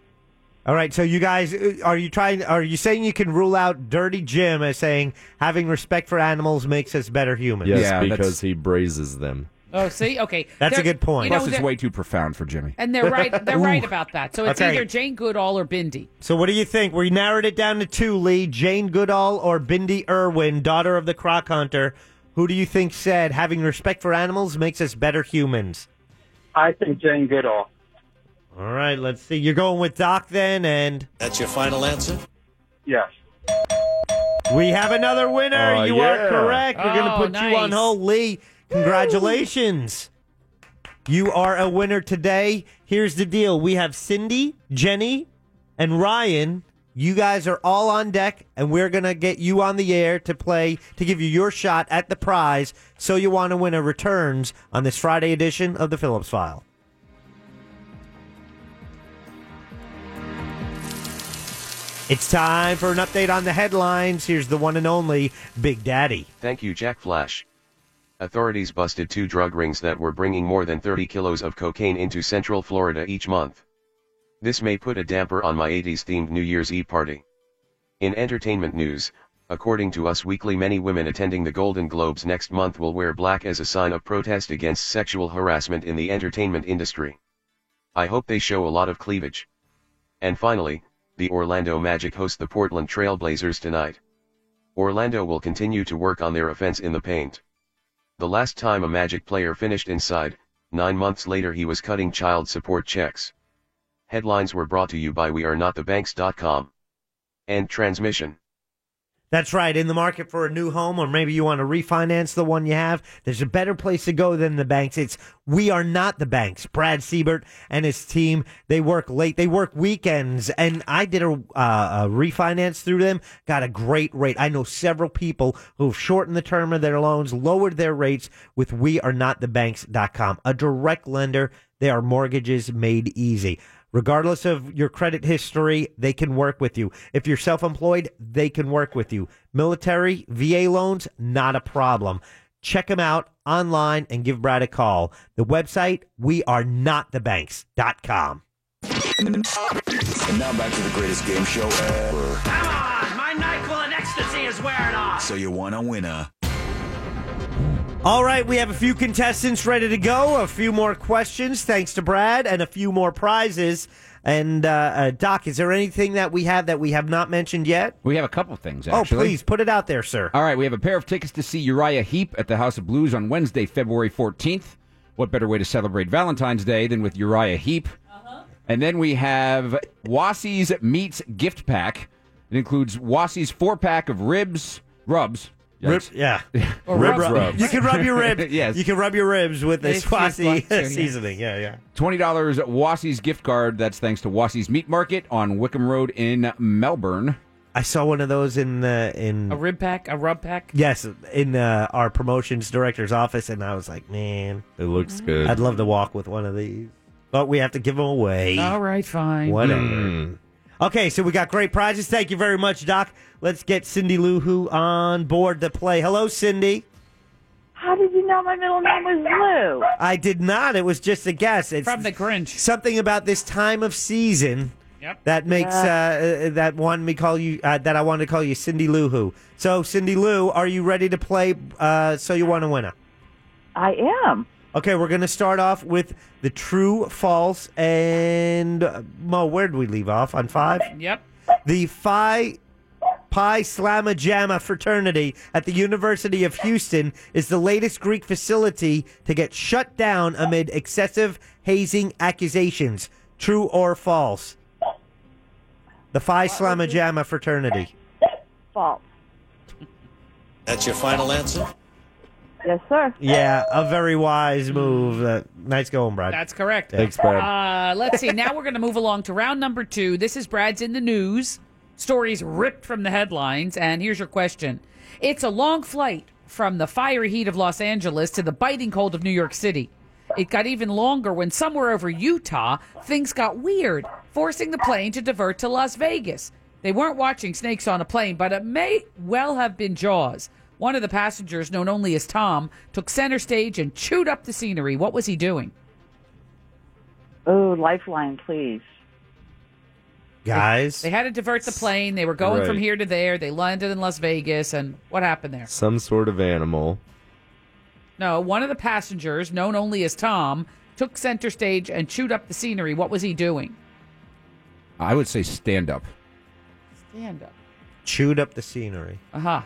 [SPEAKER 6] All right, so you guys uh, are you trying? Are you saying you can rule out Dirty Jim as saying having respect for animals makes us better humans?
[SPEAKER 9] Yes, because he braises them.
[SPEAKER 7] Oh, see? Okay.
[SPEAKER 6] That's a
[SPEAKER 7] They're-
[SPEAKER 6] good point.
[SPEAKER 7] you know, they're-
[SPEAKER 19] too profound for Jimmy.
[SPEAKER 7] And they're right. They're
[SPEAKER 6] *laughs*
[SPEAKER 7] right
[SPEAKER 6] Ooh.
[SPEAKER 7] about that. So it's
[SPEAKER 6] Okay.
[SPEAKER 7] either Jane Goodall or Bindi.
[SPEAKER 6] So what do you think? We narrowed it down to two: Lee, Jane Goodall, or Bindi Irwin, daughter of the croc hunter. Who do you think said having respect for animals makes us better humans?
[SPEAKER 2] I think Jane Goodall.
[SPEAKER 6] All right, let's see. You're going with Doc then, and
[SPEAKER 5] That's your final answer?
[SPEAKER 2] Yes.
[SPEAKER 6] we have another winner.
[SPEAKER 5] Oh,
[SPEAKER 6] you
[SPEAKER 5] yeah.
[SPEAKER 6] are correct. We're going to
[SPEAKER 5] Oh,
[SPEAKER 6] put you on
[SPEAKER 5] nice.
[SPEAKER 6] hold, Lee. Congratulations. You are a winner today. Here's the deal we have Cindy, Jenny, and Ryan. You guys are all on deck, and we're going to get you on the air to play to give you your shot at the prize. So You Want to Win a returns on this Friday edition of the Phillips File. It's time for an update on the headlines. Here's the one and only Big Daddy.
[SPEAKER 18] Thank you, Jack Flash. Authorities busted two drug rings that were bringing more than 30 kilos of cocaine into Central Florida each month. This may put a damper on my 80s themed New Year's Eve party. In entertainment news, according to Us Weekly, many women attending the Golden Globes next month will wear black as a sign of protest against sexual harassment in the entertainment industry. I hope they show a lot of cleavage. And finally, the Orlando Magic host the Portland Trail Blazers tonight. Orlando will continue to work on their offense in the paint. The last time a Magic player finished inside, nine months later he was cutting child support checks. Headlines were brought to you by WeAreNotTheBanks.com. End transmission.
[SPEAKER 6] That's right. In the market for a new home, or maybe you want to refinance the one you have, there's a better place to go than the banks. It's We Are Not the Banks. Brad Siebert and his team, they work late, they work weekends. And I did a, uh, a refinance through them, got a great rate. I know several people who've shortened the term of their loans, lowered their rates with We Are Not the Banks.com, a direct lender. They are mortgages made easy. Regardless of your credit history, they can work with you. If you're self employed, they can work with you. Military, VA loans, not a problem. Check them out online and give Brad a call. The website, wearenotthebanks.com.
[SPEAKER 1] And now back to the greatest game show ever.
[SPEAKER 11] My NyQuil and ecstasy is wearing off.
[SPEAKER 1] So you want to win a
[SPEAKER 6] All right, we have a few contestants ready to go, a few more questions, thanks to Brad, and a few more prizes. And uh, uh, Doc, is there anything that we have that we have not mentioned yet?
[SPEAKER 19] We have a couple things,
[SPEAKER 6] Oh,
[SPEAKER 19] actually.
[SPEAKER 6] please put it out there, sir.
[SPEAKER 19] All right, we have a pair of tickets to see Uriah Heep at the House of Blues on Wednesday, February 14th. What better way to celebrate Valentine's Day than with Uriah Heep? And then we have Wassie's Meats Gift Pack. It includes Wassie's four pack of ribs, rubs.
[SPEAKER 6] Rib-
[SPEAKER 19] Yikes. *laughs*
[SPEAKER 6] yeah.
[SPEAKER 19] Or
[SPEAKER 6] Rib
[SPEAKER 19] rub- rubs.
[SPEAKER 6] You can rub
[SPEAKER 19] *laughs*
[SPEAKER 6] your ribs.
[SPEAKER 19] Yes.
[SPEAKER 6] You can rub your ribs with a
[SPEAKER 19] If you want
[SPEAKER 6] Swazi
[SPEAKER 19] to, yeah.
[SPEAKER 6] seasoning. Yeah, yeah.
[SPEAKER 19] Twenty dollars Wassie's gift card. That's thanks to Wassie's Meat Market on Wickham Road in Melbourne.
[SPEAKER 6] I saw one of those in the in
[SPEAKER 7] A rib pack, a rub pack.
[SPEAKER 6] yes in uh, our promotions director's office, and I was like, man,
[SPEAKER 9] it looks good.
[SPEAKER 6] I'd love to walk with one of these, but we have to give them away.
[SPEAKER 7] All right, fine.
[SPEAKER 6] Whatever.
[SPEAKER 5] Hmm.
[SPEAKER 6] Okay, so we got great prizes. Thank you very much, Doc. Let's get Cindy Lou Who on board to play. Hello, Cindy.
[SPEAKER 14] How did you know my middle name was Lou?
[SPEAKER 6] I did not. It was just a guess. It's
[SPEAKER 7] From the Grinch.
[SPEAKER 6] Something about this time of season.
[SPEAKER 7] Yep.
[SPEAKER 6] That makes uh, uh, that one me call you uh, that I want to call you Cindy Lou Who. So Cindy Lou, are you ready to play? Uh, so you want to win?
[SPEAKER 14] I am.
[SPEAKER 6] Okay, we're going to start off with the true, false, and uh, Mo. Where did we leave off on five?
[SPEAKER 7] Yep.
[SPEAKER 6] The Phi Pi Slamma Jamma fraternity at the University of Houston is the latest Greek facility to get shut down amid excessive hazing accusations. True or false? The Phi Slamma Jamma fraternity.
[SPEAKER 14] False.
[SPEAKER 5] That's your final answer?
[SPEAKER 14] Yes, sir.
[SPEAKER 6] Yeah, a very wise move. Uh, nice going, Brad.
[SPEAKER 7] That's correct.
[SPEAKER 6] Thanks, Brad.
[SPEAKER 7] Uh, let's see. Now we're going to move along to round number two. This is Brad's in the news. Stories ripped from the headlines. And here's your question It's a long flight from the fiery heat of Los Angeles to the biting cold of New York City. It got even longer when somewhere over Utah, things got weird, forcing the plane to divert to Las Vegas. They weren't watching snakes on a plane, but it may well have been Jaws. One of the passengers, known only as Tom, took center stage and chewed up the scenery. What was he doing?
[SPEAKER 14] Oh, lifeline, please.
[SPEAKER 6] Guys,
[SPEAKER 7] They had to divert the plane. They were going from
[SPEAKER 9] Right.
[SPEAKER 7] here to there. They landed in Las Vegas, and what happened there?
[SPEAKER 9] Some sort of animal.
[SPEAKER 7] No, one of the passengers, known only as Tom, took center stage and chewed up the scenery. What was he doing?
[SPEAKER 19] I would say stand up.
[SPEAKER 7] Stand up.
[SPEAKER 6] chewed up the scenery.
[SPEAKER 7] Uh huh.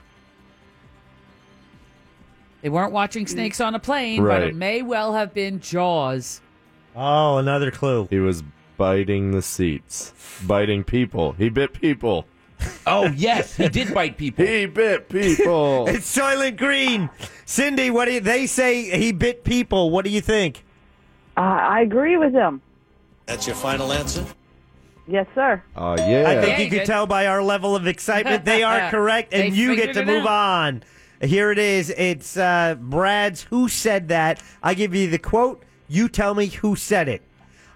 [SPEAKER 7] They weren't watching Snakes on a Plane, but it
[SPEAKER 9] Right.
[SPEAKER 7] may well have been Jaws.
[SPEAKER 6] Oh, another clue.
[SPEAKER 9] He was biting the seats, biting people. He bit people.
[SPEAKER 19] Oh yes, he did bite people.
[SPEAKER 9] he bit people.
[SPEAKER 6] *laughs* It's Silent Green. Cindy, what do you, they say? He bit people. What do you think?
[SPEAKER 14] Uh, I agree with him.
[SPEAKER 5] That's your final answer?
[SPEAKER 14] Yes, sir.
[SPEAKER 9] Oh yeah.
[SPEAKER 6] I think
[SPEAKER 14] Yeah,
[SPEAKER 6] you
[SPEAKER 14] you
[SPEAKER 6] can
[SPEAKER 14] did.
[SPEAKER 6] tell by our level of excitement they
[SPEAKER 14] *laughs*
[SPEAKER 6] are correct, and
[SPEAKER 14] They
[SPEAKER 6] you get
[SPEAKER 14] figured
[SPEAKER 6] to
[SPEAKER 14] it
[SPEAKER 6] move
[SPEAKER 14] out.
[SPEAKER 6] on. Here it is. It's uh, Brad's Who Said That? I give you the quote. You tell me who said it.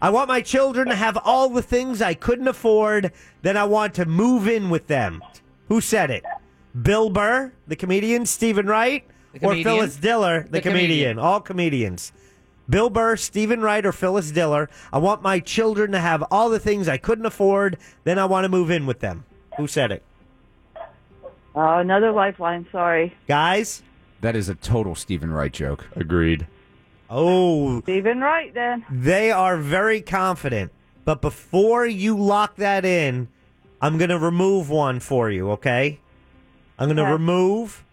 [SPEAKER 6] I want my children to have all the things I couldn't afford. Then I want to move in with them. Who said it? Bill Burr, the comedian, Stephen Wright,
[SPEAKER 7] The
[SPEAKER 6] or
[SPEAKER 7] comedian.
[SPEAKER 6] Phyllis Diller, the,
[SPEAKER 7] The
[SPEAKER 6] comedian.
[SPEAKER 7] comedian.
[SPEAKER 6] All comedians. Bill Burr, Stephen Wright, or Phyllis Diller. I want my children to have all the things I couldn't afford. Then I want to move in with them. Who said it?
[SPEAKER 14] Uh, another lifeline. Sorry,
[SPEAKER 6] Guys?
[SPEAKER 19] That is a total Stephen Wright joke.
[SPEAKER 9] Agreed.
[SPEAKER 6] Oh,
[SPEAKER 14] Stephen Wright. Then
[SPEAKER 6] they are very confident. But before you lock that in, I'm going to remove one for you, okay? I'm going to
[SPEAKER 7] Okay.
[SPEAKER 6] remove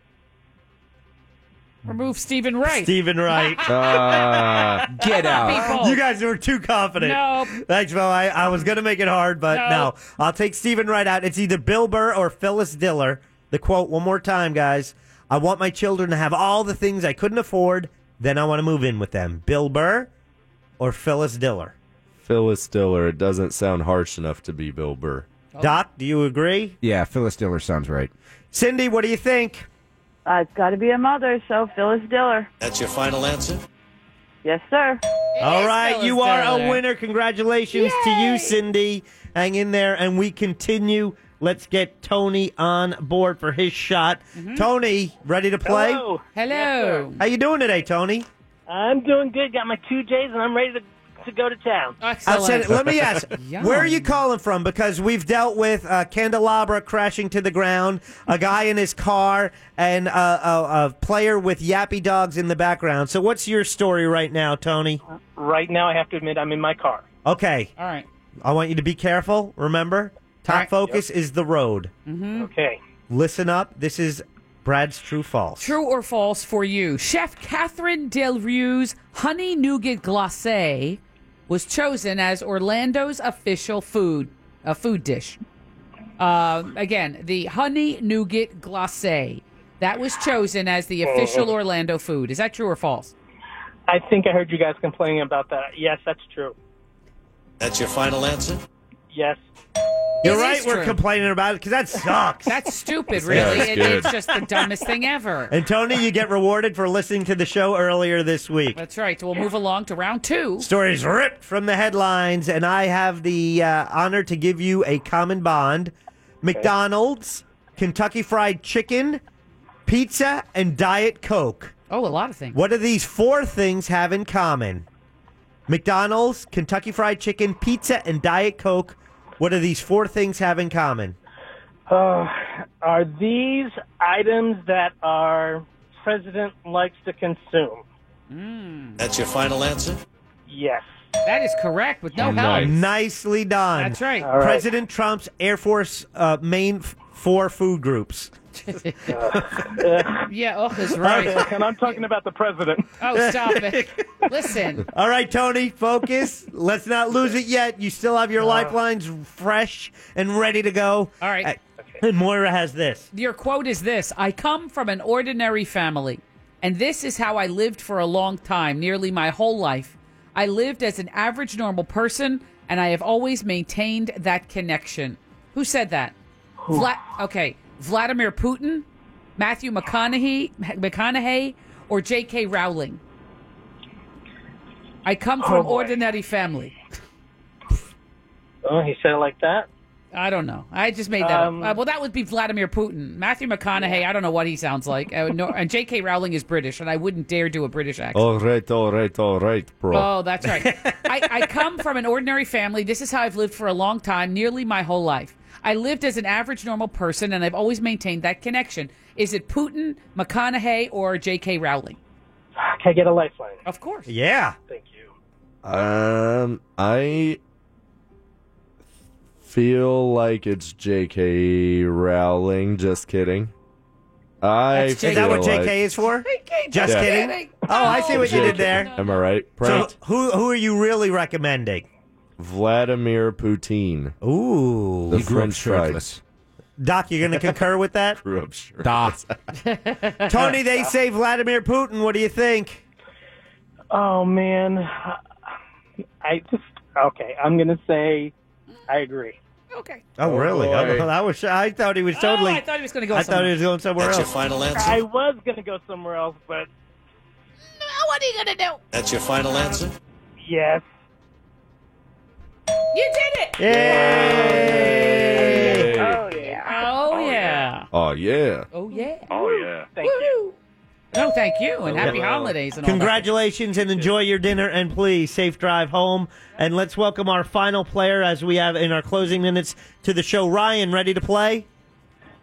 [SPEAKER 7] Remove Stephen Wright.
[SPEAKER 6] Stephen
[SPEAKER 7] *laughs*
[SPEAKER 6] Wright.
[SPEAKER 7] Uh, Get out. People.
[SPEAKER 6] You guys were too confident.
[SPEAKER 7] Nope.
[SPEAKER 6] Thanks, Mo. I, I was going to make it hard, but
[SPEAKER 7] Nope.
[SPEAKER 6] no. I'll take Stephen Wright out. It's either Bill Burr or Phyllis Diller. The quote, one more time, guys. I want my children to have all the things I couldn't afford. Then I want to move in with them. Bill Burr or Phyllis Diller?
[SPEAKER 9] Phyllis Diller. It doesn't sound harsh enough to be Bill Burr.
[SPEAKER 6] Doc, do you agree?
[SPEAKER 19] Oh. Yeah, Phyllis Diller sounds right.
[SPEAKER 6] Cindy, what do you think?
[SPEAKER 14] uh, it's got to be a mother. So Phyllis Diller.
[SPEAKER 5] That's your final answer?
[SPEAKER 14] Yes, sir.
[SPEAKER 6] All right,
[SPEAKER 14] Phyllis
[SPEAKER 6] you are a
[SPEAKER 14] Diller.
[SPEAKER 6] winner. Congratulations to you, Cindy. Hang in there, and we continue. Let's get Tony on board for his shot. Tony, ready to play?
[SPEAKER 16] Hello.
[SPEAKER 7] Hello.
[SPEAKER 6] How you doing today, Tony?
[SPEAKER 16] I'm doing good. Got my two J's, and I'm ready to, to go to town.
[SPEAKER 6] Outside- let
[SPEAKER 16] *laughs*
[SPEAKER 6] me ask,
[SPEAKER 7] *laughs*
[SPEAKER 6] where are you calling from? Because we've dealt with a candelabra crashing to the ground, a guy in his car, and a, a, a player with yappy dogs in the background. So, what's your story right now, Tony?
[SPEAKER 16] Uh, Right now, I have to admit, I'm in my car.
[SPEAKER 6] Okay,
[SPEAKER 7] All right.
[SPEAKER 6] I want you to be careful. Remember, top focus is the road.
[SPEAKER 7] Mm-hmm.
[SPEAKER 16] Okay.
[SPEAKER 6] Listen up. This is Brad's true false.
[SPEAKER 7] True or false for you? Chef Catherine Del Rue's honey nougat glacé was chosen as Orlando's official food, a food dish. Uh, again, the honey nougat glacé that was chosen as the official
[SPEAKER 5] Oh.
[SPEAKER 7] Orlando food. Is that true or false?
[SPEAKER 16] I think I heard you guys complaining about that. Yes, that's true.
[SPEAKER 5] That's your final answer?
[SPEAKER 16] Yes.
[SPEAKER 6] You're
[SPEAKER 7] It is
[SPEAKER 6] right. We're
[SPEAKER 7] true.
[SPEAKER 6] complaining about it because that sucks. *laughs*
[SPEAKER 7] That's stupid, really.
[SPEAKER 6] that's
[SPEAKER 7] It-
[SPEAKER 6] good.
[SPEAKER 7] it's just the dumbest thing ever.
[SPEAKER 6] and Tony, you get rewarded for listening to the show earlier this week.
[SPEAKER 7] That's right. So we'll move along to round two.
[SPEAKER 6] Stories ripped from the headlines, and I have the uh, honor to give you a common bond. McDonald's, Kentucky Fried Chicken, pizza, and Diet Coke.
[SPEAKER 7] Oh, a lot of things.
[SPEAKER 6] What do these four things have in common? McDonald's, Kentucky Fried Chicken, pizza, and Diet Coke. What do these four things have in common?
[SPEAKER 16] Uh, are these items that our president likes to consume?
[SPEAKER 5] That's your final answer?
[SPEAKER 16] Yes.
[SPEAKER 7] That is correct with no help.
[SPEAKER 6] Nicely done.
[SPEAKER 7] That's right.
[SPEAKER 6] President Trump's Air Force uh, Main f- four food *laughs* groups.
[SPEAKER 7] yeah,
[SPEAKER 16] *laughs*
[SPEAKER 7] oh, that's right.
[SPEAKER 24] And I'm talking about the president.
[SPEAKER 7] Oh, stop it. Listen,
[SPEAKER 6] All right, Tony, focus. Let's not lose it yet. You still have your lifelines fresh and ready to go.
[SPEAKER 7] All right.
[SPEAKER 6] Uh, And *laughs* Moira has this.
[SPEAKER 7] your quote is this I come from an ordinary family, and this is how I lived for a long time, nearly my whole life. I lived as an average, normal person, and I have always maintained that connection. Who said that? Vla- okay, Vladimir Putin, Matthew McConaughey, McConaughey, or J.K. Rowling? I come from
[SPEAKER 16] boy.
[SPEAKER 7] ordinary family.
[SPEAKER 16] Oh, he said it like that.
[SPEAKER 7] I don't know. I just made that
[SPEAKER 16] Um,
[SPEAKER 7] up. Uh, well, that would be Vladimir Putin. Matthew McConaughey, I don't know what he sounds like. I would know- and J.K. Rowling is British, and I wouldn't dare do a British accent.
[SPEAKER 9] All right, all right, all right, bro.
[SPEAKER 7] Oh, that's right.
[SPEAKER 16] *laughs*
[SPEAKER 7] I, I come from an ordinary family. This is how I've lived for a long time, nearly my whole life. I lived as an average, normal person, and I've always maintained that connection. Is it Putin, McConaughey, or J.K. Rowling?
[SPEAKER 16] Can I get a lifeline?
[SPEAKER 7] Of
[SPEAKER 6] *laughs*
[SPEAKER 7] course.
[SPEAKER 6] Yeah.
[SPEAKER 16] Thank
[SPEAKER 9] Um, I feel like it's J.K. Rowling. Just kidding. I
[SPEAKER 6] Is that what
[SPEAKER 9] feel
[SPEAKER 6] JK
[SPEAKER 9] like-
[SPEAKER 6] is for? Just
[SPEAKER 9] Yeah.
[SPEAKER 6] kidding. Oh, I see what you did
[SPEAKER 9] JK.
[SPEAKER 6] there.
[SPEAKER 9] Am I right?
[SPEAKER 6] So,
[SPEAKER 9] Pranked?
[SPEAKER 6] who who are you really recommending?
[SPEAKER 9] Vladimir Putin.
[SPEAKER 6] Ooh,
[SPEAKER 9] the
[SPEAKER 6] He grew up
[SPEAKER 9] French fries.
[SPEAKER 6] shirtless. Doc, you're going to concur
[SPEAKER 16] *laughs*
[SPEAKER 6] with that?
[SPEAKER 9] Grew up shirtless.
[SPEAKER 6] Tony, they say Vladimir Putin. What do you think?
[SPEAKER 16] Oh man, I just okay. I'm gonna say, I agree.
[SPEAKER 7] Okay.
[SPEAKER 6] Oh, really?
[SPEAKER 16] boy.
[SPEAKER 6] Oh, I was. I thought he was totally.
[SPEAKER 16] Oh, I thought he was gonna go
[SPEAKER 6] I thought he
[SPEAKER 16] somewhere.
[SPEAKER 6] was going somewhere
[SPEAKER 19] That's your
[SPEAKER 6] else.
[SPEAKER 19] final answer?
[SPEAKER 16] I was gonna go somewhere else, but
[SPEAKER 7] what are you going to do?
[SPEAKER 19] That's your final answer?
[SPEAKER 16] yes.
[SPEAKER 7] You did it!
[SPEAKER 9] Yay!
[SPEAKER 7] Oh, yeah.
[SPEAKER 9] Oh
[SPEAKER 7] Oh, yeah.
[SPEAKER 9] yeah.
[SPEAKER 7] Oh, yeah.
[SPEAKER 9] Oh yeah.
[SPEAKER 7] Thank you. No, Oh, thank you, and happy holidays and all that.
[SPEAKER 6] Congratulations and enjoy your dinner and please safe drive home. And let's welcome our final player as we have in our closing minutes to the show. Ryan, ready to play?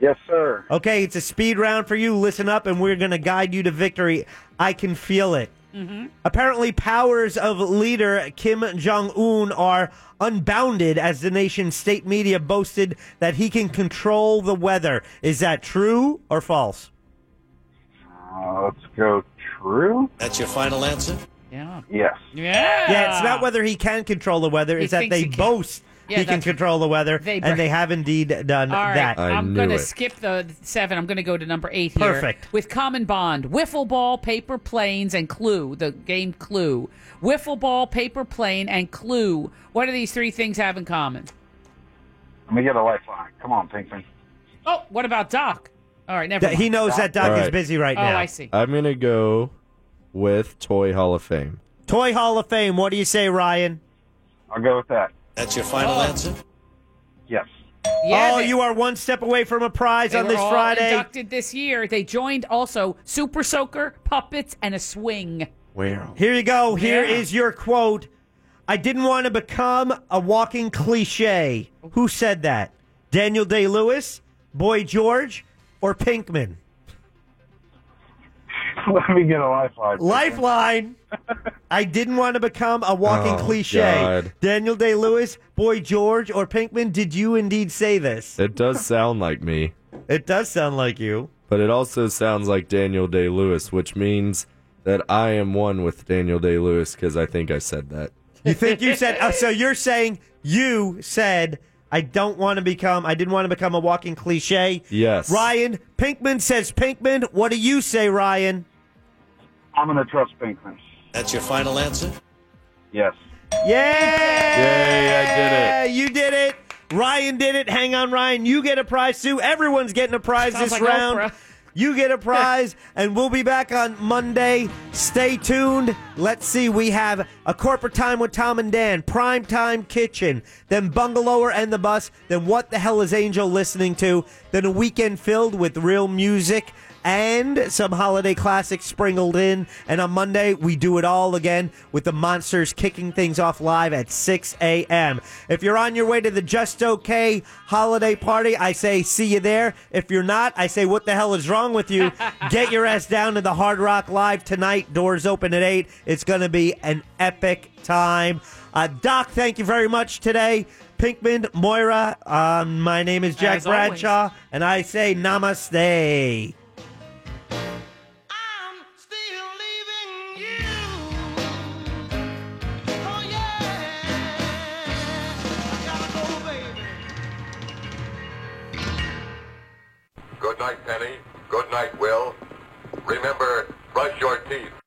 [SPEAKER 15] Yes, sir.
[SPEAKER 6] Okay, it's a speed round for you. Listen up, and we're going to guide you to victory. I can feel it.
[SPEAKER 7] Mm-hmm.
[SPEAKER 6] Apparently, powers of leader Kim Jong Un are unbounded as the nation's state media boasted that he can control the weather. Is that true or false?
[SPEAKER 15] let's go true.
[SPEAKER 19] That's your final answer?
[SPEAKER 7] Yeah.
[SPEAKER 15] Yes.
[SPEAKER 7] Yeah.
[SPEAKER 6] Yeah, it's not whether he can control the weather,
[SPEAKER 7] He
[SPEAKER 6] it's that
[SPEAKER 7] thinks
[SPEAKER 6] they
[SPEAKER 7] he can.
[SPEAKER 6] boast
[SPEAKER 7] Yeah,
[SPEAKER 6] he can
[SPEAKER 7] that's-
[SPEAKER 6] control the weather,
[SPEAKER 7] They bra-
[SPEAKER 6] and they have indeed done
[SPEAKER 7] All right,
[SPEAKER 6] that.
[SPEAKER 7] I'm going to skip the seven. I'm going to go to number eight here.
[SPEAKER 6] Perfect.
[SPEAKER 7] With Common Bond, Wiffle Ball, Paper Planes, and Clue, the game Clue. Wiffle Ball, Paper Plane, and Clue. What do these three things have in common?
[SPEAKER 15] Let me get a lifeline. Come on, Pinkman.
[SPEAKER 7] Oh, what about Doc? All right, never
[SPEAKER 6] That-
[SPEAKER 7] mind.
[SPEAKER 6] he knows that Doc
[SPEAKER 9] All
[SPEAKER 6] is
[SPEAKER 9] right.
[SPEAKER 6] busy right
[SPEAKER 7] Oh,
[SPEAKER 6] now.
[SPEAKER 7] I see.
[SPEAKER 9] I'm gonna go with Toy Hall of Fame.
[SPEAKER 6] Toy Hall of Fame, what do you say, Ryan?
[SPEAKER 15] I'll go with that.
[SPEAKER 19] That's your final answer?
[SPEAKER 15] Yes.
[SPEAKER 7] Oh. Yeah,
[SPEAKER 6] oh,
[SPEAKER 7] they-
[SPEAKER 6] you are one step away from a prize
[SPEAKER 7] They
[SPEAKER 6] on
[SPEAKER 7] were
[SPEAKER 6] this
[SPEAKER 7] all
[SPEAKER 6] Friday.
[SPEAKER 7] inducted this year. They joined also Super Soaker, Puppets, and a Swing.
[SPEAKER 9] Where?
[SPEAKER 6] Here you go. Here is
[SPEAKER 7] Yeah.
[SPEAKER 6] your quote. I didn't want to become a walking cliche. Who said that? Daniel Day Lewis, Boy George, or Pinkman?
[SPEAKER 15] *laughs* Let me get a lifeline.
[SPEAKER 6] Lifeline. I didn't want to become a walking
[SPEAKER 9] Oh,
[SPEAKER 6] cliche.
[SPEAKER 9] God.
[SPEAKER 6] Daniel Day Lewis, Boy George, or Pinkman? Did you indeed say this? *laughs*
[SPEAKER 9] It does sound like me,
[SPEAKER 6] It does sound like you.
[SPEAKER 9] but it also sounds like Daniel Day Lewis, which means that I am one with Daniel Day Lewis because I think I said that.
[SPEAKER 6] You think you said? oh, so you're saying you said I don't want to become. I didn't want to become a walking cliche.
[SPEAKER 9] Yes.
[SPEAKER 6] Ryan Pinkman says Pinkman. What do you say, Ryan?
[SPEAKER 15] I'm going to trust Pinkman.
[SPEAKER 19] That's your final answer?
[SPEAKER 15] Yes.
[SPEAKER 6] Yay!
[SPEAKER 9] Yay, I did it.
[SPEAKER 6] You did it. Ryan did it. Hang on, Ryan. You get a prize too. Everyone's getting a prize
[SPEAKER 7] Sounds
[SPEAKER 6] this
[SPEAKER 7] like
[SPEAKER 6] round.
[SPEAKER 7] Oprah.
[SPEAKER 6] You get a prize, and we'll be back on Monday. Stay tuned. Let's see. We have a corporate time with Tom and Dan, prime time kitchen, then bungalower and the bus, then what the hell is Angel listening to, then a weekend filled with real music and some holiday classics sprinkled in. And on Monday, we do it all again with the Monsters kicking things off live at 6 a.m. If you're on your way to the Just Okay holiday party, I say see you there. If you're not, I say what the hell is wrong with
[SPEAKER 2] *laughs*
[SPEAKER 6] you? Get your ass down to the Hard Rock Live tonight. Doors open at 8. It's going to be an epic time. Uh, Doc, thank you very much today. Pinkman, Moira. Um, my name is Jack
[SPEAKER 2] As always.
[SPEAKER 6] Bradshaw, and I say namaste.
[SPEAKER 1] Good night, Penny. Good night, Will. Remember, brush your teeth.